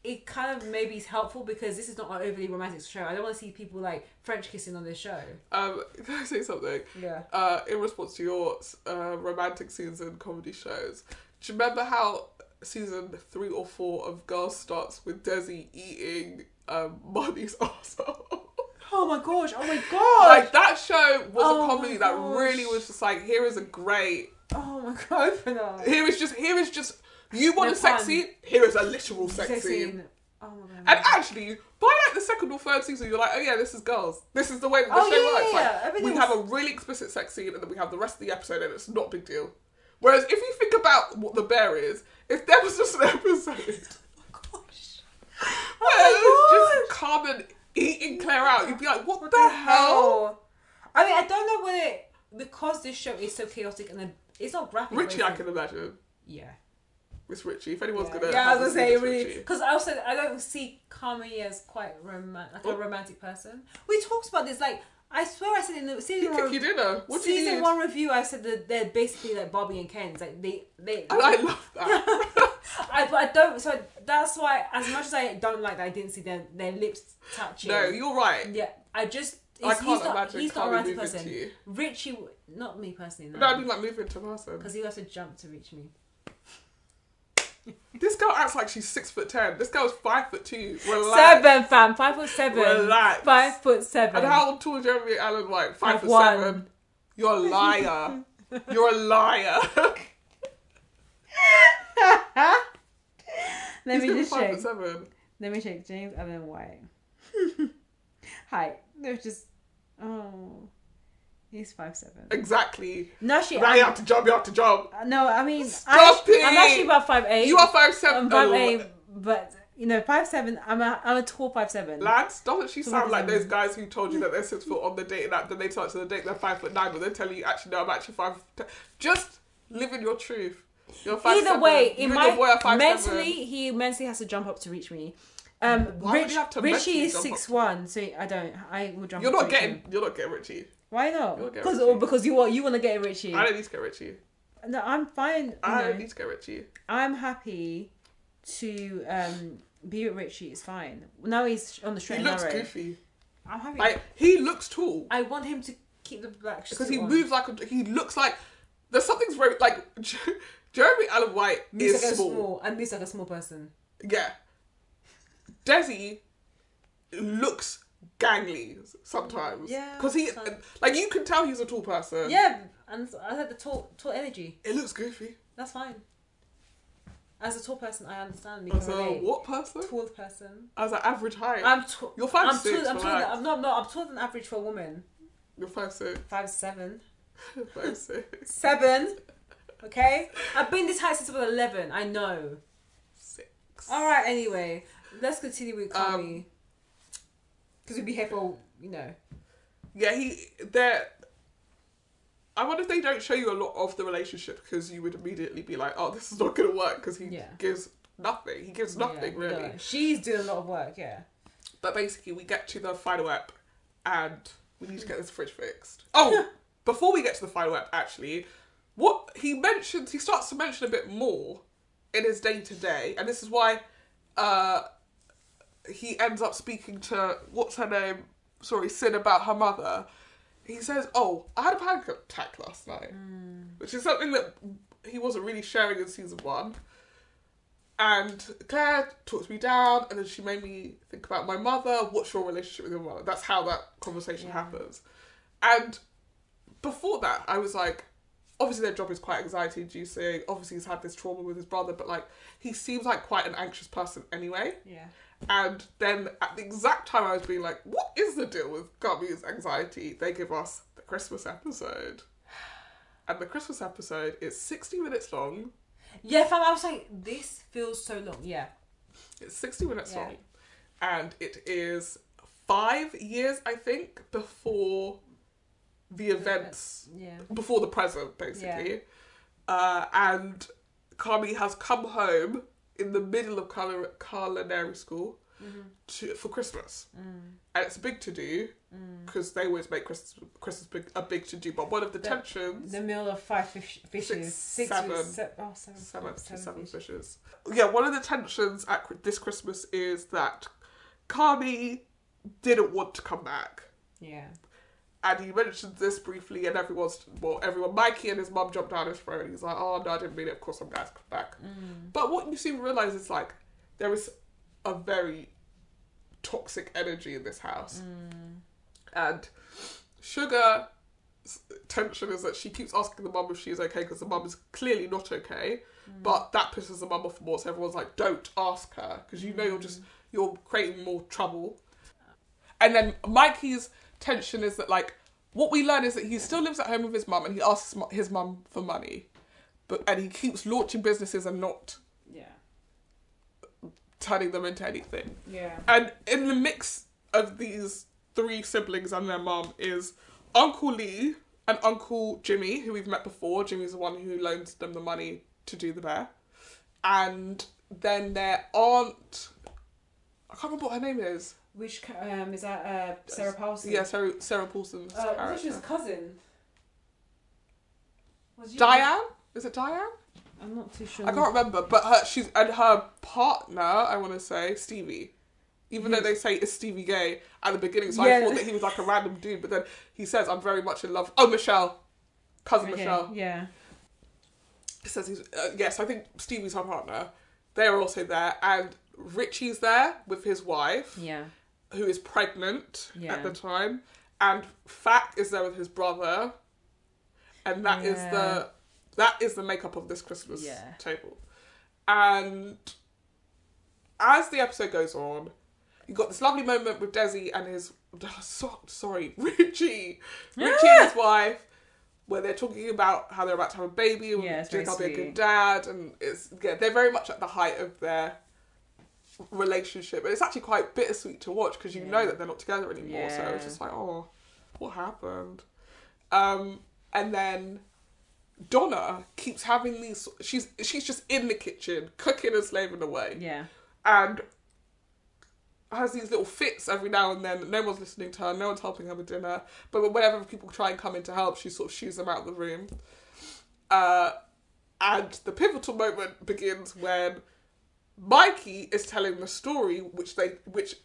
Speaker 1: it kind of maybe is helpful because this is not an overly romantic show. I don't want to see people like French kissing on this show.
Speaker 2: Um, [laughs] can I say something?
Speaker 1: Yeah.
Speaker 2: Uh, in response to your uh, romantic scenes in comedy shows, do you remember how season three or four of Girls starts with Desi eating um, [laughs] Marnie's arsehole?
Speaker 1: Oh my gosh! Oh my gosh!
Speaker 2: like that show was
Speaker 1: Oh
Speaker 2: a
Speaker 1: my
Speaker 2: comedy that really
Speaker 1: gosh.
Speaker 2: was just like here is a great
Speaker 1: oh my [laughs] god! Opener.
Speaker 2: here is just here is just you want
Speaker 1: No
Speaker 2: a sex
Speaker 1: pun.
Speaker 2: scene here is a literal sex,
Speaker 1: Sex
Speaker 2: scene.
Speaker 1: scene. Oh my god.
Speaker 2: and actually by like the second or third season you're like oh yeah this is girls this is the way that the
Speaker 1: Oh,
Speaker 2: show
Speaker 1: yeah,
Speaker 2: works
Speaker 1: yeah, yeah.
Speaker 2: like, we
Speaker 1: Everything
Speaker 2: have a really explicit sex scene and then we have the rest of the episode and it's not a big deal whereas if you think about what the bear is if there was just an episode
Speaker 1: Oh gosh.
Speaker 2: where
Speaker 1: [laughs] Oh
Speaker 2: it was just Carmen eating Claire out you'd be like what,
Speaker 1: What
Speaker 2: the, hell?
Speaker 1: I mean, I don't know whether it, because this show is so chaotic and it's not graphic. but
Speaker 2: Richie I
Speaker 1: it's-
Speaker 2: can imagine
Speaker 1: Yeah.
Speaker 2: It's Richie. If anyone's
Speaker 1: Yeah,
Speaker 2: gonna,
Speaker 1: yeah I
Speaker 2: have
Speaker 1: was gonna say
Speaker 2: a scene, it's
Speaker 1: really because also I don't see Kami as quite romantic, like a romantic person. We talked about this. Like I swear, I said in the
Speaker 2: You
Speaker 1: season
Speaker 2: took
Speaker 1: one,
Speaker 2: your dinner. What do you
Speaker 1: season
Speaker 2: need?
Speaker 1: one review, I said that they're basically like Bobby and Ken's. Like they they.
Speaker 2: And I love that.
Speaker 1: [laughs] I, but I don't. So that's why, as much as I don't like that, I didn't see their their lips touching.
Speaker 2: no, you're right.
Speaker 1: Yeah, I just.
Speaker 2: I
Speaker 1: he's-
Speaker 2: can't
Speaker 1: he's not,
Speaker 2: imagine
Speaker 1: he's not a
Speaker 2: Carmen
Speaker 1: romantic
Speaker 2: moving to
Speaker 1: person.
Speaker 2: you.
Speaker 1: Richie, w- not me personally,
Speaker 2: No, I
Speaker 1: no.
Speaker 2: mean like moving to person.
Speaker 1: Because he has to jump to reach me.
Speaker 2: This girl acts like she's six foot ten. This girl's five foot two. Relax.
Speaker 3: Seven, fam. Five foot seven.
Speaker 2: Relax.
Speaker 3: Five foot seven.
Speaker 2: And how tall is Jeremy Allen? Like five
Speaker 3: Like
Speaker 2: foot
Speaker 3: one.
Speaker 2: [laughs] seven. You're a liar. you're a liar.
Speaker 1: Let
Speaker 2: [laughs] He's five foot seven.
Speaker 1: Let me check. James Allen White. [laughs] Hi. No, just. Oh. He's five seven.
Speaker 2: Exactly.
Speaker 1: No, she.
Speaker 2: Now you
Speaker 1: I'm-
Speaker 2: have to jump. You have to jump.
Speaker 1: uh, no, I mean.
Speaker 2: Stop
Speaker 1: I, I'm
Speaker 2: it!
Speaker 1: actually about five eight.
Speaker 2: You are five seven. Oh.
Speaker 1: I'm five eight, but you know five seven. I'm a I'm a tall five seven.
Speaker 2: Lads, doesn't she sound like
Speaker 1: Seven.
Speaker 2: those guys who told you that they're six foot on the dating app, then they touch the date, they're five foot nine, but they tell you actually no, I'm actually five. foot ten. Just live in your truth. You're five
Speaker 1: Either
Speaker 2: seven.
Speaker 1: way,
Speaker 2: You
Speaker 1: in
Speaker 2: and
Speaker 1: my
Speaker 2: your boy are five
Speaker 1: mentally,
Speaker 2: seven.
Speaker 1: he mentally has to jump up to reach me. Um,
Speaker 2: Why would
Speaker 1: Rich,
Speaker 2: you have to
Speaker 1: Richie
Speaker 2: mentally
Speaker 1: is
Speaker 2: jump up
Speaker 1: six one, so I don't. I will jump.
Speaker 2: You're
Speaker 1: up
Speaker 2: not
Speaker 1: to reach
Speaker 2: getting.
Speaker 1: him.
Speaker 2: You're not getting Richie.
Speaker 1: Why
Speaker 2: You'll
Speaker 1: not?
Speaker 2: get
Speaker 1: Because oh,
Speaker 2: Richie.
Speaker 1: because you want you want to get Richie.
Speaker 2: I don't need to get Richie.
Speaker 1: No, I'm fine. you
Speaker 2: I
Speaker 1: know.
Speaker 2: don't need to get Richie.
Speaker 1: I'm happy to um, be with Richie. It's fine. Now he's on the
Speaker 2: He
Speaker 1: straight and
Speaker 2: looks
Speaker 1: narrow.
Speaker 2: goofy.
Speaker 1: I'm happy.
Speaker 2: Like he looks tall
Speaker 1: I want him to keep the black
Speaker 2: because
Speaker 1: suit
Speaker 2: he
Speaker 1: on.
Speaker 2: moves like a. He looks like. There's something's very like. [laughs] Jeremy Allen White
Speaker 1: Moves
Speaker 2: is
Speaker 1: like a
Speaker 2: small.
Speaker 1: small. And moves like a small person.
Speaker 2: Yeah. Desi looks gangly sometimes.
Speaker 1: Yeah,
Speaker 2: Because he,
Speaker 1: sometimes.
Speaker 2: like, you can tell he's a tall person.
Speaker 1: Yeah, and I had the tall tall energy.
Speaker 2: It looks goofy.
Speaker 1: That's fine. As a tall person, I understand. You
Speaker 2: As
Speaker 1: can
Speaker 2: a
Speaker 1: relate.
Speaker 2: uh, what person?
Speaker 1: Tall person.
Speaker 2: As an average height.
Speaker 1: I'm tall.
Speaker 2: You're five
Speaker 1: I'm
Speaker 2: six,
Speaker 1: Tall, I'm, taller than,
Speaker 2: relax.
Speaker 1: I'm not. No, I'm taller than average for a woman.
Speaker 2: You're five six. [laughs]
Speaker 1: Five seven.
Speaker 2: Five six.
Speaker 1: Seven. Okay. I've been this height since I was eleven. I know.
Speaker 2: Six.
Speaker 1: All right. Anyway, let's continue with
Speaker 2: Um,
Speaker 1: Kami. Because we'd be here for you know.
Speaker 2: Yeah, he. They're. I wonder if they don't show you a lot of the relationship because you would immediately be like, oh, this is not going to work because he
Speaker 1: Yeah.
Speaker 2: gives nothing. He gives nothing,
Speaker 1: yeah,
Speaker 2: really.
Speaker 1: no. She's doing a lot of work. Yeah.
Speaker 2: But basically, we get to the final app and we need to get this fridge fixed. Oh, [laughs] before we get to the final app, actually, what he mentions, he starts to mention a bit more in his day to day, and this is why uh, he ends up speaking to what's her name? Sorry, Sin about her mother. He says, "Oh, I had a panic attack last night," which is something that he wasn't really sharing in season one and Claire talked me down, and then she made me think about my mother. What's your relationship with your mother? That's how that conversation happens. And before that, I was like, obviously their job is quite anxiety inducing. Obviously he's had this trauma with his brother, but like he seems like quite an anxious person anyway.
Speaker 1: Yeah.
Speaker 2: And then at the exact time I was being like, what is the deal with Gumby's anxiety? They give us the Christmas episode. And the Christmas episode is 60 minutes long.
Speaker 1: Yeah, fam, I was like, this feels so long. Yeah.
Speaker 2: It's 60 minutes
Speaker 1: Yeah.
Speaker 2: long. And it is five years, I think, before the events,
Speaker 1: Yeah.
Speaker 2: before the present, basically. Uh, and Kami has come home in the middle of culinary, culinary school to, for Christmas. And it's a big to do because they always make Christmas, Christmas big, a big to do. But one of the
Speaker 1: The-
Speaker 2: tensions.
Speaker 1: The meal of five fish, fishes.
Speaker 2: Six, seven.
Speaker 1: se- oh, seven.
Speaker 2: Seven, to seven
Speaker 1: fish.
Speaker 2: fishes. Yeah, one of the tensions at Chri- this Christmas is that Kami didn't want to come back,
Speaker 1: Yeah.
Speaker 2: and he mentioned this briefly, and everyone's well, everyone, Mikey and his mum jumped down his throat, and he's like, "Oh no, I didn't mean it. Of course, I'm glad to come back." But what you seem to realize is like there is a very toxic energy in this house, and Sugar tension is that she keeps asking the mum if she's okay because the mum is clearly not okay but that pisses the mum off more so everyone's like don't ask her because you know you're just you're creating more trouble and then mikey's tension is that like what we learn is that he still lives at home with his mum and he asks mu- his mum for money but and he keeps launching businesses and not
Speaker 3: Yeah.
Speaker 2: turning them into anything
Speaker 3: Yeah.
Speaker 2: and in the mix of these three siblings and their mum is Uncle Lee and Uncle Jimmy, who we've met before. Jimmy's the one who loans them the money to do the bear. And then their aunt, I can't remember what her name is.
Speaker 3: Which ca- um is that uh Sarah Paulson?
Speaker 2: Yeah, Sarah, Sarah Paulson's
Speaker 3: Uh, I think she was
Speaker 2: character.
Speaker 3: cousin. Was you-
Speaker 2: Diane? Is it Diane?
Speaker 3: I'm not too
Speaker 1: Mm.
Speaker 3: sure.
Speaker 2: I can't remember, but her she's and her partner, I want to say Stevie. Even though they say it's Stevie Gay at the beginning, so I
Speaker 1: Mm. Yeah.
Speaker 2: thought that he was like a random dude, but then he says, "I'm very much in love." Oh, Michelle, cousin
Speaker 1: Okay,
Speaker 2: Michelle.
Speaker 1: Yeah.
Speaker 2: He says he's uh, yes. I think Stevie's her partner. They are also there, and Richie's there with his wife,
Speaker 1: Yeah.
Speaker 2: who is pregnant
Speaker 1: Yeah.
Speaker 2: at the time, and Fat is there with his brother, and that is
Speaker 1: Yeah.
Speaker 2: the that is the makeup of this Christmas
Speaker 1: Yeah.
Speaker 2: table. And as the episode goes on, you got this lovely moment with Desi and his [laughs] so, sorry [laughs] Richie,
Speaker 1: Ah!
Speaker 2: Richie and his wife, where they're talking about how they're about to have a baby and
Speaker 1: Yeah, it's
Speaker 2: doing
Speaker 1: very
Speaker 2: how they're a
Speaker 1: sweet.
Speaker 2: good dad, and it's yeah they're very much at the height of their relationship, and it's actually quite bittersweet to watch because you know
Speaker 1: Yeah.
Speaker 2: that they're not together anymore. So it's
Speaker 1: Yeah.
Speaker 2: just like oh, what happened? Um, and then Donna keeps having these. She's she's just in the kitchen cooking and slaving away
Speaker 1: Yeah.
Speaker 2: and has these little fits every now and then. No one's listening to her, no one's helping her with dinner. But whenever people try and come in to help, she sort of shoos them out of the room. Uh, and the pivotal moment begins when Mikey is telling the story, which they which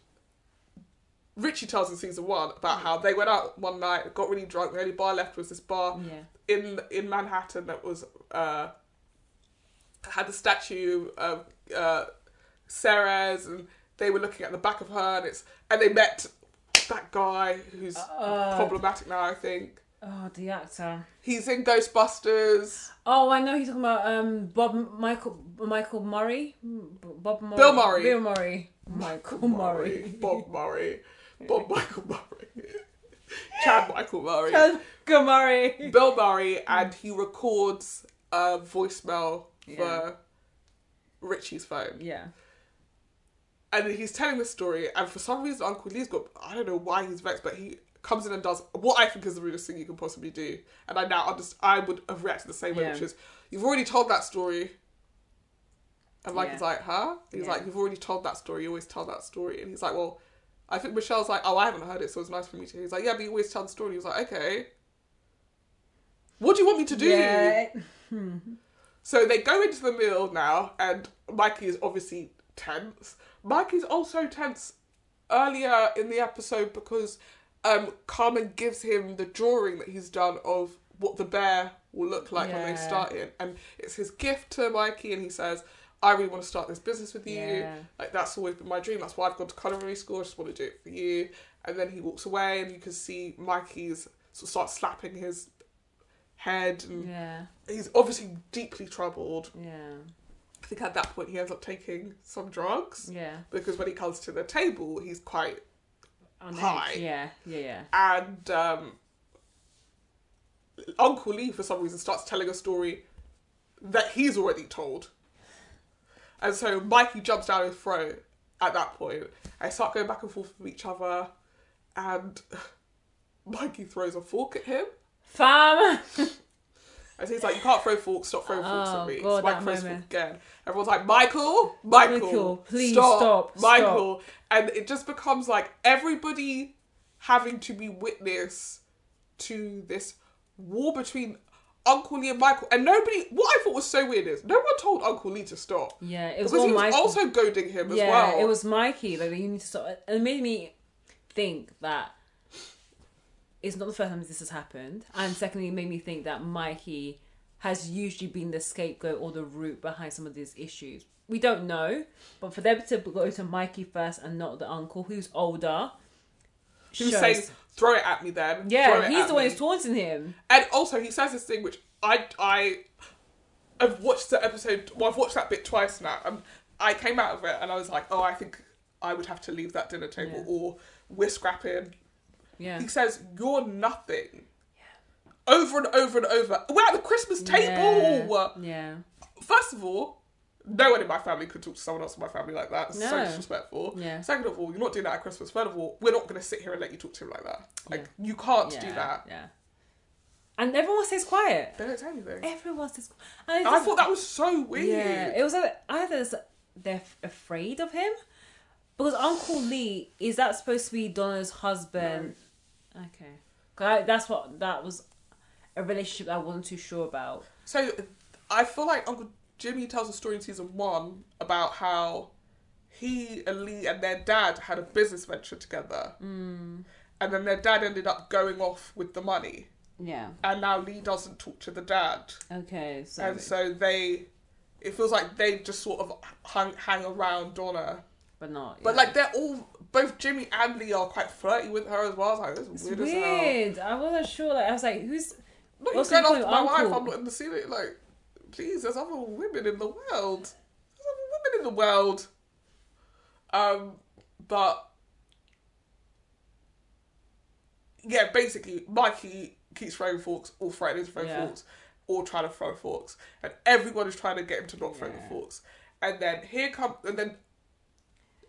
Speaker 2: Richie tells in season one about how they went out one night, got really drunk. The only bar left was this bar
Speaker 1: Yeah.
Speaker 2: in in Manhattan that was uh, had a statue of uh, Ceres, and they were looking at the back of her, and it's and they met that guy who's
Speaker 1: Uh,
Speaker 2: problematic now. I think
Speaker 1: Oh, the actor.
Speaker 2: he's in Ghostbusters.
Speaker 1: Oh, I know he's talking about um Bob Michael Michael Murray. M- Bob Murray.
Speaker 2: Bill Murray.
Speaker 1: Bill Murray. Michael Murray.
Speaker 2: Bob Murray,
Speaker 1: [laughs]
Speaker 2: Bob Michael Murray, Chad Michael Murray.
Speaker 1: Michael Murray.
Speaker 2: Bill Murray, and he records a voicemail
Speaker 1: Yeah.
Speaker 2: for Richie's phone.
Speaker 1: Yeah.
Speaker 2: and he's telling this story, and for some reason, Uncle Lee's got I don't know why he's vexed, but he comes in and does what I think is the rudest thing you can possibly do. And I now just I would have reacted the same way,
Speaker 1: Yeah.
Speaker 2: which is you've already told that story. And like
Speaker 1: Yeah.
Speaker 2: he's like, huh? He's
Speaker 1: Yeah.
Speaker 2: like, you've already told that story. You always tell that story. And he's like, well, I think Michelle's like, oh, I haven't heard it, so it's nice for me to. hear." He's like, yeah, but you always tell the story. He was like, okay. What do you want me to do?
Speaker 1: Yeah.
Speaker 2: So they go into the meal now, and Mikey is obviously tense. Mikey's also tense earlier in the episode because um, Carmen gives him the drawing that he's done of what the bear will look like when they
Speaker 1: Yeah.
Speaker 2: start it. And it's his gift to Mikey, and he says, I really want to start this business with you.
Speaker 1: Yeah.
Speaker 2: Like, that's always been my dream. That's why I've gone to culinary school. I just want to do it for you. And then he walks away, and you can see Mikey's sort of starts slapping his head. And
Speaker 1: Yeah.
Speaker 2: He's obviously deeply troubled.
Speaker 1: Yeah.
Speaker 2: I think at that point he ends up taking some drugs
Speaker 1: Yeah.
Speaker 2: because when he comes to the table, he's quite
Speaker 1: On the
Speaker 2: Hi.
Speaker 1: edge. Yeah. Yeah. Yeah.
Speaker 2: and um, Uncle Lee, for some reason, starts telling a story that he's already told. And so Mikey jumps down his throat at that point. They start going back and forth with each other, and [sighs] Mikey throws a fork at him.
Speaker 1: Fam.
Speaker 2: And so he's like, "You can't throw forks! Stop throwing forks
Speaker 1: Oh,
Speaker 2: at me!"
Speaker 1: God,
Speaker 2: so Mike
Speaker 1: that
Speaker 2: throws a fork
Speaker 1: moment.
Speaker 2: again. Everyone's like, "Michael, Michael,
Speaker 1: Michael, please stop,
Speaker 2: Michael!" And it just becomes like everybody having to be witness to this war between Uncle Lee and Michael. And nobody, what I thought was so weird is no one told Uncle Lee to stop
Speaker 1: Yeah. It was
Speaker 2: because
Speaker 1: all
Speaker 2: he was
Speaker 1: Michael.
Speaker 2: also goading him as
Speaker 1: yeah.
Speaker 2: well.
Speaker 1: It was Mikey. Like you need to stop. And it made me think that it's not the first time this has happened. And secondly, it made me think that Mikey has usually been the scapegoat or the root behind some of these issues. We don't know, but for them to go to Mikey first and not the uncle, who's older.
Speaker 2: he was
Speaker 1: shows-
Speaker 2: saying, "Throw it at me, then." throw
Speaker 1: Yeah,
Speaker 2: it
Speaker 1: he's
Speaker 2: at
Speaker 1: the one
Speaker 2: me."
Speaker 1: who's taunting him.
Speaker 2: And also, he says this thing which I I I've watched the episode. Well, I've watched that bit twice now. Um, I came out of it and I was like, oh, I think I would have to leave that dinner table,
Speaker 1: Yeah.
Speaker 2: or we're scrapping.
Speaker 1: Yeah.
Speaker 2: He says, you're nothing. Over and over and over. We're at the Christmas table.
Speaker 1: Yeah. yeah.
Speaker 2: First of all, no one in my family could talk to someone else in my family like that. It's so
Speaker 1: No.
Speaker 2: disrespectful.
Speaker 1: Yeah.
Speaker 2: Second of all, you're not doing that at Christmas. Third of all, we're not going to sit here and let you talk to him like that. Like, you can't
Speaker 1: yeah.
Speaker 2: do that.
Speaker 1: Yeah. And everyone stays quiet.
Speaker 2: They don't say anything.
Speaker 1: Everyone stays quiet. And it's
Speaker 2: I
Speaker 1: just-
Speaker 2: thought that was so weird.
Speaker 1: Yeah, it was like, either it's they're f- afraid of him because Uncle Lee is that supposed to be Donna's husband? Okay, 'Cause I, that's what that was a relationship I wasn't too sure about.
Speaker 2: So I feel like Uncle Jimmy tells a story in season one about how he and Lee and their dad had a business venture together.
Speaker 1: Hmm.
Speaker 2: And then their dad ended up going off with the money.
Speaker 1: Yeah.
Speaker 2: And now Lee doesn't talk to the dad.
Speaker 1: Okay. So.
Speaker 2: And so they. It feels like they just sort of hang, hang around Donna.
Speaker 1: but not.
Speaker 2: But
Speaker 1: yeah.
Speaker 2: like they're all. Both Jimmy and Lee are quite flirty with her as well. I was like, this
Speaker 1: It's
Speaker 2: is
Speaker 1: weird.
Speaker 2: weird, as hell.
Speaker 1: I wasn't sure. Like I was like, who's?
Speaker 2: Look, you're
Speaker 1: What's
Speaker 2: going
Speaker 1: the
Speaker 2: after
Speaker 1: point,
Speaker 2: my wife.
Speaker 1: uncle?
Speaker 2: I'm not in the city. Like, please, there's other women in the world. There's other women in the world. Um, but yeah, basically, Mikey keeps throwing forks, or threatening to throw
Speaker 1: Yeah.
Speaker 2: forks, or trying to throw forks, and everyone is trying to get him to not throw the
Speaker 1: Yeah.
Speaker 2: forks. And then here come, and then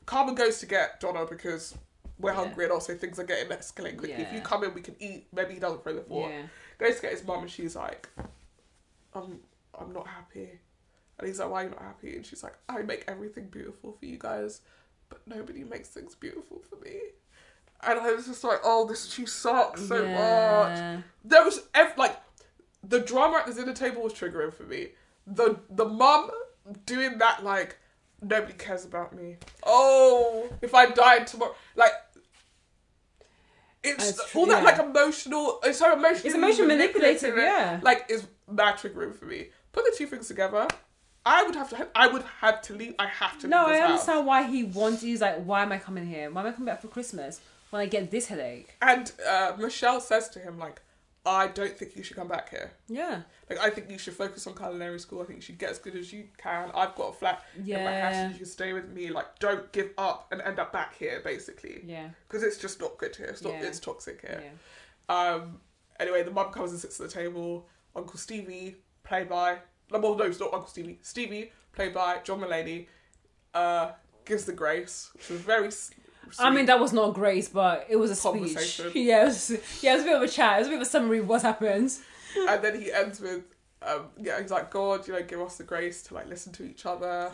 Speaker 2: Carmen goes to get Donna because we're
Speaker 1: Yeah.
Speaker 2: hungry, and also things are getting escalating quickly. If you
Speaker 1: Yeah.
Speaker 2: come in, we can eat. Maybe he doesn't throw the fork
Speaker 1: Yeah.
Speaker 2: goes to get his mum and she's like, I'm I'm not happy. And he's like, Why are you not happy? And she's like, I make everything beautiful for you guys, but nobody makes things beautiful for me. And I was just like, Oh, this she sucks so much.
Speaker 1: yeah.
Speaker 2: There was ev- like the drama at the dinner table was triggering for me. The the mum doing that like nobody cares about me. Oh, if I died tomorrow, like it's
Speaker 1: That's
Speaker 2: all that
Speaker 1: true,
Speaker 2: like
Speaker 1: yeah.
Speaker 2: emotional. It's so emotional.
Speaker 1: It's emotion manipulative, yeah.
Speaker 2: Like is mad triggering for me. Put the two things together. I would have to. I would have to leave. I have to.
Speaker 1: No,
Speaker 2: leave
Speaker 1: I
Speaker 2: this house.
Speaker 1: understand why he wants. He's like, why am I coming here? Why am I coming back for Christmas when I get this headache?
Speaker 2: And uh, Michelle says to him like, I don't think you should come back here.
Speaker 1: Yeah.
Speaker 2: Like I think you should focus on culinary school. I think you should get as good as you can. I've got a flat in my house.
Speaker 1: Yeah.
Speaker 2: and You should stay with me. Like don't give up and end up back here, basically,
Speaker 1: Yeah.
Speaker 2: because it's just not good here. It's not.
Speaker 1: Yeah.
Speaker 2: It's toxic
Speaker 1: Yeah.
Speaker 2: here. Um. Anyway, the mum comes and sits at the table. Uncle Stevie, played by no, well, no, it's not Uncle Stevie. Stevie, played by John Mulaney, uh, gives the grace, which was very. s-
Speaker 1: I mean,
Speaker 2: sweet.
Speaker 1: that was not grace, but it was a speech.
Speaker 2: Conversation.
Speaker 1: [laughs] Yeah, it was, yeah, it was a bit of a chat. It was a bit of a summary of what's happened.
Speaker 2: and then he ends with, um, yeah, he's like, God, you know, give us the grace to like listen to each other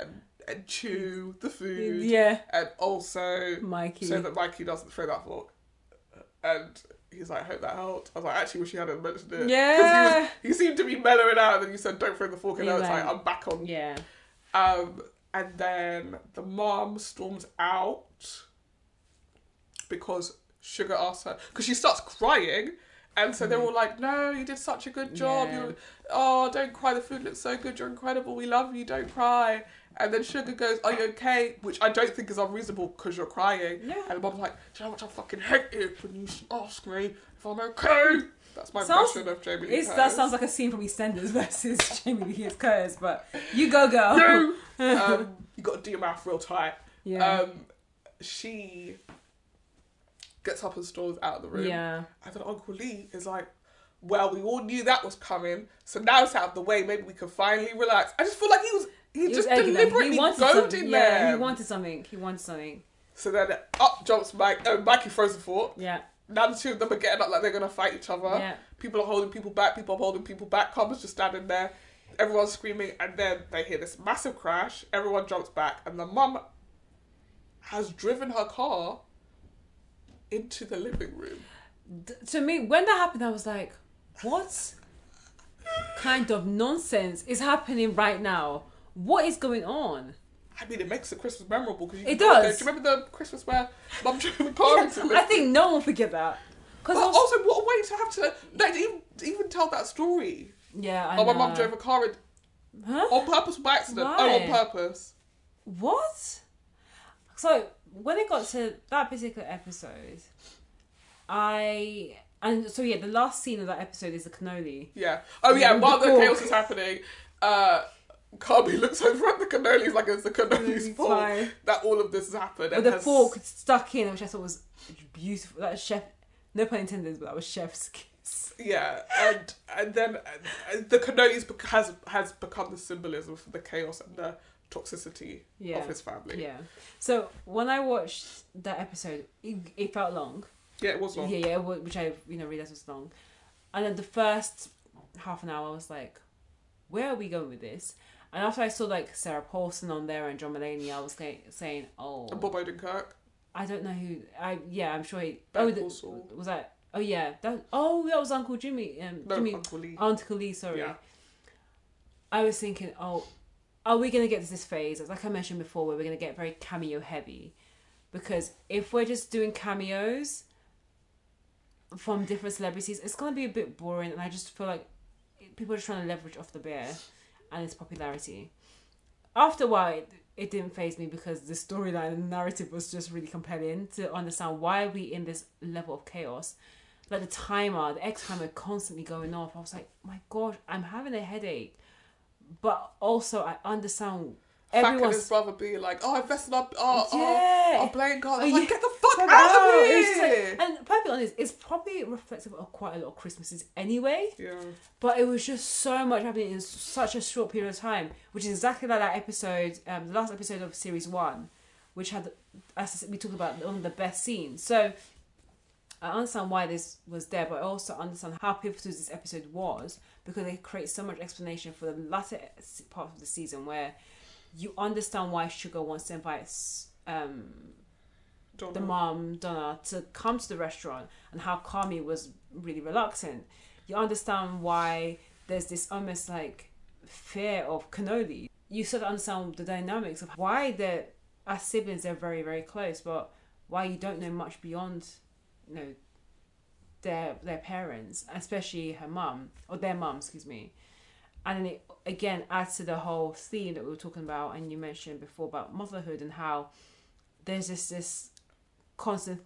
Speaker 2: and and chew the food,
Speaker 1: Yeah,
Speaker 2: and also
Speaker 1: Mikey.
Speaker 2: so that Mikey doesn't throw that fork. And he's like, I hope that helped. I was like, I actually wish he hadn't mentioned it. 'Cause he, was,
Speaker 1: Yeah.
Speaker 2: he seemed to be mellowing out, and then you said, don't throw the fork, and
Speaker 1: He
Speaker 2: now it's like,
Speaker 1: went.
Speaker 2: I'm back on.
Speaker 1: yeah,
Speaker 2: Um, and then the mom storms out because Sugar asks her because she starts crying, and so they're all like, "No, you did such a good job.
Speaker 1: Mm-hmm. Yeah.
Speaker 2: You, oh, don't cry. The food looks so good. You're incredible. We love you. Don't cry." And then Sugar goes, "Are you okay?" Which I don't think is unreasonable because you're crying.
Speaker 1: Yeah.
Speaker 2: And the mom's like, "Do you know what I fucking hate it when you ask me if I'm okay?" That's my
Speaker 1: Sounds-
Speaker 2: version of Jamie Lee
Speaker 1: It's, that
Speaker 2: Curtis.
Speaker 1: sounds like a scene from EastEnders versus [laughs] Jamie Lee Curtis, but you go, girl.
Speaker 2: No! um, you got to do your mouth real tight.
Speaker 1: [laughs] Yeah.
Speaker 2: Um, she gets up and storms out of the room.
Speaker 1: yeah.
Speaker 2: And then Uncle Lee is like, well, we all knew that was coming, so now it's out of the way. Maybe we can finally relax. I just feel like he was he,
Speaker 1: He
Speaker 2: just
Speaker 1: was egging them.
Speaker 2: deliberately goaded
Speaker 1: something.
Speaker 2: in
Speaker 1: Yeah,
Speaker 2: there.
Speaker 1: he wanted something. He wanted something.
Speaker 2: so then up jumps Mike. Oh, Mikey throws the fort.
Speaker 1: Yeah.
Speaker 2: Now the two of them are getting up like they're gonna fight each other.
Speaker 1: Yeah.
Speaker 2: People are holding people back. People are holding people back. Carmen's just standing there. Everyone's screaming, and then they hear this massive crash. Everyone jumps back, and the mum has driven her car into the living room.
Speaker 1: D- to me, when that happened, I was like, what kind of nonsense is happening right now? What is going on?
Speaker 2: I mean, it makes the Christmas memorable because
Speaker 1: It does.
Speaker 2: Do you remember the Christmas where mum [laughs] drove the car into the living
Speaker 1: I think no one will forget that. Because
Speaker 2: But also, what a way to have to like to even, to even tell that story.
Speaker 1: yeah, I
Speaker 2: Oh, my
Speaker 1: know.
Speaker 2: mum drove a car in,
Speaker 1: Huh?
Speaker 2: on purpose by accident. Oh, on
Speaker 1: Why?
Speaker 2: purpose.
Speaker 1: What? So when it got to that particular episode, I and so yeah, the last scene of that episode is the cannoli.
Speaker 2: Yeah. Oh yeah.
Speaker 1: Yeah,
Speaker 2: While the
Speaker 1: the
Speaker 2: chaos is happening, uh, Carby looks over at the cannolis like it's the cannoli's
Speaker 1: It's
Speaker 2: fault
Speaker 1: fine.
Speaker 2: that all of this has happened.
Speaker 1: With
Speaker 2: and
Speaker 1: the
Speaker 2: has-
Speaker 1: fork stuck in, which I thought was beautiful. That was chef, no pun intended, but that was chef's [laughs] kiss.
Speaker 2: Yeah, and and then uh, the cannolis bec- has has become the symbolism for the chaos and the toxicity
Speaker 1: Yeah.
Speaker 2: of his family.
Speaker 1: Yeah. So when I watched that episode, it, it felt long.
Speaker 2: Yeah, it was long.
Speaker 1: Yeah, yeah, wh- which I you know realized was long. And then the first half an hour, I was like, "Where are we going with this?" And after I saw like Sarah Paulson on there and John Mulaney, I was like, saying, "Oh,
Speaker 2: And Bob Odenkirk.
Speaker 1: I don't know who." I yeah, I'm sure. He,
Speaker 2: Ben
Speaker 1: oh, the,
Speaker 2: Paulson.
Speaker 1: was that? Oh yeah, that. Oh, that was Uncle Jimmy. Um,
Speaker 2: No,
Speaker 1: Jimmy,
Speaker 2: Uncle Lee.
Speaker 1: Uncle Lee. Sorry.
Speaker 2: Yeah.
Speaker 1: I was thinking, oh, are we going to get to this phase? As like I mentioned before, where we're going to get very cameo heavy, because if we're just doing cameos from different celebrities, it's going to be a bit boring. And I just feel like people are just trying to leverage off the bear and its popularity. After a while, it, it didn't phase me because the storyline and narrative was just really compelling to understand why are we in this level of chaos. Like the timer, the X timer constantly going off. I was like, my gosh, I'm having a headache. But also, I understand
Speaker 2: Fack and his
Speaker 1: everyone's.
Speaker 2: brother being like, "Oh, I vested up, oh,
Speaker 1: Yeah.
Speaker 2: oh, oh, playing God." I
Speaker 1: Oh,
Speaker 2: was
Speaker 1: yeah.
Speaker 2: like, "Get the fuck
Speaker 1: Fuck
Speaker 2: out
Speaker 1: out.
Speaker 2: of
Speaker 1: It's just
Speaker 2: here!"
Speaker 1: like- and probably honest, it's probably reflective of quite a lot of Christmases anyway.
Speaker 2: yeah,
Speaker 1: But it was just so much happening in such a short period of time, which is exactly like that episode, um, the last episode of series one, which had, as we talked about, one of the best scenes. So I understand why this was there, but I also understand how pivotal this episode was because it creates so much explanation for the latter s- part of the season where you understand why Sugar wants to invite s- um,
Speaker 2: Donald.
Speaker 1: the mom Donna to come to the restaurant and how Kami was really reluctant. You understand why there's this almost like fear of cannoli. You sort of understand the dynamics of why they're as siblings they're very very close, but why you don't know much beyond, you know, their their parents, especially her mum or their mum, excuse me. And then it again adds to the whole theme that we were talking about and you mentioned before about motherhood and how there's just this constant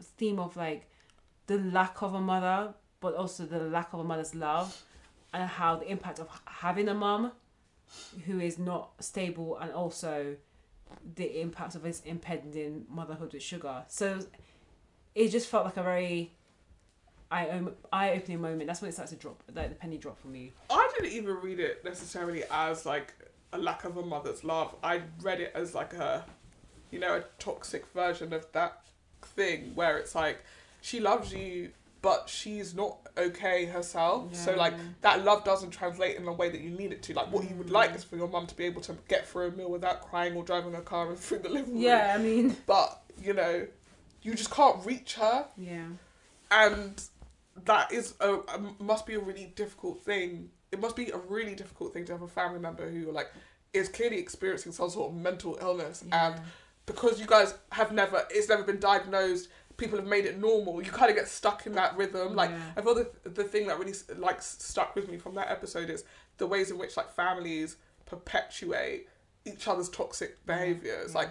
Speaker 1: theme of like the lack of a mother, but also the lack of a mother's love, and how the impact of h- having a mum who is not stable, and also the impact of his impending motherhood with sugar. So it just felt like a very eye opening moment. That's when it starts to drop, like the penny drop for me.
Speaker 2: I didn't even read it necessarily as like a lack of a mother's love. I read it as like a, you know, a toxic version of that thing where it's like she loves you, but she's not okay herself. So like
Speaker 1: Yeah.
Speaker 2: that love doesn't translate in the way that you need it to. Like what you would
Speaker 1: Mm.
Speaker 2: like is for your mum to be able to get through a meal without crying or driving a car [laughs] and through the living room.
Speaker 1: Yeah, I mean,
Speaker 2: But you know, you just can't reach her
Speaker 1: yeah,
Speaker 2: and that is a, a- must be a really difficult thing. It must be a really difficult thing to have a family member who like is clearly experiencing some sort of mental illness,
Speaker 1: Um,
Speaker 2: and because you guys have never, it's never been diagnosed. People have made it normal. You kind of get stuck in that rhythm. Like
Speaker 1: Yeah.
Speaker 2: I feel the the thing that really like stuck with me from that episode is the ways in which like
Speaker 1: Mm-hmm.
Speaker 2: families perpetuate each other's toxic behaviors. Like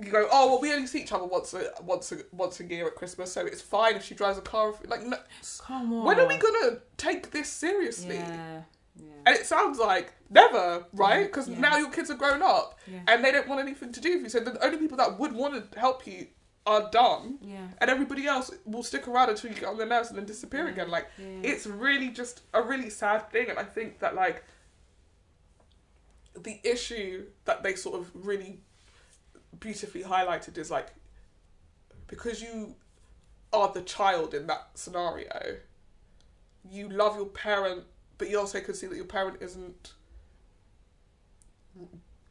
Speaker 2: you go, oh well, we only see each other once a once a once a year at Christmas, so it's fine if she drives a car. If, like, no,
Speaker 1: Come on.
Speaker 2: when are we gonna take this seriously?
Speaker 1: Yeah. Yeah.
Speaker 2: And it sounds like never, right? Because
Speaker 1: Yeah.
Speaker 2: now your kids are grown up
Speaker 1: Yeah.
Speaker 2: and they don't want anything to do with you. So the only people that would want to help you are done,
Speaker 1: Yeah.
Speaker 2: and everybody else will stick around until you get on their nerves and then disappear
Speaker 1: Yeah.
Speaker 2: again. Like
Speaker 1: Yeah.
Speaker 2: it's really just a really sad thing and i think that like the issue that they sort of really beautifully highlighted is like because you are the child in that scenario you love your parent but you also can see that your parent isn't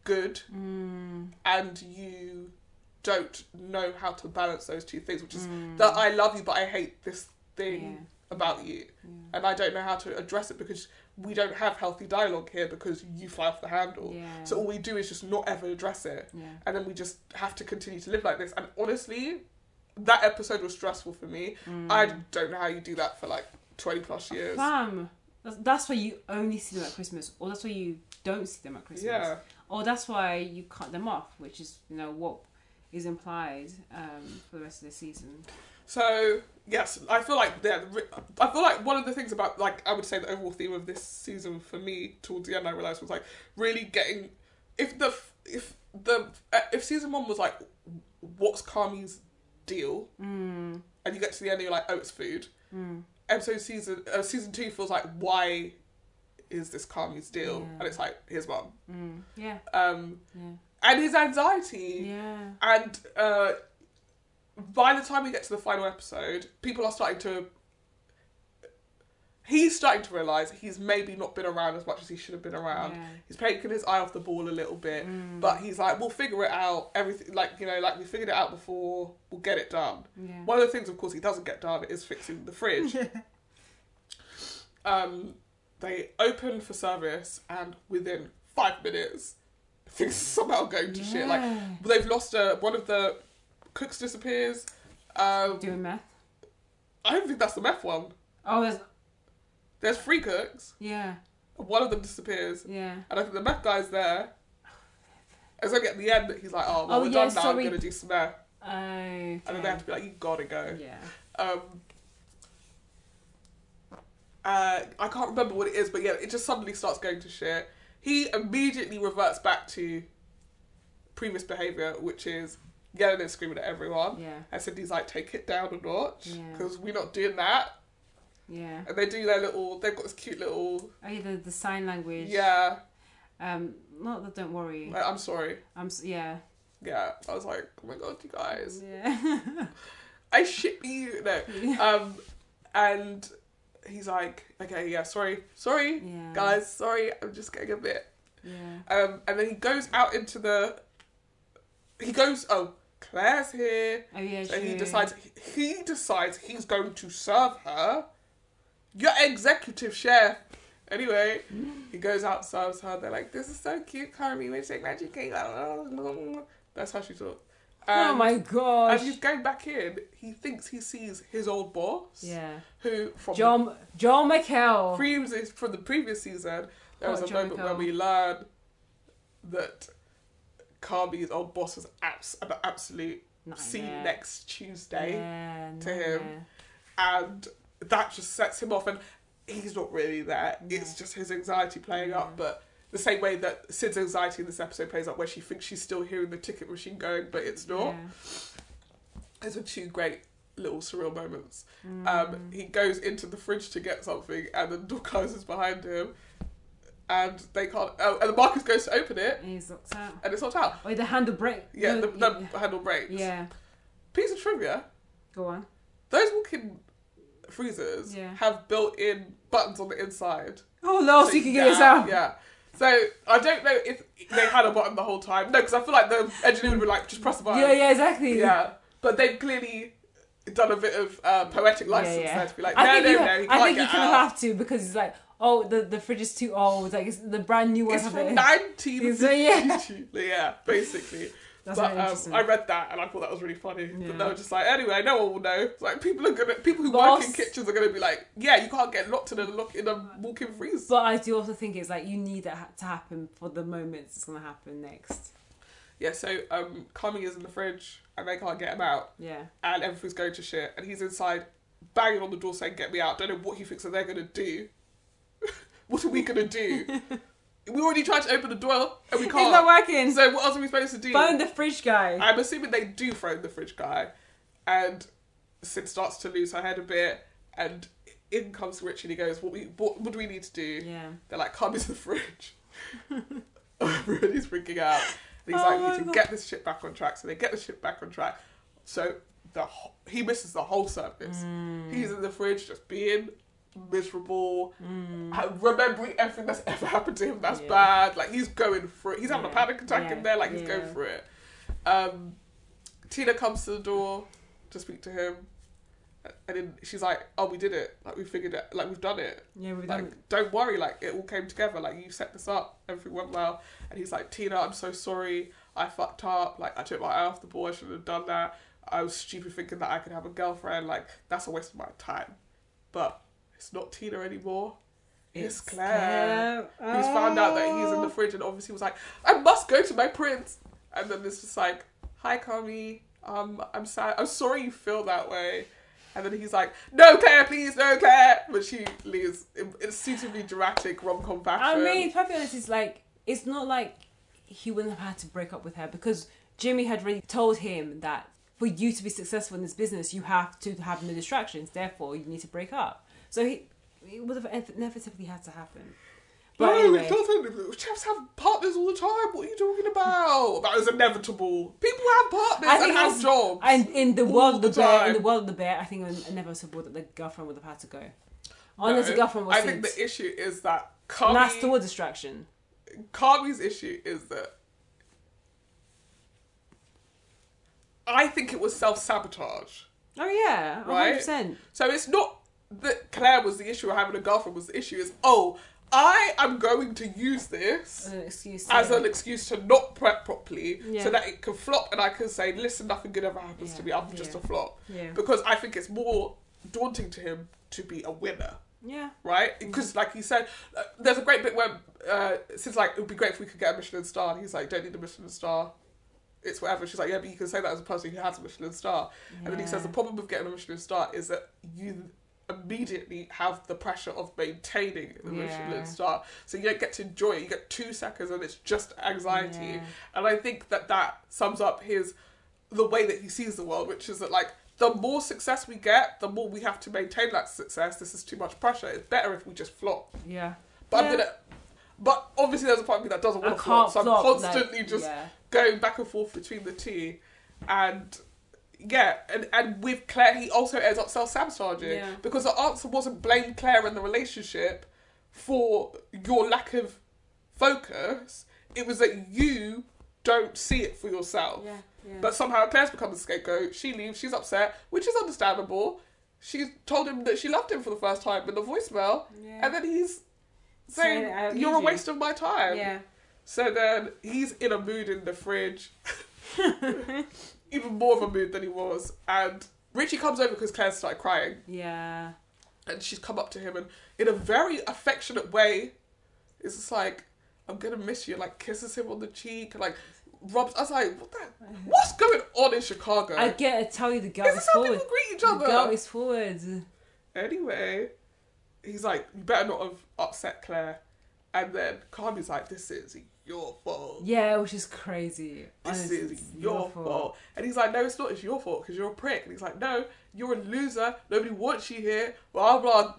Speaker 2: good
Speaker 1: Mm.
Speaker 2: and you don't know how to balance those two things which is that i love you but i hate this thing
Speaker 1: Mm. Yeah.
Speaker 2: about you
Speaker 1: Yeah.
Speaker 2: and I don't know how to address it because we don't have healthy dialogue here because you fly off the handle.
Speaker 1: Yeah.
Speaker 2: So all we do is just not ever address it,
Speaker 1: yeah.
Speaker 2: and then we just have to continue to live like this. And honestly, that episode was stressful for me. I don't know how you do that for like twenty plus years.
Speaker 1: Fam, that's, that's why you only see them at Christmas, or that's why you don't see them at Christmas.
Speaker 2: Yeah,
Speaker 1: Or that's why you cut them off, which is you know what is implied um, for the rest of the season.
Speaker 2: So yes, I feel like yeah, the re- I feel like one of the things about like I would say the overall theme of this season for me towards the end I realized was like really getting if the f- if the uh, if season one was like what's Kami's deal
Speaker 1: Mm.
Speaker 2: and you get to the end and you're like oh it's food
Speaker 1: Mm.
Speaker 2: episode season uh, season two feels like why is this Kami's deal
Speaker 1: Yeah.
Speaker 2: and it's like his mum
Speaker 1: Mm. Yeah.
Speaker 2: um
Speaker 1: Yeah.
Speaker 2: and his anxiety
Speaker 1: Yeah.
Speaker 2: and uh, by the time we get to the final episode, people are starting to. He's starting to realise he's maybe not been around as much as he should have been around.
Speaker 1: Yeah.
Speaker 2: He's taking his eye off the ball a little bit,
Speaker 1: Mm.
Speaker 2: but he's like, we'll figure it out. Everything, like, you know, like we figured it out before, we'll get it done.
Speaker 1: Yeah.
Speaker 2: One of the things, of course, he doesn't get done is fixing the fridge.
Speaker 1: [laughs]
Speaker 2: Um, they open for service, and within five minutes, things somehow go to shit. Like,
Speaker 1: Yeah.
Speaker 2: they've lost a one of the cooks disappears. Um,
Speaker 1: doing math.
Speaker 2: I don't think that's the meth one.
Speaker 1: Oh, there's
Speaker 2: There's three cooks.
Speaker 1: yeah,
Speaker 2: One of them disappears,
Speaker 1: yeah.
Speaker 2: and I think the meth guy's there. It's only at the end that he's like, "Oh, well,
Speaker 1: Oh,
Speaker 2: we're
Speaker 1: yeah,
Speaker 2: done now.
Speaker 1: sorry.
Speaker 2: I'm gonna do some meth,"
Speaker 1: Oh, okay.
Speaker 2: and then they have to be like, "You gotta go."
Speaker 1: yeah.
Speaker 2: Um, uh, I can't remember what it is, but yeah, it just suddenly starts going to shit. He immediately reverts back to previous behavior, which is yelling and screaming at everyone.
Speaker 1: Yeah,
Speaker 2: And Cindy's like, take it down a notch
Speaker 1: Yeah.
Speaker 2: because we're not doing that.
Speaker 1: yeah.
Speaker 2: And they do their little, they've got this cute little,
Speaker 1: Oh, yeah, the, the sign language.
Speaker 2: yeah,
Speaker 1: Um, not that. Don't worry.
Speaker 2: like, I'm sorry.
Speaker 1: I'm. s- Yeah.
Speaker 2: Yeah. I was like, oh my god, you
Speaker 1: Mm.
Speaker 2: guys.
Speaker 1: Yeah. [laughs]
Speaker 2: I ship you. No. Um, and he's like, okay, yeah, sorry, sorry,
Speaker 1: yeah.
Speaker 2: guys, sorry, I'm just getting a bit.
Speaker 1: Yeah.
Speaker 2: Um, and then he goes out into the, he goes, oh, Claire's here.
Speaker 1: Oh yeah.
Speaker 2: So he
Speaker 1: true.
Speaker 2: decides he decides he's going to serve her. Your executive chef. Anyway, he goes out, serves her. They're like, "This is so cute, Carmi. We take magic cake." That's how she talks. Um,
Speaker 1: oh
Speaker 2: And
Speaker 1: my
Speaker 2: as
Speaker 1: gosh.
Speaker 2: he's going back in, he thinks he sees his old boss,
Speaker 1: Yeah.
Speaker 2: who from
Speaker 1: John John
Speaker 2: the
Speaker 1: McHale.
Speaker 2: previous from the previous season, there
Speaker 1: Oh,
Speaker 2: was a
Speaker 1: John
Speaker 2: moment where we learn that Carmi's old boss was abs- an absolute. See you
Speaker 1: Nightmare.
Speaker 2: next Tuesday
Speaker 1: Yeah,
Speaker 2: to him.
Speaker 1: nightmare.
Speaker 2: and that just sets him off and he's not really there it's
Speaker 1: Yeah.
Speaker 2: just his anxiety playing
Speaker 1: Yeah.
Speaker 2: up but the same way that sid's anxiety in this episode plays up where she thinks she's still hearing the ticket machine going but it's not
Speaker 1: Yeah.
Speaker 2: those were two great little surreal moments
Speaker 1: Mm.
Speaker 2: um, he goes into the fridge to get something and the door [laughs] closes behind him and they can't oh, and the marcus goes to open it
Speaker 1: And he's locked out.
Speaker 2: and it's not out
Speaker 1: Oh, the handle break.
Speaker 2: yeah
Speaker 1: No,
Speaker 2: the, the handle breaks
Speaker 1: yeah.
Speaker 2: piece of trivia
Speaker 1: Go on.
Speaker 2: those walk-in freezers
Speaker 1: Yeah.
Speaker 2: have built-in buttons on the inside
Speaker 1: Oh no, so,
Speaker 2: So
Speaker 1: you can get
Speaker 2: yeah,
Speaker 1: yourself.
Speaker 2: Yeah. So I don't know if they had a button the whole time. No, because I feel like the engineer would be like, just press the button.
Speaker 1: Yeah, yeah, exactly.
Speaker 2: Yeah. But they've clearly done a bit of uh, poetic license
Speaker 1: yeah.
Speaker 2: there to be like, no,
Speaker 1: I think
Speaker 2: no,
Speaker 1: you,
Speaker 2: no, you
Speaker 1: I
Speaker 2: can't
Speaker 1: think you
Speaker 2: get
Speaker 1: kind of
Speaker 2: out.
Speaker 1: have to because it's like, oh, the, the fridge is too old. Like it's, the brand new one.
Speaker 2: It's
Speaker 1: have
Speaker 2: from
Speaker 1: it. [laughs]
Speaker 2: 19.
Speaker 1: So, uh, yeah.
Speaker 2: [laughs] yeah, basically.
Speaker 1: That's
Speaker 2: but
Speaker 1: very interesting.
Speaker 2: um, I read that and I thought that was really funny. But they
Speaker 1: Yeah.
Speaker 2: were just like, anyway, no one will know. It's like people are gonna, people who work in
Speaker 1: Boss.
Speaker 2: kitchens are gonna be like, yeah, you can't get locked in a lock in a walk-in freezer.
Speaker 1: But I do also think it's like you need that ha- to happen for the moments it's gonna happen next.
Speaker 2: Yeah, so um, Kami is in the fridge and they can't get him out,
Speaker 1: Yeah.
Speaker 2: and everything's going to shit. And he's inside, banging on the door saying, "Get me out!" Don't know what he thinks that they're gonna do. [laughs] what are we gonna do?
Speaker 1: [laughs]
Speaker 2: we already tried to open the door and we
Speaker 1: It's not
Speaker 2: can't.
Speaker 1: working.
Speaker 2: So what else are we supposed to do?
Speaker 1: Phone the fridge guy.
Speaker 2: I'm assuming they do phone the fridge guy, and Sid starts to lose her head a bit, and in comes Rich and he goes, "What we what, what do we need to do?"
Speaker 1: yeah.
Speaker 2: They're like, "Come into the fridge." [laughs] Everybody's freaking out. And he's
Speaker 1: Oh
Speaker 2: like, "We
Speaker 1: my
Speaker 2: need to
Speaker 1: God.
Speaker 2: get this shit back on track." So they get the shit back on track. So the wh- he misses the whole service.
Speaker 1: Mm.
Speaker 2: He's in the fridge just being miserable, ha- remembering everything that's ever happened to him. That's
Speaker 1: Mm. Yeah.
Speaker 2: bad. Like he's going through. it. He's having a
Speaker 1: Yeah.
Speaker 2: panic attack
Speaker 1: Yeah.
Speaker 2: in there. Like he's
Speaker 1: Yeah.
Speaker 2: going through it. Um, Tina comes to the door to speak to him, and then she's like, "Oh, we did it. Like we figured it. Like we've done it."
Speaker 1: Yeah, we've done.
Speaker 2: like don't worry like it all came together like you set this up everything went well and he's like tina i'm so sorry i fucked up like i took my eye off the ball i shouldn't have done that i was stupid thinking that i could have a girlfriend like that's a waste of my time but it's not tina anymore it's, claire, he's found out that he's in the fridge and obviously was like i must go to my prince and then it's just like hi kami um i'm sad i'm sorry you feel that way and then he's like, "No, Claire, please, no, Claire." But she leaves in, in suitably dramatic rom com fashion.
Speaker 1: I mean, to be honest, it's like it's not like he wouldn't have had to break up with her because Jimmy had already told him that for you to be successful in this business, you have to have no distractions. Therefore, you need to break up. So he it would have inevitably had to happen. But
Speaker 2: no,
Speaker 1: anyway,
Speaker 2: it doesn't. Chefs have partners all the time. What are you talking about? That is inevitable. People have partners
Speaker 1: I
Speaker 2: and
Speaker 1: think
Speaker 2: have
Speaker 1: that's-
Speaker 2: jobs.
Speaker 1: and in the world of the,
Speaker 2: the
Speaker 1: bear, in
Speaker 2: time.
Speaker 1: the world of the bear, I think it was inevitable that the girlfriend would have had to go. Unless
Speaker 2: No,
Speaker 1: the girlfriend was
Speaker 2: I think
Speaker 1: Sid's.
Speaker 2: the issue is that
Speaker 1: And that's still
Speaker 2: Kami,
Speaker 1: a distraction.
Speaker 2: Kami's issue is that I think it was self sabotage.
Speaker 1: Oh yeah,
Speaker 2: Right?
Speaker 1: hundred percent.
Speaker 2: So it's not that Claire was the issue or having a girlfriend was the issue. It's oh, I am going to use this
Speaker 1: As an excuse.
Speaker 2: as
Speaker 1: yeah.
Speaker 2: an excuse to not prep properly,
Speaker 1: Yeah.
Speaker 2: so that it can flop, and I can say, listen, nothing good ever happens to
Speaker 1: Yeah,
Speaker 2: me. I'm just
Speaker 1: yeah.
Speaker 2: a flop.
Speaker 1: Yeah.
Speaker 2: Because I think it's more daunting to him to be a winner
Speaker 1: yeah.
Speaker 2: right?
Speaker 1: Mm-hmm.
Speaker 2: Because like he said, uh, there's a great bit where uh, Sid's like, it would be great if we could get a Michelin star. And he's like, don't need a Michelin star. It's whatever. She's like, yeah, but you can say that as a person who has a Michelin star. And then he
Speaker 1: Yeah.
Speaker 2: says, the problem with getting a Michelin star is that you immediately have the pressure of maintaining the
Speaker 1: Yeah.
Speaker 2: Michelin star. So you don't get to enjoy it. You get two seconds and it's just anxiety.
Speaker 1: Yeah.
Speaker 2: And I think that that sums up his the way that he sees the world, which is that like the more success we get, the more we have to maintain that success. This is too much pressure. It's better if we just flop.
Speaker 1: Yeah.
Speaker 2: But I'm
Speaker 1: Yeah.
Speaker 2: gonna. But obviously, there's a part of me that doesn't
Speaker 1: I
Speaker 2: want to flop,
Speaker 1: can't
Speaker 2: so I'm
Speaker 1: flop, like,
Speaker 2: constantly just
Speaker 1: yeah.
Speaker 2: going back and forth between the two, and yeah, and and with Claire, he also ends up self sabotaging
Speaker 1: Yeah.
Speaker 2: because the answer wasn't blame Claire and the relationship for your lack of focus. It was that you don't see it for yourself.
Speaker 1: Yeah, yeah.
Speaker 2: But somehow Claire's become the scapegoat. She leaves. She's upset, which is understandable. She told him that she loved him for the first time in the voicemail,
Speaker 1: Yeah.
Speaker 2: and then he's
Speaker 1: Saying,
Speaker 2: saying,
Speaker 1: "I
Speaker 2: "You're
Speaker 1: need you."
Speaker 2: a waste of my time."
Speaker 1: yeah.
Speaker 2: So then he's in a mood in the fridge, even more of a mood than he was. And Richie comes over because Claire started crying,
Speaker 1: Yeah.
Speaker 2: and she's come up to him and, in a very affectionate way, is just like, "I'm gonna miss you." Like kisses him on the cheek, and like rubs. I was like, "What the? What's going on in Chicago?"
Speaker 1: I get to tell you the girl
Speaker 2: Is
Speaker 1: is,
Speaker 2: this how
Speaker 1: forward.
Speaker 2: people greet each
Speaker 1: The girl
Speaker 2: other?
Speaker 1: is forward.
Speaker 2: Anyway, he's like, you better not have upset Claire. And then Kami's like, this is your fault.
Speaker 1: Yeah, which is crazy.
Speaker 2: This
Speaker 1: Honestly,
Speaker 2: is
Speaker 1: it's
Speaker 2: your, fault. And he's like, no, it's not. It's your fault because you're a prick. And he's like, no, you're a loser. Nobody wants you here. Blah, blah.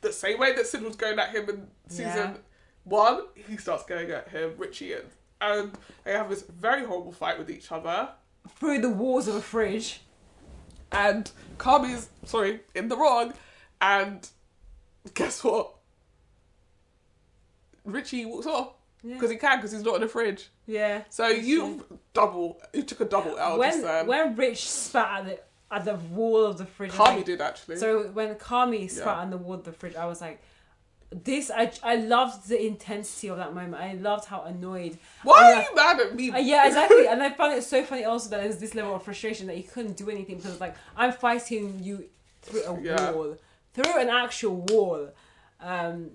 Speaker 2: The same way that Sid was going at him in season
Speaker 1: Yeah.
Speaker 2: one, he starts going at him, Richie and. And they have this very horrible fight with each other.
Speaker 1: Through the walls of a fridge.
Speaker 2: and Kami's sorry in the wrong, and guess what? Richie walks off
Speaker 1: Yeah.
Speaker 2: because he can because he's not in the fridge.
Speaker 1: Yeah.
Speaker 2: So you double, you took a double L just
Speaker 1: When
Speaker 2: um, then.
Speaker 1: when Rich spat at the, at the wall of the fridge.
Speaker 2: Kami
Speaker 1: like-
Speaker 2: did actually.
Speaker 1: So when Kami spat
Speaker 2: Yeah.
Speaker 1: on the wall of the fridge, I was like, this. I I loved the intensity of that moment. I loved how annoyed.
Speaker 2: Why
Speaker 1: and
Speaker 2: are
Speaker 1: I-
Speaker 2: you mad at me?
Speaker 1: Uh, yeah, exactly. And I found it so funny also that there's this level of frustration that he couldn't do anything because like I'm fighting you through a
Speaker 2: Yeah.
Speaker 1: wall, through an actual wall. Um,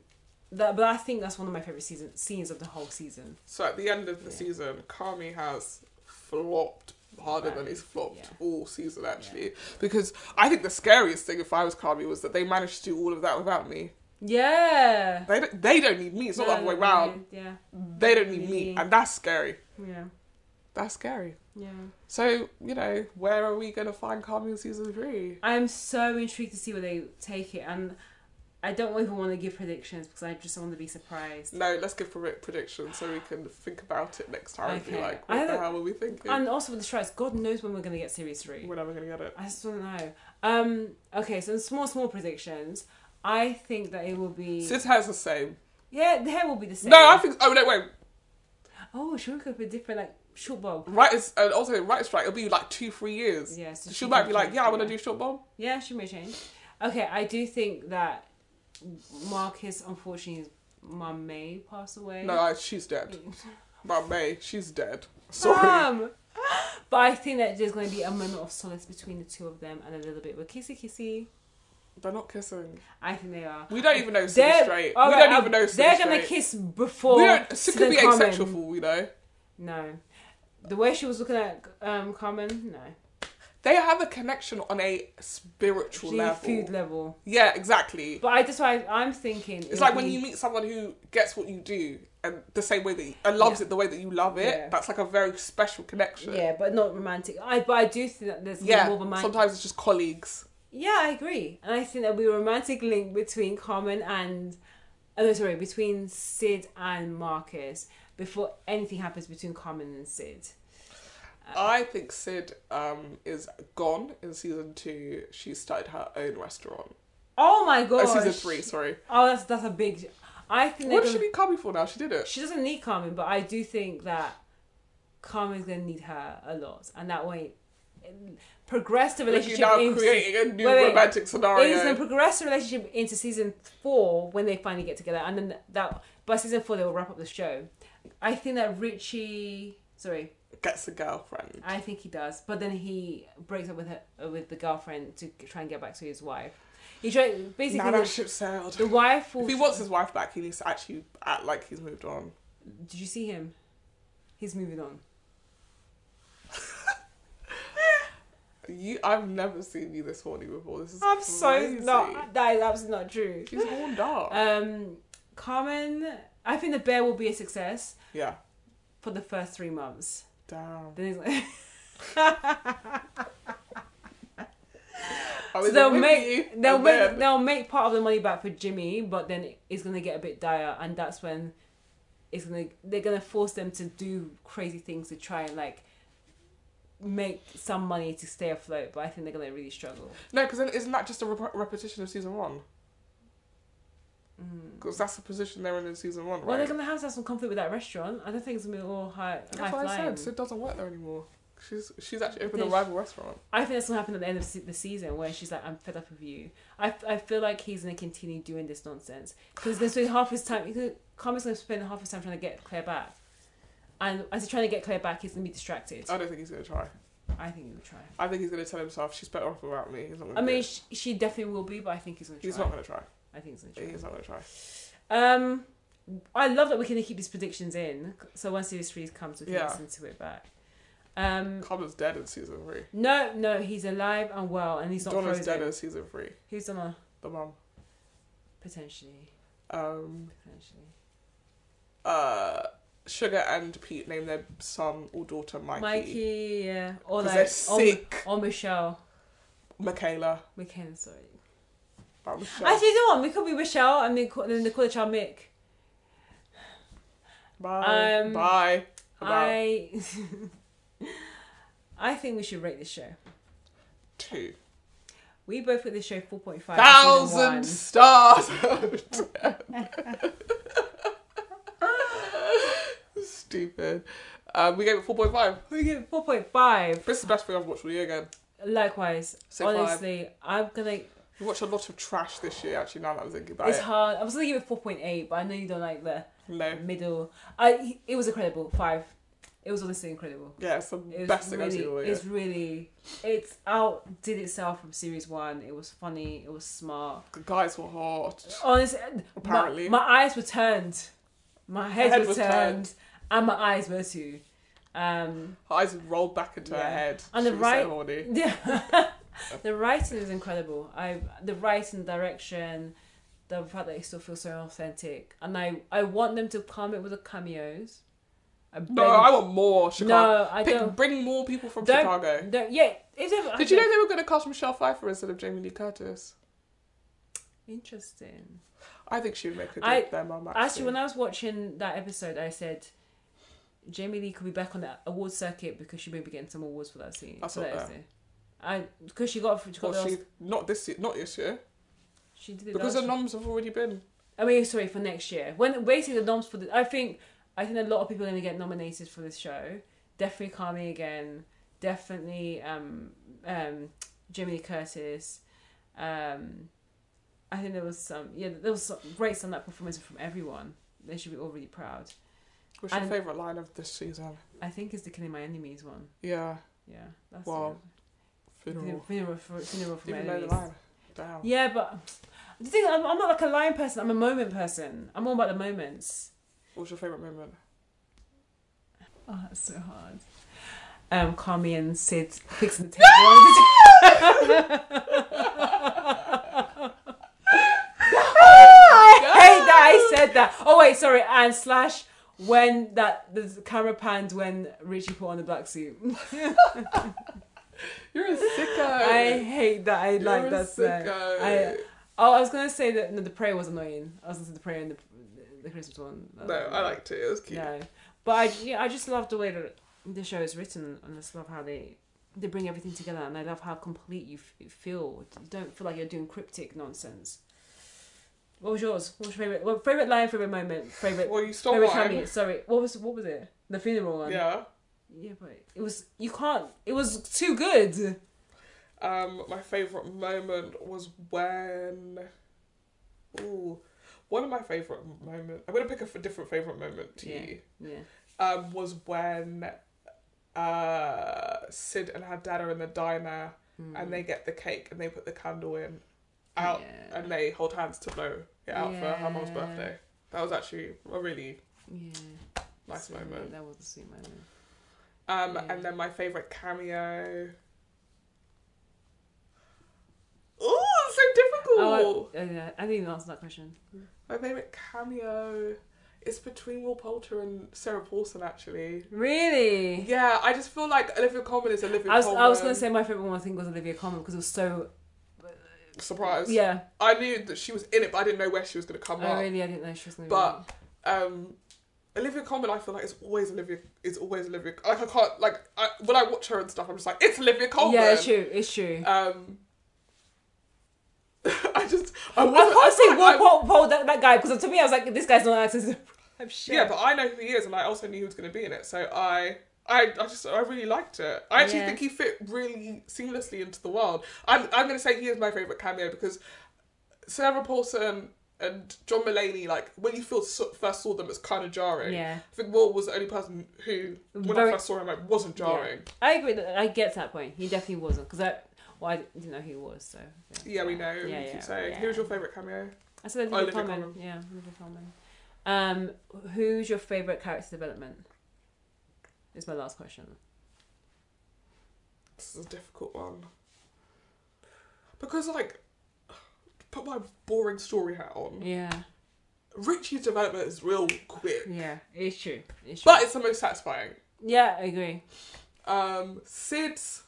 Speaker 1: that, but I think that's one of my favorite season scenes of the whole season.
Speaker 2: So at the end of the season, Kami has flopped harder than he's flopped
Speaker 1: Yeah.
Speaker 2: all season actually. Because I think the scariest thing if I was Carmi was that they managed to do all of that without me.
Speaker 1: Yeah.
Speaker 2: They don't, they don't need me. It's not the other
Speaker 1: No,
Speaker 2: way
Speaker 1: no,
Speaker 2: round.
Speaker 1: no, Yeah.
Speaker 2: They don't need me,
Speaker 1: Me.
Speaker 2: and that's scary.
Speaker 1: Yeah.
Speaker 2: That's scary.
Speaker 1: Yeah.
Speaker 2: So you know, where are we gonna find Carmi in season three?
Speaker 1: I am so intrigued to see where they take it, and I don't even want to give predictions because I just want to be surprised.
Speaker 2: No, let's give predict- predictions so we can think about it next time and be
Speaker 1: Okay.
Speaker 2: like,
Speaker 1: I
Speaker 2: what the
Speaker 1: don't-
Speaker 2: hell were we thinking?
Speaker 1: And also with the strikes, God knows when we're going to get series three.
Speaker 2: We're never gonna get it.
Speaker 1: I just don't know. Um. Okay. So small, small predictions. I think that it will be.
Speaker 2: Sis hair's the same.
Speaker 1: Yeah, the hair will be the same.
Speaker 2: No, I think. Oh no, wait.
Speaker 1: Oh, should we go for a different like short bob?
Speaker 2: Right is and uh, also right strike. It'll be like two, three years.
Speaker 1: Yeah. So
Speaker 2: she might be like, yeah, I want to
Speaker 1: do.
Speaker 2: do short bomb.
Speaker 1: Yeah, she may change. Okay, I do think that Marcus, unfortunately, his mum may pass away.
Speaker 2: No, I, she's dead. But May, she's dead.
Speaker 1: Ah.
Speaker 2: Sorry.
Speaker 1: Mum! But I think that there's going to be a moment of solace between the two of them and a little bit of a kissy kissy.
Speaker 2: They're not kissing.
Speaker 1: I think they are.
Speaker 2: We don't even know Sid
Speaker 1: They're-
Speaker 2: straight.
Speaker 1: all
Speaker 2: we
Speaker 1: right,
Speaker 2: don't even know
Speaker 1: um,
Speaker 2: Sid
Speaker 1: They're
Speaker 2: straight.
Speaker 1: gonna kiss before.
Speaker 2: We don't. Sid could
Speaker 1: Sid
Speaker 2: be
Speaker 1: and Carmen.
Speaker 2: asexual for all we know.
Speaker 1: No, the way she was looking at um, Carmen, no,
Speaker 2: They have a connection on a spiritual
Speaker 1: She-
Speaker 2: level.
Speaker 1: food level.
Speaker 2: Yeah, exactly.
Speaker 1: But I just I, I'm thinking
Speaker 2: It's like when you meet someone who gets what you do and the same way that you, and loves it the way that you love it.
Speaker 1: Yeah.
Speaker 2: That's like a very special connection.
Speaker 1: yeah, but not romantic. I but I do think that there's
Speaker 2: Yeah,
Speaker 1: more of a romantic.
Speaker 2: sometimes it's just colleagues.
Speaker 1: Yeah, I agree. And I think there'll be a romantic link between Carmen and oh no, sorry, between Sid and Marcus before anything happens between Carmen and Sid.
Speaker 2: I think Sid um, is gone in season two. She started her own restaurant.
Speaker 1: Oh my
Speaker 2: Oh,
Speaker 1: god.
Speaker 2: season three, sorry.
Speaker 1: Oh that's that's a big I think
Speaker 2: What
Speaker 1: they're
Speaker 2: does she
Speaker 1: gonna-
Speaker 2: be coming for now? She did it.
Speaker 1: she doesn't need Carmen, but I do think that Carmen's gonna need her a lot and that way progress the
Speaker 2: You're
Speaker 1: relationship
Speaker 2: now
Speaker 1: into-
Speaker 2: creating a new
Speaker 1: Wait, wait. It
Speaker 2: romantic
Speaker 1: is going to
Speaker 2: scenario.
Speaker 1: progress the relationship into season four when they finally get together, and then that by season four they will wrap up the show. I think that Richie, sorry,
Speaker 2: Gets a girlfriend.
Speaker 1: I think he does, but then he breaks up with her uh, with the girlfriend to try and get back to his wife. He try basically
Speaker 2: Now that
Speaker 1: the,
Speaker 2: ship sailed.
Speaker 1: the wife. Will,
Speaker 2: If he wants his wife back, he needs to actually act like he's moved on.
Speaker 1: Did you see him? He's moving on.
Speaker 2: You, I've never seen you this horny before. This is
Speaker 1: I'm so
Speaker 2: crazy.
Speaker 1: not. That is absolutely not true.
Speaker 2: She's horned up.
Speaker 1: Um, Carmen, I think the bear will be a success
Speaker 2: yeah.
Speaker 1: for the first three months.
Speaker 2: Damn.
Speaker 1: Then he's like.
Speaker 2: I
Speaker 1: So
Speaker 2: was
Speaker 1: they'll
Speaker 2: Oh, with
Speaker 1: make
Speaker 2: you,
Speaker 1: they'll
Speaker 2: and
Speaker 1: make
Speaker 2: then-
Speaker 1: they'll make part of the money back for Jimmy, but then it's gonna get a bit dire, and that's when it's gonna they're gonna force them to do crazy things to try and like make some money to stay afloat. But I think they're gonna really struggle.
Speaker 2: No, because then isn't that just a rep- repetition of season one? Because that's the position they're in in season one,
Speaker 1: Mm. Well,
Speaker 2: right?
Speaker 1: they're gonna have to have some conflict with that restaurant. I don't think it's gonna be all high high
Speaker 2: that's what I
Speaker 1: flying.
Speaker 2: said. Sid doesn't work there anymore. She's she's actually opened a
Speaker 1: Then she-
Speaker 2: rival restaurant.
Speaker 1: I think that's gonna happen at the end of se- the season where she's like, "I'm fed up with you." I, f- I feel like he's gonna continue doing this nonsense because there's been half his time. Because Carmen's gonna spend half his time trying to get Claire back, and as he's trying to get Claire back, he's gonna be distracted.
Speaker 2: I don't think he's gonna try.
Speaker 1: I think he'll try.
Speaker 2: I think he's gonna tell himself she's better off without me. He's not gonna
Speaker 1: I
Speaker 2: do
Speaker 1: mean,
Speaker 2: it.
Speaker 1: she, she definitely will be, but I think he's gonna try.
Speaker 2: he's not gonna try.
Speaker 1: I think he's gonna try.
Speaker 2: He's not gonna try.
Speaker 1: Um, I love that we're gonna keep these predictions in. So once series three comes, we can
Speaker 2: Yeah.
Speaker 1: listen to it back. Um,
Speaker 2: Common's dead in season three.
Speaker 1: no, no, he's alive and well, and he's not
Speaker 2: Donna's
Speaker 1: frozen.
Speaker 2: dead in season three.
Speaker 1: Who's Donna?
Speaker 2: The mum.
Speaker 1: Potentially,
Speaker 2: Um,
Speaker 1: potentially.
Speaker 2: uh, Sugar and Pete name their son or daughter Mikey.
Speaker 1: Mikey, yeah, or
Speaker 2: 'Cause
Speaker 1: like
Speaker 2: they're
Speaker 1: or-
Speaker 2: sick.
Speaker 1: or, Michelle
Speaker 2: Michaela.
Speaker 1: McKenna. Sorry,
Speaker 2: That was Sugar.
Speaker 1: actually, you know what? We could be Michelle, and then call, then they call the child Mick.
Speaker 2: Bye.
Speaker 1: um,
Speaker 2: Bye. About
Speaker 1: I, [laughs] I think we should rate this show.
Speaker 2: two.
Speaker 1: We both put this show four point five
Speaker 2: thousand stars out of ten. [laughs] Stupid. Um, we gave it 4.5.
Speaker 1: We give it four point five.
Speaker 2: This is the best thing I've watched all year again.
Speaker 1: Likewise,
Speaker 2: So
Speaker 1: honestly, I'm gonna.
Speaker 2: We watched a lot of trash this year, actually, now that I'm thinking about
Speaker 1: It's
Speaker 2: it.
Speaker 1: hard. I was gonna give it four point eight, but I know you don't like the
Speaker 2: No.
Speaker 1: middle. I. It was incredible. Five. It was honestly incredible.
Speaker 2: Yeah, it's the
Speaker 1: It's
Speaker 2: best thing I've
Speaker 1: really,
Speaker 2: seen all year.
Speaker 1: it's really, it's outdid itself from series one. It was funny. It was smart.
Speaker 2: The guys were hot.
Speaker 1: Honestly,
Speaker 2: Apparently.
Speaker 1: my, my eyes were turned. My head,
Speaker 2: head
Speaker 1: was,
Speaker 2: was
Speaker 1: turned,
Speaker 2: turned.
Speaker 1: and my eyes were too. Um, [laughs]
Speaker 2: Her eyes rolled back into
Speaker 1: Yeah.
Speaker 2: her head.
Speaker 1: On
Speaker 2: She
Speaker 1: the
Speaker 2: was so
Speaker 1: right-
Speaker 2: horny.
Speaker 1: yeah. the writing is incredible. I the writing, direction, the fact that it still feels so authentic, and I I want them to come in with the cameos. I beg-
Speaker 2: No, I want more Chicago.
Speaker 1: no, I
Speaker 2: Pick-
Speaker 1: don't.
Speaker 2: Bring more people from
Speaker 1: Don't-
Speaker 2: Chicago.
Speaker 1: don't yeah, it's a-
Speaker 2: Did you know they were going to cast Michelle Pfeiffer instead of Jamie Lee Curtis?
Speaker 1: Interesting.
Speaker 2: I think she would make a
Speaker 1: I-
Speaker 2: good their mum.
Speaker 1: Actually, when I was watching that episode, I said Jamie Lee could be back on the award circuit because she may be getting some awards for that scene.
Speaker 2: I
Speaker 1: so
Speaker 2: thought
Speaker 1: that is
Speaker 2: that.
Speaker 1: it. I because she got, she, got
Speaker 2: Well,
Speaker 1: the
Speaker 2: she,
Speaker 1: Osc-
Speaker 2: not this year, not this year,
Speaker 1: she did it
Speaker 2: because
Speaker 1: last
Speaker 2: the
Speaker 1: year.
Speaker 2: noms have already been.
Speaker 1: I mean, sorry for next year. When basically the noms for the, I think I think a lot of people are going to get nominated for this show. Definitely Kami again. Definitely um um Jamie Lee Curtis. Um, I think there was some yeah there was some great stand up performance from everyone. They should be all really proud.
Speaker 2: What's your
Speaker 1: And-
Speaker 2: favourite line of this season?
Speaker 1: I think it's the Killing My Enemies one.
Speaker 2: Yeah,
Speaker 1: Yeah, that's
Speaker 2: Wow.
Speaker 1: it. Funeral,
Speaker 2: funeral.
Speaker 1: funeral for, funeral for
Speaker 2: Do you
Speaker 1: my
Speaker 2: even know the
Speaker 1: enemies.
Speaker 2: line? Damn.
Speaker 1: Yeah, but the thing I'm, I'm not like a line person. I'm a moment person. I'm all about the moments.
Speaker 2: What's your favourite moment?
Speaker 1: Oh, that's so hard. Um, Carmi and Sid fixing the [laughs] table. I hate that I said that. Oh wait, sorry. And slash when that the camera panned when Richie put on the black suit.
Speaker 2: You're [laughs] a sicko.
Speaker 1: I hate that. I
Speaker 2: You're
Speaker 1: like
Speaker 2: a
Speaker 1: that. set.
Speaker 2: sicko.
Speaker 1: I- Oh, I was gonna say that no, the prayer was annoying. I was gonna say the prayer and the the Christmas one.
Speaker 2: no, I liked it. It was cute.
Speaker 1: No, but I yeah, I just love the way that the show is written, and I just love how they they bring everything together, and I love how complete you f- feel. You don't feel like you're doing cryptic nonsense. What was yours? What was your favorite? Well, favorite line, favorite moment, favorite
Speaker 2: Well, you stole
Speaker 1: favorite
Speaker 2: mine.
Speaker 1: cameo. Sorry, what was what was it? The funeral one.
Speaker 2: Yeah.
Speaker 1: Yeah, but it was you can't. It was too good.
Speaker 2: Um, my favourite moment was when. Ooh. One of my favourite moments. I'm going to pick a f- different favourite moment to
Speaker 1: Yeah.
Speaker 2: you.
Speaker 1: Yeah.
Speaker 2: Um, was when uh, Sid and her dad are in the diner
Speaker 1: Hmm.
Speaker 2: and they get the cake and they put the candle in out
Speaker 1: Yeah.
Speaker 2: and they hold hands to blow it out for her mum's
Speaker 1: Yeah.
Speaker 2: birthday. That was actually a really
Speaker 1: Yeah.
Speaker 2: nice
Speaker 1: So,
Speaker 2: moment.
Speaker 1: That was a sweet moment.
Speaker 2: Um,
Speaker 1: Yeah.
Speaker 2: and then my favorite cameo. Oh, so difficult.
Speaker 1: Oh, I, yeah, I didn't even answer that question.
Speaker 2: My favorite cameo is between Will Poulter and Sarah Paulson. Actually,
Speaker 1: Really?
Speaker 2: yeah, I just feel like Olivia Colman is Olivia.
Speaker 1: I was,
Speaker 2: Colman.
Speaker 1: I was gonna say my favorite one I think was Olivia Colman because it was so
Speaker 2: surprise.
Speaker 1: yeah.
Speaker 2: I knew that she was in it, but I didn't know where she was gonna come
Speaker 1: I
Speaker 2: up.
Speaker 1: really I didn't know she was gonna.
Speaker 2: But um, Olivia Colman, I feel like it's always Olivia. It's always Olivia. Like I can't like I, when I watch her and stuff, I'm just like it's Olivia
Speaker 1: be in it.
Speaker 2: Colman.
Speaker 1: yeah, it's true. It's true.
Speaker 2: Um, [laughs] I just I
Speaker 1: I
Speaker 2: wasn't.
Speaker 1: can't say
Speaker 2: feel like
Speaker 1: Will Pol- Pol- that, that guy because to me I was like this guy's not acting. [laughs] to prime shit.
Speaker 2: Yeah, but I know who he is, and I also knew he was going to be in it. So I, I, I just I really liked it. I actually
Speaker 1: Yeah.
Speaker 2: think he fit really seamlessly into the world. I'm I'm going to say he is my favorite cameo because Sarah Paulson and John Mulaney, like when you first saw- first saw them, it's kind of jarring.
Speaker 1: Yeah.
Speaker 2: I think Will was the only person who, when
Speaker 1: Very-
Speaker 2: I first saw him, like wasn't
Speaker 1: Yeah.
Speaker 2: jarring.
Speaker 1: I agree. That, I get to that point. He definitely wasn't because I well I didn't know who he was. So
Speaker 2: Yeah, we know.
Speaker 1: Yeah,
Speaker 2: we
Speaker 1: yeah,
Speaker 2: keep saying.
Speaker 1: yeah.
Speaker 2: Who's your favorite cameo?
Speaker 1: I said Olivia,
Speaker 2: Oh, Olivia
Speaker 1: Colman.
Speaker 2: Colman.
Speaker 1: Yeah, Olivia Colman. Um, who's your favorite character development? Is my last question.
Speaker 2: This is a difficult one. Because, like, put my boring story hat on.
Speaker 1: Yeah,
Speaker 2: Richie's development is real quick,
Speaker 1: yeah, it's true. It's true.
Speaker 2: but it's the most satisfying.
Speaker 1: yeah, I agree.
Speaker 2: Um, Sid's.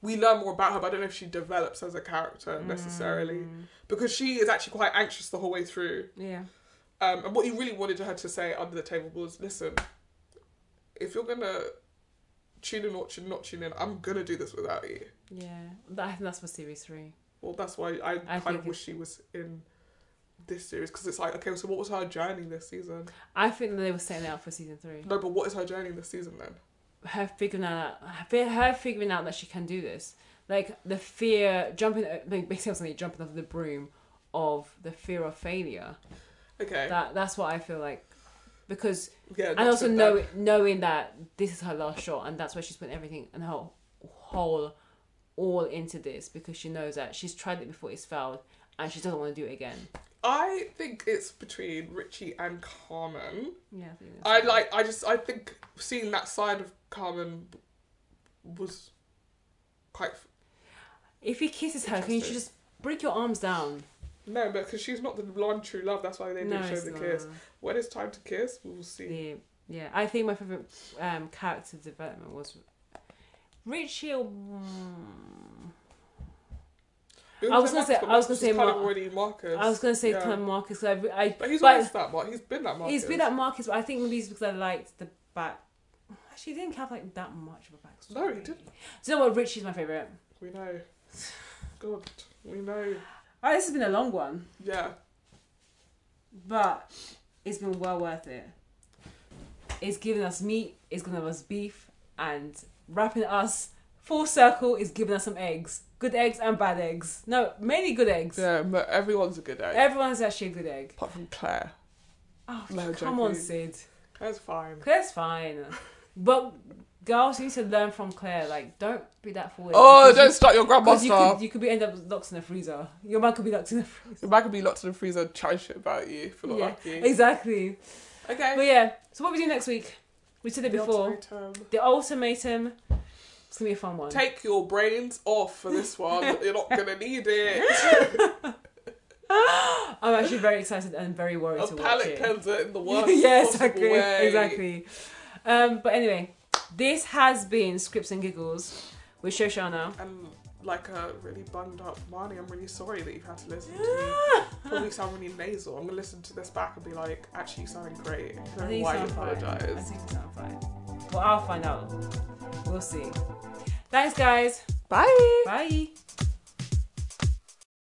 Speaker 2: We learn more about her, but I don't know if she develops as a character necessarily.
Speaker 1: Mm.
Speaker 2: Because she is actually quite anxious the whole way through.
Speaker 1: Yeah.
Speaker 2: Um, and what you really wanted her to say under the table was listen, if you're gonna tune in or tune not tune in, I'm gonna do this without you.
Speaker 1: Yeah, that, I think that's for series three.
Speaker 2: Well, that's why I,
Speaker 1: I
Speaker 2: kind
Speaker 1: think
Speaker 2: of wish she was in this series because it's like, okay, so what was her journey this season?
Speaker 1: I think that they were setting it up for season three.
Speaker 2: No, but what is her journey this season then?
Speaker 1: Her figuring out, her figuring out that she can do this, like the fear jumping, like, basically I was saying jumping off the broom, of the fear of failure.
Speaker 2: Okay,
Speaker 1: That that's what I feel like, because
Speaker 2: yeah,
Speaker 1: and also
Speaker 2: no.
Speaker 1: know, knowing that this is her last shot and that's where she's put everything and her whole all into this because she knows that she's tried it before it's failed and she doesn't want to do it again.
Speaker 2: I think it's between Richie and Carmen.
Speaker 1: Yeah, I think that's
Speaker 2: I like. I just. I think seeing that side of Carmen was quite
Speaker 1: If he kisses her, can you
Speaker 2: Interesting.
Speaker 1: just bring your arms down?
Speaker 2: no, but because she's not the one true love. That's why they didn't show
Speaker 1: it's
Speaker 2: the
Speaker 1: not.
Speaker 2: kiss. When it's time to kiss, we will see.
Speaker 1: Yeah, yeah. I think my favorite um, character development was Richie. mm,
Speaker 2: It
Speaker 1: I was gonna say-
Speaker 2: Marcus, but
Speaker 1: I was
Speaker 2: Marcus
Speaker 1: gonna say
Speaker 2: kind of
Speaker 1: Mar-
Speaker 2: already Marcus.
Speaker 1: I was gonna say
Speaker 2: yeah.
Speaker 1: Clem Marcus. 'cause I, I
Speaker 2: but he's
Speaker 1: but
Speaker 2: always that Mark. He's been that Mark.
Speaker 1: he's been at Marcus, but I think maybe it's because I liked the back. Actually, he didn't have like that much of a backstory.
Speaker 2: No, he didn't.
Speaker 1: Do you know what? Richie's my favorite.
Speaker 2: We know. God, we know.
Speaker 1: All right, Ah, this has been a long one,
Speaker 2: Yeah.
Speaker 1: but it's been well worth it. It's given us meat. It's given us beef, and wrapping us full circle is giving us some eggs. Good eggs and bad eggs. No, mainly good eggs.
Speaker 2: Yeah, but everyone's a good egg.
Speaker 1: Everyone's actually a good egg.
Speaker 2: Apart from Claire.
Speaker 1: Oh,
Speaker 2: No,
Speaker 1: come
Speaker 2: joking.
Speaker 1: on, Sid.
Speaker 2: Claire's fine.
Speaker 1: Claire's
Speaker 2: [laughs]
Speaker 1: fine. But girls, you need to learn from Claire. Like, don't be that forward.
Speaker 2: Oh,
Speaker 1: Because
Speaker 2: don't start your grandma
Speaker 1: Because you
Speaker 2: stuff.
Speaker 1: could, you could be end up locked in the freezer. Your man could be locked in the freezer.
Speaker 2: Your man could be locked in the freezer chatting shit about you if you're not
Speaker 1: Yeah,
Speaker 2: lucky.
Speaker 1: exactly.
Speaker 2: Okay.
Speaker 1: But yeah, so what we do next week? We said it
Speaker 2: The
Speaker 1: before.
Speaker 2: ultimatum.
Speaker 1: The ultimatum. It's gonna be a fun one.
Speaker 2: Take your brains off for
Speaker 1: [laughs]
Speaker 2: this one. You're not gonna need it.
Speaker 1: I'm actually very excited and very worried
Speaker 2: A
Speaker 1: to watch
Speaker 2: palate
Speaker 1: it. [laughs]
Speaker 2: cleanser in the worst
Speaker 1: yeah,
Speaker 2: possible
Speaker 1: exactly,
Speaker 2: way.
Speaker 1: exactly. Um, but anyway, this has been scripts and giggles with Shoshana.
Speaker 2: And like a really bunged up Marnie, I'm really sorry that you've had to listen to me.
Speaker 1: [gasps]
Speaker 2: Probably sound really nasal. I'm gonna listen to this back and be like, actually, you sounding great.
Speaker 1: [laughs]
Speaker 2: I
Speaker 1: I
Speaker 2: don't
Speaker 1: think
Speaker 2: know
Speaker 1: you
Speaker 2: why you
Speaker 1: sound fine. I
Speaker 2: apologise.
Speaker 1: think you sound fine. Well, I'll find out. We'll see. Thanks, guys.
Speaker 2: Bye.
Speaker 1: Bye.